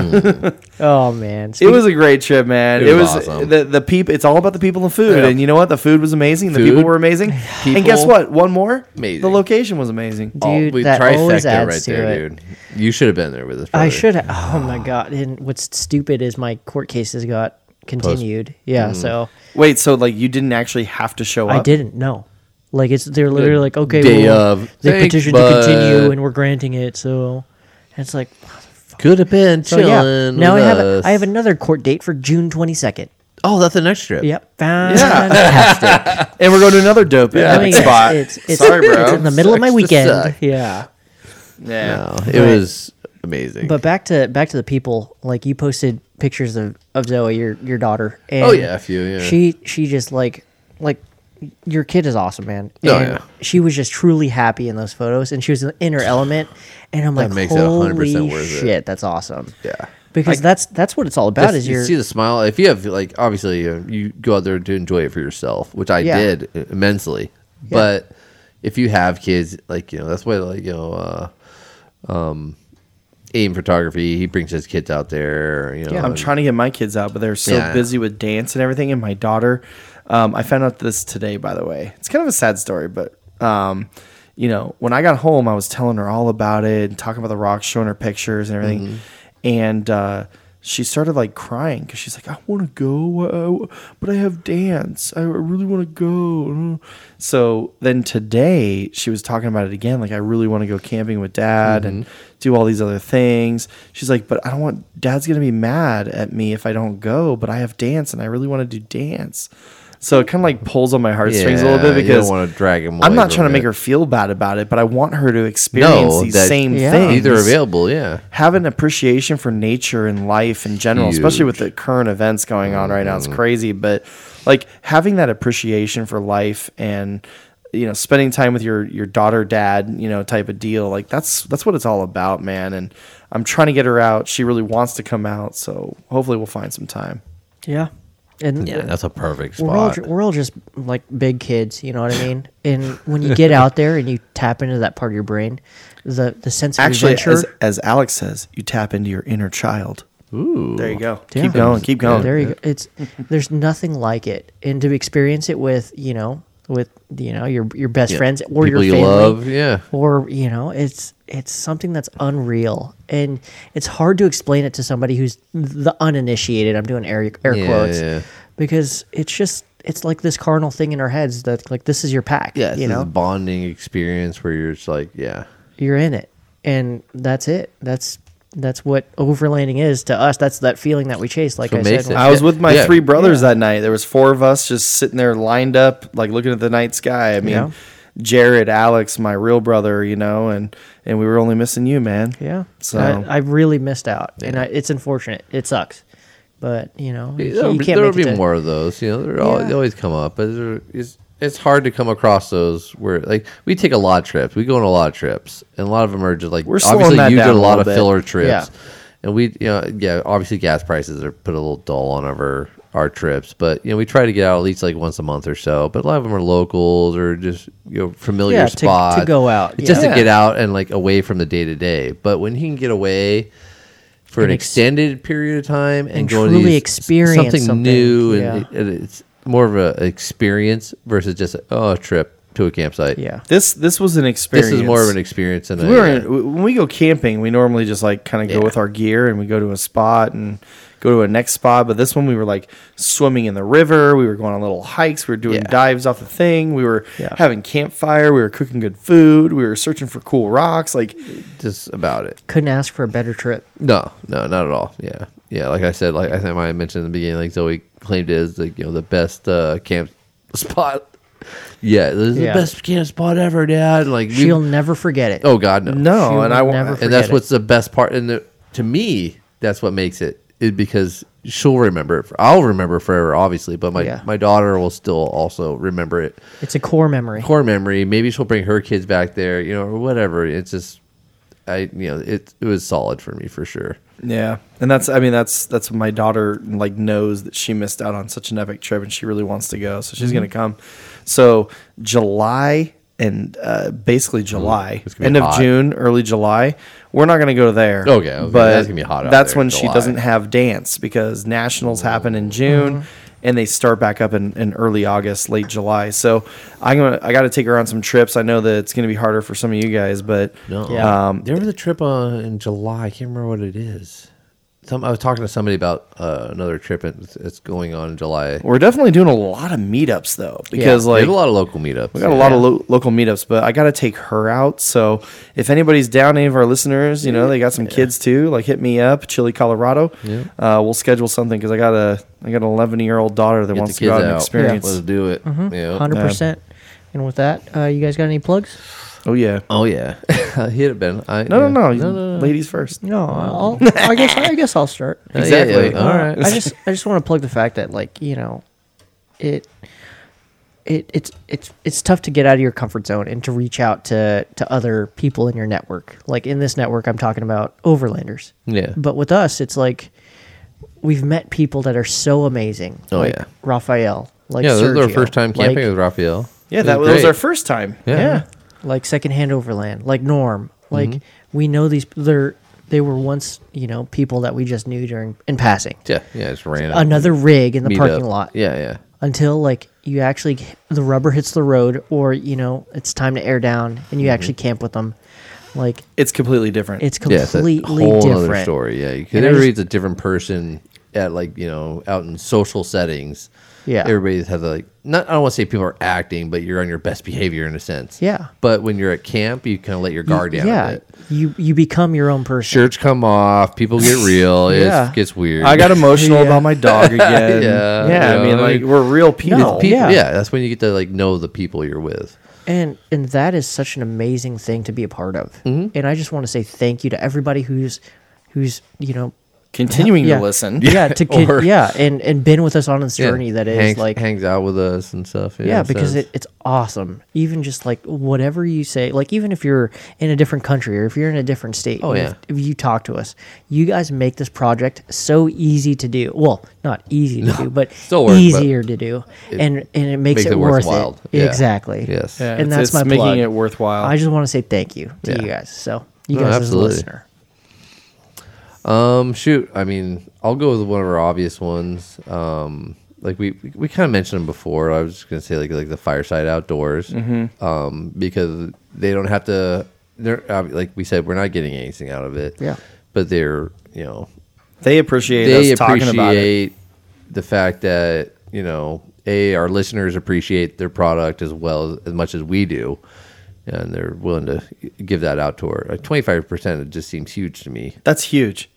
[SPEAKER 1] Oh man,
[SPEAKER 3] It was a great trip, man.
[SPEAKER 2] It
[SPEAKER 3] It
[SPEAKER 2] was
[SPEAKER 3] was,
[SPEAKER 2] awesome.
[SPEAKER 3] the the peep. It's all about the people and food,
[SPEAKER 2] Yeah.
[SPEAKER 3] and you know what? The food was amazing. The
[SPEAKER 2] Food,
[SPEAKER 3] people were amazing. and guess
[SPEAKER 2] people,
[SPEAKER 3] what? One more.
[SPEAKER 2] amazing. Oh.
[SPEAKER 3] The location was amazing.
[SPEAKER 1] Dude, that always adds to it.
[SPEAKER 2] dude. You should have been there with us.
[SPEAKER 1] I
[SPEAKER 2] brother.
[SPEAKER 1] should. Ha- oh my god! And what's stupid is my court cases got continued. yeah,
[SPEAKER 2] Mm.
[SPEAKER 1] so
[SPEAKER 3] Wait, so like you didn't actually have to show up?
[SPEAKER 1] I didn't know. Like it's they're literally like okay,
[SPEAKER 2] Day
[SPEAKER 1] well,
[SPEAKER 2] of.
[SPEAKER 1] they
[SPEAKER 2] Thanks,
[SPEAKER 1] petitioned to continue
[SPEAKER 2] bud.
[SPEAKER 1] and we're granting it. So and it's like
[SPEAKER 2] Could have been
[SPEAKER 1] so
[SPEAKER 2] chilling.
[SPEAKER 1] yeah. Now I
[SPEAKER 2] with
[SPEAKER 1] have
[SPEAKER 2] us.
[SPEAKER 1] I have another court date for June twenty second.
[SPEAKER 2] Oh, that's the next trip.
[SPEAKER 1] Yep, fantastic.
[SPEAKER 3] and we're going to another dope
[SPEAKER 1] I mean,
[SPEAKER 3] epic
[SPEAKER 1] it's-
[SPEAKER 3] spot.
[SPEAKER 1] It's, it's,
[SPEAKER 3] Sorry, bro.
[SPEAKER 1] it's in the middle of my
[SPEAKER 2] Sucks to
[SPEAKER 1] weekend.
[SPEAKER 2] suck.
[SPEAKER 1] Yeah.
[SPEAKER 3] yeah.
[SPEAKER 2] No, Oh, it
[SPEAKER 1] Right.
[SPEAKER 2] was amazing.
[SPEAKER 1] But back to back to the people. Like you posted pictures of, of Zoe, your your daughter. And
[SPEAKER 2] Oh, yeah, a few, yeah.
[SPEAKER 1] She she just like like your kid is awesome, man.
[SPEAKER 2] Oh,
[SPEAKER 1] And
[SPEAKER 2] yeah.
[SPEAKER 1] She was just truly happy in those photos, and she was in her element. And I'm like,
[SPEAKER 2] makes it
[SPEAKER 1] holy
[SPEAKER 2] 100% worth it."
[SPEAKER 1] shit, that's awesome.
[SPEAKER 2] yeah.
[SPEAKER 1] Because that's that's what it's all about.
[SPEAKER 2] That's-
[SPEAKER 1] is
[SPEAKER 2] you
[SPEAKER 1] your
[SPEAKER 2] see the smile. If you have like, obviously, uh, you go out there to enjoy it for yourself, which I
[SPEAKER 1] Yeah.
[SPEAKER 2] did uh, immensely. But if you have kids, like you know, that's why like you know, uh, um, aim photography. He brings his kids out there. You know,
[SPEAKER 3] I'm
[SPEAKER 2] and-
[SPEAKER 3] trying to get my kids out, but they're so
[SPEAKER 2] Yeah.
[SPEAKER 3] busy with dance and everything. And my daughter, um, I found out this today, by the way. It's kind of a sad story, but um, you know, when I got home, I was telling her all about it and talking about the rocks, showing her pictures and everything. And uh, she started like crying because she's like, I want to go, uh, w- but I have dance. I really want to go. So then today she was talking about it again. Like, I really want to go camping with dad and
[SPEAKER 2] Mm-hmm.
[SPEAKER 3] do all these other things. She's like, but I don't want dad's going to be mad at me if I don't go, but I have dance and I really want to do dance. So it kind of like pulls on my heartstrings a little
[SPEAKER 2] Yeah,
[SPEAKER 3] bit
[SPEAKER 2] you don't
[SPEAKER 3] because
[SPEAKER 2] wanna drag 'em
[SPEAKER 3] I'm
[SPEAKER 2] away
[SPEAKER 3] not
[SPEAKER 2] from
[SPEAKER 3] trying to make
[SPEAKER 2] it.
[SPEAKER 3] her feel bad about it, but I want her to experience
[SPEAKER 2] No,
[SPEAKER 3] these
[SPEAKER 2] that-
[SPEAKER 3] same
[SPEAKER 1] Yeah.
[SPEAKER 3] things
[SPEAKER 2] Either available, yeah.
[SPEAKER 3] have an appreciation for nature and life in general, especially with
[SPEAKER 2] Huge. Mm-hmm.
[SPEAKER 3] the current events going on right now. It's crazy, but like having that appreciation for life and you know spending time with your your daughter dad you know type of deal like that's that's what it's all about man and i'm trying to get her out she really wants to come out so hopefully we'll find some time
[SPEAKER 1] Yeah. And
[SPEAKER 2] Yeah, that's a perfect
[SPEAKER 1] we're all,
[SPEAKER 2] spot.
[SPEAKER 1] ju- we're all just like big kids, you know what I mean? And when you get out there and you tap into that part of your brain, the the sense of
[SPEAKER 3] actually
[SPEAKER 1] adventure.
[SPEAKER 3] as, as alex says you tap into your inner child
[SPEAKER 2] Ooh.
[SPEAKER 3] there you go
[SPEAKER 1] Yeah.
[SPEAKER 3] keep going keep going
[SPEAKER 1] There you go. It's there's nothing like it, and to experience it with you know with you know your your best
[SPEAKER 2] Yeah.
[SPEAKER 1] friends or
[SPEAKER 2] People
[SPEAKER 1] your
[SPEAKER 2] you
[SPEAKER 1] family,
[SPEAKER 2] love, yeah.
[SPEAKER 1] or you know it's it's something that's unreal, and it's hard to explain it to somebody who's the uninitiated. I'm doing air air
[SPEAKER 2] Yeah,
[SPEAKER 1] quotes
[SPEAKER 2] yeah.
[SPEAKER 1] because it's just it's like this carnal thing in our heads that like this is your pack.
[SPEAKER 2] Yeah, it's
[SPEAKER 1] you
[SPEAKER 2] this
[SPEAKER 1] know
[SPEAKER 2] bonding experience where you're just like, yeah.
[SPEAKER 1] you're in it, and that's it. That's that's what overlanding is to us. That's that feeling that we chase. Like
[SPEAKER 2] what
[SPEAKER 1] I
[SPEAKER 2] makes
[SPEAKER 1] said,
[SPEAKER 2] it.
[SPEAKER 1] when-
[SPEAKER 3] I was with my
[SPEAKER 2] Yeah.
[SPEAKER 3] three brothers that night. There was four of us just sitting there lined up, like looking at the night sky. I mean,
[SPEAKER 1] Yeah.
[SPEAKER 3] Jared, Alex, my real brother, you know, and and we were only missing you, man.
[SPEAKER 1] Yeah.
[SPEAKER 3] So-
[SPEAKER 1] I, I really missed out, and I, it's unfortunate. It sucks, but you know you,
[SPEAKER 2] There'll
[SPEAKER 1] you
[SPEAKER 2] be,
[SPEAKER 1] can't
[SPEAKER 2] there'll
[SPEAKER 1] make it
[SPEAKER 2] be
[SPEAKER 1] to-
[SPEAKER 2] more of those. You know, they're al- they
[SPEAKER 1] Yeah.
[SPEAKER 2] always come up, but they're- it's it's hard to come across those where like we take a lot of trips. We go on a lot of trips, and a lot of them are just like
[SPEAKER 3] We're slowing
[SPEAKER 2] obviously
[SPEAKER 3] that
[SPEAKER 2] you did
[SPEAKER 3] down
[SPEAKER 2] a
[SPEAKER 3] a
[SPEAKER 2] lot
[SPEAKER 3] little
[SPEAKER 2] of
[SPEAKER 3] bit.
[SPEAKER 2] filler trips,
[SPEAKER 1] Yeah.
[SPEAKER 2] and we you know yeah obviously gas prices are put a little dull on our our trips, but you know we try to get out at least like once a month or so. But a lot of them are locals or just you know familiar
[SPEAKER 1] Yeah, to- to
[SPEAKER 2] spots
[SPEAKER 1] go out,
[SPEAKER 2] It's just
[SPEAKER 1] yeah.
[SPEAKER 2] to get out and like away from the day to day. But when you can get away. For an,
[SPEAKER 1] And ex-
[SPEAKER 2] extended period of time and,
[SPEAKER 1] and
[SPEAKER 2] go to
[SPEAKER 1] truly
[SPEAKER 2] these-
[SPEAKER 1] experience something,
[SPEAKER 2] new
[SPEAKER 1] yeah.
[SPEAKER 2] and, it- and it's more of a experience versus just oh, a trip to a campsite.
[SPEAKER 1] Yeah,
[SPEAKER 3] This this was an experience.
[SPEAKER 2] This is more of an experience than a, uh,
[SPEAKER 3] We were in, when we go camping, we normally just like kind of go
[SPEAKER 2] Yeah.
[SPEAKER 3] with our gear and we go to a spot and go to a next spot. But this one, we were like swimming in the river. We were going on little hikes. We were doing
[SPEAKER 2] Yeah.
[SPEAKER 3] dives off the thing. We were
[SPEAKER 1] Yeah.
[SPEAKER 3] having campfire. We were cooking good food. We were searching for cool rocks. Like
[SPEAKER 2] just about it.
[SPEAKER 1] couldn't ask for a better trip.
[SPEAKER 2] No, no, not at all. Yeah, yeah. Like I said, like I think I mentioned in the beginning, like Zoe claimed it as like you know the best uh, camp spot. Yeah, this is
[SPEAKER 1] Yeah.
[SPEAKER 2] the best camp spot ever, Dad. Like we-
[SPEAKER 1] She'll never forget it.
[SPEAKER 2] oh God, no,
[SPEAKER 3] no,
[SPEAKER 1] She
[SPEAKER 3] and
[SPEAKER 1] will
[SPEAKER 3] I wa-
[SPEAKER 1] never
[SPEAKER 2] and that's
[SPEAKER 1] forget
[SPEAKER 2] what's the best part. And the, to me, that's what makes it is because she'll remember it. For, I'll remember it forever, obviously, but my,
[SPEAKER 1] Yeah.
[SPEAKER 2] my daughter will still also remember it.
[SPEAKER 1] it's a core memory.
[SPEAKER 2] Core memory. Maybe she'll bring her kids back there, you know, or whatever. It's just, I you know, it it was solid for me for sure.
[SPEAKER 3] Yeah, and that's I mean that's that's what my daughter like knows that she missed out on such an epic trip and she really wants to go, so she's gonna
[SPEAKER 2] Mm-hmm.
[SPEAKER 3] come. So July and uh, basically July,
[SPEAKER 2] Mm-hmm. it's gonna be
[SPEAKER 3] end of
[SPEAKER 2] hot.
[SPEAKER 3] June, early July, we're not gonna go to there.
[SPEAKER 2] Okay, okay, that's gonna be hot out
[SPEAKER 3] that's
[SPEAKER 2] there,
[SPEAKER 3] when she
[SPEAKER 2] July.
[SPEAKER 3] doesn't have dance because nationals happen in June.
[SPEAKER 2] Mm-hmm.
[SPEAKER 3] And they start back up in, in early August, late July. So I'm gonna I got to take her on some trips. I know that it's gonna be harder for some of you guys, but
[SPEAKER 2] No,
[SPEAKER 1] Yeah.
[SPEAKER 2] um, there was a trip uh, in July. I can't remember what it is. Some I was talking to somebody about uh, another trip that's that's going on in July.
[SPEAKER 3] we're definitely doing a lot of meetups though because
[SPEAKER 2] we
[SPEAKER 3] like
[SPEAKER 2] have a lot of local meetups.
[SPEAKER 3] We got a lot of lo- local meetups, but I got to take her out. So if anybody's down, any of our listeners, you know, they got some kids too, like hit me up, Chili, Colorado.
[SPEAKER 2] Yeah.
[SPEAKER 3] Uh, we'll schedule something because I got a I got an 11 year old daughter that
[SPEAKER 2] Get
[SPEAKER 3] wants
[SPEAKER 2] the
[SPEAKER 3] to go
[SPEAKER 2] kids
[SPEAKER 3] out and
[SPEAKER 2] out.
[SPEAKER 3] experience. Mm-hmm.
[SPEAKER 2] Let's do it. Yeah.
[SPEAKER 1] Hundred percent. And with that, uh, you guys got any plugs?
[SPEAKER 3] Oh yeah.
[SPEAKER 2] Oh yeah, hit it, Ben. I, yeah.
[SPEAKER 3] No, no, no, Ladies first.
[SPEAKER 1] No, I'll, I guess I guess I'll start.
[SPEAKER 2] Uh, yeah,
[SPEAKER 3] Exactly.
[SPEAKER 2] yeah, All right.
[SPEAKER 1] I just I just want to plug the fact that like you know, it. It, it's it's it's tough to get out of your comfort zone and to reach out to to other people in your network. Like in this network, I'm talking about overlanders.
[SPEAKER 2] Yeah.
[SPEAKER 1] But with us, it's like we've met people that are so amazing.
[SPEAKER 2] Oh,
[SPEAKER 1] like
[SPEAKER 2] yeah.
[SPEAKER 1] Raphael. Like
[SPEAKER 2] yeah, this
[SPEAKER 1] Sergio,
[SPEAKER 2] is our first time camping
[SPEAKER 1] Like,
[SPEAKER 2] with Raphael.
[SPEAKER 3] Yeah,
[SPEAKER 2] It
[SPEAKER 3] that was,
[SPEAKER 2] great.
[SPEAKER 3] our first time.
[SPEAKER 2] Yeah.
[SPEAKER 3] yeah.
[SPEAKER 1] like secondhand overland, like Norm, like
[SPEAKER 2] Mm-hmm.
[SPEAKER 1] we know these. They're they were once you know people that we just knew during in passing.
[SPEAKER 2] Yeah, yeah, it's random.
[SPEAKER 1] Another rig in the
[SPEAKER 2] meetup.
[SPEAKER 1] parking lot
[SPEAKER 2] Yeah, yeah.
[SPEAKER 1] until like you actually
[SPEAKER 2] Mm-hmm.
[SPEAKER 1] the rubber hits the road, or you know it's time to air down and you actually camp with them. Like
[SPEAKER 3] It's completely different.
[SPEAKER 1] it's
[SPEAKER 2] yeah, it's a
[SPEAKER 1] completely
[SPEAKER 2] whole other
[SPEAKER 1] different.
[SPEAKER 2] story. Yeah, because
[SPEAKER 1] And I just-
[SPEAKER 2] everybody's a different person at like you know out in social settings.
[SPEAKER 1] Yeah.
[SPEAKER 2] everybody has a, like not. I don't want to say people are acting, but you're on your best behavior in a sense.
[SPEAKER 1] Yeah.
[SPEAKER 2] But when you're at camp, you kind of let your guard down. Yeah.
[SPEAKER 1] yeah, you you become your own person.
[SPEAKER 2] Shirts come off. People get real.
[SPEAKER 1] Yeah.
[SPEAKER 2] It gets weird.
[SPEAKER 3] I got emotional
[SPEAKER 1] Yeah.
[SPEAKER 3] about my dog again.
[SPEAKER 2] Yeah,
[SPEAKER 3] yeah.
[SPEAKER 2] yeah,
[SPEAKER 3] I mean,
[SPEAKER 2] I
[SPEAKER 3] like
[SPEAKER 2] mean-
[SPEAKER 3] we're real people.
[SPEAKER 1] No.
[SPEAKER 2] People,
[SPEAKER 1] Yeah.
[SPEAKER 2] yeah. that's when you get to like know the people you're with.
[SPEAKER 1] And and that is such an amazing thing to be a part of.
[SPEAKER 2] Mm-hmm.
[SPEAKER 1] And I just want to say thank you to everybody who's who's you know
[SPEAKER 3] Continuing
[SPEAKER 1] yeah,
[SPEAKER 3] to listen.
[SPEAKER 1] Yeah, to kid,
[SPEAKER 2] Or-
[SPEAKER 1] yeah, and and been with us on this journey
[SPEAKER 2] Yeah.
[SPEAKER 1] that is
[SPEAKER 2] hangs,
[SPEAKER 1] like
[SPEAKER 2] hangs out with us and stuff.
[SPEAKER 1] yeah, because it, it's awesome. Even just like whatever you say, like even if you're in a different country or if you're in a different state,
[SPEAKER 2] Oh,
[SPEAKER 1] and
[SPEAKER 2] yeah.
[SPEAKER 1] if, if you talk to us, you guys make this project so easy to do. Well, not easy to do, but
[SPEAKER 2] still work, but
[SPEAKER 1] easier to do, and and it makes, it, worth
[SPEAKER 2] worthwhile.
[SPEAKER 1] it.
[SPEAKER 2] Yeah.
[SPEAKER 1] Exactly.
[SPEAKER 2] Yes.
[SPEAKER 3] Yeah,
[SPEAKER 1] And
[SPEAKER 3] it's-
[SPEAKER 1] that's
[SPEAKER 3] it's
[SPEAKER 1] my
[SPEAKER 3] making
[SPEAKER 1] plug.
[SPEAKER 3] it worthwhile.
[SPEAKER 1] I just want to say thank you to
[SPEAKER 2] Yeah.
[SPEAKER 1] you guys. So you
[SPEAKER 2] No,
[SPEAKER 1] guys
[SPEAKER 2] absolutely.
[SPEAKER 1] as a listener,
[SPEAKER 2] Um, shoot. I mean, I'll go with one of our obvious ones. Um, like we we kind of mentioned them before. I was just gonna say like like the fireside outdoors.
[SPEAKER 1] Mm-hmm.
[SPEAKER 2] Um, because they don't have to. They're uh, like we said, we're not getting anything out of it.
[SPEAKER 1] Yeah.
[SPEAKER 2] But they're you know
[SPEAKER 3] They appreciate
[SPEAKER 2] they
[SPEAKER 3] us talking about it.
[SPEAKER 2] appreciate the fact that you know a our listeners appreciate their product as well as much as we do and they're willing to give that out to her like 25% it just seems huge to me
[SPEAKER 3] That's huge.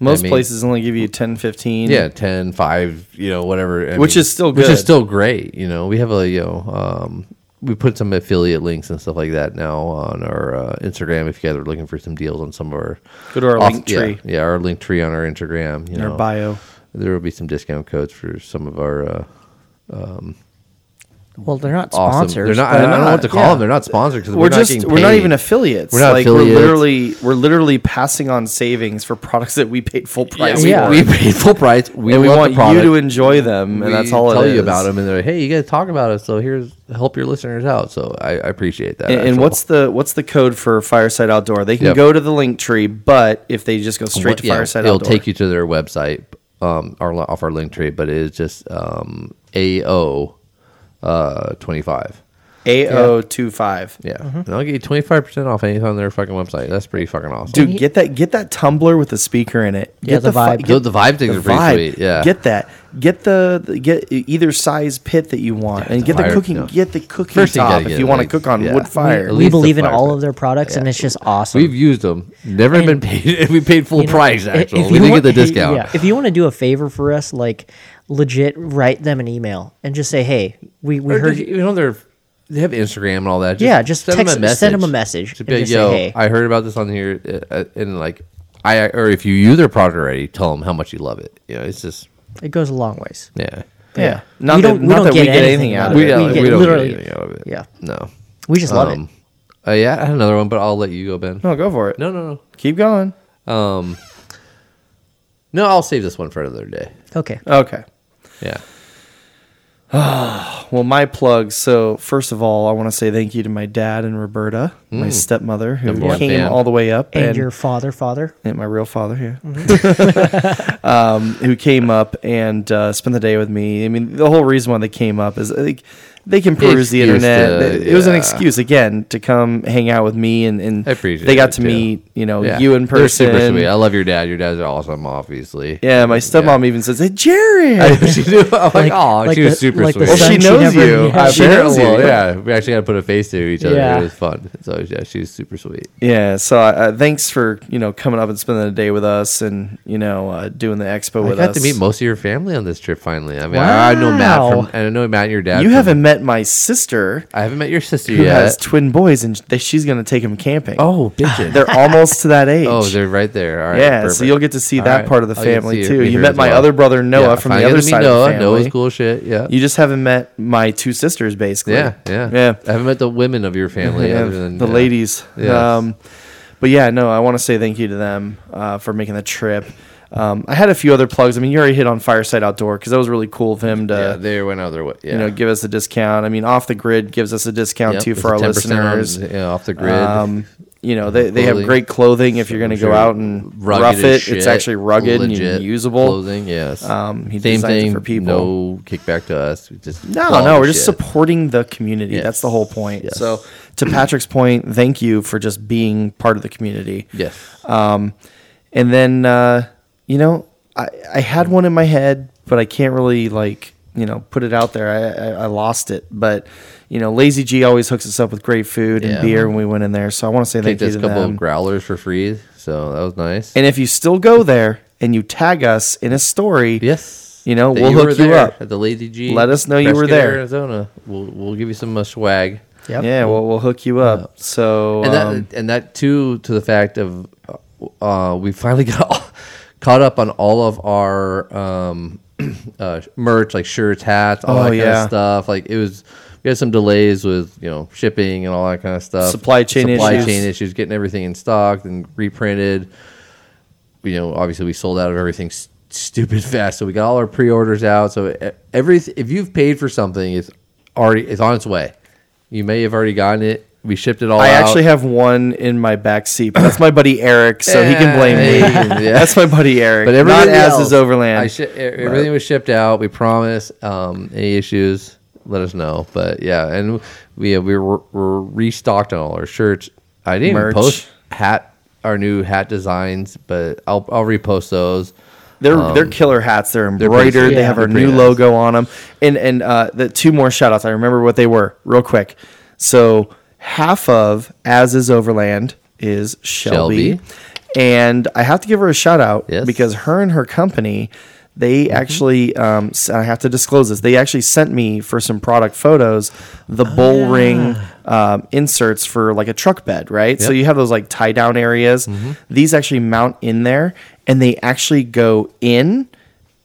[SPEAKER 3] Most
[SPEAKER 2] mean-
[SPEAKER 3] places only give you 10, 15.
[SPEAKER 2] yeah 10 5 you know whatever I
[SPEAKER 3] Mm-hmm. Which is still
[SPEAKER 2] which
[SPEAKER 3] good.
[SPEAKER 2] is still great you know we have a you know um we put some affiliate links and stuff like that now on our uh, Instagram. If you guys are looking for some deals on some of our
[SPEAKER 3] Go to our
[SPEAKER 2] off-
[SPEAKER 3] link
[SPEAKER 2] yeah,
[SPEAKER 3] tree.
[SPEAKER 2] yeah, our link tree on our Instagram, you
[SPEAKER 3] In our
[SPEAKER 2] know.
[SPEAKER 3] bio.
[SPEAKER 2] There will be some discount codes for some of our uh,
[SPEAKER 1] well, they're not
[SPEAKER 2] awesome.
[SPEAKER 1] sponsors.
[SPEAKER 2] They're not.
[SPEAKER 1] but-
[SPEAKER 2] I don't know what to call
[SPEAKER 3] yeah.
[SPEAKER 2] them. They're not sponsored because
[SPEAKER 3] We're, just we're not even affiliates.
[SPEAKER 2] We're not
[SPEAKER 3] like
[SPEAKER 2] affiliates.
[SPEAKER 3] we're literally we're literally passing on savings for products that we paid full price
[SPEAKER 2] we,
[SPEAKER 1] Yeah.
[SPEAKER 3] for.
[SPEAKER 2] we paid full price. We,
[SPEAKER 3] and we
[SPEAKER 2] love
[SPEAKER 3] want
[SPEAKER 2] the product.
[SPEAKER 3] you to enjoy them,
[SPEAKER 2] We
[SPEAKER 3] and that's all it
[SPEAKER 2] tell you
[SPEAKER 3] is.
[SPEAKER 2] about them, and they're like, "Hey, you guys talk about it, so here's help your listeners out." So I, I appreciate that.
[SPEAKER 3] And, and
[SPEAKER 2] actual-
[SPEAKER 3] what's the what's the code for Fireside Outdoor? They can
[SPEAKER 2] Yep.
[SPEAKER 3] go to the link tree, but if they just go straight
[SPEAKER 2] what-
[SPEAKER 3] to
[SPEAKER 2] yeah,
[SPEAKER 3] Fireside
[SPEAKER 2] It'll
[SPEAKER 3] Outdoor,
[SPEAKER 2] take you to their website, um, our, off our link tree, but it is just um, AO uh, twenty five.
[SPEAKER 3] AO25.
[SPEAKER 2] Yeah, and I'll get you twenty five percent off anything on their fucking website. That's pretty fucking awesome,
[SPEAKER 3] Dude, get that get that tumbler with the speaker in it.
[SPEAKER 1] Yeah,
[SPEAKER 3] Get
[SPEAKER 1] the
[SPEAKER 3] fu-
[SPEAKER 1] vibe.
[SPEAKER 3] get
[SPEAKER 2] The, the vibe things are pretty
[SPEAKER 3] vibe.
[SPEAKER 2] sweet. Yeah,
[SPEAKER 3] Get that. Get the, the- get either size pit that you want, and
[SPEAKER 2] the
[SPEAKER 3] get the
[SPEAKER 2] fire-
[SPEAKER 3] cooking.
[SPEAKER 2] no.
[SPEAKER 3] Get the cooking
[SPEAKER 2] First thing you
[SPEAKER 3] top
[SPEAKER 2] gotta
[SPEAKER 3] if
[SPEAKER 2] get,
[SPEAKER 3] you want
[SPEAKER 2] like,
[SPEAKER 3] to cook on
[SPEAKER 2] yeah.
[SPEAKER 3] wood fire.
[SPEAKER 2] At
[SPEAKER 1] we
[SPEAKER 2] least the
[SPEAKER 1] believe in all
[SPEAKER 2] fireplace.
[SPEAKER 1] of their products, and it's just awesome.
[SPEAKER 2] We've used them. Never been paid. We paid full
[SPEAKER 1] you know,
[SPEAKER 2] price.
[SPEAKER 1] i-
[SPEAKER 2] Actually,
[SPEAKER 1] if
[SPEAKER 2] we
[SPEAKER 1] you
[SPEAKER 2] didn't
[SPEAKER 1] want-
[SPEAKER 2] get the discount.
[SPEAKER 1] yeah, if you want to do a favor for us, like legit, write them an email and just say, "Hey, we, we
[SPEAKER 2] Or
[SPEAKER 1] heard."
[SPEAKER 2] just, you know they're they have Instagram and all that.
[SPEAKER 1] Yeah, just text- send 'em a message
[SPEAKER 2] Just
[SPEAKER 1] and
[SPEAKER 2] be like,
[SPEAKER 1] just say,
[SPEAKER 2] yo,
[SPEAKER 1] "Hey."
[SPEAKER 2] I heard about this on here, uh, uh, and like, I or if you use their product already, tell them how much you love it. You know, it's just
[SPEAKER 1] It goes a long ways.
[SPEAKER 2] yeah.
[SPEAKER 3] yeah,
[SPEAKER 1] We
[SPEAKER 3] not that,
[SPEAKER 1] don't- we
[SPEAKER 3] not
[SPEAKER 1] don't
[SPEAKER 3] that we
[SPEAKER 1] get
[SPEAKER 3] get
[SPEAKER 1] anything
[SPEAKER 3] anything
[SPEAKER 1] out of
[SPEAKER 3] out of
[SPEAKER 1] it.
[SPEAKER 3] it.
[SPEAKER 1] We
[SPEAKER 2] don't,
[SPEAKER 1] get
[SPEAKER 2] we don't get
[SPEAKER 1] literally-
[SPEAKER 2] anything out of it.
[SPEAKER 1] yeah.
[SPEAKER 2] no.
[SPEAKER 1] We just love
[SPEAKER 2] Um, uh, yeah, I had another one, but I'll let you go, Ben.
[SPEAKER 3] No, go for it.
[SPEAKER 2] no, no, no.
[SPEAKER 3] keep going.
[SPEAKER 2] No, I'll save this one for another day.
[SPEAKER 1] it. Okay.
[SPEAKER 3] Okay.
[SPEAKER 2] Yeah.
[SPEAKER 3] Well, my plug. So first of all, I want to say thank you to my dad and Roberta, my stepmother, who
[SPEAKER 2] Mm. Number one
[SPEAKER 3] came
[SPEAKER 2] fan.
[SPEAKER 3] all the way up,
[SPEAKER 1] And, your father, father.
[SPEAKER 3] and my real father, yeah, um, who came up and uh, spent the day with me. I mean, the whole reason why they came up is they, they can peruse the
[SPEAKER 2] Excuse
[SPEAKER 3] internet.
[SPEAKER 2] to-
[SPEAKER 3] it was an
[SPEAKER 2] yeah.
[SPEAKER 3] excuse again to come hang out with me, and, and
[SPEAKER 2] I appreciate
[SPEAKER 3] they got
[SPEAKER 2] it,
[SPEAKER 3] to
[SPEAKER 2] too.
[SPEAKER 3] meet you know
[SPEAKER 2] Yeah.
[SPEAKER 3] Oh, you in
[SPEAKER 2] They're
[SPEAKER 3] person.
[SPEAKER 2] super sweet. I love your dad. Your dad's awesome, obviously.
[SPEAKER 3] yeah, my stepmom even says, "Hey, Jared."
[SPEAKER 2] she knew. I'm like,
[SPEAKER 1] Like-
[SPEAKER 2] oh,
[SPEAKER 1] like
[SPEAKER 2] she was
[SPEAKER 1] the-
[SPEAKER 2] super
[SPEAKER 1] like the
[SPEAKER 2] sweet.
[SPEAKER 3] well,
[SPEAKER 1] son
[SPEAKER 3] she
[SPEAKER 1] she
[SPEAKER 3] knows
[SPEAKER 1] never
[SPEAKER 3] you.
[SPEAKER 1] had.
[SPEAKER 3] She knows
[SPEAKER 2] well,
[SPEAKER 3] you.
[SPEAKER 2] Yeah, we actually got to put a face to each other.
[SPEAKER 1] Yeah.
[SPEAKER 2] It was fun. So yeah, she was super sweet.
[SPEAKER 3] Yeah, so uh, thanks for you know coming up and spending the day with us, and you know uh, doing the expo
[SPEAKER 2] I
[SPEAKER 3] with
[SPEAKER 2] got
[SPEAKER 3] us.
[SPEAKER 2] to meet most of your family on this trip. Finally, I mean, I, I know Matt
[SPEAKER 1] Wow.
[SPEAKER 2] from, and I know Matt and your dad.
[SPEAKER 3] you
[SPEAKER 2] from-
[SPEAKER 3] haven't met my sister,
[SPEAKER 2] I haven't met your sister
[SPEAKER 3] who
[SPEAKER 2] yet.
[SPEAKER 3] has twin boys, and th- she's gonna take them camping.
[SPEAKER 2] oh, bitchin'.
[SPEAKER 3] they're almost to that age.
[SPEAKER 2] oh, they're right there. All right,
[SPEAKER 3] yeah, so
[SPEAKER 2] perfect.
[SPEAKER 3] you'll get to see
[SPEAKER 2] All
[SPEAKER 3] that
[SPEAKER 2] right.
[SPEAKER 3] part of the
[SPEAKER 2] I'll get to
[SPEAKER 3] family
[SPEAKER 2] see
[SPEAKER 3] too.
[SPEAKER 2] her
[SPEAKER 3] You
[SPEAKER 2] here
[SPEAKER 3] met
[SPEAKER 2] as
[SPEAKER 3] my
[SPEAKER 2] well.
[SPEAKER 3] other brother Noah
[SPEAKER 2] Yeah,
[SPEAKER 3] from the
[SPEAKER 2] finally
[SPEAKER 3] other
[SPEAKER 2] got to meet
[SPEAKER 3] side
[SPEAKER 2] Noah.
[SPEAKER 3] of the family.
[SPEAKER 2] Noah's cool shit. Yeah.
[SPEAKER 3] You just haven't met my two sisters, basically.
[SPEAKER 2] yeah, yeah,
[SPEAKER 3] yeah.
[SPEAKER 2] I haven't met the women of your family.
[SPEAKER 3] Yeah,
[SPEAKER 2] other than,
[SPEAKER 3] the
[SPEAKER 2] yeah.
[SPEAKER 3] ladies.
[SPEAKER 2] Yes.
[SPEAKER 3] Um, but yeah, no, I want to say thank you to them uh, for making the trip. Um, I had a few other plugs. I mean, you already hit on Fireside Outdoor because that was really cool of him to
[SPEAKER 2] Yeah, they went out their way. Yeah.
[SPEAKER 3] uh, you know give us a discount. I mean, Off the Grid gives us a discount
[SPEAKER 2] Yep,
[SPEAKER 3] too
[SPEAKER 2] it's
[SPEAKER 3] for our
[SPEAKER 2] 10% on-
[SPEAKER 3] listeners.
[SPEAKER 2] yeah, off the grid.
[SPEAKER 3] Um, you know they, they have
[SPEAKER 2] Clothing.
[SPEAKER 3] great clothing if you're going to
[SPEAKER 2] Sure.
[SPEAKER 3] go out and
[SPEAKER 2] Rugged
[SPEAKER 3] rough
[SPEAKER 2] as
[SPEAKER 3] it.
[SPEAKER 2] shit,
[SPEAKER 3] It's actually rugged
[SPEAKER 2] legit
[SPEAKER 3] and usable.
[SPEAKER 2] Clothing, yes.
[SPEAKER 3] Um, he
[SPEAKER 2] Same
[SPEAKER 3] designs it
[SPEAKER 2] thing
[SPEAKER 3] for people.
[SPEAKER 2] No kickback to us. We Just
[SPEAKER 3] No,
[SPEAKER 2] quality
[SPEAKER 3] no, we're just
[SPEAKER 2] shit.
[SPEAKER 3] supporting the community.
[SPEAKER 2] Yes.
[SPEAKER 3] That's the whole point.
[SPEAKER 2] Yes.
[SPEAKER 3] So, to Patrick's point, thank you for just being part of the community.
[SPEAKER 2] Yes.
[SPEAKER 3] Um, and then uh, you know, I I had one in my head, but I can't really like you know put it out there. I I, I lost it, but. You know, Lazy G always hooks us up with great food and
[SPEAKER 2] Yeah.
[SPEAKER 3] beer when we went in there. So I want to say thank
[SPEAKER 2] Picked
[SPEAKER 3] you
[SPEAKER 2] us
[SPEAKER 3] to
[SPEAKER 2] a couple
[SPEAKER 3] them.
[SPEAKER 2] of growlers for free, so that was nice.
[SPEAKER 3] And if you still go there and you tag us in a story,
[SPEAKER 2] yes.
[SPEAKER 3] you know,
[SPEAKER 2] that
[SPEAKER 3] we'll
[SPEAKER 2] were
[SPEAKER 3] hook you
[SPEAKER 2] there
[SPEAKER 3] up.
[SPEAKER 2] at the Lazy G.
[SPEAKER 3] Let us know you
[SPEAKER 2] Prescott,
[SPEAKER 3] were there.
[SPEAKER 2] Arizona. We'll we'll give you some uh, swag.
[SPEAKER 1] Yep.
[SPEAKER 3] yeah, we'll, we'll hook you up. So
[SPEAKER 2] and that,
[SPEAKER 3] um,
[SPEAKER 2] and that too to the fact of uh, we finally got all, caught up on all of our um, uh, merch like shirts hats all
[SPEAKER 3] Oh,
[SPEAKER 2] that kind
[SPEAKER 3] yeah.
[SPEAKER 2] of stuff like it was we had some delays with you know shipping and all that kind of stuff
[SPEAKER 3] Supply chain
[SPEAKER 2] supply
[SPEAKER 3] issues.
[SPEAKER 2] chain issues getting everything in stock and reprinted you know, obviously we sold out of everything s- stupid fast. So we got all our pre-orders out. So e- every if you've paid for something, it's already it's on its way. You may have already gotten it. We shipped it all
[SPEAKER 3] I
[SPEAKER 2] out.
[SPEAKER 3] actually have one in my back seat, but that's my buddy Eric, so he can blame me.
[SPEAKER 2] Yeah.
[SPEAKER 3] That's my buddy Eric. But
[SPEAKER 2] everything
[SPEAKER 3] not as
[SPEAKER 2] else,
[SPEAKER 3] is Overland.
[SPEAKER 2] I shi- e- everything was shipped out. We promise. Um, any issues, let us know. But yeah, and we uh, we were, were restocked on all our shirts. I didn't even
[SPEAKER 3] Merch.
[SPEAKER 2] post hat our new hat designs, but I'll I'll repost those.
[SPEAKER 3] They're they're killer hats. They're
[SPEAKER 2] pretty
[SPEAKER 3] embroidered.
[SPEAKER 2] sweet.
[SPEAKER 3] They have
[SPEAKER 2] Yeah.
[SPEAKER 3] our
[SPEAKER 2] um, They're pretty
[SPEAKER 3] new
[SPEAKER 2] nice.
[SPEAKER 3] logo on them. And and uh, the two more shout outs. I remember what they were real quick. So half of as is Overland is Shelby,
[SPEAKER 2] Shelby.
[SPEAKER 3] and I have to give her a shout out
[SPEAKER 2] Yes. Mm-hmm.
[SPEAKER 3] because her and her company. They actually, um, s- I have to disclose this. They actually sent me for some product photos, the
[SPEAKER 2] Oh,
[SPEAKER 3] bull ring um, inserts for like a truck bed, right? So
[SPEAKER 2] Yep. Mm-hmm.
[SPEAKER 3] you have those like tie down areas. These actually mount in there and they actually go in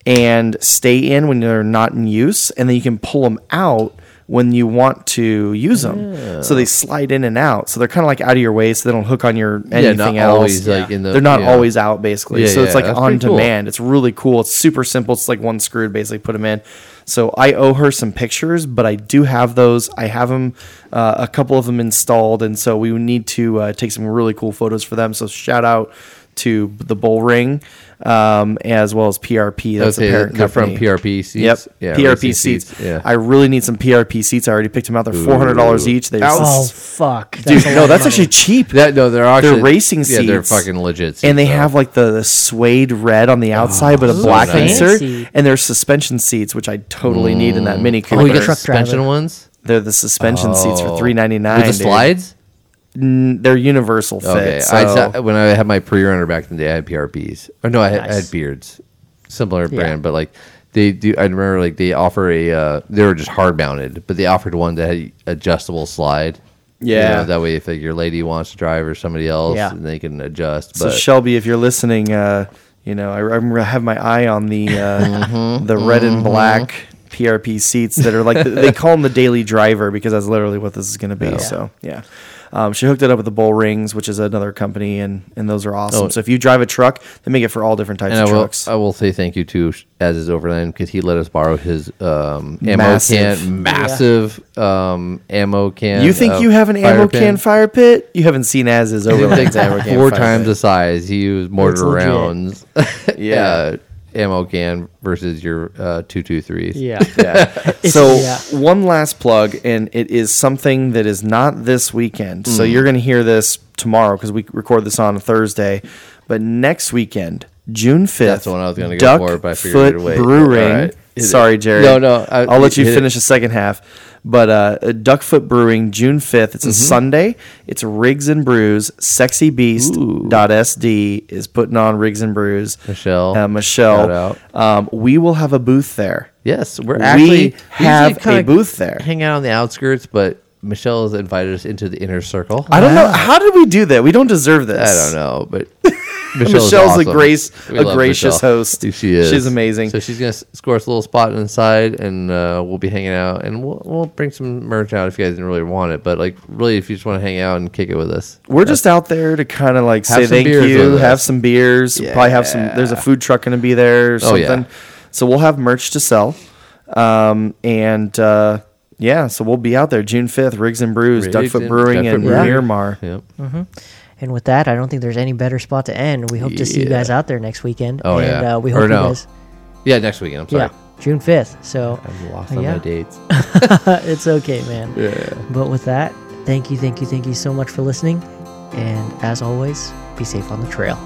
[SPEAKER 3] and stay in when they're not in use. And then you can pull them out when you want to use them. So
[SPEAKER 2] Oh.
[SPEAKER 3] they slide in and out. So they're kind of like out of your way so they don't hook on your anything
[SPEAKER 2] not
[SPEAKER 3] else.
[SPEAKER 2] always, like, in the-
[SPEAKER 3] they're not
[SPEAKER 2] yeah.
[SPEAKER 3] always out basically.
[SPEAKER 2] Yeah,
[SPEAKER 3] so it's
[SPEAKER 2] yeah,
[SPEAKER 3] like
[SPEAKER 2] that's
[SPEAKER 3] on
[SPEAKER 2] pretty cool.
[SPEAKER 3] demand. It's really cool. It's super simple. It's like one screw to basically put them in. So I owe her some pictures, but I do have those. I have them, uh, a couple of them installed, and so we need to uh, take some really cool photos for them. So shout out to the Bull Ring, um, as well as PRP. That's
[SPEAKER 2] Okay,
[SPEAKER 3] the parent
[SPEAKER 2] they're from
[SPEAKER 3] company.
[SPEAKER 2] PRP seats.
[SPEAKER 3] Yep,
[SPEAKER 2] Yeah,
[SPEAKER 3] PRP
[SPEAKER 2] racing
[SPEAKER 3] seats.
[SPEAKER 2] seats, yeah.
[SPEAKER 3] I really need some PRP seats. I already picked them out. They're four hundred dollars
[SPEAKER 2] Ooh.
[SPEAKER 3] each. They
[SPEAKER 1] Oh fuck, that's
[SPEAKER 3] dude,
[SPEAKER 1] a lot
[SPEAKER 3] no,
[SPEAKER 1] of
[SPEAKER 3] that's
[SPEAKER 1] money.
[SPEAKER 3] actually cheap.
[SPEAKER 2] That no, they're actually
[SPEAKER 3] racing
[SPEAKER 2] Yeah, they're
[SPEAKER 3] seats.
[SPEAKER 2] fucking legit. seats,
[SPEAKER 3] and they
[SPEAKER 2] though.
[SPEAKER 3] have like the, the suede red on the outside, but a
[SPEAKER 2] Oh,
[SPEAKER 3] black
[SPEAKER 2] nice.
[SPEAKER 1] Fancy.
[SPEAKER 3] insert, and there's suspension seats, which I totally need in that Mini Cooper.
[SPEAKER 2] oh, you got
[SPEAKER 1] truck
[SPEAKER 2] suspension
[SPEAKER 1] driver.
[SPEAKER 2] ones
[SPEAKER 3] They're the suspension seats for
[SPEAKER 2] Oh.
[SPEAKER 3] three ninety nine.
[SPEAKER 2] with the slides.
[SPEAKER 3] They're universal fit.
[SPEAKER 2] Okay,
[SPEAKER 3] so-
[SPEAKER 2] I saw, when I had my pre-runner back in the day, I had PRPs. Or Oh, no, I had, I had beards, similar brand, but like they do. I remember like they offer a. Uh, they were just hard mounted, but they offered one that had adjustable slide. You
[SPEAKER 3] Yeah.
[SPEAKER 2] know, that way if like, your lady wants to drive or somebody else,
[SPEAKER 1] Yeah.
[SPEAKER 2] and they can adjust.
[SPEAKER 3] so
[SPEAKER 2] But
[SPEAKER 3] Shelby, if you're listening, uh, you know I, I'm- I have my eye on the
[SPEAKER 2] Mm-hmm.
[SPEAKER 3] uh, the red and black PRP seats that are like they call them the daily driver because that's literally what this is going to be. So yeah. Um, she hooked it up with the Bull Rings, which is another company, and, and those are awesome.
[SPEAKER 2] Oh.
[SPEAKER 3] So if you drive a truck, they make it for all different types
[SPEAKER 2] and I
[SPEAKER 3] of
[SPEAKER 2] will, uh,
[SPEAKER 3] trucks.
[SPEAKER 2] I will say thank you to Sh- as is Overland because he let us borrow his um, ammo
[SPEAKER 3] Massive.
[SPEAKER 2] can, massive um, ammo can.
[SPEAKER 3] You think
[SPEAKER 2] uh,
[SPEAKER 3] you have an
[SPEAKER 2] fire
[SPEAKER 3] ammo
[SPEAKER 2] pin.
[SPEAKER 3] can fire pit? You haven't seen as is
[SPEAKER 2] It was
[SPEAKER 3] Overland's
[SPEAKER 2] like
[SPEAKER 3] ammo can
[SPEAKER 2] four
[SPEAKER 3] fire
[SPEAKER 2] times the
[SPEAKER 3] pit.
[SPEAKER 2] size. He used mortar
[SPEAKER 1] legit.
[SPEAKER 2] rounds.
[SPEAKER 3] Yeah.
[SPEAKER 2] ammo can versus your uh, two two threes.
[SPEAKER 1] yeah.
[SPEAKER 3] Yeah.
[SPEAKER 1] It's-
[SPEAKER 3] so
[SPEAKER 1] yeah.
[SPEAKER 3] one last plug, and it is something that is not this weekend. So
[SPEAKER 2] Mm.
[SPEAKER 3] you're going to hear this tomorrow because we record this on a Thursday, but next weekend, June fifth.
[SPEAKER 2] That's the one I was gonna go for, but I figured I'd wait.
[SPEAKER 3] Brewing.
[SPEAKER 2] All right. Hit it.
[SPEAKER 3] Sorry, Jerry.
[SPEAKER 2] No, no, I-
[SPEAKER 3] I, will let you
[SPEAKER 2] hit it.
[SPEAKER 3] finish the second half. But uh, Duckfoot Brewing, June fifth. It's a
[SPEAKER 2] Mm-hmm.
[SPEAKER 3] Sunday. It's Rigs and Brews. Sexy Beast dot SD is putting on Rigs and Brews.
[SPEAKER 2] Michelle,
[SPEAKER 3] uh,
[SPEAKER 2] shout
[SPEAKER 3] Michelle.
[SPEAKER 2] out.
[SPEAKER 3] Um, we will have a booth there.
[SPEAKER 2] Yes, we're
[SPEAKER 3] We
[SPEAKER 2] actually usually
[SPEAKER 3] have a
[SPEAKER 2] kinda
[SPEAKER 3] booth there.
[SPEAKER 2] Hang out on the outskirts, but Michelle has invited us into the inner circle.
[SPEAKER 3] I don't know how did we do that. We don't deserve this.
[SPEAKER 2] I don't know, but
[SPEAKER 3] Michelle's,
[SPEAKER 2] Michelle's,
[SPEAKER 3] a
[SPEAKER 2] awesome.
[SPEAKER 3] grace,
[SPEAKER 2] We
[SPEAKER 3] a
[SPEAKER 2] love
[SPEAKER 3] gracious
[SPEAKER 2] Michelle.
[SPEAKER 3] host.
[SPEAKER 2] She is.
[SPEAKER 3] She's amazing.
[SPEAKER 2] So she's gonna s- score us a little spot inside, and uh, we'll be hanging out, and we'll we'll bring some merch out if you guys didn't really want it, but like really, if you just want to hang out and kick it with us,
[SPEAKER 3] We're just out there to kind of like say
[SPEAKER 2] some
[SPEAKER 3] thank
[SPEAKER 2] beers
[SPEAKER 3] you,
[SPEAKER 2] with
[SPEAKER 3] have
[SPEAKER 2] us.
[SPEAKER 3] some beers, we'll probably have some. There's a food truck going to be there or
[SPEAKER 2] Oh, yeah.
[SPEAKER 3] something. So we'll have merch to sell, um, and uh, yeah, so we'll be out there June 5th, Riggs and Brews,
[SPEAKER 2] Riggs
[SPEAKER 3] Duckfoot
[SPEAKER 2] and-
[SPEAKER 3] Brewing,
[SPEAKER 2] Duckfoot
[SPEAKER 3] and
[SPEAKER 2] Brewing.
[SPEAKER 3] Miramar.
[SPEAKER 2] yep.
[SPEAKER 1] And with that, I don't think there's any better spot to end. We hope to see you
[SPEAKER 2] Yeah.
[SPEAKER 1] guys out there next weekend.
[SPEAKER 2] Oh,
[SPEAKER 1] and,
[SPEAKER 2] yeah.
[SPEAKER 1] Uh, we
[SPEAKER 2] Or
[SPEAKER 1] hope you
[SPEAKER 2] no.
[SPEAKER 1] guys.
[SPEAKER 2] Yeah, next weekend. I'm sorry.
[SPEAKER 1] Yeah, June fifth. So
[SPEAKER 2] I'm lost
[SPEAKER 1] Uh,
[SPEAKER 2] on
[SPEAKER 1] yeah.
[SPEAKER 2] my dates.
[SPEAKER 1] it's okay, man.
[SPEAKER 2] Yeah.
[SPEAKER 1] But with that, thank you, thank you, thank you so much for listening. And as always, be safe on the trail.